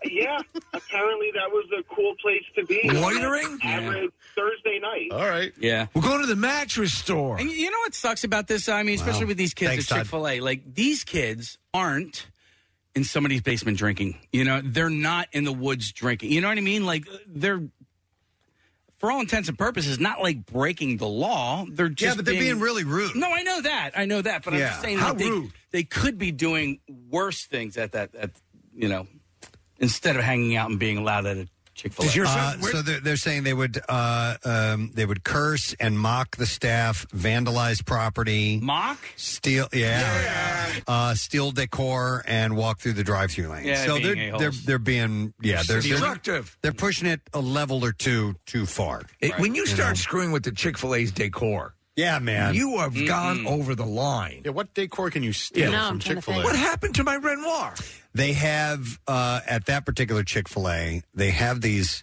[SPEAKER 18] Yeah, apparently that was a cool place to be.
[SPEAKER 3] Loitering?
[SPEAKER 18] Average Thursday night.
[SPEAKER 8] All right.
[SPEAKER 11] Yeah.
[SPEAKER 3] We're going to the mattress store.
[SPEAKER 11] And you know what sucks about this? I mean, especially with these kids
[SPEAKER 3] Thanks,
[SPEAKER 11] at
[SPEAKER 3] Todd.
[SPEAKER 11] Chick Fil A, like these kids aren't in somebody's basement drinking. You know, they're not in the woods drinking. You know what I mean? Like they're, for all intents and purposes, not like breaking the law. They're just
[SPEAKER 1] but they're being really rude.
[SPEAKER 11] No, I know that. I know that. But I'm
[SPEAKER 1] Yeah.
[SPEAKER 11] just saying,
[SPEAKER 1] How
[SPEAKER 11] like, they,
[SPEAKER 1] rude.
[SPEAKER 11] they could be doing worse things at that. At you know, instead of hanging out and being allowed at a Chick Fil A.
[SPEAKER 1] Uh, so they're, they're saying they would uh, um, they would curse and mock the staff, vandalize property,
[SPEAKER 11] mock,
[SPEAKER 1] steal, yeah, Uh, steal decor, and walk through the drive-through lane.
[SPEAKER 3] Yeah,
[SPEAKER 1] so
[SPEAKER 3] being
[SPEAKER 1] they're
[SPEAKER 3] a-holes.
[SPEAKER 1] they're they're being yeah they're they're-
[SPEAKER 3] Destructive.
[SPEAKER 1] They're, pushing it a level or two too far.
[SPEAKER 3] It- When you
[SPEAKER 1] know?
[SPEAKER 3] start screwing with the Chick Fil A's decor,
[SPEAKER 1] yeah, man,
[SPEAKER 3] you have gone over the line.
[SPEAKER 8] Yeah, what decor can you steal
[SPEAKER 3] No,
[SPEAKER 8] from
[SPEAKER 3] I'm trying to
[SPEAKER 8] Chick Fil A?
[SPEAKER 3] think. What happened to my Renoir?
[SPEAKER 1] They have uh, at that particular Chick Fil A, they have these.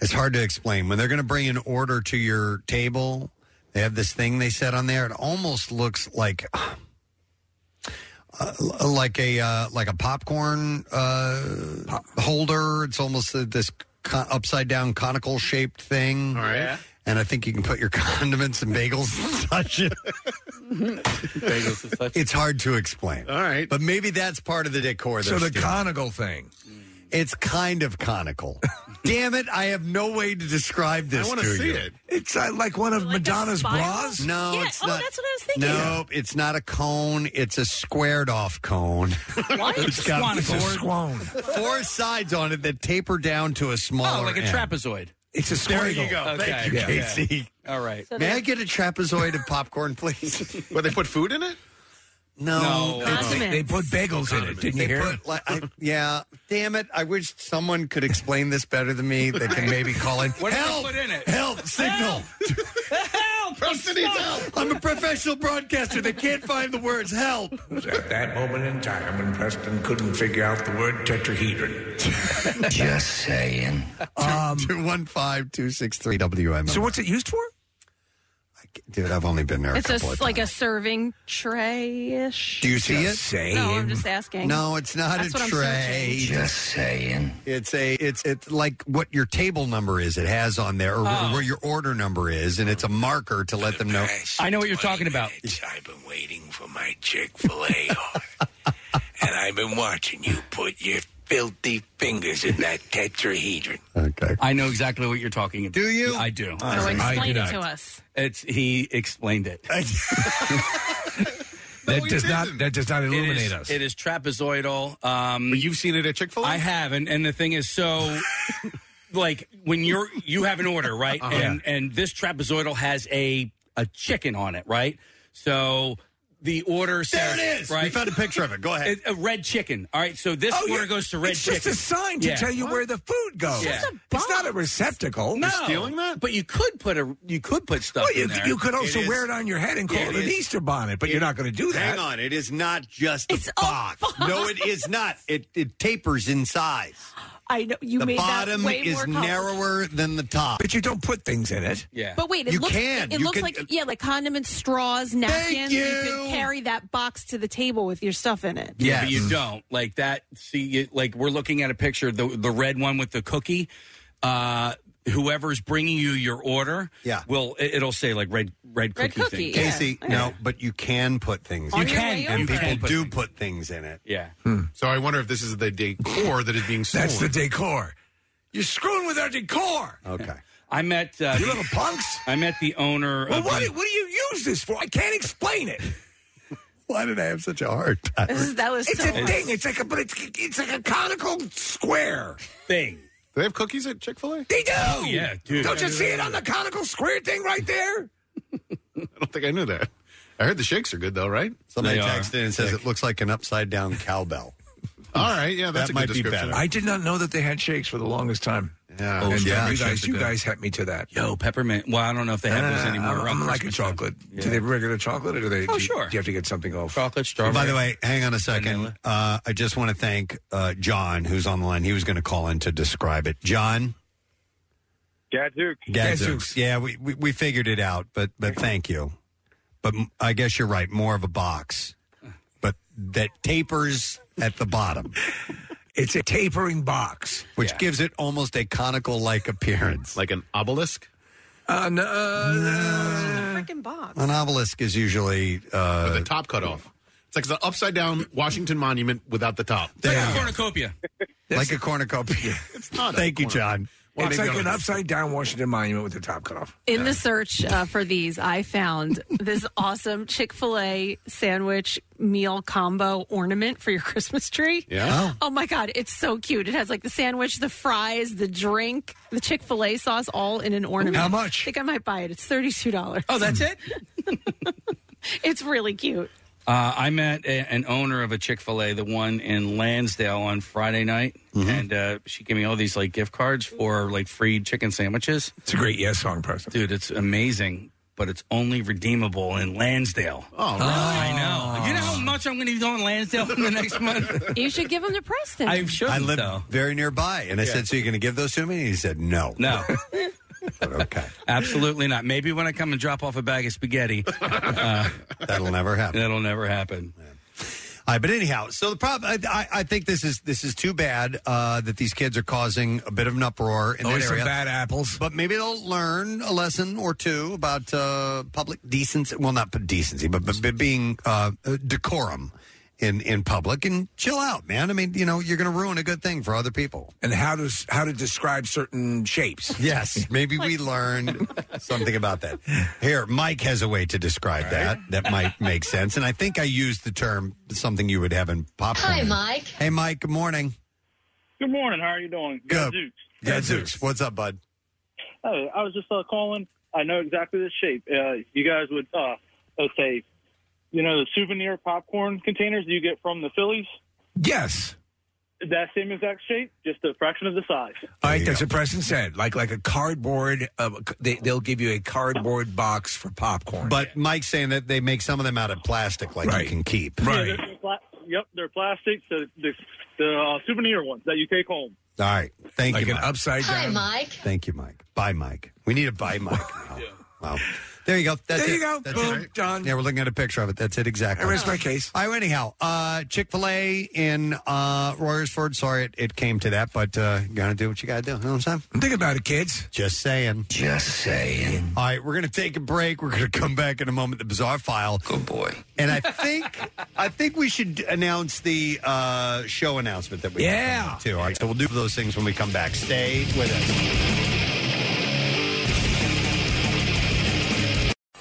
[SPEAKER 1] It's hard to explain when they're going to bring an order to your table. They have this thing they set on there. It almost looks like. Uh, like a uh, like a popcorn uh, holder, it's almost uh, this co- upside down conical shaped thing. All
[SPEAKER 8] right,
[SPEAKER 1] and I think you can put your condiments and bagels and such. in. It's hard to explain. All
[SPEAKER 8] right.
[SPEAKER 1] But maybe that's part of the decor.
[SPEAKER 3] So
[SPEAKER 1] they're
[SPEAKER 3] the
[SPEAKER 1] stealing.
[SPEAKER 3] conical thing.
[SPEAKER 1] It's kind of conical. Damn it, I have no way to describe this
[SPEAKER 3] wanna
[SPEAKER 1] to
[SPEAKER 3] see
[SPEAKER 1] you.
[SPEAKER 3] it. It's uh, like one of Madonna's bras.
[SPEAKER 1] No,
[SPEAKER 3] Yeah,
[SPEAKER 1] it's
[SPEAKER 3] oh,
[SPEAKER 1] not.
[SPEAKER 3] that's what I was thinking.
[SPEAKER 1] Nope, it's not a cone. It's a squared off cone.
[SPEAKER 3] What?
[SPEAKER 1] it's got
[SPEAKER 3] It's a swan.
[SPEAKER 1] four sides on it that taper down to a smaller.
[SPEAKER 11] Oh, like a
[SPEAKER 1] end.
[SPEAKER 11] trapezoid.
[SPEAKER 3] It's a
[SPEAKER 1] There you
[SPEAKER 3] squiggle.
[SPEAKER 1] go. Thank you,
[SPEAKER 11] Yeah.
[SPEAKER 1] Casey.
[SPEAKER 11] All right.
[SPEAKER 1] May I get a trapezoid of popcorn, please?
[SPEAKER 8] Where they put food in it?
[SPEAKER 1] No,
[SPEAKER 8] No. Condiments. They- they put bagels in it. Didn't you
[SPEAKER 1] They
[SPEAKER 8] hear?
[SPEAKER 1] put, like, I- yeah, damn it! I wish someone could explain this better than me. They can maybe call in.
[SPEAKER 4] What did they
[SPEAKER 1] help!
[SPEAKER 4] put in it?
[SPEAKER 1] Help! Signal!
[SPEAKER 4] Help!
[SPEAKER 1] I'm a professional broadcaster. They can't find the words. Help!
[SPEAKER 3] It was at that moment in time when Preston couldn't figure out the word tetrahedron.
[SPEAKER 1] Just saying. um, Two one five two six three WM.
[SPEAKER 3] So what's it used for?
[SPEAKER 1] Dude, I've only been there a
[SPEAKER 2] It's a
[SPEAKER 1] couple
[SPEAKER 2] s-
[SPEAKER 1] of
[SPEAKER 2] like a serving tray ish.
[SPEAKER 1] Do you see it?
[SPEAKER 2] No, I'm just asking.
[SPEAKER 1] No, it's not a
[SPEAKER 2] That's what I'm
[SPEAKER 1] tray.
[SPEAKER 2] searching. Just
[SPEAKER 1] saying. It's a it's it's like what your table number is. It has on there, or
[SPEAKER 11] Oh.
[SPEAKER 1] where your order number is, and it's a marker to let them know.
[SPEAKER 11] I know what you're talking about.
[SPEAKER 3] I've been waiting for my Chick Fil A, and I've been watching you put your filthy fingers in that tetrahedron.
[SPEAKER 1] Okay.
[SPEAKER 11] I know exactly what you're talking about.
[SPEAKER 3] Do you?
[SPEAKER 11] I do.
[SPEAKER 3] So explain
[SPEAKER 11] I do
[SPEAKER 3] it
[SPEAKER 11] not.
[SPEAKER 3] to
[SPEAKER 2] us.
[SPEAKER 11] It's he explained it.
[SPEAKER 3] that does not that does not illuminate
[SPEAKER 11] it is,
[SPEAKER 3] us.
[SPEAKER 11] It is trapezoidal. Um, but
[SPEAKER 8] you've seen it at Chick Fil
[SPEAKER 11] A. I have, and, and the thing is, so like when you're you have an order, right?
[SPEAKER 8] Uh-huh.
[SPEAKER 11] And and this trapezoidal has a a chicken on it, right? So the order says,
[SPEAKER 8] it is! We
[SPEAKER 11] Right?
[SPEAKER 8] found a picture of it. Go ahead.
[SPEAKER 11] It- a red chicken. All right. So this
[SPEAKER 3] Oh, yeah.
[SPEAKER 11] order goes to red
[SPEAKER 3] It's
[SPEAKER 11] chicken.
[SPEAKER 3] just a sign to
[SPEAKER 11] Yeah.
[SPEAKER 3] tell you where the food goes.
[SPEAKER 11] Yeah.
[SPEAKER 3] It's not a receptacle.
[SPEAKER 11] No, that. But you could put a you could put stuff.
[SPEAKER 3] Well, you,
[SPEAKER 11] in there.
[SPEAKER 3] you could also wear it on your head and call
[SPEAKER 11] Yeah,
[SPEAKER 3] it,
[SPEAKER 11] it
[SPEAKER 3] an
[SPEAKER 11] is.
[SPEAKER 3] Easter bonnet, but you're not going to do that.
[SPEAKER 1] Hang on, it is not just a box. No, it is not. It it tapers in size.
[SPEAKER 2] I know you
[SPEAKER 1] the
[SPEAKER 2] made
[SPEAKER 1] bottom
[SPEAKER 2] that way
[SPEAKER 1] is
[SPEAKER 2] more compli-
[SPEAKER 1] narrower than the top.
[SPEAKER 3] But you don't put things in it.
[SPEAKER 11] Yeah.
[SPEAKER 2] But wait, it
[SPEAKER 1] you
[SPEAKER 2] looks
[SPEAKER 1] can.
[SPEAKER 2] it
[SPEAKER 1] You
[SPEAKER 2] looks
[SPEAKER 1] can-
[SPEAKER 2] like yeah, like condiments, straws, napkins. you. could carry that box to the table with your stuff in it.
[SPEAKER 11] Yeah, but you don't like that. See, you, like we're looking at a picture, the the red one with the cookie. Uh, whoever's bringing you your order,
[SPEAKER 1] Yeah.
[SPEAKER 11] will it, it'll say like red red cookie, thing.
[SPEAKER 1] Casey, no, but you can put things.
[SPEAKER 11] On
[SPEAKER 1] in
[SPEAKER 11] your
[SPEAKER 1] it.
[SPEAKER 11] way
[SPEAKER 1] and
[SPEAKER 11] over.
[SPEAKER 1] people
[SPEAKER 11] You can
[SPEAKER 1] do put things in it.
[SPEAKER 11] Yeah.
[SPEAKER 3] Hmm.
[SPEAKER 8] So I wonder if this is the decor that is being stolen.
[SPEAKER 3] That's the decor. You're screwing with our decor.
[SPEAKER 1] Okay.
[SPEAKER 11] I met uh, you little
[SPEAKER 3] punks.
[SPEAKER 11] I met the owner.
[SPEAKER 3] Well,
[SPEAKER 11] of
[SPEAKER 3] what,
[SPEAKER 11] the-
[SPEAKER 3] what do you use this for? I can't explain it.
[SPEAKER 1] Why did I have such a hard time?
[SPEAKER 3] that was it's
[SPEAKER 4] so
[SPEAKER 3] a
[SPEAKER 4] hard.
[SPEAKER 3] thing. It's like a but it's it's like a conical square thing.
[SPEAKER 8] Do they have cookies at Chick Fil A?
[SPEAKER 3] They do.
[SPEAKER 8] Oh, yeah, dude.
[SPEAKER 3] Don't you see it on the conical square thing right there?
[SPEAKER 8] I don't think I knew that. I heard the shakes are good though, right?
[SPEAKER 1] Somebody texted in and says it looks like an upside down cowbell.
[SPEAKER 8] All right, yeah, that's a good description.
[SPEAKER 3] I did not know that they had shakes for the longest time.
[SPEAKER 1] Yeah,
[SPEAKER 11] Oh,
[SPEAKER 3] and
[SPEAKER 11] yeah,
[SPEAKER 3] you
[SPEAKER 11] shakes
[SPEAKER 3] guys,
[SPEAKER 11] are
[SPEAKER 3] you
[SPEAKER 11] good.
[SPEAKER 3] guys hit me to that.
[SPEAKER 11] Yo, peppermint. Well, I don't know if they have those anymore
[SPEAKER 3] Uh, I'm,
[SPEAKER 11] around
[SPEAKER 3] I'm like a
[SPEAKER 11] Christmas time.
[SPEAKER 3] chocolate. Do they have regular chocolate or do they?
[SPEAKER 11] Oh,
[SPEAKER 3] do-
[SPEAKER 11] sure.
[SPEAKER 3] Do you have to get something off?
[SPEAKER 11] Chocolate, strawberry.
[SPEAKER 1] By the way, hang on a second. Uh, I just want to thank uh, John, who's on the line. He was going to call in to describe it. John
[SPEAKER 21] Gadzooks.
[SPEAKER 1] Gadzooks. Yeah, we, we we figured it out, but but thank you. But m- I guess you're right. More of a box, but that tapers at the bottom.
[SPEAKER 3] It's a tapering box,
[SPEAKER 1] which gives it almost a conical like appearance,
[SPEAKER 8] like an obelisk.
[SPEAKER 3] Uh, no,
[SPEAKER 2] Freaking box.
[SPEAKER 1] An obelisk is usually uh,
[SPEAKER 8] the top cut off. It's like the upside down Washington Monument without the top.
[SPEAKER 1] There
[SPEAKER 8] Like
[SPEAKER 1] you
[SPEAKER 8] a
[SPEAKER 1] go.
[SPEAKER 11] cornucopia.
[SPEAKER 1] like a cornucopia.
[SPEAKER 8] It's not.
[SPEAKER 1] Thank you, John.
[SPEAKER 3] Well, it's
[SPEAKER 1] Maybe
[SPEAKER 3] like
[SPEAKER 1] go-
[SPEAKER 3] an upside down Washington Monument with the top cut off.
[SPEAKER 20] In the search uh, for these, I found this awesome Chick fil A sandwich meal combo ornament for your Christmas tree.
[SPEAKER 4] Yeah?
[SPEAKER 20] Oh my God, it's so cute. It has like the sandwich, the fries, the drink, the Chick fil A sauce, all in an ornament.
[SPEAKER 4] How much?
[SPEAKER 20] I think I might buy it. It's $32.
[SPEAKER 11] Oh, that's it?
[SPEAKER 20] it's really cute.
[SPEAKER 11] Uh, I met a, an owner of a Chick Fil A, the one in Lansdale, on Friday night,
[SPEAKER 3] Mm-hmm.
[SPEAKER 11] and uh, she gave me all these like gift cards for like free chicken sandwiches.
[SPEAKER 3] It's a great yes song present,
[SPEAKER 11] dude. It's amazing, but it's only redeemable in Lansdale.
[SPEAKER 8] Oh,
[SPEAKER 11] really? I know. You know how much I'm going to be going to Lansdale in the next month.
[SPEAKER 20] You should give them to Preston.
[SPEAKER 11] I should.
[SPEAKER 1] I live very nearby, and I
[SPEAKER 11] Yeah.
[SPEAKER 1] said, "So you're going to give those to me?" And he said, "No."
[SPEAKER 11] No.
[SPEAKER 1] okay.
[SPEAKER 11] Absolutely not. Maybe when I come and drop off a bag of spaghetti, uh,
[SPEAKER 1] that'll never happen.
[SPEAKER 11] That'll never happen.
[SPEAKER 1] All right, but anyhow, so the problem, I, I, I think this is this is too bad uh, that these kids are causing a bit of an uproar in
[SPEAKER 3] Always
[SPEAKER 1] that
[SPEAKER 3] some
[SPEAKER 1] area.
[SPEAKER 3] Oh, bad apples,
[SPEAKER 1] but maybe they'll learn a lesson or two about uh, public decency. Well, not decency, but, but, but being uh, uh, decorum in in public and chill out, man. I mean, you know, you're going to ruin a good thing for other people.
[SPEAKER 3] and how to s- how to describe certain shapes.
[SPEAKER 1] Yes, maybe we learned something about that. Here, Mike has a way to describe that that might make sense, and I think I used the term something you would have in pop.
[SPEAKER 20] Hi, Mike.
[SPEAKER 1] Hey, Mike. Good morning.
[SPEAKER 21] Good morning. How are you doing?
[SPEAKER 1] Good.
[SPEAKER 21] Gadzooks.
[SPEAKER 1] Gadzooks. What's up, bud?
[SPEAKER 21] Oh, I was just uh, calling. I know exactly the shape. Uh, you guys would, uh, let's say, you know, the souvenir popcorn containers you get from the Phillies.
[SPEAKER 3] Yes.
[SPEAKER 21] That same exact shape, just a fraction of the size.
[SPEAKER 3] All right, that's what Preston said. Like like a cardboard, uh, they, they'll give you a cardboard box for popcorn.
[SPEAKER 1] But Mike's saying that they make some of them out of plastic, like you can keep.
[SPEAKER 21] Yeah, they're- they're pla- yep, they're plastic. The the, the uh, souvenir ones that you take home.
[SPEAKER 1] All right. Thank
[SPEAKER 3] Like
[SPEAKER 1] you.
[SPEAKER 3] an
[SPEAKER 1] Mike.
[SPEAKER 3] upside
[SPEAKER 21] Hi, down-
[SPEAKER 3] Mike.
[SPEAKER 1] Thank you, Mike. Bye, Mike. We need a bye, Mike. Now. Wow. There you go. That's
[SPEAKER 3] There
[SPEAKER 1] it.
[SPEAKER 3] you go.
[SPEAKER 1] That's
[SPEAKER 3] Boom.
[SPEAKER 1] it.
[SPEAKER 3] Done.
[SPEAKER 1] Yeah, we're looking at a picture of it. That's it exactly.
[SPEAKER 3] I rest my case.
[SPEAKER 1] All right, anyhow, uh, Chick fil A in uh, Royersford. Sorry it, it came to that, but uh, you got to do what you got to do. You know what I'm saying?
[SPEAKER 3] Think about it, kids.
[SPEAKER 1] Just saying. Just saying. All right, we're going to take a break. We're going to come back in a moment. The bizarre file. Good boy. And I think I think we should announce the uh, show announcement that we have
[SPEAKER 3] Yeah.
[SPEAKER 1] coming up, too. All right, so we'll do those things when we come back. Stay with us.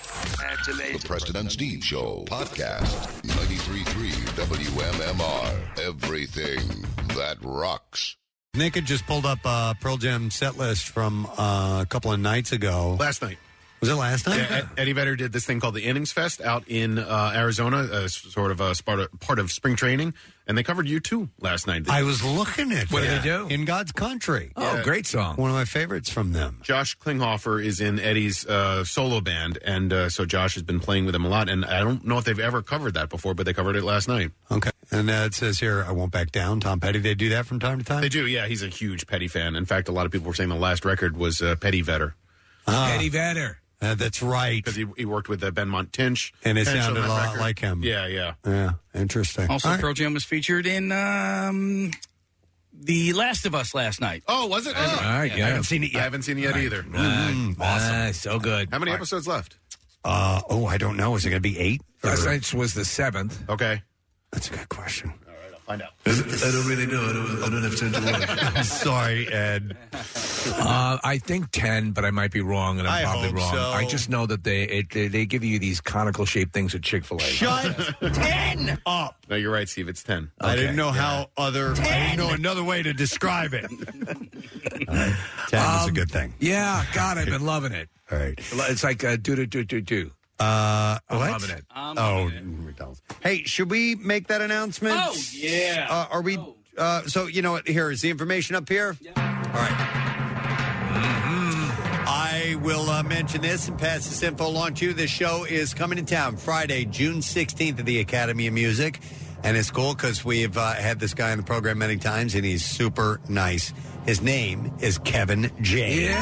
[SPEAKER 16] The President and Steve Show podcast. 93.3 WMMR. Everything that rocks.
[SPEAKER 1] Nick had just pulled up uh, Pearl Jam set list from uh, a couple of nights ago.
[SPEAKER 8] Last night.
[SPEAKER 1] Was it last night?
[SPEAKER 8] Yeah, Ed- Eddie Vedder did this thing called the Innings Fest out in uh, Arizona, uh, s- sort of a part of, part of spring training, and they covered you too last night.
[SPEAKER 1] I was looking at
[SPEAKER 8] What did
[SPEAKER 1] that.
[SPEAKER 8] they do?
[SPEAKER 1] In God's Country.
[SPEAKER 8] Oh, Yeah. great song.
[SPEAKER 1] One of my favorites from them.
[SPEAKER 8] Josh Klinghoffer is in Eddie's uh, solo band, and uh, so Josh has been playing with him a lot. And I don't know if they've ever covered that before, but they covered it last night.
[SPEAKER 1] Okay. And uh, it says here, I won't back down. Tom Petty, they do that from time to time?
[SPEAKER 8] They do, yeah. He's a huge Petty fan. In fact, a lot of people were saying the last record was uh, Petty Vetter.
[SPEAKER 3] Eddie
[SPEAKER 1] Ah.
[SPEAKER 3] Vedder.
[SPEAKER 1] Uh, that's right.
[SPEAKER 8] Because he, he worked with uh, Ben Montinch.
[SPEAKER 1] And it
[SPEAKER 8] Tinch on
[SPEAKER 1] sounded a
[SPEAKER 8] that
[SPEAKER 1] lot
[SPEAKER 8] record.
[SPEAKER 1] like him.
[SPEAKER 8] Yeah, yeah.
[SPEAKER 1] Yeah, interesting.
[SPEAKER 11] Also,
[SPEAKER 1] All right.
[SPEAKER 11] Pearl Jam was featured in um, The Last of Us last night.
[SPEAKER 8] Oh, was it? Oh.
[SPEAKER 11] yeah.
[SPEAKER 8] I haven't seen it yet. I haven't seen it yet either.
[SPEAKER 11] Mm,
[SPEAKER 3] awesome. so good.
[SPEAKER 8] How many episodes left?
[SPEAKER 1] Mm-hmm. Uh, oh, I don't know. Is it going to be eight?
[SPEAKER 3] Last night was the seventh.
[SPEAKER 8] Okay.
[SPEAKER 1] That's a good question.
[SPEAKER 8] Find out.
[SPEAKER 3] I don't really know. I don't, I don't have time to
[SPEAKER 1] Sorry, Ed.
[SPEAKER 3] uh, I think ten, but I might be wrong, and I'm
[SPEAKER 4] I
[SPEAKER 3] probably
[SPEAKER 4] hope
[SPEAKER 3] wrong.
[SPEAKER 4] so.
[SPEAKER 3] I just know that they it, they, they give you these conical shaped things at Chick Fil A.
[SPEAKER 7] Shut
[SPEAKER 4] ten up.
[SPEAKER 8] No, you're right, Steve. It's ten.
[SPEAKER 3] I didn't know how
[SPEAKER 7] other.
[SPEAKER 3] I didn't know
[SPEAKER 7] another way to describe it.
[SPEAKER 3] Ten
[SPEAKER 1] is a good thing.
[SPEAKER 3] Um, Yeah, God, I've been loving it.
[SPEAKER 1] All right,
[SPEAKER 3] it's like uh, do do do do do.
[SPEAKER 1] Uh,
[SPEAKER 3] I'm
[SPEAKER 1] what?
[SPEAKER 3] loving it.
[SPEAKER 8] Um,
[SPEAKER 3] I'm
[SPEAKER 1] oh,
[SPEAKER 3] loving
[SPEAKER 1] McDonald's. Hey, should we make that announcement?
[SPEAKER 4] Oh, yeah. Oh.
[SPEAKER 1] Uh, are we? Uh, so you know what? Here is the information up here. Yeah. All right. Mm-hmm. I will uh, mention this and pass this info along to you. This show is coming to town Friday, June 16th at the Academy of Music. And it's cool because we've uh, had this guy on the program many times, and he's super nice. His name is Kevin James.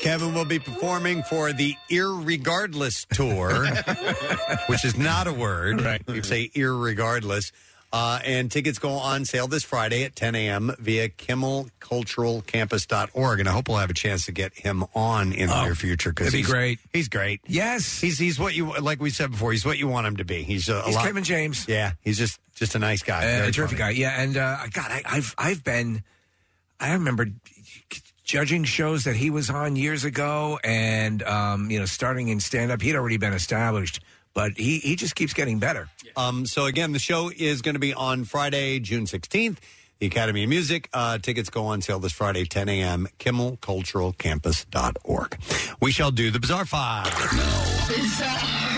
[SPEAKER 1] Kevin will be performing for the Irregardless Tour, which is not a word. Right. You say Irregardless. Uh, and tickets go on sale this Friday at 10 a.m. via kimmelculturalcampus.org. And I hope we'll have a chance to get him on in the near future.
[SPEAKER 3] Oh, that'd be
[SPEAKER 1] he's-
[SPEAKER 3] great.
[SPEAKER 1] He's great.
[SPEAKER 3] Yes.
[SPEAKER 1] He's he's what you like we said before. He's what you want him to be. He's a, a
[SPEAKER 3] He's
[SPEAKER 1] lot-
[SPEAKER 3] Kevin James.
[SPEAKER 1] Yeah, he's just just a nice guy.
[SPEAKER 3] Uh,
[SPEAKER 1] Very
[SPEAKER 3] a terrific guy. Yeah, and uh, God, I, I've I've been, I remember judging shows that he was on years ago, and um, you know, starting in stand up, he'd already been established, but he he just keeps getting better.
[SPEAKER 1] Um, so again, the show is going to be on Friday, June sixteenth. The Academy of Music uh, tickets go on sale this Friday, 10 a.m. KimmelCulturalCampus.org. We shall do the Bizarre Five.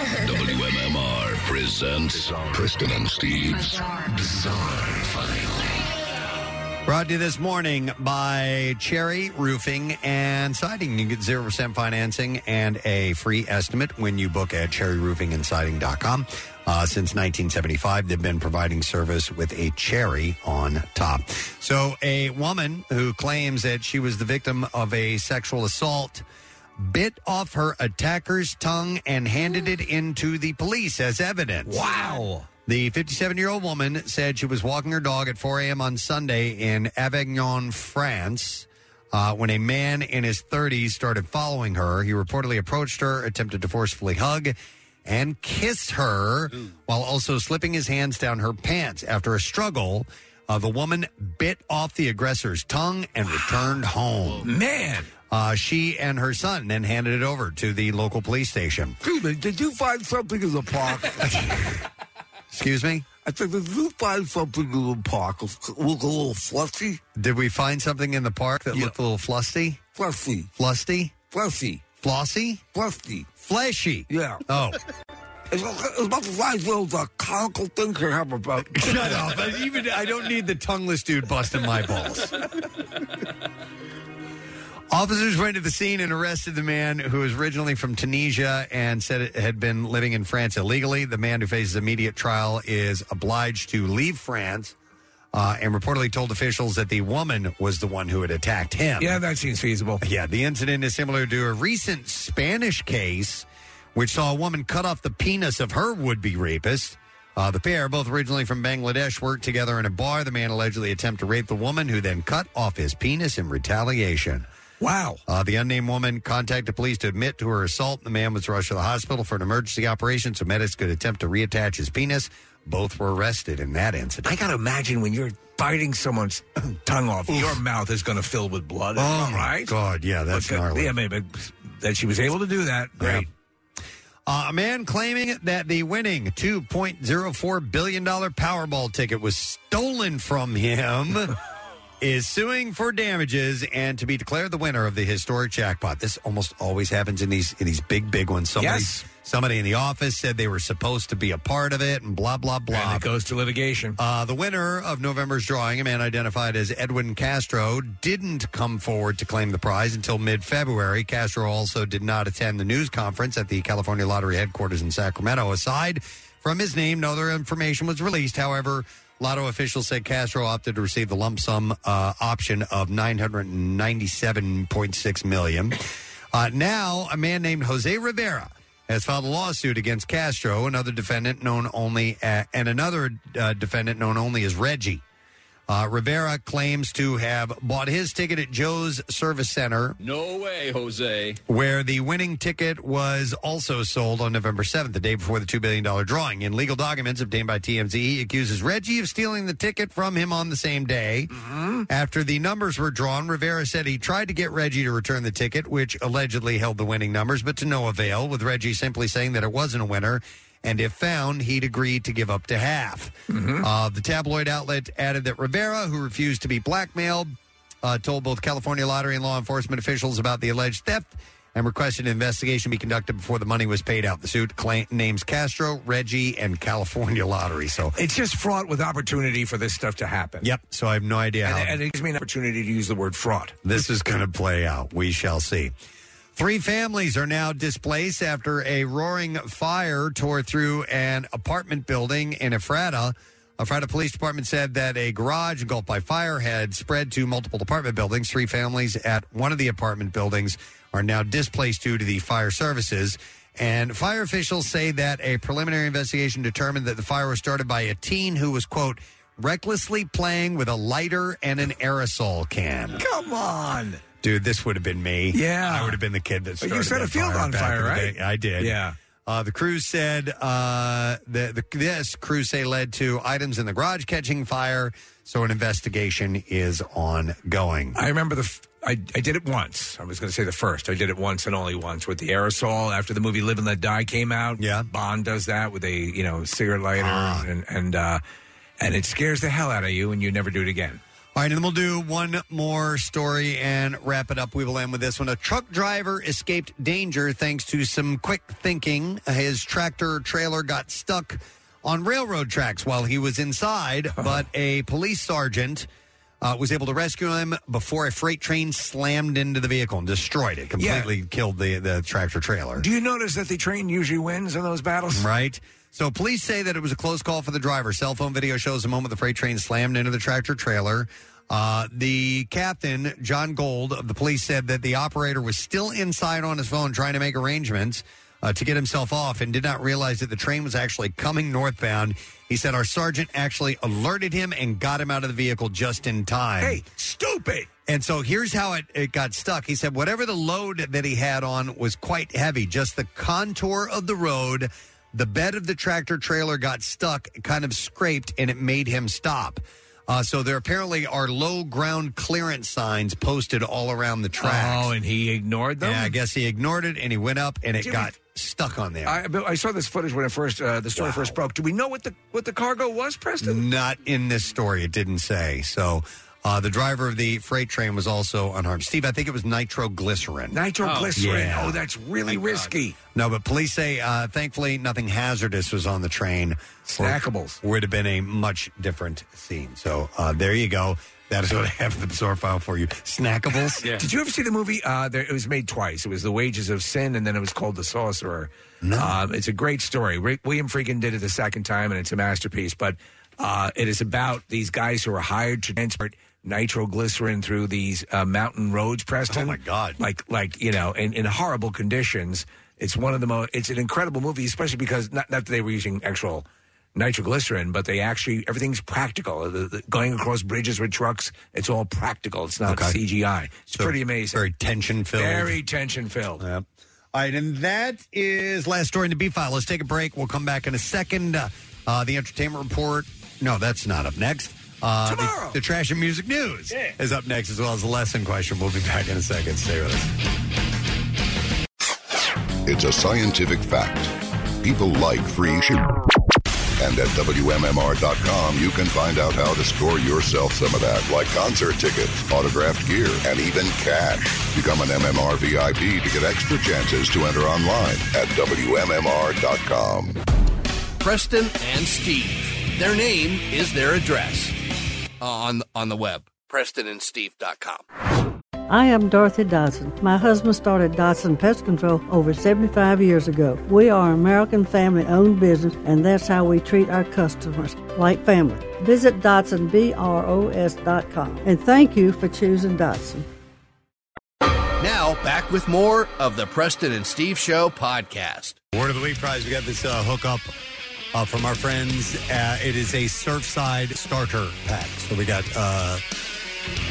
[SPEAKER 16] WMMR presents Preston and Steve's Bizarre File.
[SPEAKER 1] Brought to you this morning by Cherry Roofing and Siding. You get 0% financing and a free estimate when you book at cherryroofingandsiding.com. Uh, since 1975, they've been providing service with a cherry on top. So, a woman who claims that she was the victim of a sexual assault bit off her attacker's tongue and handed it into the police as evidence. Wow. The 57 year old woman said she was walking her dog at 4 a.m. on Sunday in Avignon, France. Uh, when a man in his 30s started following her, he reportedly approached her, attempted to forcefully hug, and kiss her while also slipping his hands down her pants. After a struggle, uh, the woman bit off the aggressor's tongue and returned home.
[SPEAKER 3] Man.
[SPEAKER 1] Uh, she and her son then handed it over to the local police station.
[SPEAKER 3] Cuban, did you find something in the pocket?
[SPEAKER 1] Excuse me?
[SPEAKER 3] I said, did you find something in the park? Look a little fluffy?
[SPEAKER 1] Did we find something in the park that looked a little flusty?
[SPEAKER 3] Fluffy.
[SPEAKER 1] Flusty?
[SPEAKER 3] Fluffy.
[SPEAKER 1] Flossy?
[SPEAKER 3] Fluffy.
[SPEAKER 1] Fleshy.
[SPEAKER 3] Yeah.
[SPEAKER 1] Oh.
[SPEAKER 3] It's, it's about the size of those uh, conical things you have about.
[SPEAKER 1] Shut up. I, even, I don't need the tongueless dude busting my balls. Officers went to the scene and arrested the man who was originally from Tunisia and said it had been living in France illegally. The man who faces immediate trial is obliged to leave France uh, and reportedly told officials that the woman was the one who had attacked him.
[SPEAKER 3] Yeah, that seems feasible.
[SPEAKER 1] Yeah, the incident is similar to a recent Spanish case, which saw a woman cut off the penis of her would be rapist. Uh, the pair, both originally from Bangladesh, worked together in a bar. The man allegedly attempted to rape the woman, who then cut off his penis in retaliation.
[SPEAKER 3] Wow.
[SPEAKER 1] Uh, the unnamed woman contacted police to admit to her assault. The man was rushed to the hospital for an emergency operation so medics could attempt to reattach his penis. Both were arrested in that incident.
[SPEAKER 3] I gotta imagine when you're biting someone's tongue off, your mouth is gonna fill with blood. Oh, right?
[SPEAKER 1] God, yeah, that's
[SPEAKER 3] But, uh,
[SPEAKER 1] gnarly.
[SPEAKER 3] Yeah, maybe that she was able to do that. Great.
[SPEAKER 1] Uh, a man claiming that the winning $2.04 billion Powerball ticket was stolen from him is suing for damages and to be declared the winner of the historic jackpot. This almost always happens in these in these big, big ones. Somebody,
[SPEAKER 3] Yes.
[SPEAKER 1] somebody in the office said they were supposed to be a part of it and blah, blah, blah.
[SPEAKER 3] And it goes to litigation.
[SPEAKER 1] Uh, the winner of November's drawing, a man identified as Edwin Castro, didn't come forward to claim the prize until mid February. Castro also did not attend the news conference at the California Lottery headquarters in Sacramento. Aside from his name, no other information was released. However, Lotto officials said Castro opted to receive the lump sum uh, option of 997.6 million. Uh, now, a man named Jose Rivera has filed a lawsuit against uh, Castro, another defendant known only a- and another uh, defendant known only as Reggie. Uh, Rivera claims to have bought his ticket at Joe's Service Center,
[SPEAKER 12] No way, Jose.
[SPEAKER 1] where the winning ticket was also sold on November 7th, the day before the $2 billion drawing. In legal documents obtained by TMZ, he accuses Reggie of stealing the ticket from him on the same day. After the numbers were drawn, Rivera said he tried to get Reggie to return the ticket, which allegedly held the winning numbers, but to no avail, with Reggie simply saying that it wasn't a winner. And if found, he'd agree to give up to half.
[SPEAKER 3] Mm-hmm.
[SPEAKER 1] Uh, the tabloid outlet added that Rivera, who refused to be blackmailed, uh, told both California lottery and law enforcement officials about the alleged theft and requested an investigation be conducted before the money was paid out. The suit claim- names Castro, Reggie, and California Lottery. So
[SPEAKER 3] It's just fraught with opportunity for this stuff to happen.
[SPEAKER 1] Yep. So I have no idea how
[SPEAKER 3] And, and it gives me an opportunity to use the word fraud.
[SPEAKER 1] this is going to play out. We shall see. Three families are now displaced after a roaring fire tore through an apartment building in Ephrata. Ephrata Police Department said that a garage engulfed by fire had spread to multiple apartment buildings. Three families at one of the apartment buildings are now displaced due to the fire services. And fire officials say that a preliminary investigation determined that the fire was started by a teen who was, quote, recklessly playing with a lighter and an aerosol can.
[SPEAKER 3] Come on.
[SPEAKER 1] Dude, this would have been me.
[SPEAKER 3] Yeah.
[SPEAKER 1] I would have been the kid that
[SPEAKER 3] But
[SPEAKER 1] started
[SPEAKER 3] you set
[SPEAKER 1] that
[SPEAKER 3] a field on
[SPEAKER 1] back
[SPEAKER 3] fire,
[SPEAKER 1] in the
[SPEAKER 3] right?
[SPEAKER 1] day. I did.
[SPEAKER 3] Yeah.
[SPEAKER 1] Uh, the crews said uh, the, the, this crusade led to items in the garage catching fire, so an investigation is ongoing.
[SPEAKER 3] I remember the. F- I, I did it once. I was going to say the first. I did it once and only once with the aerosol after the movie Live and Let Die came out. Yeah. Bond does that with a, you know, cigarette lighter
[SPEAKER 1] Ah.
[SPEAKER 3] and, and, uh, and it scares the hell out of you and you never do it again.
[SPEAKER 1] All right, and then we'll do one more story and wrap it up. We will end with this one. A truck driver escaped danger thanks to some quick thinking. His tractor trailer got stuck on railroad tracks while he was inside, but a police sergeant uh, was able to rescue him before a freight train slammed into the vehicle and destroyed it, completely killed the, the tractor trailer.
[SPEAKER 3] Do you notice that the train usually wins in those battles?
[SPEAKER 1] Right. So police say that it was a close call for the driver. Cell phone video shows the moment the freight train slammed into the tractor trailer. Uh, the captain, John Gold, of the police said that the operator was still inside on his phone trying to make arrangements uh, to get himself off and did not realize that the train was actually coming northbound. He said our sergeant actually alerted him and got him out of the vehicle just in time. Hey,
[SPEAKER 3] stupid!
[SPEAKER 1] And so here's how it, it got stuck. He said whatever the load that he had on was quite heavy, just the contour of the road. The bed of the tractor trailer got stuck, kind of scraped, and it made him stop. Uh, so there apparently are low ground clearance signs posted all around the tracks.
[SPEAKER 3] Oh, and he ignored them?
[SPEAKER 1] Yeah, I guess he ignored it and he went up and it
[SPEAKER 3] Jimmy-
[SPEAKER 1] got stuck on there.
[SPEAKER 3] I, but I saw this footage when it first, uh, the story first broke. Do we know what the, what the cargo was, Preston?
[SPEAKER 1] Not in this story. It didn't say. So uh, the driver of the freight train was also unharmed. Steve, I think it was nitroglycerin.
[SPEAKER 3] Nitroglycerin.
[SPEAKER 1] Yeah.
[SPEAKER 3] Oh, that's really risky.
[SPEAKER 1] No, but police say uh, thankfully nothing hazardous was on the train. Snackables would have been a much different scene. So uh, there you go. That is what I have in the bizarre file for you. Snackables.
[SPEAKER 3] Did you ever see the movie? Uh, there, it was made twice. It was The Wages of Sin, and then it was called The Sorcerer. No. Um, it's a great story. Rick, William Freakin did it the second time, and it's a masterpiece. But uh, it is about these guys who are hired to transport nitroglycerin through these uh, mountain roads, Preston. Oh, my God. Like, like you know, in, in horrible conditions. It's one of the most, it's an incredible movie, especially because not, not that they were using actual nitroglycerin, but they actually everything's practical. The- the- going across bridges with trucks, it's all practical. It's not CGI. It's pretty amazing. Very
[SPEAKER 1] tension filled.
[SPEAKER 3] Very tension filled.
[SPEAKER 1] Yep. All right, and that is last story in the B file. Let's take a break. We'll come back in a second. Uh, uh, the entertainment report. No, that's not up next. Uh, the- The, trash and music news is up next, as well as the lesson question. We'll be back in a second. Stay with us.
[SPEAKER 16] It's a scientific fact. People like free shit. And at WMMR.com, you can find out how to score yourself some of that, like concert tickets, autographed gear, and even cash. Become an MMR VIP to get extra chances to enter online at WMMR.com.
[SPEAKER 5] Preston and Steve. Their name is their address uh, on on the web. PrestonandSteve.com.
[SPEAKER 22] I am Dorothy Dodson. My husband started Dodson Pest Control over 75 years ago. We are an American family owned business, and that's how we treat our customers like family. Visit DodsonBROS.com and thank you for choosing Dodson.
[SPEAKER 5] Now back with more of the Preston and Steve Show podcast.
[SPEAKER 1] Word of the week prize. We got this uh, hookup uh, from our friends. Uh, it is a Surfside starter pack. So we got uh,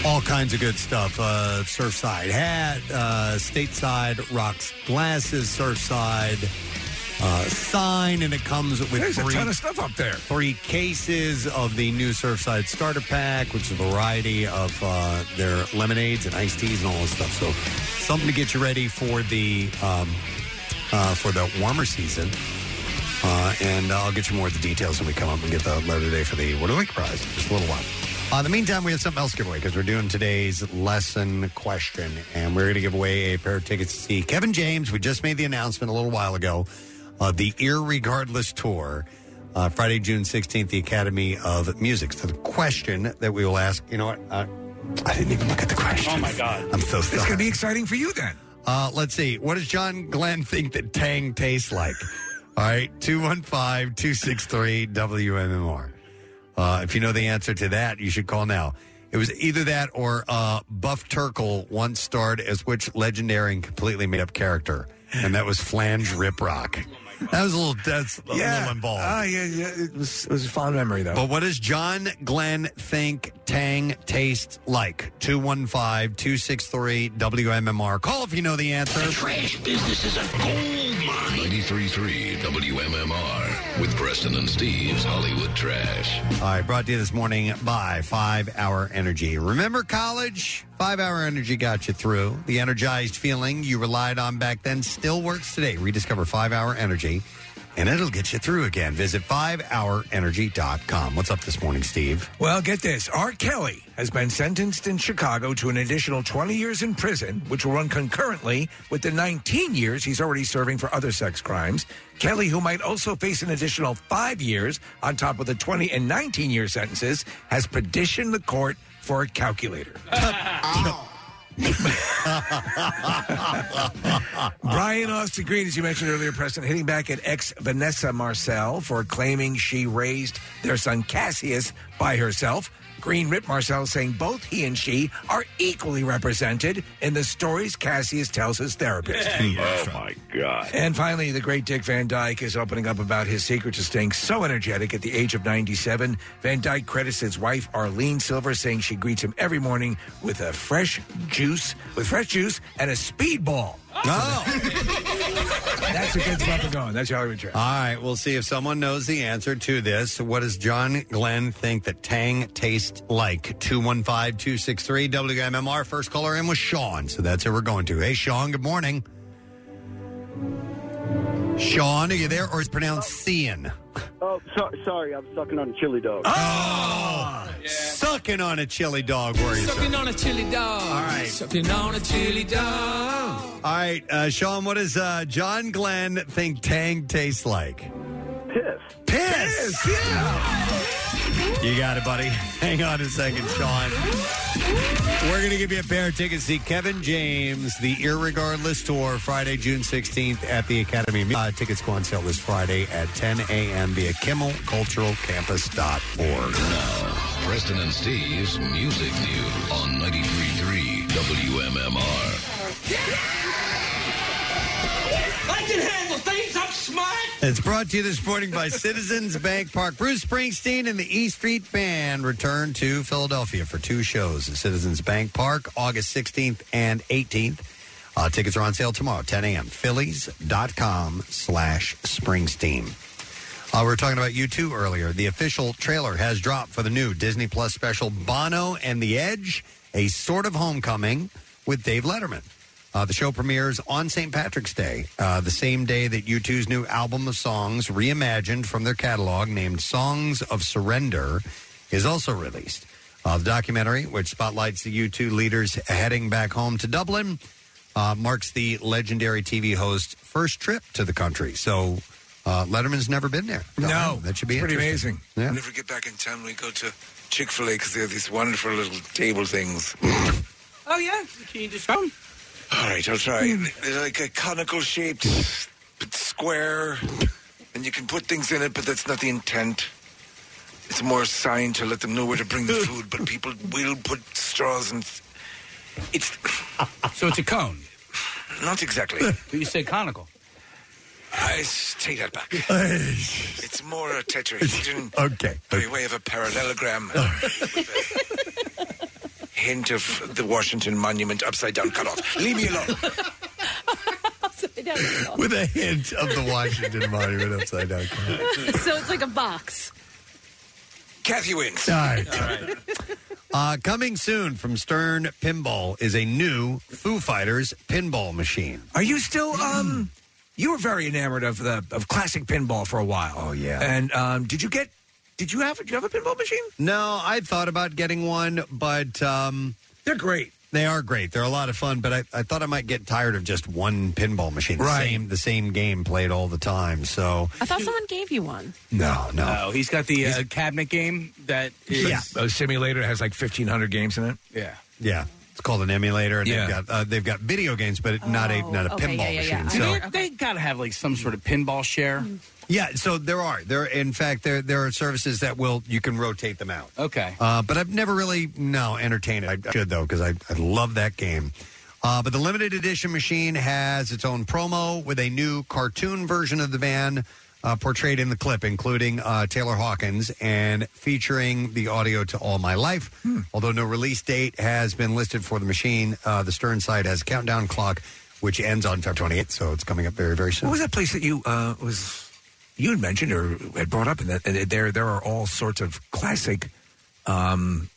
[SPEAKER 1] all kinds of good stuff uh, Surfside hat, uh, stateside rocks glasses, Surfside uh, sign, and it comes with
[SPEAKER 3] There's a
[SPEAKER 1] three-
[SPEAKER 3] ton of stuff up there.
[SPEAKER 1] Three cases of the new Surfside Starter Pack, which is a variety of uh, their lemonades and iced teas and all this stuff. So, something to get you ready for the um, uh, for the warmer season. Uh, and I'll get you more of the details when we come up and get the letter today for the What Do You Like prize. in Just a little while. Uh, in the meantime, we have something else to give away because we're doing today's lesson question, and we're going to give away a pair of tickets to see Kevin James. We just made the announcement a little while ago of the Ear Regardless Tour, uh, Friday, June 16th, the Academy of Music. So the question that we will ask, you know what? Uh, I didn't even look at the question. Oh, my God. I'm so sorry.
[SPEAKER 3] It's going to be exciting for you then.
[SPEAKER 1] Uh, let's see. What does John Glenn think that Tang tastes like? All right, 215 263 WMMR. Uh, if you know the answer to that, you should call now. It was either that or uh, Buff Turkle once starred as which legendary and completely made up character? And that was Flange Riprock. that was a little, that's a little involved.
[SPEAKER 3] Oh, yeah, yeah. It was, it was a fond memory, though.
[SPEAKER 1] Ah, But what does John Glenn think Tang tastes like? 215 263 WMMR. Call if you know the answer.
[SPEAKER 16] Business is a gold mine. 93.3 WMMR with Preston and Steve's Hollywood Trash.
[SPEAKER 1] All right, brought to you this morning by Five Hour Energy. Remember college? Five Hour Energy got you through. The energized feeling you relied on back then still works today. Rediscover Five Hour Energy, and it'll get you through again. Visit 5hourenergy.com. What's up this morning, Steve?
[SPEAKER 3] Well, get this. R. Kelly has been sentenced in Chicago to an additional 20 years in prison, which will run concurrently with the 19 years he's already serving for other sex crimes. Kelly, who might also face an additional five years on top of the 20 and 19 year sentences, has petitioned the court for a calculator. Brian Austin Green, as you mentioned earlier, Preston, hitting back at ex Vanessa Marcel for claiming she raised their son Cassius by herself. Green ripped Marcel, saying both he and she are equally represented in the stories Cassius tells his therapist.
[SPEAKER 4] Oh my god.
[SPEAKER 3] And finally, the great Dick Van Dyke is opening up about his secret to staying so energetic at the age of 97. Van Dyke credits his wife, Arlene Silver, saying she greets him every morning with a fresh juice, with fresh juice and a speedball. That's a good stuff and going. That's your Hollywood Trash.
[SPEAKER 1] All right, we'll see if someone knows the answer to this. What does John Glenn think that Tang tastes like? 215 263 WMMR. First caller in was Sean, so that's who we're going to. Hey, Sean, good morning. Sean, are you there? Or is it pronounced Cian?
[SPEAKER 6] Oh, so, sorry, I'm sucking on chili dog.
[SPEAKER 1] Sucking on a chili dog, were you, sir?
[SPEAKER 4] Oh! Sucking on a chili dog. All right. Sucking on a chili dog.
[SPEAKER 1] All right, uh, Sean, what does uh, John Glenn think Tang tastes like?
[SPEAKER 6] Piss.
[SPEAKER 1] Piss! You got it, buddy. Hang on a second, Sean. We're going to give you a pair of tickets to see Kevin James, the Irregardless Tour, Friday, June 16th at the Academy. Uh, tickets go on sale this Friday at 10 a.m. via KimmelCulturalCampus.org.
[SPEAKER 16] Now, Preston and Steve's Music News on 93.3 WMMR.
[SPEAKER 4] I can handle things. I'm smart.
[SPEAKER 1] It's brought to you this morning by Citizens Bank Park. Bruce Springsteen and the E Street Band return to Philadelphia for two shows at Citizens Bank Park, August 16th and 18th. Uh, tickets are on sale tomorrow, 10 a.m. Phillies.com slash Springsteen. Uh, we were talking about U2 earlier. The official trailer has dropped for the new Disney Plus special Bono and the Edge, a sort of homecoming with Dave Letterman. Uh, the show premieres on St. Patrick's Day, uh, the same day that U2's new album of songs, reimagined from their catalog, named Songs of Surrender, is also released. Uh, the documentary, which spotlights the U2 leaders heading back home to Dublin, uh, marks the legendary TV host's first trip to the country. So uh, Letterman's never been there.
[SPEAKER 3] No,
[SPEAKER 1] that should be
[SPEAKER 3] it's pretty
[SPEAKER 1] interesting.
[SPEAKER 3] amazing.
[SPEAKER 1] Yeah.
[SPEAKER 3] Whenever we get back in town, we go to Chick Fil A because they have these wonderful little table things.
[SPEAKER 11] Oh yeah, can you just come?
[SPEAKER 3] All right, I'll try.
[SPEAKER 11] Hmm.
[SPEAKER 3] They're like a conical shaped but square, and you can put things in it, but that's not the intent. It's more a sign to let them know where to bring the food, but people will put straws and it's
[SPEAKER 11] So it's a cone.
[SPEAKER 3] not exactly.
[SPEAKER 11] But you say conical.
[SPEAKER 3] I s- take that back. it's more a
[SPEAKER 11] Oh.
[SPEAKER 3] tetrahedron
[SPEAKER 1] Okay.
[SPEAKER 3] by way of a parallelogram. with a hint of the Washington Monument upside down cut off. Leave me alone.
[SPEAKER 1] With a hint of the Washington Monument upside down.
[SPEAKER 20] so it's like a box.
[SPEAKER 3] Kathy wins.
[SPEAKER 1] All right. Uh, coming soon from Stern Pinball is a new Foo Fighters pinball machine.
[SPEAKER 3] Are you still um you were very enamored of the of classic pinball for a while. Oh yeah. And um did you get did you have do you have a pinball machine?
[SPEAKER 1] No, I thought about getting one, but um,
[SPEAKER 3] they're great.
[SPEAKER 1] They are great. They're a lot of fun, but I, I thought I might get tired of just one pinball machine. The
[SPEAKER 2] Right.
[SPEAKER 1] Same, the same game played all the time. So
[SPEAKER 2] I thought someone gave you one.
[SPEAKER 1] no, no.
[SPEAKER 11] No, he's got the uh, cabinet game that is.
[SPEAKER 3] A simulator has like fifteen hundred games in it.
[SPEAKER 11] Yeah.
[SPEAKER 1] Yeah, it's called an emulator, and
[SPEAKER 3] Yeah.
[SPEAKER 1] they've got uh, they've got video games, but not a not a pinball machine. Mm-hmm.
[SPEAKER 11] Do
[SPEAKER 1] So
[SPEAKER 11] they, they gotta have like some sort of pinball share.
[SPEAKER 1] yeah, so there are there. In fact, there there are services that will you can rotate them out.
[SPEAKER 11] Okay.
[SPEAKER 1] Uh, but I've never really no entertained it. I should though because I, I love that game. Uh, but the limited edition machine has its own promo with a new cartoon version of the band uh, portrayed in the clip, including uh, Taylor Hawkins and featuring the audio to "All My Life."
[SPEAKER 3] Hmm.
[SPEAKER 1] Although no release date has been listed for the machine, uh, the Stern site has a countdown clock which ends on February 28th, so it's coming up very very soon.
[SPEAKER 3] What was that place that you uh was you had mentioned or had brought up and that and there there are all sorts of classic um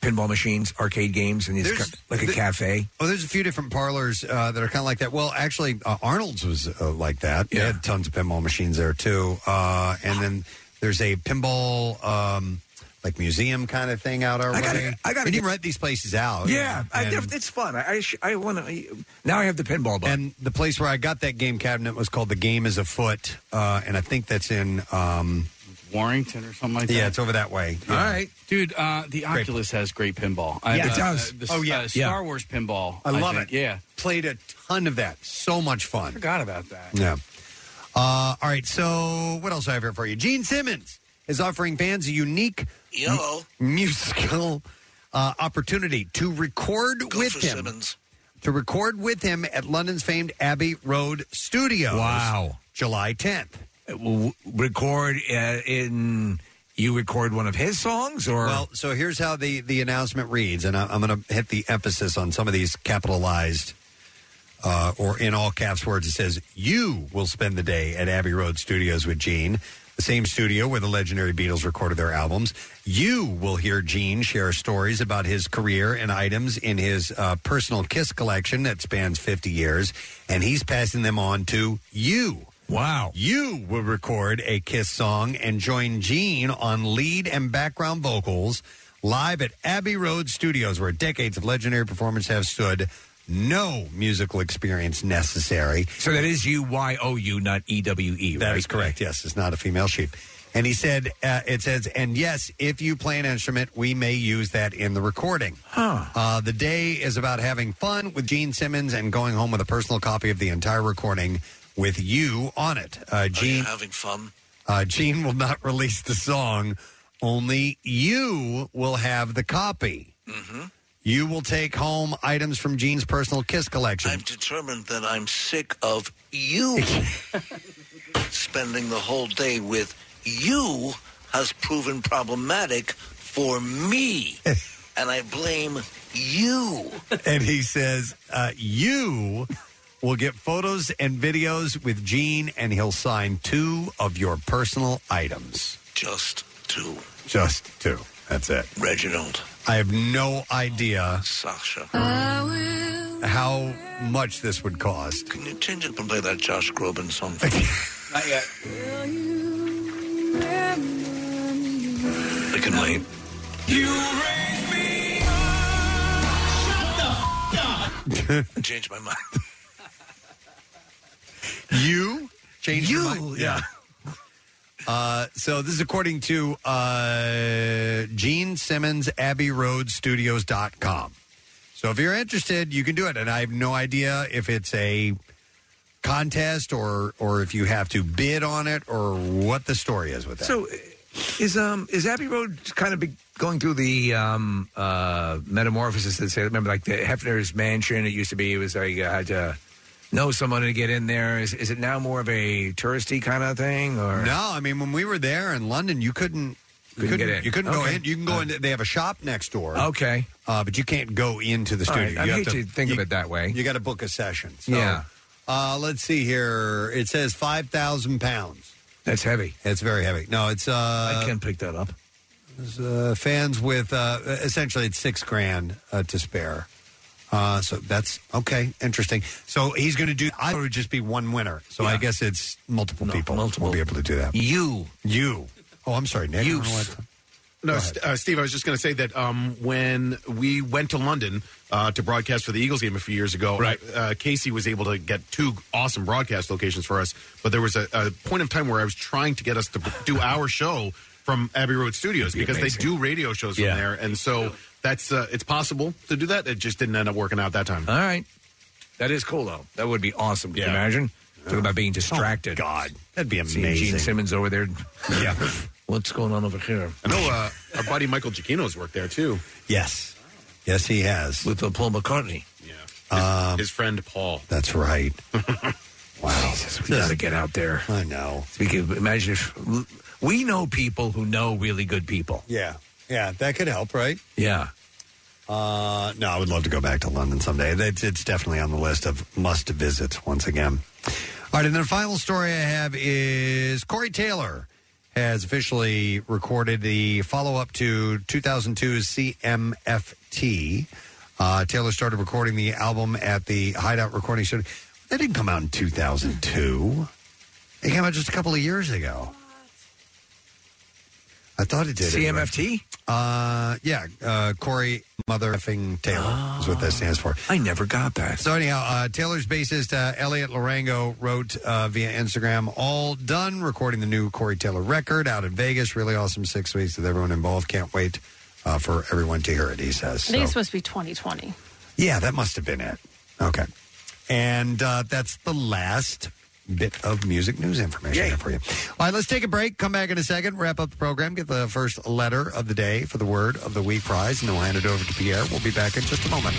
[SPEAKER 3] pinball machines, arcade games and these
[SPEAKER 1] There's-
[SPEAKER 3] ca- like a
[SPEAKER 1] the-
[SPEAKER 3] cafe.
[SPEAKER 1] Oh, there's a few different parlors uh, that are kind of like that. Well, actually, uh, Arnold's was uh, like that. They had tons of pinball machines there too. Uh, and then there's a pinball um, like museum kind of thing out our
[SPEAKER 3] I gotta-
[SPEAKER 1] way.
[SPEAKER 3] I gotta
[SPEAKER 1] And you
[SPEAKER 3] get-
[SPEAKER 1] rent these places out.
[SPEAKER 3] Oh, Yeah, I,
[SPEAKER 1] And-
[SPEAKER 3] def- it's fun. I I, sh- I want to. Now I have the pinball button.
[SPEAKER 1] And the place where I got that game cabinet was called The Game is Afoot. Uh, and I think that's in. Um,
[SPEAKER 11] Warrington or something like that.
[SPEAKER 1] Yeah, it's over that way.
[SPEAKER 11] All right, dude. Uh, the Oculus has great pinball. I-
[SPEAKER 1] Yeah. It
[SPEAKER 11] uh,
[SPEAKER 1] does.
[SPEAKER 11] uh, the,
[SPEAKER 1] Oh, yeah.
[SPEAKER 11] uh, Star
[SPEAKER 1] Yeah.
[SPEAKER 11] Wars pinball.
[SPEAKER 1] I love
[SPEAKER 11] think.
[SPEAKER 1] it.
[SPEAKER 11] Yeah,
[SPEAKER 1] Played a ton of that. So much fun.
[SPEAKER 11] forgot about that.
[SPEAKER 1] Yeah. Uh, all right. So, what else do I have here for you? Gene Simmons is offering fans a unique
[SPEAKER 3] Yellow.
[SPEAKER 1] mu- musical uh, opportunity to record with
[SPEAKER 3] for
[SPEAKER 1] him.
[SPEAKER 3] Simmons.
[SPEAKER 1] To record with him at London's famed Abbey Road Studios.
[SPEAKER 3] Wow. Uh,
[SPEAKER 1] July 10th.
[SPEAKER 3] W- record uh, in. You record one of his songs, or
[SPEAKER 1] Well, so here's how the the announcement reads, and I, I'm going to hit the emphasis on some of these capitalized uh, or in all caps words. It says, "You will spend the day at Abbey Road Studios with Gene." The same studio where the legendary Beatles recorded their albums. You will hear Gene share stories about his career and items in his uh, personal Kiss collection that spans 50 years, and he's passing them on to you.
[SPEAKER 3] Wow.
[SPEAKER 1] You will record a Kiss song and join Gene on lead and background vocals live at Abbey Road Studios, where decades of legendary performance have stood. No musical experience necessary.
[SPEAKER 3] so that is U Y O U, not E W E.
[SPEAKER 1] That is correct. Yes, it's not a female sheep. And he said, uh, it says, and yes, if you play an instrument, we may use that in the recording.
[SPEAKER 3] Huh.
[SPEAKER 1] Uh, the day is about having fun with Gene Simmons and going home with a personal copy of the entire recording with you on it. Uh, Gene,
[SPEAKER 3] having fun.
[SPEAKER 1] uh, Gene will not release the song. Only you will have the copy.
[SPEAKER 3] Mm-hmm.
[SPEAKER 1] You will take home items from Gene's personal Kiss collection.
[SPEAKER 3] determined that I'm sick of you spending the whole day with you has proven problematic for me, and I blame you.
[SPEAKER 1] and he says, uh, "You will get photos and videos with Gene, and he'll sign two of your personal items.
[SPEAKER 3] Just two.
[SPEAKER 1] Just two. That's it."
[SPEAKER 3] Reginald.
[SPEAKER 1] I have no idea
[SPEAKER 3] Sasha.
[SPEAKER 1] how much this would cost.
[SPEAKER 3] Can you change it and play that Josh Groban song?
[SPEAKER 11] Not yet.
[SPEAKER 3] I can wait. You raise me up. Shut the f- up. Change my mind.
[SPEAKER 1] You change
[SPEAKER 3] You,
[SPEAKER 1] yeah. Uh, so this is according to uh, Gene Simmons Abbey Road Studios.com. So if you're interested, you can do it. And I have no idea if it's a contest or or if you have to bid on it or what the story is with that.
[SPEAKER 3] So, is um is Abbey Road kind of be going through the um uh metamorphosis that say remember like the Hefner's mansion? It used to be it was like uh, had uh know someone to get in there? Is, is it now more of a touristy kind of thing? Or
[SPEAKER 1] No, I mean when we were there in London, you couldn't you
[SPEAKER 3] Couldn't
[SPEAKER 1] couldn't,
[SPEAKER 3] get in.
[SPEAKER 1] You couldn't
[SPEAKER 3] Okay.
[SPEAKER 1] go in. You can go in. They have a shop next door.
[SPEAKER 3] Okay.
[SPEAKER 1] uh, but you can't go into the
[SPEAKER 3] All
[SPEAKER 1] studio.
[SPEAKER 3] right, I
[SPEAKER 1] You have
[SPEAKER 3] hate to think of
[SPEAKER 1] you-
[SPEAKER 3] it that way.
[SPEAKER 1] You got to book a session. So,
[SPEAKER 3] Yeah.
[SPEAKER 1] Uh, let's see here. It says five thousand pounds.
[SPEAKER 3] That's heavy.
[SPEAKER 1] It's very heavy. No, it's uh, I
[SPEAKER 3] can pick that up.
[SPEAKER 1] Uh, fans with uh, essentially it's six grand uh, to spare. Uh, so that's okay, interesting. So he's going to do. I thought it would just be one winner. So I guess it's multiple people. Multiple. will be able to do that.
[SPEAKER 3] You,
[SPEAKER 1] you. Oh, I'm sorry, Nick. I don't know what-
[SPEAKER 8] No, St- uh, Steve, I was just going to say that um, when we went to London uh, to broadcast for the Eagles game a few years ago, right. uh, Casey was able to get two awesome broadcast locations for us. But there was a, a point of time where I was trying to get us to do our show from Abbey Road Studios
[SPEAKER 3] be
[SPEAKER 8] because
[SPEAKER 3] amazing.
[SPEAKER 8] they do radio shows
[SPEAKER 3] Yeah.
[SPEAKER 8] from there, and so that's uh, it's possible to do that. It just didn't end up working out that time.
[SPEAKER 3] All right, that is cool though. That would be awesome. Can you
[SPEAKER 8] Yeah.
[SPEAKER 3] imagine? Talk about being distracted. God,
[SPEAKER 1] Oh, that'd be
[SPEAKER 3] See Gene
[SPEAKER 8] amazing.
[SPEAKER 3] Simmons over there.
[SPEAKER 1] Yeah.
[SPEAKER 3] What's going on over here?
[SPEAKER 8] I know uh, our buddy Michael Giacchino's worked there too.
[SPEAKER 1] Yes, yes, he has Um,
[SPEAKER 3] with uh, Paul McCartney.
[SPEAKER 8] His, his friend Paul.
[SPEAKER 1] That's right.
[SPEAKER 3] wow, Jesus, we gotta get out there.
[SPEAKER 1] I know.
[SPEAKER 3] We could imagine if we know people who know really good people.
[SPEAKER 1] Yeah, yeah, that could help, right?
[SPEAKER 3] Yeah.
[SPEAKER 1] Uh, no, I would love to go back to London someday. That's it's definitely on the list of must visits once again. All right, and then the final story I have is Corey Taylor has officially recorded the follow up to 2002's CMFT. Uh, Taylor started recording the album at the Hideout Recording Studio. That didn't come out in 2002. It came out just a couple of years ago. I thought it did. anyway.
[SPEAKER 3] CMFT?
[SPEAKER 1] Uh, yeah, uh, Corey Mother effing Taylor is what that stands for.
[SPEAKER 3] I never got that.
[SPEAKER 1] So anyhow, uh, Taylor's bassist uh, Elliot Larango wrote uh, via Instagram, "All done recording the new Corey Taylor record out in Vegas. Really awesome six weeks with everyone involved. Can't wait uh, for everyone to hear it." He says.
[SPEAKER 20] I think it's
[SPEAKER 1] So-
[SPEAKER 20] supposed to be 2020.
[SPEAKER 1] yeah, that must have been it. Okay, and uh, that's the last bit of music news information I have for you. All right, let's take a break. Come back in a second. Wrap up the program. Get the first letter of the day for the word of the week prize, and then we'll hand it over to Pierre. We'll be back in just a moment.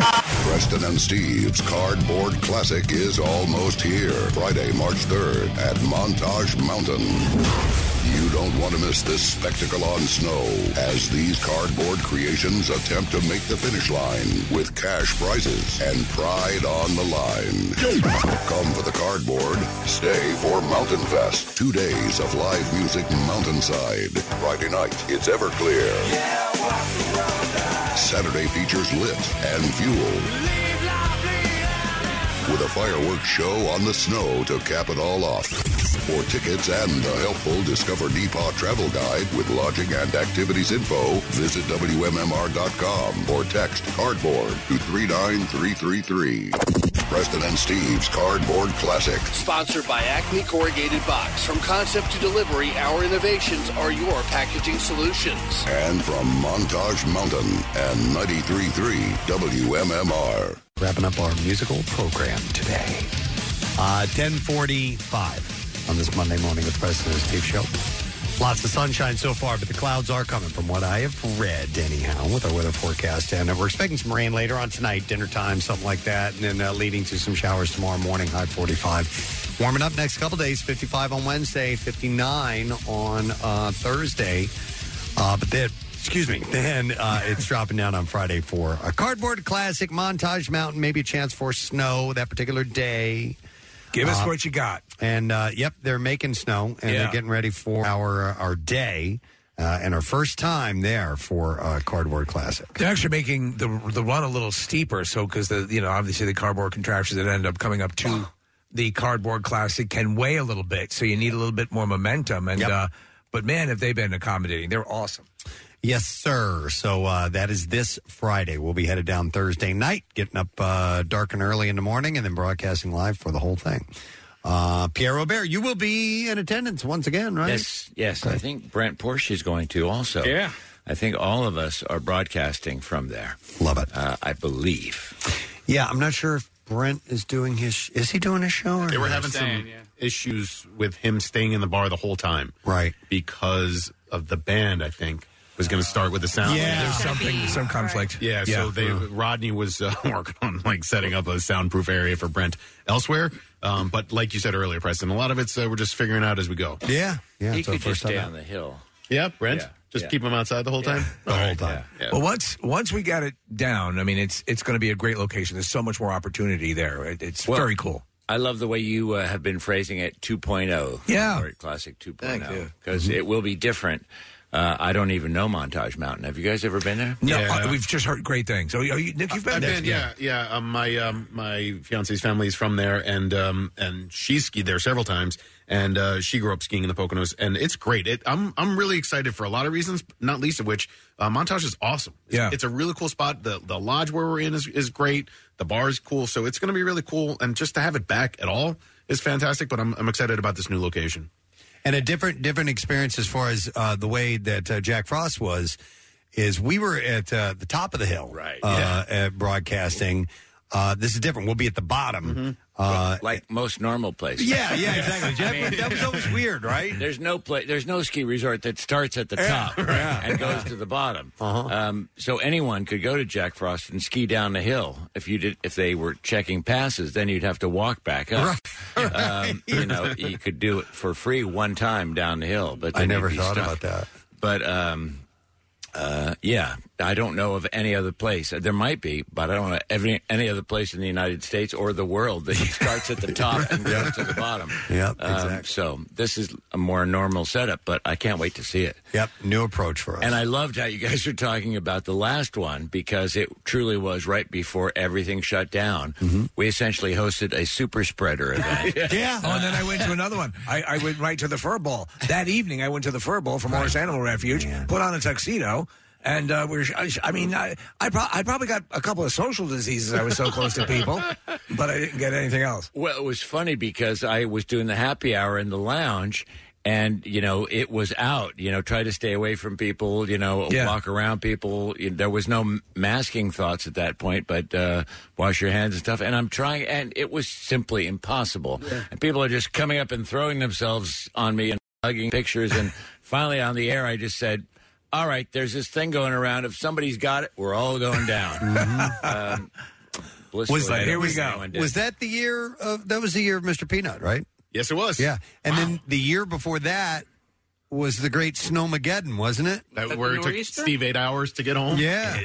[SPEAKER 16] Preston and Steve's Cardboard Classic is almost here. Friday, March 3rd at Montage Mountain. You don't want to miss this spectacle on snow as these cardboard creations attempt to make the finish line with cash prizes and pride on the line. Come for the cardboard, stay for Mountain Fest. Two days of live music mountainside. Friday night, it's Everclear. Saturday features Lit and Fuel. With a fireworks show on the snow to cap it all off. For tickets and the helpful Discover Depot travel guide with lodging and activities info, visit WMMR.com or text cardboard to 39333. Preston and Steve's Cardboard Classic.
[SPEAKER 5] Sponsored by Acme Corrugated Box. From concept to delivery, our innovations are your packaging solutions.
[SPEAKER 16] And from Montage Mountain and 93.3 WMMR.
[SPEAKER 1] Wrapping up our musical program today. Uh, 1045 on this Monday morning with President Steve Show. Lots of sunshine so far, but the clouds are coming from what I have read, anyhow, with our weather forecast. And uh, we're expecting some rain later on tonight, dinner time, something like that, and then uh, leading to some showers tomorrow morning, high 45. Warming up next couple days, 55 on Wednesday, 59 on uh, Thursday. Uh, but then, excuse me, then uh, it's dropping down on Friday for a cardboard classic, Montage Mountain, maybe a chance for snow that particular day.
[SPEAKER 3] Give us
[SPEAKER 1] Uh,
[SPEAKER 3] what you got.
[SPEAKER 1] and uh, yep, they're making snow and
[SPEAKER 3] Yeah.
[SPEAKER 1] they're getting ready for our our day uh, and our first time there for uh, Cardboard Classic.
[SPEAKER 3] They're actually making the the run a little steeper, so because the you know obviously the cardboard contraptions that end up coming up to the cardboard classic can weigh a little bit, so you need a little bit more momentum. And uh, but man, have they been accommodating? They're awesome.
[SPEAKER 1] Yes, sir. So uh, that is this Friday. We'll be headed down Thursday night, getting up uh, dark and early in the morning, and then broadcasting live for the whole thing. Uh, Pierre Robert, you will be in attendance once again, right?
[SPEAKER 12] Yes, yes. I think Brent Porsche is going to also.
[SPEAKER 1] Yeah.
[SPEAKER 12] I think all of us are broadcasting from there.
[SPEAKER 1] Love it.
[SPEAKER 12] Uh, I believe.
[SPEAKER 1] Yeah, I'm not sure if Brent is doing his. Sh- is he doing a show? Or
[SPEAKER 8] They were
[SPEAKER 1] not?
[SPEAKER 8] having some issues with him staying in the bar the whole time.
[SPEAKER 1] Right.
[SPEAKER 8] Because of the band, I think. was going to start with the sound.
[SPEAKER 3] Yeah. There's something, some conflict.
[SPEAKER 8] Yeah, so they Rodney was uh, working on like setting up a soundproof area for Brent elsewhere. Um, but like you said earlier, Preston, a lot of it's uh, we're just figuring out as we go.
[SPEAKER 1] Yeah,
[SPEAKER 12] he could just stay on the hill.
[SPEAKER 8] Yeah, Brent, just
[SPEAKER 12] yeah.
[SPEAKER 8] keep him outside the whole time.
[SPEAKER 3] the whole time. Well, once once we got it down, I mean, it's it's going to be a great location. There's so much more opportunity there. It, it's
[SPEAKER 12] Well,
[SPEAKER 3] very cool.
[SPEAKER 12] I love the way you uh, have been phrasing it 2.0.
[SPEAKER 3] Yeah.
[SPEAKER 12] Or Classic 2.0.
[SPEAKER 3] you.
[SPEAKER 12] Because it will be different. Uh, I don't even know Montage Mountain. Have you guys ever been there?
[SPEAKER 3] No, uh, we've just heard great things. Oh, you, you- Nick, you've been
[SPEAKER 8] I've
[SPEAKER 3] there.
[SPEAKER 8] been, yeah, yeah. Um, my um, my fiance's family is from there, and um, and she skied there several times, and uh, she grew up skiing in the Poconos, and it's great. It, I'm I'm really excited for a lot of reasons, not least of which uh, Montage is awesome. It's,
[SPEAKER 3] Yeah.
[SPEAKER 8] it's a really cool spot. The the lodge where we're in is is great. The bar is cool, so it's going to be really cool, and just to have it back at all is fantastic. But I'm I'm excited about this new location.
[SPEAKER 1] and a different different experience as far as uh, the way that uh, Jack Frost was is we were at uh, the top of the hill, right? Uh, at broadcasting, uh, this is different. We'll be at the bottom. Uh,
[SPEAKER 12] Mm-hmm. like most normal places.
[SPEAKER 1] Yeah, yeah, exactly. Jeff, that was always weird, right?
[SPEAKER 12] There's no play, There's no ski resort that starts at the top and goes to the bottom.
[SPEAKER 1] Uh-huh.
[SPEAKER 12] Um, so anyone could go to Jack Frost and ski down the hill. If you did, if they were checking passes, then you'd have to walk back up. Um, you know, you could do it for free one time down the hill. But
[SPEAKER 1] I
[SPEAKER 12] then you'd
[SPEAKER 1] never
[SPEAKER 12] be
[SPEAKER 1] thought
[SPEAKER 12] stuck.
[SPEAKER 1] about that.
[SPEAKER 12] But um, uh, yeah, I don't know of any other place. There might be, but I don't know any, any other place in the United States or the world that starts at the top and goes to the bottom.
[SPEAKER 1] Yeah,
[SPEAKER 12] Um, So this is a more normal setup, but I can't wait to see it.
[SPEAKER 1] Yep, new approach for us.
[SPEAKER 12] And I loved how you guys were talking about the last one because it truly was right before everything shut down.
[SPEAKER 1] Mm-hmm.
[SPEAKER 12] We essentially hosted a super spreader event.
[SPEAKER 3] Yeah. Oh, and then I went to another one. I, I went right to the fur ball. That evening, I went to the fur ball from Morris Animal Refuge, put on a tuxedo. And uh, we're, I, I mean, I, I, pro- I probably got a couple of social diseases. I was so close to people, but I didn't get anything else.
[SPEAKER 12] Well, it was funny because I was doing the happy hour in the lounge. And you know it was out. You know, try to stay away from people. You know,
[SPEAKER 3] Yeah.
[SPEAKER 12] walk around people. You there was no m- masking thoughts at that point, but uh, wash your hands and stuff. And I'm trying, and it was simply impossible. And people are just coming up and throwing themselves on me and hugging pictures. And finally, on the air, I just said, "All right, there's this thing going around. If somebody's got it, we're all going down." um, blissfully,
[SPEAKER 1] Mm-hmm. Was
[SPEAKER 12] I
[SPEAKER 1] here
[SPEAKER 12] don't
[SPEAKER 1] we
[SPEAKER 12] think
[SPEAKER 1] go?
[SPEAKER 12] anyone did.
[SPEAKER 1] Was that the year of that was the year of Mr. Peanut, right?
[SPEAKER 8] Yes, it was.
[SPEAKER 1] Yeah, and then the year before that was the Great Snowmageddon, wasn't it?
[SPEAKER 8] That where it took Steve eight hours to get home.
[SPEAKER 1] Yeah,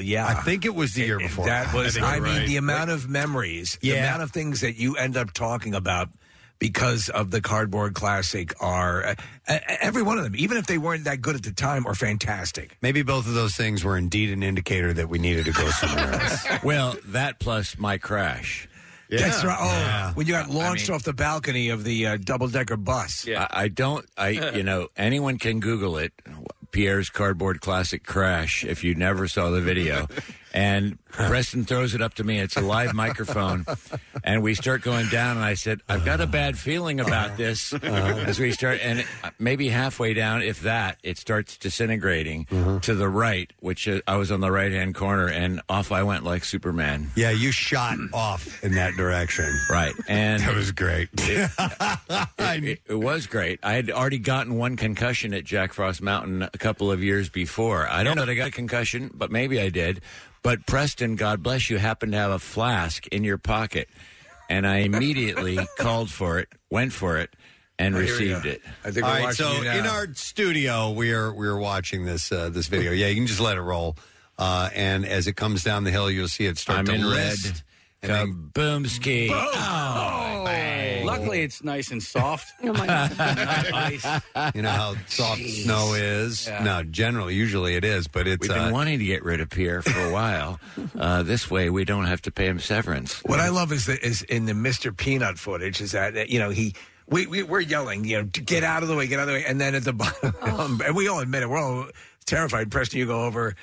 [SPEAKER 3] yeah.
[SPEAKER 1] I think it was the year before.
[SPEAKER 3] That was, I, mean, the amount of memories, the
[SPEAKER 1] Yeah.
[SPEAKER 3] amount of things that you end up talking about because of the cardboard classic are uh, uh, every one of them, even if they weren't that good at the time, are fantastic.
[SPEAKER 1] Maybe both of those things were indeed an indicator that we needed to go somewhere else.
[SPEAKER 12] well, that plus my crash.
[SPEAKER 3] That's right. Oh, when you got
[SPEAKER 12] I
[SPEAKER 3] launched
[SPEAKER 12] mean-
[SPEAKER 3] off the balcony of the uh, double decker bus.
[SPEAKER 12] I, I don't. I you know anyone can Google it. Pierre's cardboard classic crash. If you never saw the video, and Preston throws it up to me. It's a live microphone, and we start going down. And I said, "I've got a bad feeling
[SPEAKER 1] Uh-huh.
[SPEAKER 12] about this." As we start, and it- maybe halfway down, if that, it starts disintegrating
[SPEAKER 1] Uh-huh.
[SPEAKER 12] to the right, which uh, I was on the right hand corner, and off I went like Superman.
[SPEAKER 1] Yeah, you shot off in that direction.
[SPEAKER 12] Right. And
[SPEAKER 1] that was great.
[SPEAKER 12] It, it- it was great. I had already gotten one concussion at Jack Frost Mountain a couple of years before. I don't know that I got a concussion, but maybe I did. But Preston, God bless you, happened to have a flask in your pocket. And I immediately called for it, went for it, and
[SPEAKER 1] Oh, here we
[SPEAKER 12] received
[SPEAKER 1] go.
[SPEAKER 12] it.
[SPEAKER 1] All right, so in our studio, we are we are watching this uh, this video. Yeah, you can just let it roll, uh, and as it comes down the hill, you'll see it start
[SPEAKER 12] I'm
[SPEAKER 1] to
[SPEAKER 12] in
[SPEAKER 1] list.
[SPEAKER 12] red.
[SPEAKER 1] And then,
[SPEAKER 12] boom ski.
[SPEAKER 11] Oh, Luckily, it's nice and soft.
[SPEAKER 1] you know how soft snow is.
[SPEAKER 12] Yeah.
[SPEAKER 1] No, generally, usually it is, but it's
[SPEAKER 12] We've been
[SPEAKER 1] uh,
[SPEAKER 12] wanting to get rid of Pierre for a while. uh, this way, we don't have to pay him severance.
[SPEAKER 3] What I love is that is in the Mr. Peanut footage is that uh, you know he we, we we're yelling you know get out of the way get out of the way and then at the bottom um, and we all admit it we're all terrified. Preston, you go over.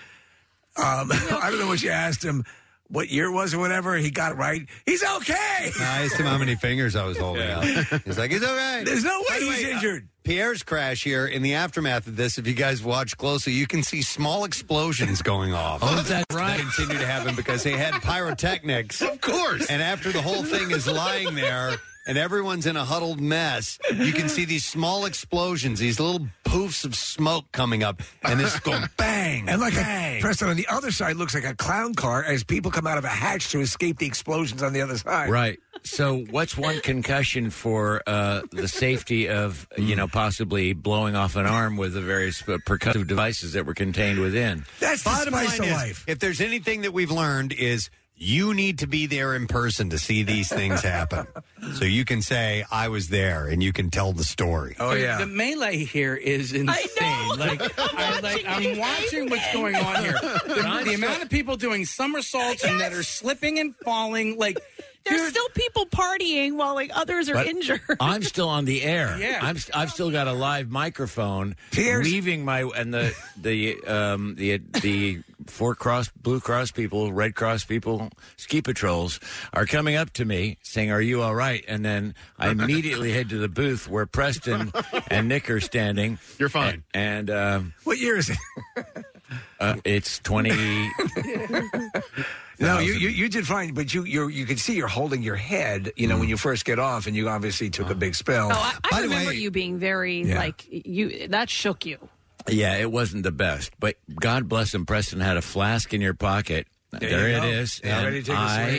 [SPEAKER 3] Um, I don't know what you asked him what year it was or whatever. He got it right. He's okay.
[SPEAKER 1] I asked him how many fingers I was holding out. He's like, he's all right.
[SPEAKER 3] There's no
[SPEAKER 1] By
[SPEAKER 3] way
[SPEAKER 1] the
[SPEAKER 3] he's
[SPEAKER 1] uh,
[SPEAKER 3] injured.
[SPEAKER 1] Pierre's crash here in the aftermath of this, if you guys watch closely, you can see small explosions going off.
[SPEAKER 12] Oh, that's right.
[SPEAKER 1] That continue to happen because they had pyrotechnics. Of
[SPEAKER 8] course.
[SPEAKER 1] And after the whole thing is lying there and everyone's in a huddled mess, you can see these small explosions, these little poofs of smoke coming up, and this is going bang
[SPEAKER 3] And like
[SPEAKER 1] bang.
[SPEAKER 3] a Preston on the other side looks like a clown car as people come out of a hatch to escape the explosions on the other side.
[SPEAKER 12] Right. So, what's one concussion for uh, the safety of you know possibly blowing off an arm with the various uh, percussive devices that were contained within?
[SPEAKER 3] That's
[SPEAKER 1] the Bottom line is, If there's anything that we've learned is you need to be there in person to see these things happen. so you can say, I was there, and you can tell the story.
[SPEAKER 11] The- The melee here is insane. Like, I, like I'm watching what's going on here. The, the amount of people doing somersaults and that are slipping and falling. Like,
[SPEAKER 2] There's still people partying while like others are
[SPEAKER 12] But
[SPEAKER 2] injured.
[SPEAKER 12] I'm still on the air.
[SPEAKER 2] Yeah.
[SPEAKER 12] I'm st- I've still got a live microphone. Leaving my and the the um the the four cross blue cross people, red cross people, ski patrols are coming up to me saying, "Are you all right?" And then I immediately head to the booth where Preston and Nick are standing. You're fine. And, um,
[SPEAKER 3] What year is it?
[SPEAKER 12] uh, it's twenty.
[SPEAKER 3] No, you, you you did fine, but you you you can see you're holding your head. You know
[SPEAKER 12] Mm.
[SPEAKER 3] when you first get off, and you obviously took a big spill.
[SPEAKER 2] Oh, I, I remember you being very
[SPEAKER 12] Yeah.
[SPEAKER 2] like you. That shook you.
[SPEAKER 12] Yeah, it wasn't the best, but God bless him. Preston had a flask in your pocket.
[SPEAKER 2] There
[SPEAKER 12] There,
[SPEAKER 2] you
[SPEAKER 12] it
[SPEAKER 2] go.
[SPEAKER 12] is.
[SPEAKER 2] Yeah,
[SPEAKER 12] and
[SPEAKER 2] ready to take a
[SPEAKER 12] I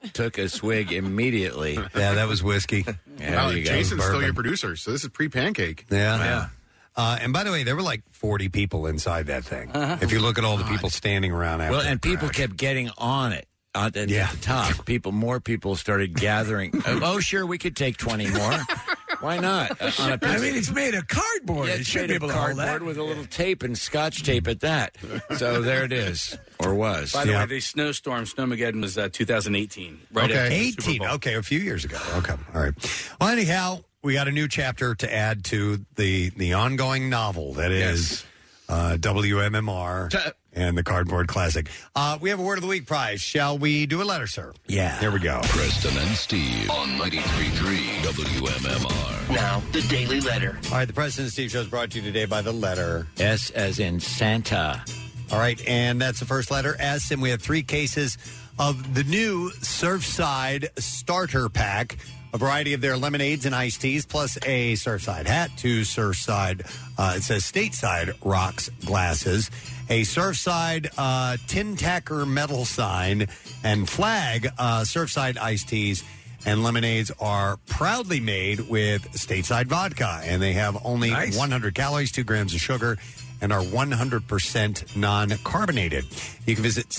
[SPEAKER 2] swig.
[SPEAKER 12] took a swig immediately.
[SPEAKER 1] Yeah, that was whiskey.
[SPEAKER 12] Yeah,
[SPEAKER 8] Wow, Jason's still your producer, so this is pre pancake.
[SPEAKER 1] Yeah. Uh, and by the way, there were like 40 people inside that thing.
[SPEAKER 8] Uh-huh.
[SPEAKER 1] If you look at all the people standing around after
[SPEAKER 12] Well,
[SPEAKER 1] the
[SPEAKER 12] and people
[SPEAKER 1] crash.
[SPEAKER 12] kept getting on it. Uh, at,
[SPEAKER 1] Yeah.
[SPEAKER 12] at the top, people, more people started gathering. oh, oh, sure, we could take twenty more. Why not? Uh, on a piece
[SPEAKER 3] I
[SPEAKER 12] of-
[SPEAKER 3] mean, it's made of cardboard.
[SPEAKER 12] Yeah,
[SPEAKER 3] it
[SPEAKER 12] it's
[SPEAKER 3] should
[SPEAKER 12] made
[SPEAKER 3] be
[SPEAKER 12] of
[SPEAKER 3] able to hold that.
[SPEAKER 12] cardboard with a little tape and scotch tape at that. So there it is, or was.
[SPEAKER 11] by the way, the snowstorm, Snowmageddon was uh, 2018. Right
[SPEAKER 1] okay.
[SPEAKER 11] after the Super
[SPEAKER 1] 18.
[SPEAKER 11] Bowl.
[SPEAKER 1] Okay, a few years ago. Okay. All right. Well, anyhow, we got a new chapter to add to the the ongoing novel that is uh, WMMR and the Cardboard Classic. Uh, we have a Word of the Week prize. Shall we do a letter, sir?
[SPEAKER 12] Yeah.
[SPEAKER 1] Here we go.
[SPEAKER 16] Preston and Steve on 93.3 WMMR.
[SPEAKER 1] Now,
[SPEAKER 16] the Daily Letter.
[SPEAKER 1] All right, the President Steve Show is brought to you today by the letter
[SPEAKER 12] S, as in Santa.
[SPEAKER 1] All right, and that's the first letter S, and we have three cases of the new Surfside Starter Pack. A variety of their lemonades and iced teas, plus a Surfside hat, two Surfside, uh, it says Stateside Rocks glasses, a Surfside uh, tin tacker metal sign, and flag uh, Surfside iced teas and lemonades are proudly made with stateside vodka, and they have only 100 calories, two grams of sugar, and are 100% non-carbonated. You can visit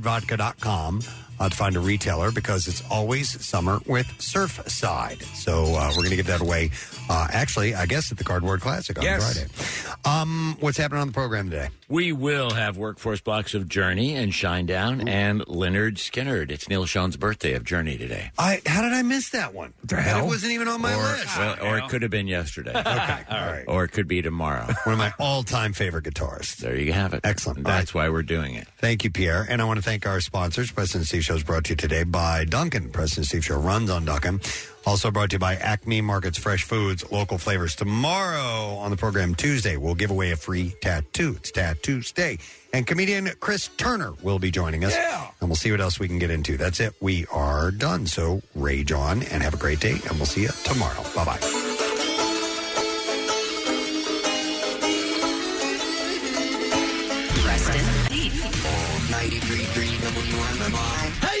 [SPEAKER 1] statesidevodka.com uh, to find a retailer because it's always summer with Surfside. So uh, we're going to give that away. Uh, actually, I guess at the Cardboard Classic on
[SPEAKER 12] Yes.
[SPEAKER 1] Friday. Um, what's happening on the program today?
[SPEAKER 12] We will have workforce blocks of Journey and Shinedown and Leonard Skinner. It's Neil Sean's birthday of Journey today.
[SPEAKER 1] I how did I miss that one?
[SPEAKER 12] the hell?
[SPEAKER 1] It wasn't even on my
[SPEAKER 12] or,
[SPEAKER 1] list.
[SPEAKER 12] well, or it could have been yesterday. okay, all right. Or it could be tomorrow.
[SPEAKER 1] One of my all-time favorite guitarists.
[SPEAKER 12] There you have it.
[SPEAKER 1] Excellent.
[SPEAKER 12] That's why we're doing it.
[SPEAKER 1] Thank you, Pierre. And I want to thank our sponsors. President Steve Show is brought to you today by Duncan. President Steve Show runs on Duncan. Also brought to you by Acme Markets Fresh Foods, local flavors. Tomorrow on the program, Tuesday, we'll give away a free tattoo. It's Tattoo Day. And comedian Chris Turner will be joining us. Yeah. And we'll see what else we can get into. That's it. We are done. So rage on and have a great day. And we'll see you tomorrow. Bye bye.
[SPEAKER 4] Preston.
[SPEAKER 5] Hey,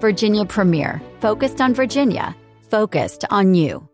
[SPEAKER 9] Virginia Premier, focused on Virginia, focused on you.